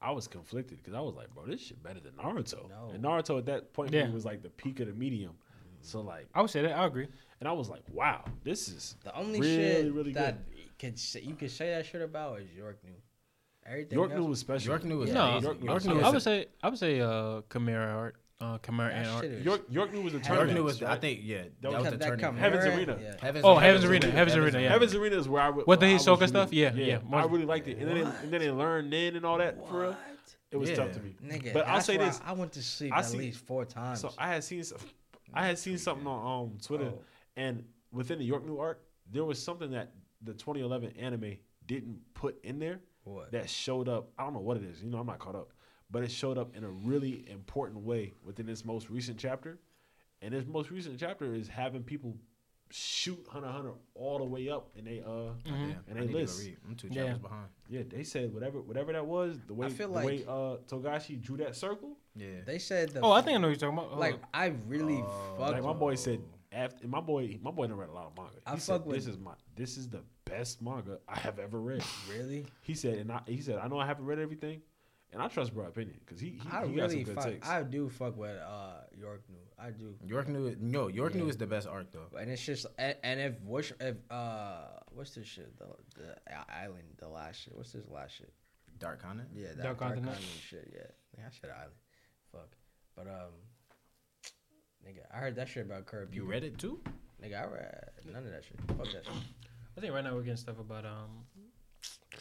I was conflicted because I was like, bro, this shit better than Naruto.
No.
And Naruto at that point
Yeah.
it was like the peak of the medium.
Mm.
So like,
I would say that. I agree.
and I was like, wow, this is
The only
really,
shit
really
that could say, you could say that shit about is York New.
good.
Everything
York
else,
New was special.
York New was
No,
amazing.
York-
York
York
New-
New
I
is-
would say I would say uh, Chimera art, uh, Chimera and
that
art.
shit is.
York York New was a
York
tournament.
New was
right?
I think yeah. That,
That-
was the
that
turning.
come-
point.
Heaven's
York-
Arena.
yeah.
Heaven's,
Oh, Heaven's Arena, Heaven's Arena, yeah.
Heaven's Arena is where I would-
What, the
where I
Hisoka
was
stuff? Yeah, yeah,
I
most-
really liked it, and then and then they learned then and all that for real. It was tough to me.
Nigga,
but I'll
that's
say
why
this:
I went to sleep
I
at
see-
least four times.
So I had seen some, I had seen something on um, Twitter, and within the York New arc, there was something that the 2011 anime didn't put in there
What?
that showed up. I don't know what it is. You know, I'm not caught up, but it showed up in a really important way within this most recent chapter, and this most recent chapter is having people shoot Hunter x Hunter all the way up, and they uh and
I
they
need to go
list.
read. I'm two
Yeah.
chapters behind.
Yeah, they said whatever whatever that was. The way
feel
the
like-
way uh, Togashi drew that circle.
Yeah.
they said the.
Oh, I think I know what you're talking about. Oh. Hold
Like,
up.
I really fucked
Oh, Like my boy said, after my boy, my boy done read a lot of manga. He
I
said,
fuck with-
this is my this is the best manga I have ever read.
Really?
He said, and I, he said, I know I haven't read everything, and I trust bro opinion because he he,
I
he
really
got some good
fuck.
takes.
I do fuck with uh, York New. I do.
York New no York New is the best arc though.
And it's just and, and if what's if uh what's this shit the the island the last shit what's this last shit
Dark Continent.
yeah that
Dark
dark,
Continent.
island shit yeah Nigga, I said island fuck but um nigga I heard that shit about Curb
You read it too?
nigga I read none of that shit fuck that shit
I think right now we're getting stuff about um.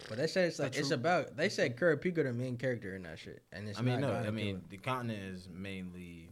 but they said it's like it's about they said Curb Pico the main character in that shit and it's
I mean,
not
no.
Gon
I mean,
Killua.
the continent is mainly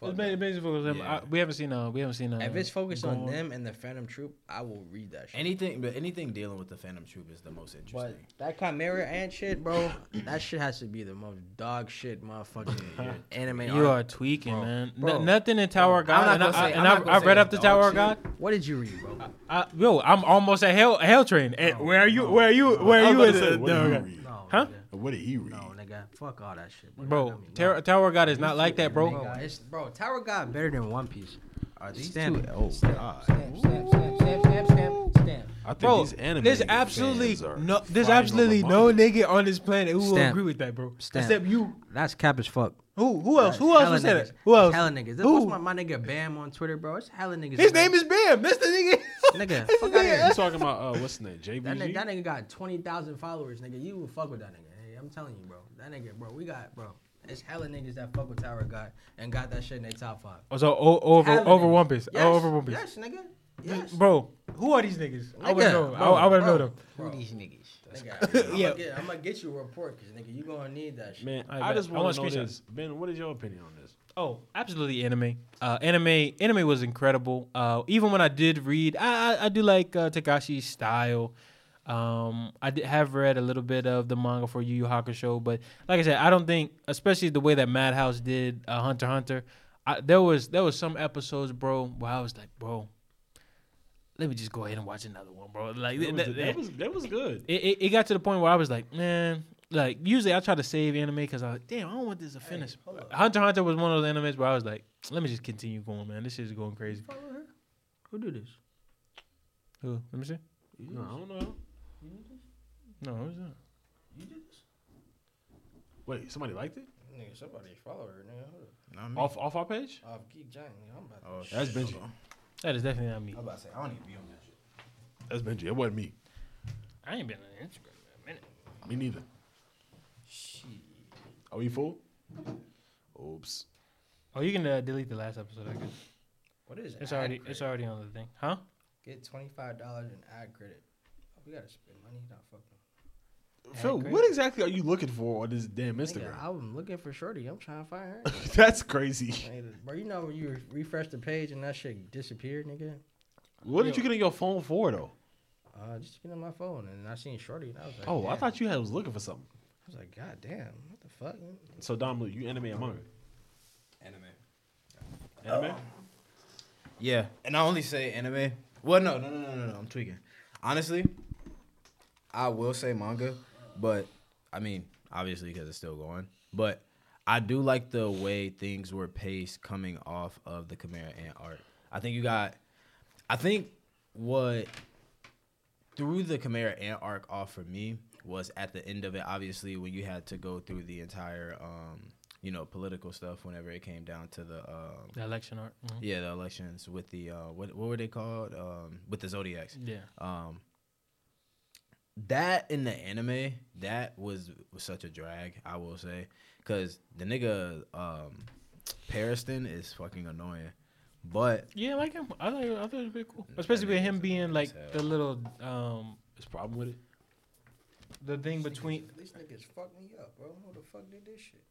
It's been, it's been focused on them.
Yeah.
I- we haven't seen uh we haven't seen uh
If it's focused on
Gore.
them and the Phantom Troop, I will read that shit.
Anything, but anything dealing with the Phantom Troop is the most
But
interesting.
that Chimera Ant shit, *clears throat* bro, that shit has to be the most dog shit *laughs* motherfucking anime.
You
art.
are tweaking,
Bro,
man. N-
bro.
nothing in Tower of God.
I'm not
And I,
gonna say-
and
I'm
I,
not gonna
I
say
read
it's
up to
dog
Tower of
shit.
God.
What did you read, *clears throat* bro?
I, yo, I'm almost at Hell Hell Train. And where are you? Where are you? Where are
I
you?
was
At,
about to say,
uh,
what
Tower
did
of
he
God?
read?
No,
Huh?
nigga.
What did he read?
No, nigga, fuck all that shit, bro. I
Bro,
mean,
Tower, Tower of God is not like that,
no.
bro.
Nigga, it's, bro, Tower God better than One Piece.
Are these
Stand
two?
up.
Oh, God.
Stamp, stamp, stamp, stamp, stamp, stamp, stamp.
I think
Bro,
these anime
there's
fans
absolutely
are
no,
fighting
there's
over
absolutely
money.
no nigga on this planet who will
Stamp.
agree with that, bro.
Stamp.
Except you.
That's cap as fuck.
Who? Who else? Who
That's
else was
hella
that?
niggas.
Who
That's
else?
Hella niggas. That's
Who?
What's my, my nigga Bam on Twitter, bro? It's hella niggas.
His
bro.
name is Bam. That's the nigga. *laughs*
Nigga,
That's the
fuck outta here.
nigga.
You talking about uh, what's the
*laughs*
name? JBG.
That nigga, that nigga got 20,000 followers, nigga. You will fuck with that nigga. Hey, I'm telling you, bro. That nigga, bro, we got, bro. It's hella niggas that fuck with Tower God and got that shit in their top five.
Oh, So o- over
Hella
over
niggas.
One Piece.
Yes,
Oh, over One Piece.
Yes, nigga. Yes.
Bro, who are these niggas? I
Nigga,
wouldn't know. I,
bro,
I wouldn't know
bro.
them.
Who these niggas? Nigga, I'm,
Yeah.
gonna get, I'm gonna get you a report, cause nigga, you gonna need that shit.
Man,
I
I,
bet.
just
I
want
want
to know
screenshots.
this. Ben, what is your opinion on this?
Oh, absolutely anime. Uh, anime, anime was incredible. Uh, even when I did read, I I, I do like uh, Takashi's style. Um, I did have read a little bit of the manga for Yu Yu Hakusho, but like I said, I don't think, especially the way that Madhouse did uh, Hunter x Hunter, I, there was there was some episodes, bro, where I was like, bro, let me just go ahead and watch another one, bro. Like
That was,
that-
that
that-
was, that was good.
it, it, it got to the point where I was like, man, like usually I try to save anime because I damn I don't want this to finish. Hunter x Hunter was one of those animes where I was like, let me just continue going, man. This shit is going crazy.
Who do this?
Who? Let me see.
No, I don't know.
No, who's that?
Wait, somebody liked it?
Nigga, somebody follow her, nigga. Hold
Not me.
Off off our page?
up. Off Geek Giant, nigga. I'm about to.
Oh,
That's
shit,
Benji.
hold on.
That is definitely not me.
I was about to say I don't even be on that shit.
That's Benji. It wasn't me.
I ain't been on Instagram in a minute.
Me neither. Are we full? Oops.
Oh, you can uh, delete the last episode. I guess.
What is it?
It's already it's already on the thing, huh?
Get twenty five dollars in ad credit. Oh, we gotta spend money. Not fucking.
Phil,
great.
what exactly are you looking for on this damn Instagram?
Nigga, I'm looking for Shorty. I'm trying to find her.
*laughs* That's crazy.
Nigga, Bro, you know when you re- refresh the page and that shit disappeared, nigga.
What did you get on your phone for though?
Uh, just get on my phone and I seen Shorty and I was like,
Oh, I
damn.
thought you had was looking for something.
I was like, God damn, what the fuck?
So Dom, Luke, you anime and manga?
Anime.
Anime?
Yeah, and I only say anime. Well, no, no, no, no, no, no. I'm tweaking. Honestly, I will say manga, but I mean, obviously because it's still going. But I do like the way things were paced coming off of the Chimera Ant art. I think you got. I think what through the Chimera Ant arc off for me was at the end of it. Obviously, when you had to go through the entire, um, you know, political stuff. Whenever it came down to the. Um,
The election art. Mhm.
yeah, the elections with the uh, what what were they called? Um, with the zodiacs.
Yeah.
Um, that in the anime that was, was such a drag, I will say, because the nigga um, Periston is fucking annoying, but
Yeah, I like him. I thought I thought it was pretty cool,
Mm-hmm.
that
especially with
nigga's
him being
annoying
like
as hell.
the little um
There's a problem with it.
the thing between
These niggas fucked me up, bro. Who the fuck did this shit?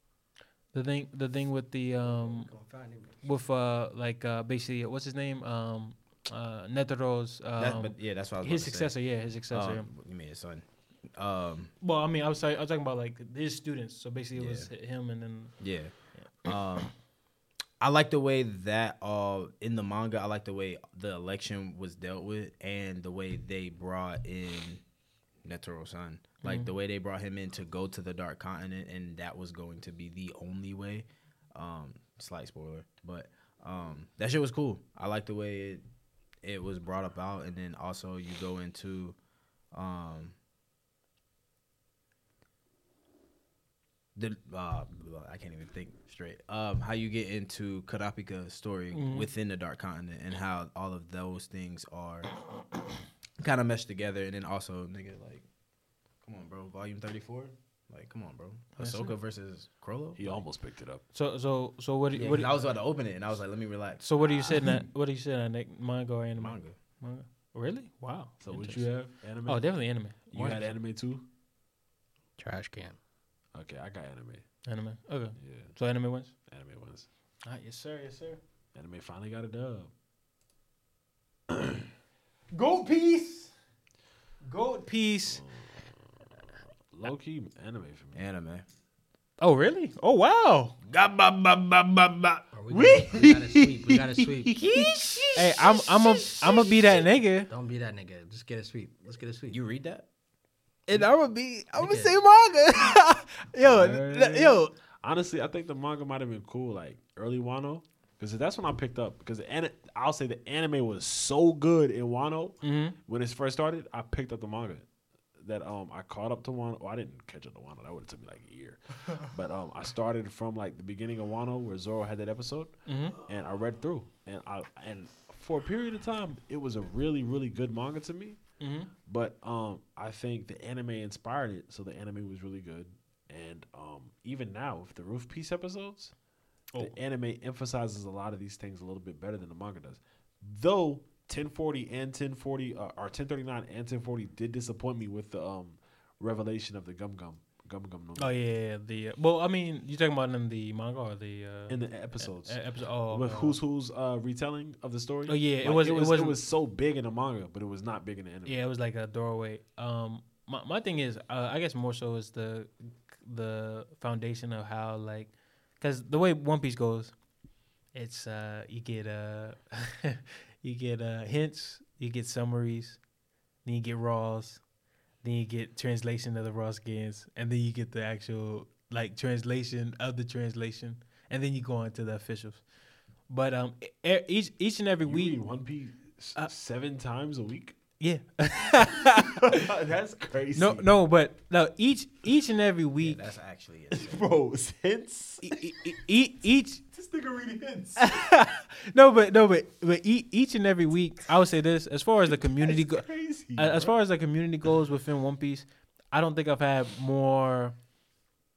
the thing the thing with the um
Gonna find him.
with uh like uh basically what's his name um uh Netaro's
that,
um,
but yeah, that's what I was
his
about to
successor yeah his
Say.
successor yeah.
Um, you mean his son? Um,
well I mean I was sorry, I was talking about like his students so basically it
Yeah.
was him and then
Yeah. Um, I like the way that uh, in the manga, I like the way the election was dealt with and the way they brought in Netaro san. Like the way they brought him in to go to the Dark Continent, and that was going to be the only way. Um, slight spoiler, but um, that shit was cool. I like the way it it was brought about, and then also you go into um, the uh, I can't even think straight. Um, how you get into Karapika's story within the Dark Continent and how all of those things are kind of meshed together, and then also nigga like, come on, bro, volume thirty four. Like, come on, bro. Ahsoka versus Krollo.
He almost picked it up.
so so so what do you,
Yeah,
what
'cause
do
I
you-
was about to open it, and I was like, let me relax.
so what do you
*laughs*
say in that what do you say in that Nick? manga or anime
Manga.
manga really wow
So what you
Interesting.
have? Anime?
oh definitely anime
you had anime too?
Trash can.
Okay, I got anime.
anime okay
Yeah,
so anime wins
anime ones.
Ah, yes, sir. Yes, sir. *laughs*
Anime finally got a dub.
Goat piece. Goat piece.
Low key anime for me.
Anime.
Oh, really? Oh, wow.
We, gotta, we gotta sweep. We gotta sweep.
Hey, I'm I'm a I'm gonna be that nigga.
*laughs* Don't be that nigga. Just get a sweep. Let's get a sweep.
You read that?
And I'm gonna be I'm gonna
Okay.
say manga. yo, th- yo.
Honestly, I think the manga might have been cool, like early Wano, because that's when I picked up. Because the ani- I'll say the anime was so good in Wano
Mm. Mm-hmm.
when it first started. I picked up the manga that um I caught up to Wano. Oh, I didn't catch up to Wano. That would have took me like a year. but um I started from like the beginning of Wano where Zoro had that episode, and I read through. And I and for a period of time, it was a really really good manga to me. But um, I think the anime inspired it, so the anime was really good. And um, even now, with the roof piece episodes, the anime emphasizes a lot of these things a little bit better than the manga does. Though 1040 and 1040 uh, or 1039 and 1040 did disappoint me with the um, revelation of the gum gum gum gum. no
Oh
Mi
yeah, the uh, well, I mean, you talking about in the manga or the uh,
In the episodes,
e- episode? Oh,
with
okay.
who's who's uh, retelling of the story.
Oh, yeah, it
Like,
was-
it
it
was it
wasn't-
was so big in the manga, but it was not big in the anime.
Yeah, it was like a doorway. Um, my my thing is, uh, I guess more so is the the foundation of how like, because the way One Piece goes, it's uh you get uh *laughs* you get uh hints, you get summaries, then you get raws, then you get translation of the raw skins, and then you get the actual like translation of the translation, and then you go on to the officials. But um, e- e- each each and every
You
week,
read One Piece
Uh,
seven times a week. *laughs*
yeah.
That's crazy.
No, no, but no. Each each and every week,
That's actually it.
bro, since *laughs*
e- e- e- each
this nigga reading hints.
*laughs* no, but no, but but e- each and every week, I would say this as far as the community go,
Crazy.
a- as far as the community goes within One Piece, I don't think I've had more.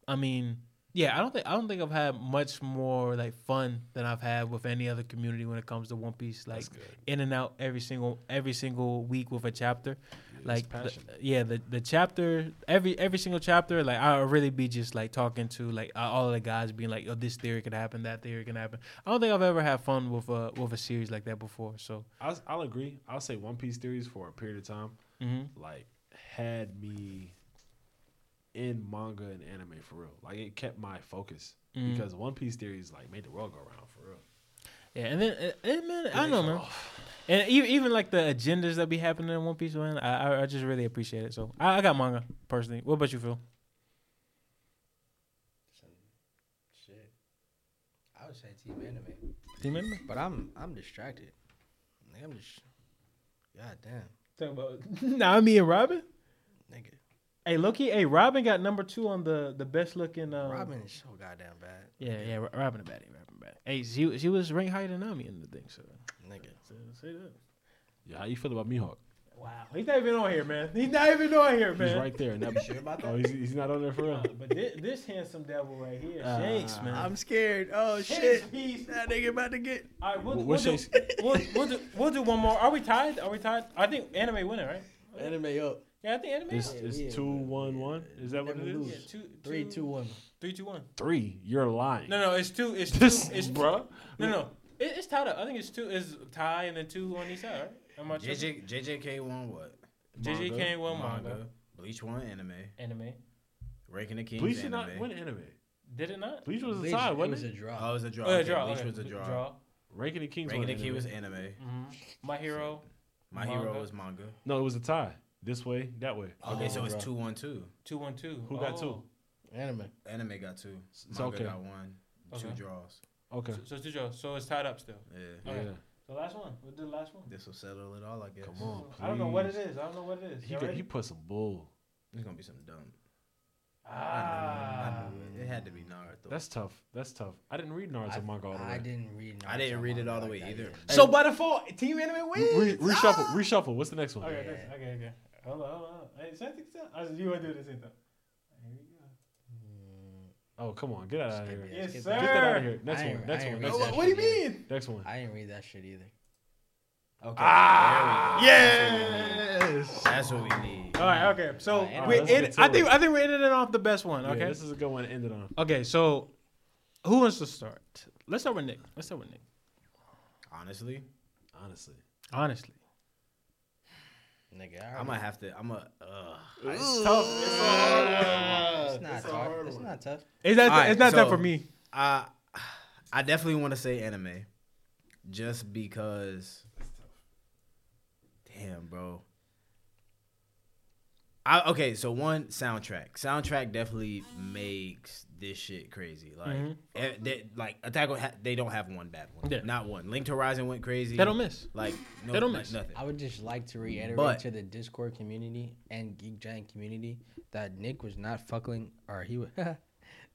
I mean, yeah, I don't think I don't think I've had much more like fun than I've had with any other community when it comes to One Piece, like in and out every single every single week with a chapter. like the- yeah, the the chapter every every single chapter, like I'll really be just like talking to like uh, all of the guys, being like, "Oh, this theory could happen, that theory can happen." I don't think I've ever had fun with a with a series like that before. So
I'll, I'll agree. I'll say One Piece theories for a period of time,
Mm-hmm.
like had me in manga and anime for real. Like it kept my focus
Mm-hmm.
because One Piece theories like made the world go round for real.
yeah, and then and, and man, I don't know, man, and even even like the agendas that be happening in One Piece, man, I I, I just really appreciate it. So I, I got manga personally. What about you, Phil?
Shit. I would say team anime,
Team anime?
but I'm I'm distracted. Nigga, I'm just. God damn,
Talking about *laughs* nah, me and Robin.
nigga.
Hey, Loki. Hey, Robin got number two on the the best looking. Um,
Robin is so goddamn bad,
Yeah, yeah, Ro- Robin a baddie, Robin a baddie. Hey, she she was ranked higher than Nami in the thing, so
nigga.
say that.
Yeah, how you feel about Mihawk?
Wow, he's not even on here, man. He's not even on here,
He's
man.
right there.
*laughs*
And that, Oh, he's, he's not on there for real.
Uh, But this, this handsome devil right here, Shanks, man.
I'm scared.
*laughs*
Oh
Shanks,
shit.
peace.
That nigga about to get.
All right, we'll, do-
Wh-
we'll,
what's
do,
Shanks-
we'll, we'll, do, we'll do one more. Are we tied? Are we tied? I think anime winning, right?
Anime up.
Yeah, I think anime.
It's,
won.
it's two one one. Is that what it
Yeah,
is?
two,
Three, two, one.
three, two, one.
Three. You're lying.
No, no, it's two. *laughs* It's two.
*laughs* This,
It's
bruh.
No, no, it, it's tied up. I think it's two. It's tie and then two on each side, right? Am I tripping?
JJ, JJK won what?
JJ
Manga,
came one manga.
Bleach won anime.
Anime.
Ranking the Kings
Bleach did
anime.
not win anime.
Did it not?
Bleach was a
Bleach,
tie,
it
wasn't
was
it?
a draw.
Oh, it was a draw.
Oh, yeah,
Okay,
draw.
Bleach
okay.
was a draw.
Ranking the Kings.
Ranking the
won
King
anime.
was anime.
My hero.
My
Manga. Oh,
Hero was manga.
No, it was a tie. This way, that way.
Okay, so it's two one two.
Two one two. Oh.
Who got two?
Anime.
Anime got two.
it's
Manga
okay.
got one.
Okay.
Two draws.
Okay.
So, so it's two draws. So it's tied up still.
Yeah.
Yeah. Okay.
Yeah.
So last one. We'll do the last one.
This will settle it all, I guess.
Come on, please.
I don't know what it is. I don't know what it is.
He,
Y'all
got,
ready?
he put some bull.
There's gonna be some dumb.
ah.
It had to be Naruto.
That's tough. That's tough. I didn't read Naruto manga all the
I
way.
didn't read.
Uh, I didn't
Naruto
read it
manga
all the
like
way
that
either.
yet.
So by default, team anime
Re-
wins.
reshuffle.
Ah!
Reshuffle. What's the next one?
Okay, that's- okay, okay. Hold on, hold on. Hey, should I take this out? Or you want to do this in though?
Oh, come on. Get out of here.
Yeah,
Yes,
skip
Get that out of
sir.
here. Next
I
one.
ain't- I
Next
ain't
one. Next
read
one.
Oh,
that
What do you mean?
Next one.
I didn't read that shit either.
Okay.
Ah, Uh,
yes. That's what we need.
All right, okay. So
anime.
we
Alright, let's
in,
get to
I
it.
think I think we're ending it off the best one.
Okay.
Okay.
this is a good one to end it on.
Okay, so Who wants to start? Let's start with Nick. Let's start with Nick.
Honestly,
honestly,
Honestly.
Nigga,
I'm gonna have to. I'm gonna. Uh,
It's tough. It's a hard one. It's not tough. It's
It's
not tough.
not-
Alright,
it's not tough for me.
I I definitely want to say anime, just because. Damn, bro. I, okay, so one soundtrack. Soundtrack definitely makes this shit crazy. Like,
Mhm.
eh, they, like Attack on ha- they don't have one bad one.
Yeah.
Not one. Linked Horizon went crazy.
They don't miss.
Like, no,
They don't
like
miss.
nothing.
I would just like to reiterate
But-
to the Discord community and Geek Giant community that Nick was not fucking, or *laughs* he was,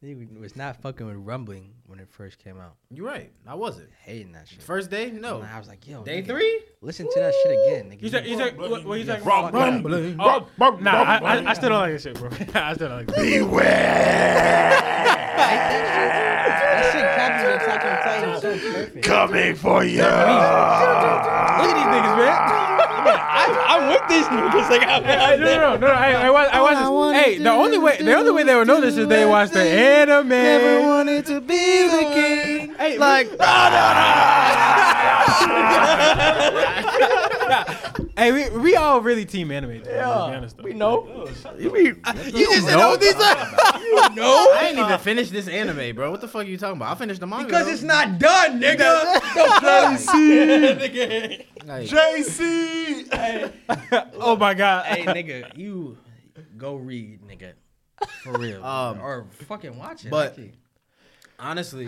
he was not fucking with Rumbling when it first came out.
You're right. I wasn't.
Hating that shit.
First day, no.
And I was like, yo,
Day
nigga,
three?
Listen to that shit again, nigga.
You said, you said, what, what you talking
Bro,
about?
bro,
Yeah.
bro,
Oh, nah, I, I, I still don't like this shit, bro. *laughs* I still don't like this.
That shit captures Attack on Titan so perfect.
Coming for you.
Look at these niggas, man. *laughs* I, I'm with these niggas. Like, I, I, no, no, no, no. I, I watch, I watch this. hey, the only way, the only way they would know this is they watch the anime. Never wanted to be the king. Hey, like, hey, we, we all really team anime. Though, yeah, to be honest, though. we
know.
You, just said all these.
No, I ain't even finished this anime, bro. What the fuck are you talking about? I finished the manga
Because
though.
it's not done, nigga.
*laughs*
JC,
Like,
JC. *laughs* oh my god.
hey,
*laughs*
nigga, you go read, nigga. For real.
Um,
or fucking watch it.
but-
actually.
honestly,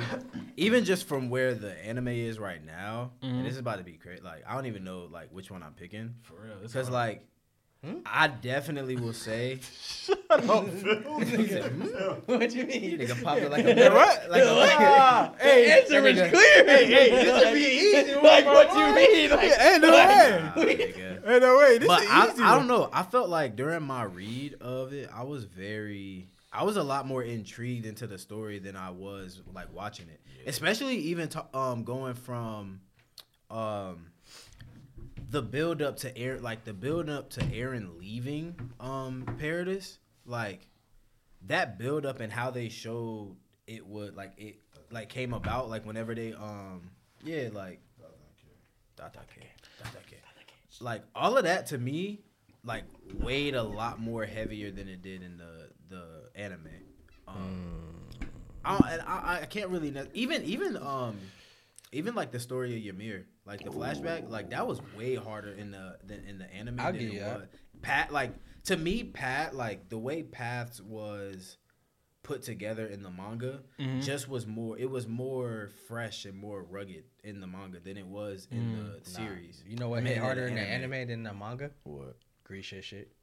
even just from where the anime is right now, and this is about to be crazy. Like I don't even know like which one I'm picking
For real, it's
because like I definitely will *laughs* say *laughs* "Hmm?"
what you mean?
nigga popped it like *laughs* a what like a
hey,
Answer is clear.
hey, this
should be easy. Like, what you mean? Like,
Hey, no way.
Nah, nigga.
Hey, no way. This
But
is
I,
easy.
I don't know. I felt like during my read of it, I was very, I was a lot more intrigued into the story than I was like watching it. Especially even to, um going from, um, the build up to Aaron, like the build up to Aaron leaving um Paradis, like that build up and how they showed it would like it like came about like whenever they um yeah like Datake. Datake. Like all of that to me, like weighed a lot more heavier than it did in the the anime. Um, I, don't- and I I can't really know, even even um even like the story of Ymir, like the flashback, like that was way harder in the than in the anime
I'll
than
give
it
you that.
was. Pat like to me, Pat like the way Paths was put together in the manga
Mm-hmm.
just was more it was more fresh and more rugged in the manga than it was in the series.
You know what
I mean,
hit
in
harder in the anime than the manga?
What?
Grisha shit.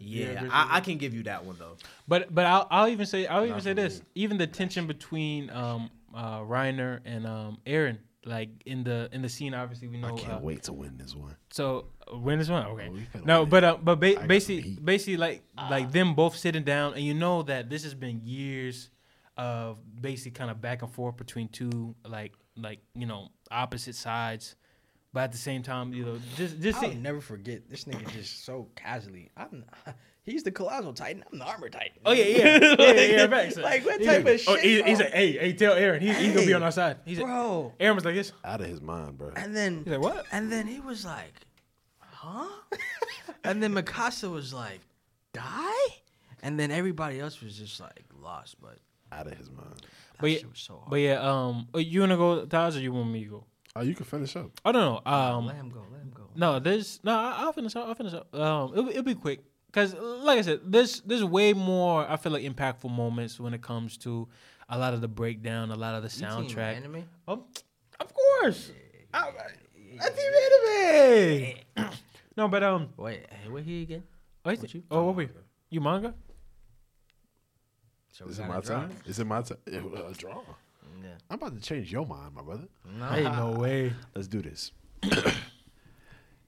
Yeah, I, I can give you that one though.
But but I'll, I'll even say I'll even say this. Even the tension between um uh Reiner and um Aaron, like in the in the scene, obviously we know.
I can't
uh,
wait Oh, to win this one.
So uh, when is one? Okay.
finna
no,
win.
but uh, but ba-
some
basically
heat.
basically like like them both sitting down, and you know that this has been years of basically kind of back and forth between two like like you know opposite sides, but at the same time you know just just
I'll
see.
never forget this nigga just so casually. I'm, *laughs* he's the colossal titan. I'm the armor titan.
Oh yeah,
*laughs*
yeah, yeah, yeah. yeah,
Like-
facts.
like, what
He's
type
like-
of
Oh,
shit,
he's, he's
bro?
like, hey, hey, tell Aaron, he's, he's gonna be
Hey,
on our side. He's like,
bro.
Aaron was like this.
Out of his mind, bro.
And then
He's like, what?
And then he was like, huh? *laughs* and then Mikasa was like, die? And then everybody else was just like lost, but
Out of his mind.
that
But yeah,
shit was so hard.
but yeah, um, uh, you wanna go, Taj, or you want me to go?
Oh, you can finish up.
I don't know. Um,
let him go, let him go.
No, there's no. I- I'll finish up. I'll finish up. Um, it'll, it'll be quick because, like I said, there's there's way more. I feel like impactful moments when it comes to a lot of the breakdown, a lot of the
Team
soundtrack.
Anime?
Oh, of course, I, I team *coughs* anime. no, but um,
Wait, hey, we're here again?
oh, is it- oh, what we? You manga?
So
Is it my time? Is it my time? Uh, draw. Hmm?
Yeah.
I'm about to change your mind, my brother.
Hey, no way.
Let's do *coughs* this.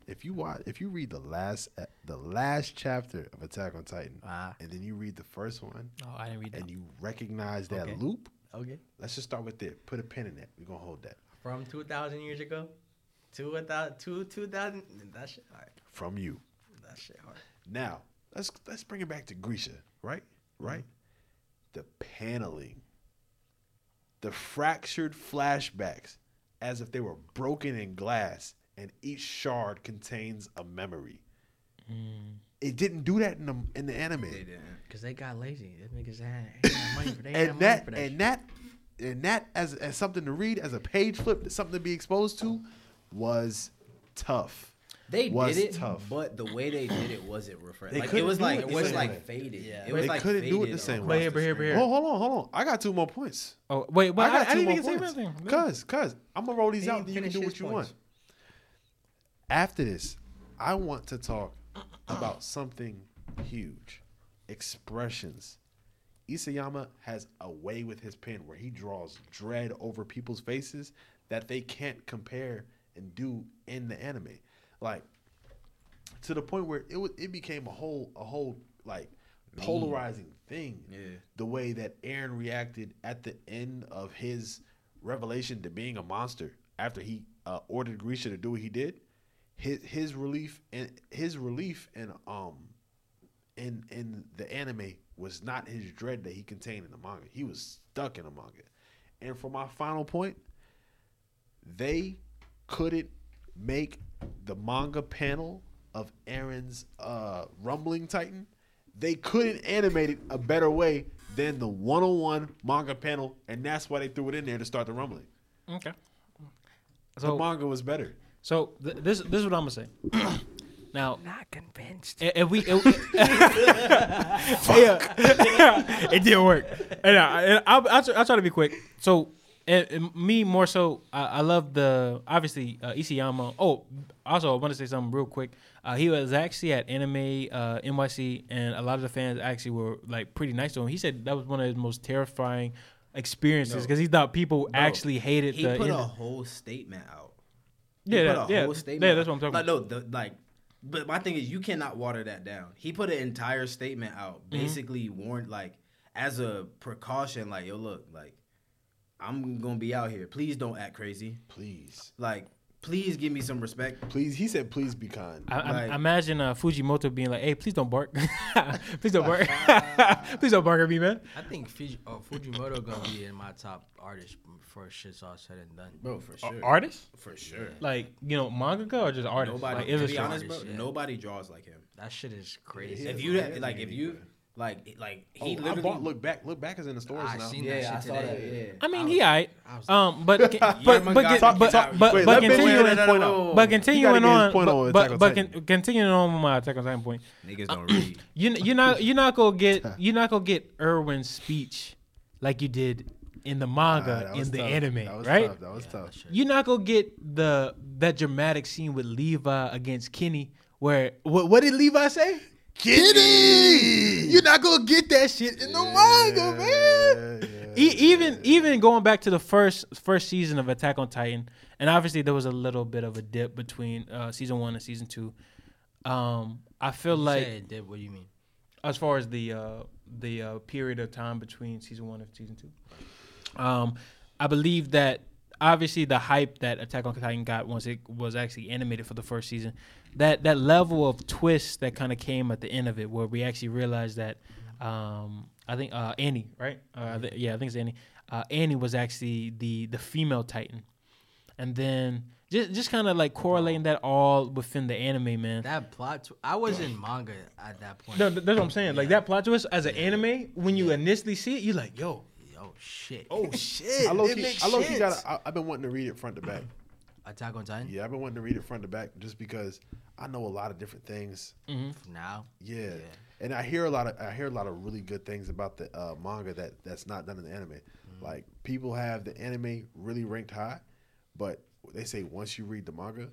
if you watch, if you read the last uh, the last chapter of Attack on Titan,
Ah.
and then you read the first one,
Oh, I didn't read that.
and Uh-huh. you recognize that loop,
Okay.
let's just start with that. Put a pin in that. We're gonna hold that
From 2,000 years ago? To a thousand, to 2,000? That shit hard.
from you.
That shit hard.
Now let's
Mm-hmm.
let's bring it back to Grisha, right? Right. The paneling the fractured flashbacks as if they were broken in glass, and each shard contains a memory. It didn't do that in the in the anime.
Cause Mm. they got lazy. Them niggas had, they had money for they had
and
money
that
for
and that and that as as something to read as a page flip something to be exposed to was tough
They
was
did it,
tough
but the way they did it wasn't refreshing.
They
Like, it
couldn't
was
do
like
it
it
the
was
same
like
way.
faded.
Yeah.
It was
They
like
couldn't do it
faded
the same
across
way. But
the
here, but here, but
screen.
here. Hold- hold on, hold on. I got two more points.
Oh wait, but I, I, didn't even say
everything.
everything.
Cause, cause I'm gonna roll these
He
out.
didn't
and You can
finish
do
his
what you
points.
want. After this, I want to talk about something huge. Expressions. Isayama has a way with his pen where he draws dread over people's faces that they can't compare and do in the anime. Like to the point where it was, it became a whole a whole like polarizing thing.
Yeah.
The way that Aaron reacted at the end of his revelation to being a monster after he uh, ordered Grisha to do what he did, his his relief and his relief and um in in the anime was not his dread that he contained in the manga. He was stuck in the manga. And for my final point, they couldn't make the manga panel of Aaron's uh, Rumbling Titan. They couldn't animate it a better way than the one-on-one manga panel, and that's why they threw it in there to start the rumbling.
Okay.
Oh.
the manga was better.
So th- this this is what I'm gonna
*clears throat*
say. now,
Not convinced.
i- if we, if, *laughs* yeah, *laughs* it didn't work. And I, and I'll, I'll, try, I'll try to be quick. So, and, and me more so, I, I love the obviously uh, Isayama. Oh, also I want to say something real quick. Uh, he was actually at Anime uh, NYC, and a lot of the fans actually were like pretty nice to him. He said that was one of his most terrifying experiences because he thought people actually hated
He
the.
put a
anime.
whole statement out.
Yeah,
put
that-
a
yeah,
whole
th-
statement
yeah,
out.
that's what I'm talking
like, about. No, the, like, but my thing is, you cannot water that down. He put an entire statement out,
Mhm.
basically warned, like, as a precaution, like, yo, look, like, I'm gonna be out here. Please don't act crazy.
Please,
like, please give me some respect.
Please, he said, please be kind.
I, I-
Like-
I imagine uh, Fujimoto being like, "Hey, please don't bark, *laughs* please don't
*laughs*
bark, please don't bark at me, man."
I think Fuji, oh, Fujimoto gonna be in my top artist before shit's all said and done.
Bro, for
Ar-
sure.
artists?
For sure.
Uh, Like you know, manga or just artists?
Nobody,
like,
to be
illustrators?
honest, bro, nobody draws like him.
That shit is
Crazy.
crazy.
If you like, if you like, like he
oh, I
literally
bought Look Back. Look Back is in the stores
I
now.
seen that shit today.
I mean, he alright. Um, but
*laughs*
but
Yeah,
but
my
but
guy-
but but
Talk-
but
wait,
but
let Ben Wheeler
continuing
that point out.
but
He
continuing
gotta get his
on
point on
but
with Attack
but,
on
but
Titan.
con- continuing on with my Attack on Titan point.
Niggas don't read. *coughs*
You you're not you're not
*laughs*
gonna get you're not gonna get Irwin's speech like you did in the
Nah,
manga
that was
in the
tough.
anime,
That was
right?
tough. That was tough.
You're not gonna get the that dramatic scene with Levi against Kenny where what, what did Levi say?
*laughs*
Kenny, you're not gonna get that shit in the manga, man. E- even even going back to the first first season of Attack on Titan, and obviously there was a little bit of a dip between uh, season one and season two. Um, I feel like
it did. What do you mean?
as far as the uh, the uh, period of time between season one and season two. Um, I believe that obviously the hype that Attack on Titan got once it was actually animated for the first season, that that level of twist that kind of came at the end of it, where we actually realized that um, I think uh, Annie, right? Uh, th- yeah, I think it's Annie. Uh, Annie was actually the the female Titan, and then. Just, just kind of like correlating that all within the anime, man.
That plot. Tw- I was in manga at that point.
No, th- that's what I'm saying. Like that plot twist as an anime, when you initially see it, you're like, "Yo,
Oh shit. *laughs*
oh shit!"
I
it
low-key,
makes
I low-key
sense.
got. I- I've been wanting to read it front to back.
Attack on Titan.
Yeah, I've been wanting to read it front to back just because I know a lot of different things.
Now.
Yeah. And I hear a lot of I hear a lot of really good things about the uh, manga that that's not done in the anime.
Mm.
Like people have the anime really ranked high, but they say once you read the manga,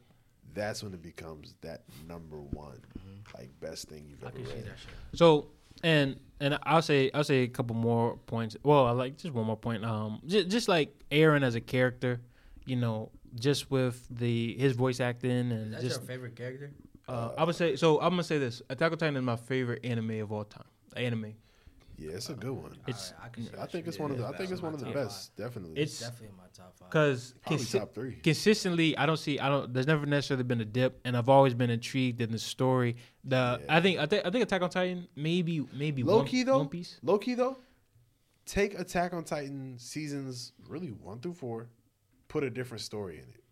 that's when it becomes that number one,
Mm-hmm.
like best thing you've ever read.
So and and I'll say I'll say a couple more points. Well, I like just one more point. Um, just, just like Aaron as a character, you know, just with the his voice acting and
That's
just
your favorite character?
uh, I would say so. I'm gonna say this: Attack on Titan is my favorite anime of all time. Anime.
Yeah, it's a good one.
It's
I can see
I
that
think
shit.
it's one of the I think it's one of the
top
best, definitely.
it's
Definitely in my top five.
because
Probably top three.
consistently i don't see i don't there's never necessarily been a dip and i've always been intrigued in the story the i think i think i think attack on titan maybe maybe
low
one,
key though.
one piece
Low key though.
take Attack on Titan seasons really one through four, put a different story in it.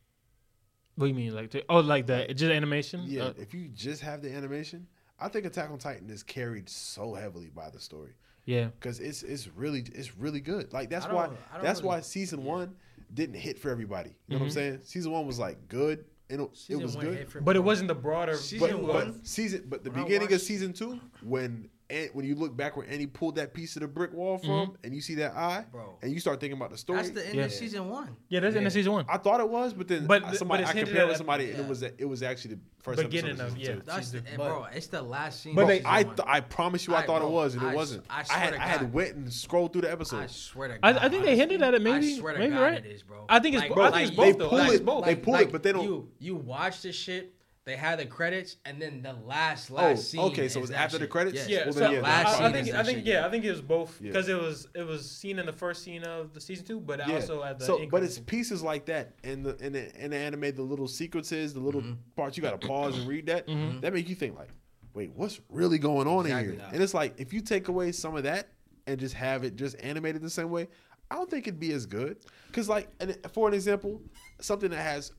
What do you mean, like? the- Oh, like the just animation?
Yeah,
Uh,
if you just have the animation, I think Attack on Titan is carried so heavily by the story.
Yeah.
because it's it's really it's really good. Like that's
I don't-
why
I don't
that's
really-
why season one didn't hit for everybody. You know what I'm
Mhm.
saying? Season one was like good. It, it
Season
was
one
good,
hit for But it everybody. wasn't the broader-
but,
Season
but
one-
season, but the
when I
beginning of
watched-
season two, when Ant, when you look back where Annie pulled that piece of the brick wall from,
Mhm.
and you see that eye,
Bro.
and you start thinking about the story.
That's the end of season one.
Yeah, that's in the season one.
I thought it was, but then
But-
I-
but
somebody
it's
I
hinted
compared
at
with
at-
somebody, and
yeah.
it was it was actually the first
Beginning
episode
of- yeah.
season two.
That's the, and bro. It's the last scene.
But
of
they,
season
I,
one.
th- I promise you, I,
I-
thought
bro,
it was, and
I
it
s-
wasn't.
I
I,
swear
had
to
I had
God.
went and scrolled through the episode.
I swear to
I,
God.
I think they hinted at it. Maybe.
I swear to
maybe
God
right.
it is, bro.
I think it's.
Like,
bo- I think it's
like,
both.
they
though.
pull
Like,
it.
both.
They
Like-
pull
like
it, but they don't.
You, you watch the shit. They had the credits, and then the last last
Oh,
scene.
okay, so
is
it's
that
after the
shit.
credits?
Yeah.
Yeah,
Well,
so
then, yeah, that's
I, I
fine.
think
That
I think
shit,
yeah, I think it was both
Yeah.
because it was it was seen in the first scene of the season two, but
Yeah.
also at the
so, but
incoming
it's
scene.
pieces like that, and the and the, and the anime, the little sequences, the little parts you got to pause and read that.
Mm-hmm.
That make you think like, wait, what's really going on in here?
Exactly.
And it's like if you take away some of that and just have it just animated the same way, I don't think it'd be as good. Cause like, an, for an example, something that has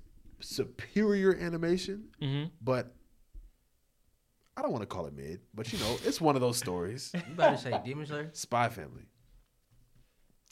superior animation,
Mm-hmm.
but I don't want to call it mid, but you know, it's one of those
*laughs*
stories.
You better say Demon Slayer.
Spy Family.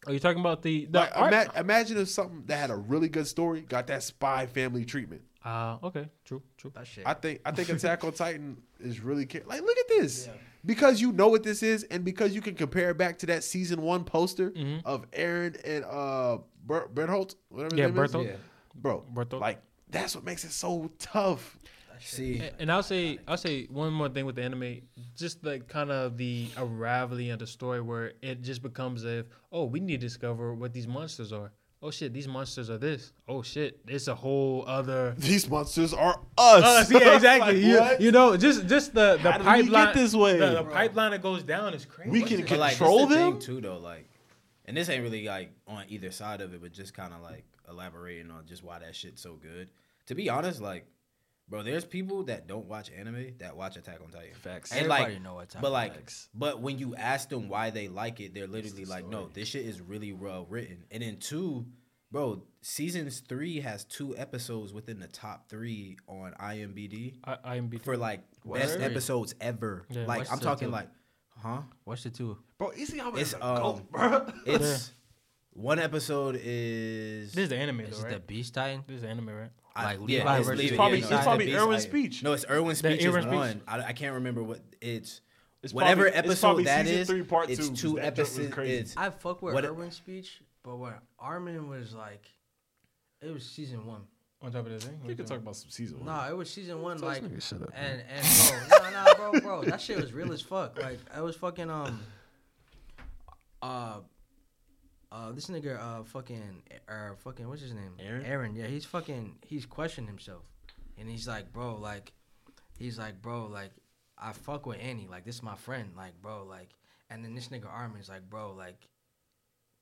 Are you talking about the the
Like,
art?
ima- imagine if something that had a really good story got that spy family treatment.
Ah, okay, true, true.
That shit.
I think I think Attack on Titan is really ca- like look at this because you know what this is and because you can compare it back to that season one poster of Aaron and uh Ber- Bertholdt, whatever his
Mm-hmm. Yeah,
name is.
Bertholdt. Yeah.
bro,
Bertholdt.
like that's what makes it so tough.
See,
A- And I'll say I'll say one more thing with the anime, just like kind of the unraveling of the story where it just becomes if oh we need to discover what these monsters are. Oh shit, these monsters are this. Oh shit, it's a whole other.
These monsters are us. *laughs*
Us, Oh, yeah, exactly.
Like,
you,
what?
you know, just just the the
How did we get
pipeline
this way?
The, the pipeline that goes down is crazy.
we can
But, like,
control
that's the
them.
thing, too, though. Like, and this ain't really like on either side of it, but just kind of like elaborating on just why that shit's so good. To be honest, like, bro, there's people that don't watch anime that watch Attack on Titan. Facts. And
Everybody
like,
know Attack
but
on
like,
Titan.
but when you ask them why they like it, they're literally like, no, this shit is really well written. And then two, bro, seasons three has two episodes within the top three on IMBD
I, I am
for like best
Word.
episodes ever.
Yeah.
like,
What's
I'm
that
talking
too?
like, huh?
Watch the two.
Bro, you see how much
It's
it's,
um,
goat, bro.
It's one episode is
This is the anime,
Is
though,
it the
right?
Beast Titan?
This is the anime, right?
I-
Like
yeah,
Levi
it's
versus
Levi,
probably-
yeah,
it's
no,
probably
Beast
Erwin's
Titan.
speech.
No, it's Erwin's
The
speech is
Erwin's speech.
one. I, I can't remember what it's.
It's
whatever
probably- it's
episode
probably
that
season
is,
three, part
it's
two, 'cause
two
that joke was
episodes.
crazy.
It's,
I fuck with
What-
Erwin's speech, but when Armin was like, it was season one.
On top of the thing,
We can talk about some season one.
Nah, it was season one. Like, and and bro, *laughs* nah, nah, bro, bro, that shit was real as fuck. Like, I was fucking um, uh, uh, this nigga, uh, fucking, uh, fucking, what's his name? Aaron. Aaron. Yeah, he's fucking, he's questioning himself, and he's like, bro, like, he's like, bro, like, I fuck with Annie, like, this is my friend, like, bro, like, and then this nigga Armin's like, bro, like.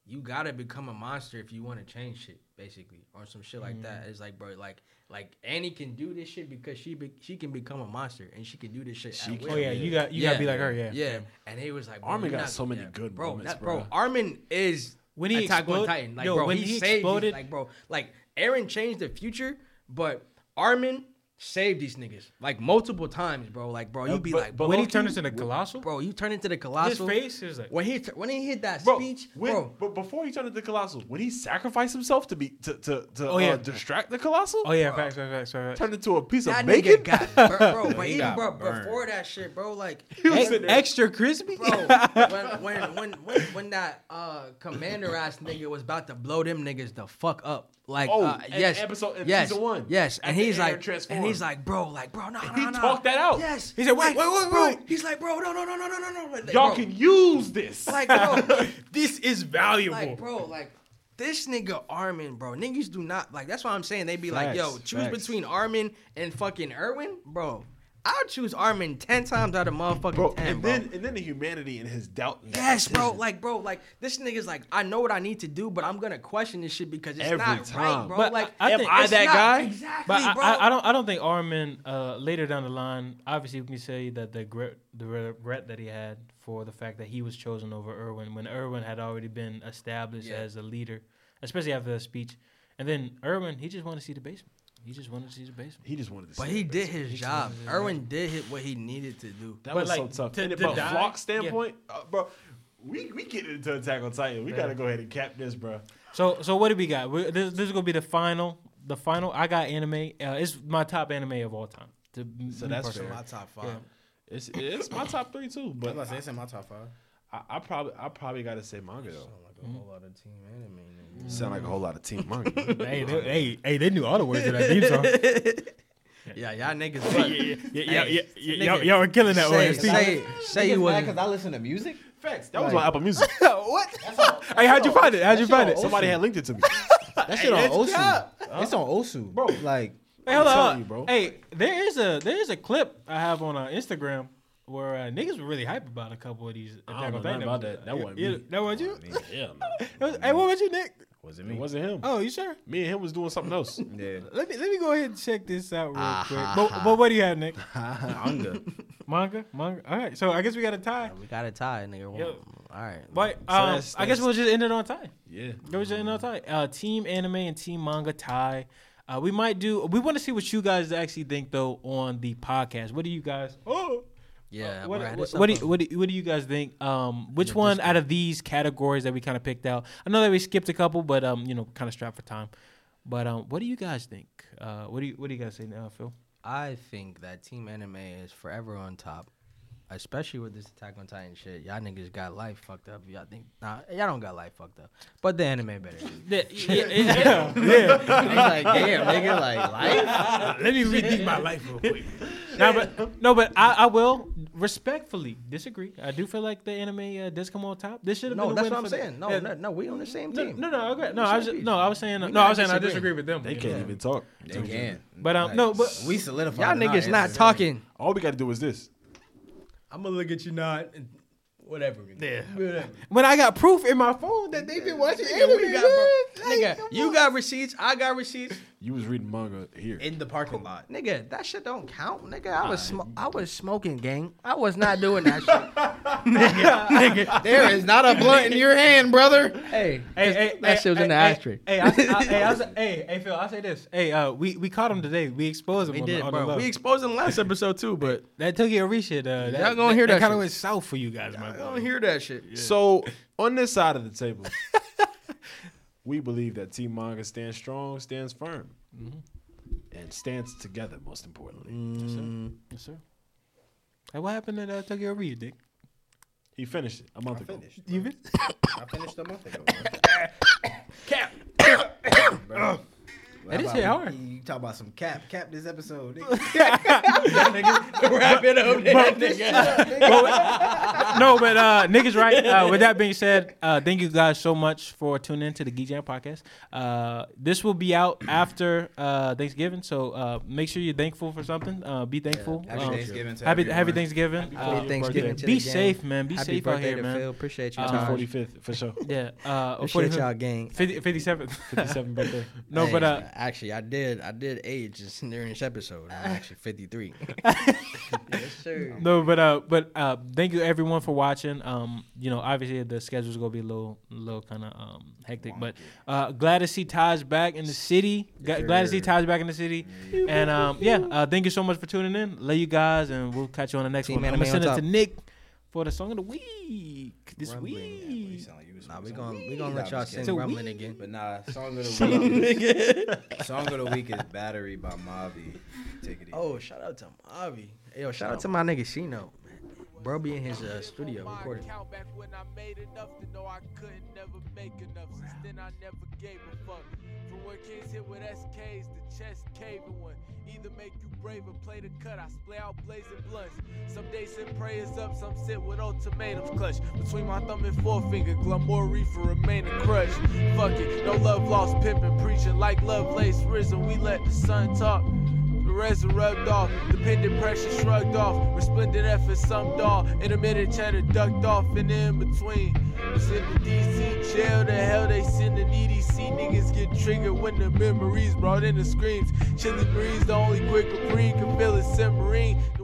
You gotta become a monster if you want to change shit, basically, or some shit like
Mm-hmm.
that. It's like, bro, like, like Annie can do this shit because she be, she can become a monster and she can do this shit. She
Oh yeah, you got you gotta be like her, yeah.
yeah. And he was like, bro,
Armin
you're
got
not-
so many good
bro,
moments,
that- bro.
bro.
Armin is
When he
Attack on
explode-
Titan. Like,
yo,
bro,
when
he,
he
saved
exploded-
These, like, bro, like Aaron changed the future, but Armin saved these niggas like multiple times, bro. Like, bro, you be
but,
like,
but
bro,
when he turned into colossal,
bro, you turn into the colossal.
face is like-
when he tur- when he hit that
Bro,
speech,
when,
bro.
but before he turned into Colossal, when he sacrificed himself to be to to, to
Oh, yeah.
uh, distract the Colossal,
oh yeah, facts, facts, facts, facts. facts.
turned into a piece
That
of
nigga
bacon.
got bro, bro, but
he
even
got
bro,
burned.
before that shit, bro, like
E- extra crispy.
*laughs*
bro. when, when when when when that uh, commander ass nigga was about to blow them niggas the fuck up. Like
Oh,
uh,
in
yes,
episode- in
yes,
season one,
yes, and
after
he's
Aaron
like, and
transformed.
he's like, bro, like, bro, no, no,
he
no.
talked that out.
Yes,
He said, wait, wait, wait,
bro.
wait.
He's like, bro, no, no, no, no, no, no, no. Like,
Y'all
bro,
can use this.
like,
*laughs*
bro,
this is valuable.
like, bro, like. This nigga Armin, bro, niggas do not like. That's why I'm saying they be like,
Facts,
yo, choose
facts.
between Armin and fucking Irwin, bro. I'll choose Armin ten times out of motherfucking
Bro,
ten,
and
bro.
then and then the humanity and his doubt. and
Yes, bro.
decision.
Like, bro, like this nigga's like, I know what I need to do, but I'm gonna question this shit because it's
Every
not right,
time.
bro.
But
like,
I- I
it's
think- I that
not-
guy?
Exactly,
But I,
bro.
I, I don't. I don't think Armin. Uh, later down the line, obviously we can say that the regret, the regret that he had for the fact that he was chosen over Irwin when Irwin had already been established
Yeah.
as a leader, especially after the speech. And then Irwin, he just wanted to see the basement. He just wanted to see the basement.
He just wanted to.
but
see
he
it.
did his job.
Basically.
Irwin did hit what he needed to do.
That
but
was
like,
so tough.
to-
and
to
from
die-
Flock's
yeah.
standpoint, uh, bro, we we get into Attack on Titan. We gotta go ahead and cap this, bro.
So so what do we got? We, this, this is gonna be the final. The final. I got anime. Uh, it's my top anime of all time. To
So
me
that's
personally.
fair.
My top five.
Yeah.
It's it's my top three too, but I,
it's in my top five.
I, I probably I probably gotta say manga though.
Like a whole lot of team anime. nigga.
Sound like a whole lot of team manga.
hey, they, hey, hey, they knew all the words to that theme song.
Yeah, y'all niggas. *laughs* yeah,
yeah,
yeah,
yeah, yeah, y'all, y'all were killing that
Say,
one.
it, say, it, say you wasn't.
because I listen to music.
Facts. That was my Apple Music.
Hey, how'd you find it? How'd you find it?
Somebody had linked it to me.
That shit on Osu. It's on Osu, bro. Like
Hey, hold
telling
on.
you, bro.
Hey, there is a there is a clip I have on uh, Instagram where uh, niggas were really hype about a couple of these.
I don't know nothing about that. That wasn't
yeah,
me.
That wasn't you.
Hell
It was- hey, what was you, Nick?
Was it
no.
me?
It wasn't him.
Oh, you sure?
Me and him was doing something else.
Yeah. *laughs*
Let me let me go ahead and check this out real
Ah,
quick. But, but what do you have, Nick?
Manga.
Manga, manga. All right, so I guess we got a tie.
We got a tie, nigga. One-
Yo.
All right.
But um,
that's-
I guess we'll just end it on tie.
yeah.
Go with your NL tie. Uh, team anime and team manga tie. Uh, we might do. We want to see what you guys actually think though on the podcast. What do you guys? Oh,
Yeah.
what,
bro, hit
what,
us
what, do
up
you, what, do you, what do you guys think? Um, which one out of these categories that we kind of picked out? I know that we skipped a couple, but um, you know, kind of strapped for time. But um, what do you guys think? Uh, what do you what do you guys say now, Phil?
I think that Team Anime is forever on top, especially with this Attack on Titan shit. Y'all niggas got life fucked up. Y'all think nah, y'all don't got life fucked up, but the anime better.
Yeah, *laughs* yeah, yeah, yeah.
I'm like, damn, nigga, like *laughs* life.
*laughs* Let me rethink my life real *laughs* quick. no, but no, but I, I will respectfully disagree. I do feel like the anime uh, does come on top. This should have
No,
been a
that's
win
what I'm
for the-
saying. No,
yeah.
no, no, we on the same
No,
team.
no, no, okay. no. I was just, no, I was saying no.
not
I was saying I disagree
disagreeing.
with them.
They can't even talk.
They can.
But um, no, but
we solidified.
Y'all
in our
niggas not
answer.
talking.
All we gotta do is this.
I'm gonna look at you not. and Whatever. Yeah. Whatever.
when I got proof in my phone that they've been watching anime,
We got, bro, nigga, you got receipts. I got receipts.
You was reading manga here.
In the parking lot.
Nigga, that shit don't count. Nigga, I was sm- I was smoking, gang. I was not doing that
*laughs*
shit.
There is not a blunt in your hand, brother.
Hey,
Hey, hey,
that
hey,
shit was
hey,
in the
hey,
ashtray.
Hey, I, I, hey, I was,
*laughs*
hey, hey, Phil, I'll say this. Hey, uh, we, we caught him today. We exposed him
We
on,
did,
the, on the
bro.
low.
We exposed him last episode too, but
that Tokyo Re shit, uh, that,
Y'all gonna hear that
kind of
shit.
went south for you guys, my
I
boy.
don't hear that shit.
So on this side of
*laughs*
the table, we believe that Team Manga stands strong, stands firm, and stands together. Most importantly,
Mm-hmm.
Mm.
Yes, sir. Hey, what happened at uh, Tokyo Re, Dick?
he finished it a month ago.
You been?
I finished a month ago.
That is hit hard.
You talk about some cap. Cap this episode.
*laughs*
no, but uh, niggas right. Uh, with that being said, uh, thank you guys so much for tuning in to the Geek Jam podcast. Uh, this will be out after uh, Thanksgiving, so uh, make sure you're thankful for something. Uh, be thankful.
happy
Um,
Thanksgiving to
happy, happy
everyone.
Thanksgiving. Uh,
Happy Thanksgiving to
Be
the gang.
safe, man. Be
Happy
safe out
birthday
here,
to
man.
Phil. Appreciate you,
Um,
Taj.
Forty fifth for *laughs* sure.
Yeah. Uh,
Appreciate
45
y'all, gang.
50, 57.
57 birthday.
*laughs* no,
Hey,
but uh,
actually, I did. I did age just *laughs* during
*laughs*
this episode. I'm actually 53. yes, sir.
no, but uh, but uh, thank you everyone for watching. Um, you know, obviously the schedule's gonna be a little, little kind of um hectic, but uh, glad to see Taj back in the city. Gla- Glad to see Taj back in the city, and um, yeah, uh, thank you so much for tuning in. Love you guys, and we'll catch you on the next
Team
one. I'm
Anime
gonna
on
send it
top.
to Nick for the song of the week this
Rumbling.
week.
Nah, we gonna we gonna let y'all sing
It's a
rumbling
wee.
again.
But nah, song of the week. song of the week is "Battery" by Mavi. Take it easy.
Oh, shout out to Mavi. Hey, yo, shout out to my nigga Shino. man. Bro be in his uh, studio recording.
Count back when I made enough to know I couldn't never make enough. Since then I never gave a fuck. From when kids hit with SKs, the chest caving one. Either make you brave or play the cut. I splay out blazing blunts. Some days send prayers up, some sit with ultimatums clutch. Between my thumb and forefinger, glamour reefer remain a crush. Fuck it, no love lost, pimping, preaching like love lace risen. We let the sun talk. The the resin rubbed off, dependent pressure shrugged off, resplendent effort summed off, intermittent chatter ducked off and in between. Was in the DC jail, the hell they send the EDC niggas get triggered when the memories brought in the screams. Chilly breeze, the only quick reprieve can feel it simmering. The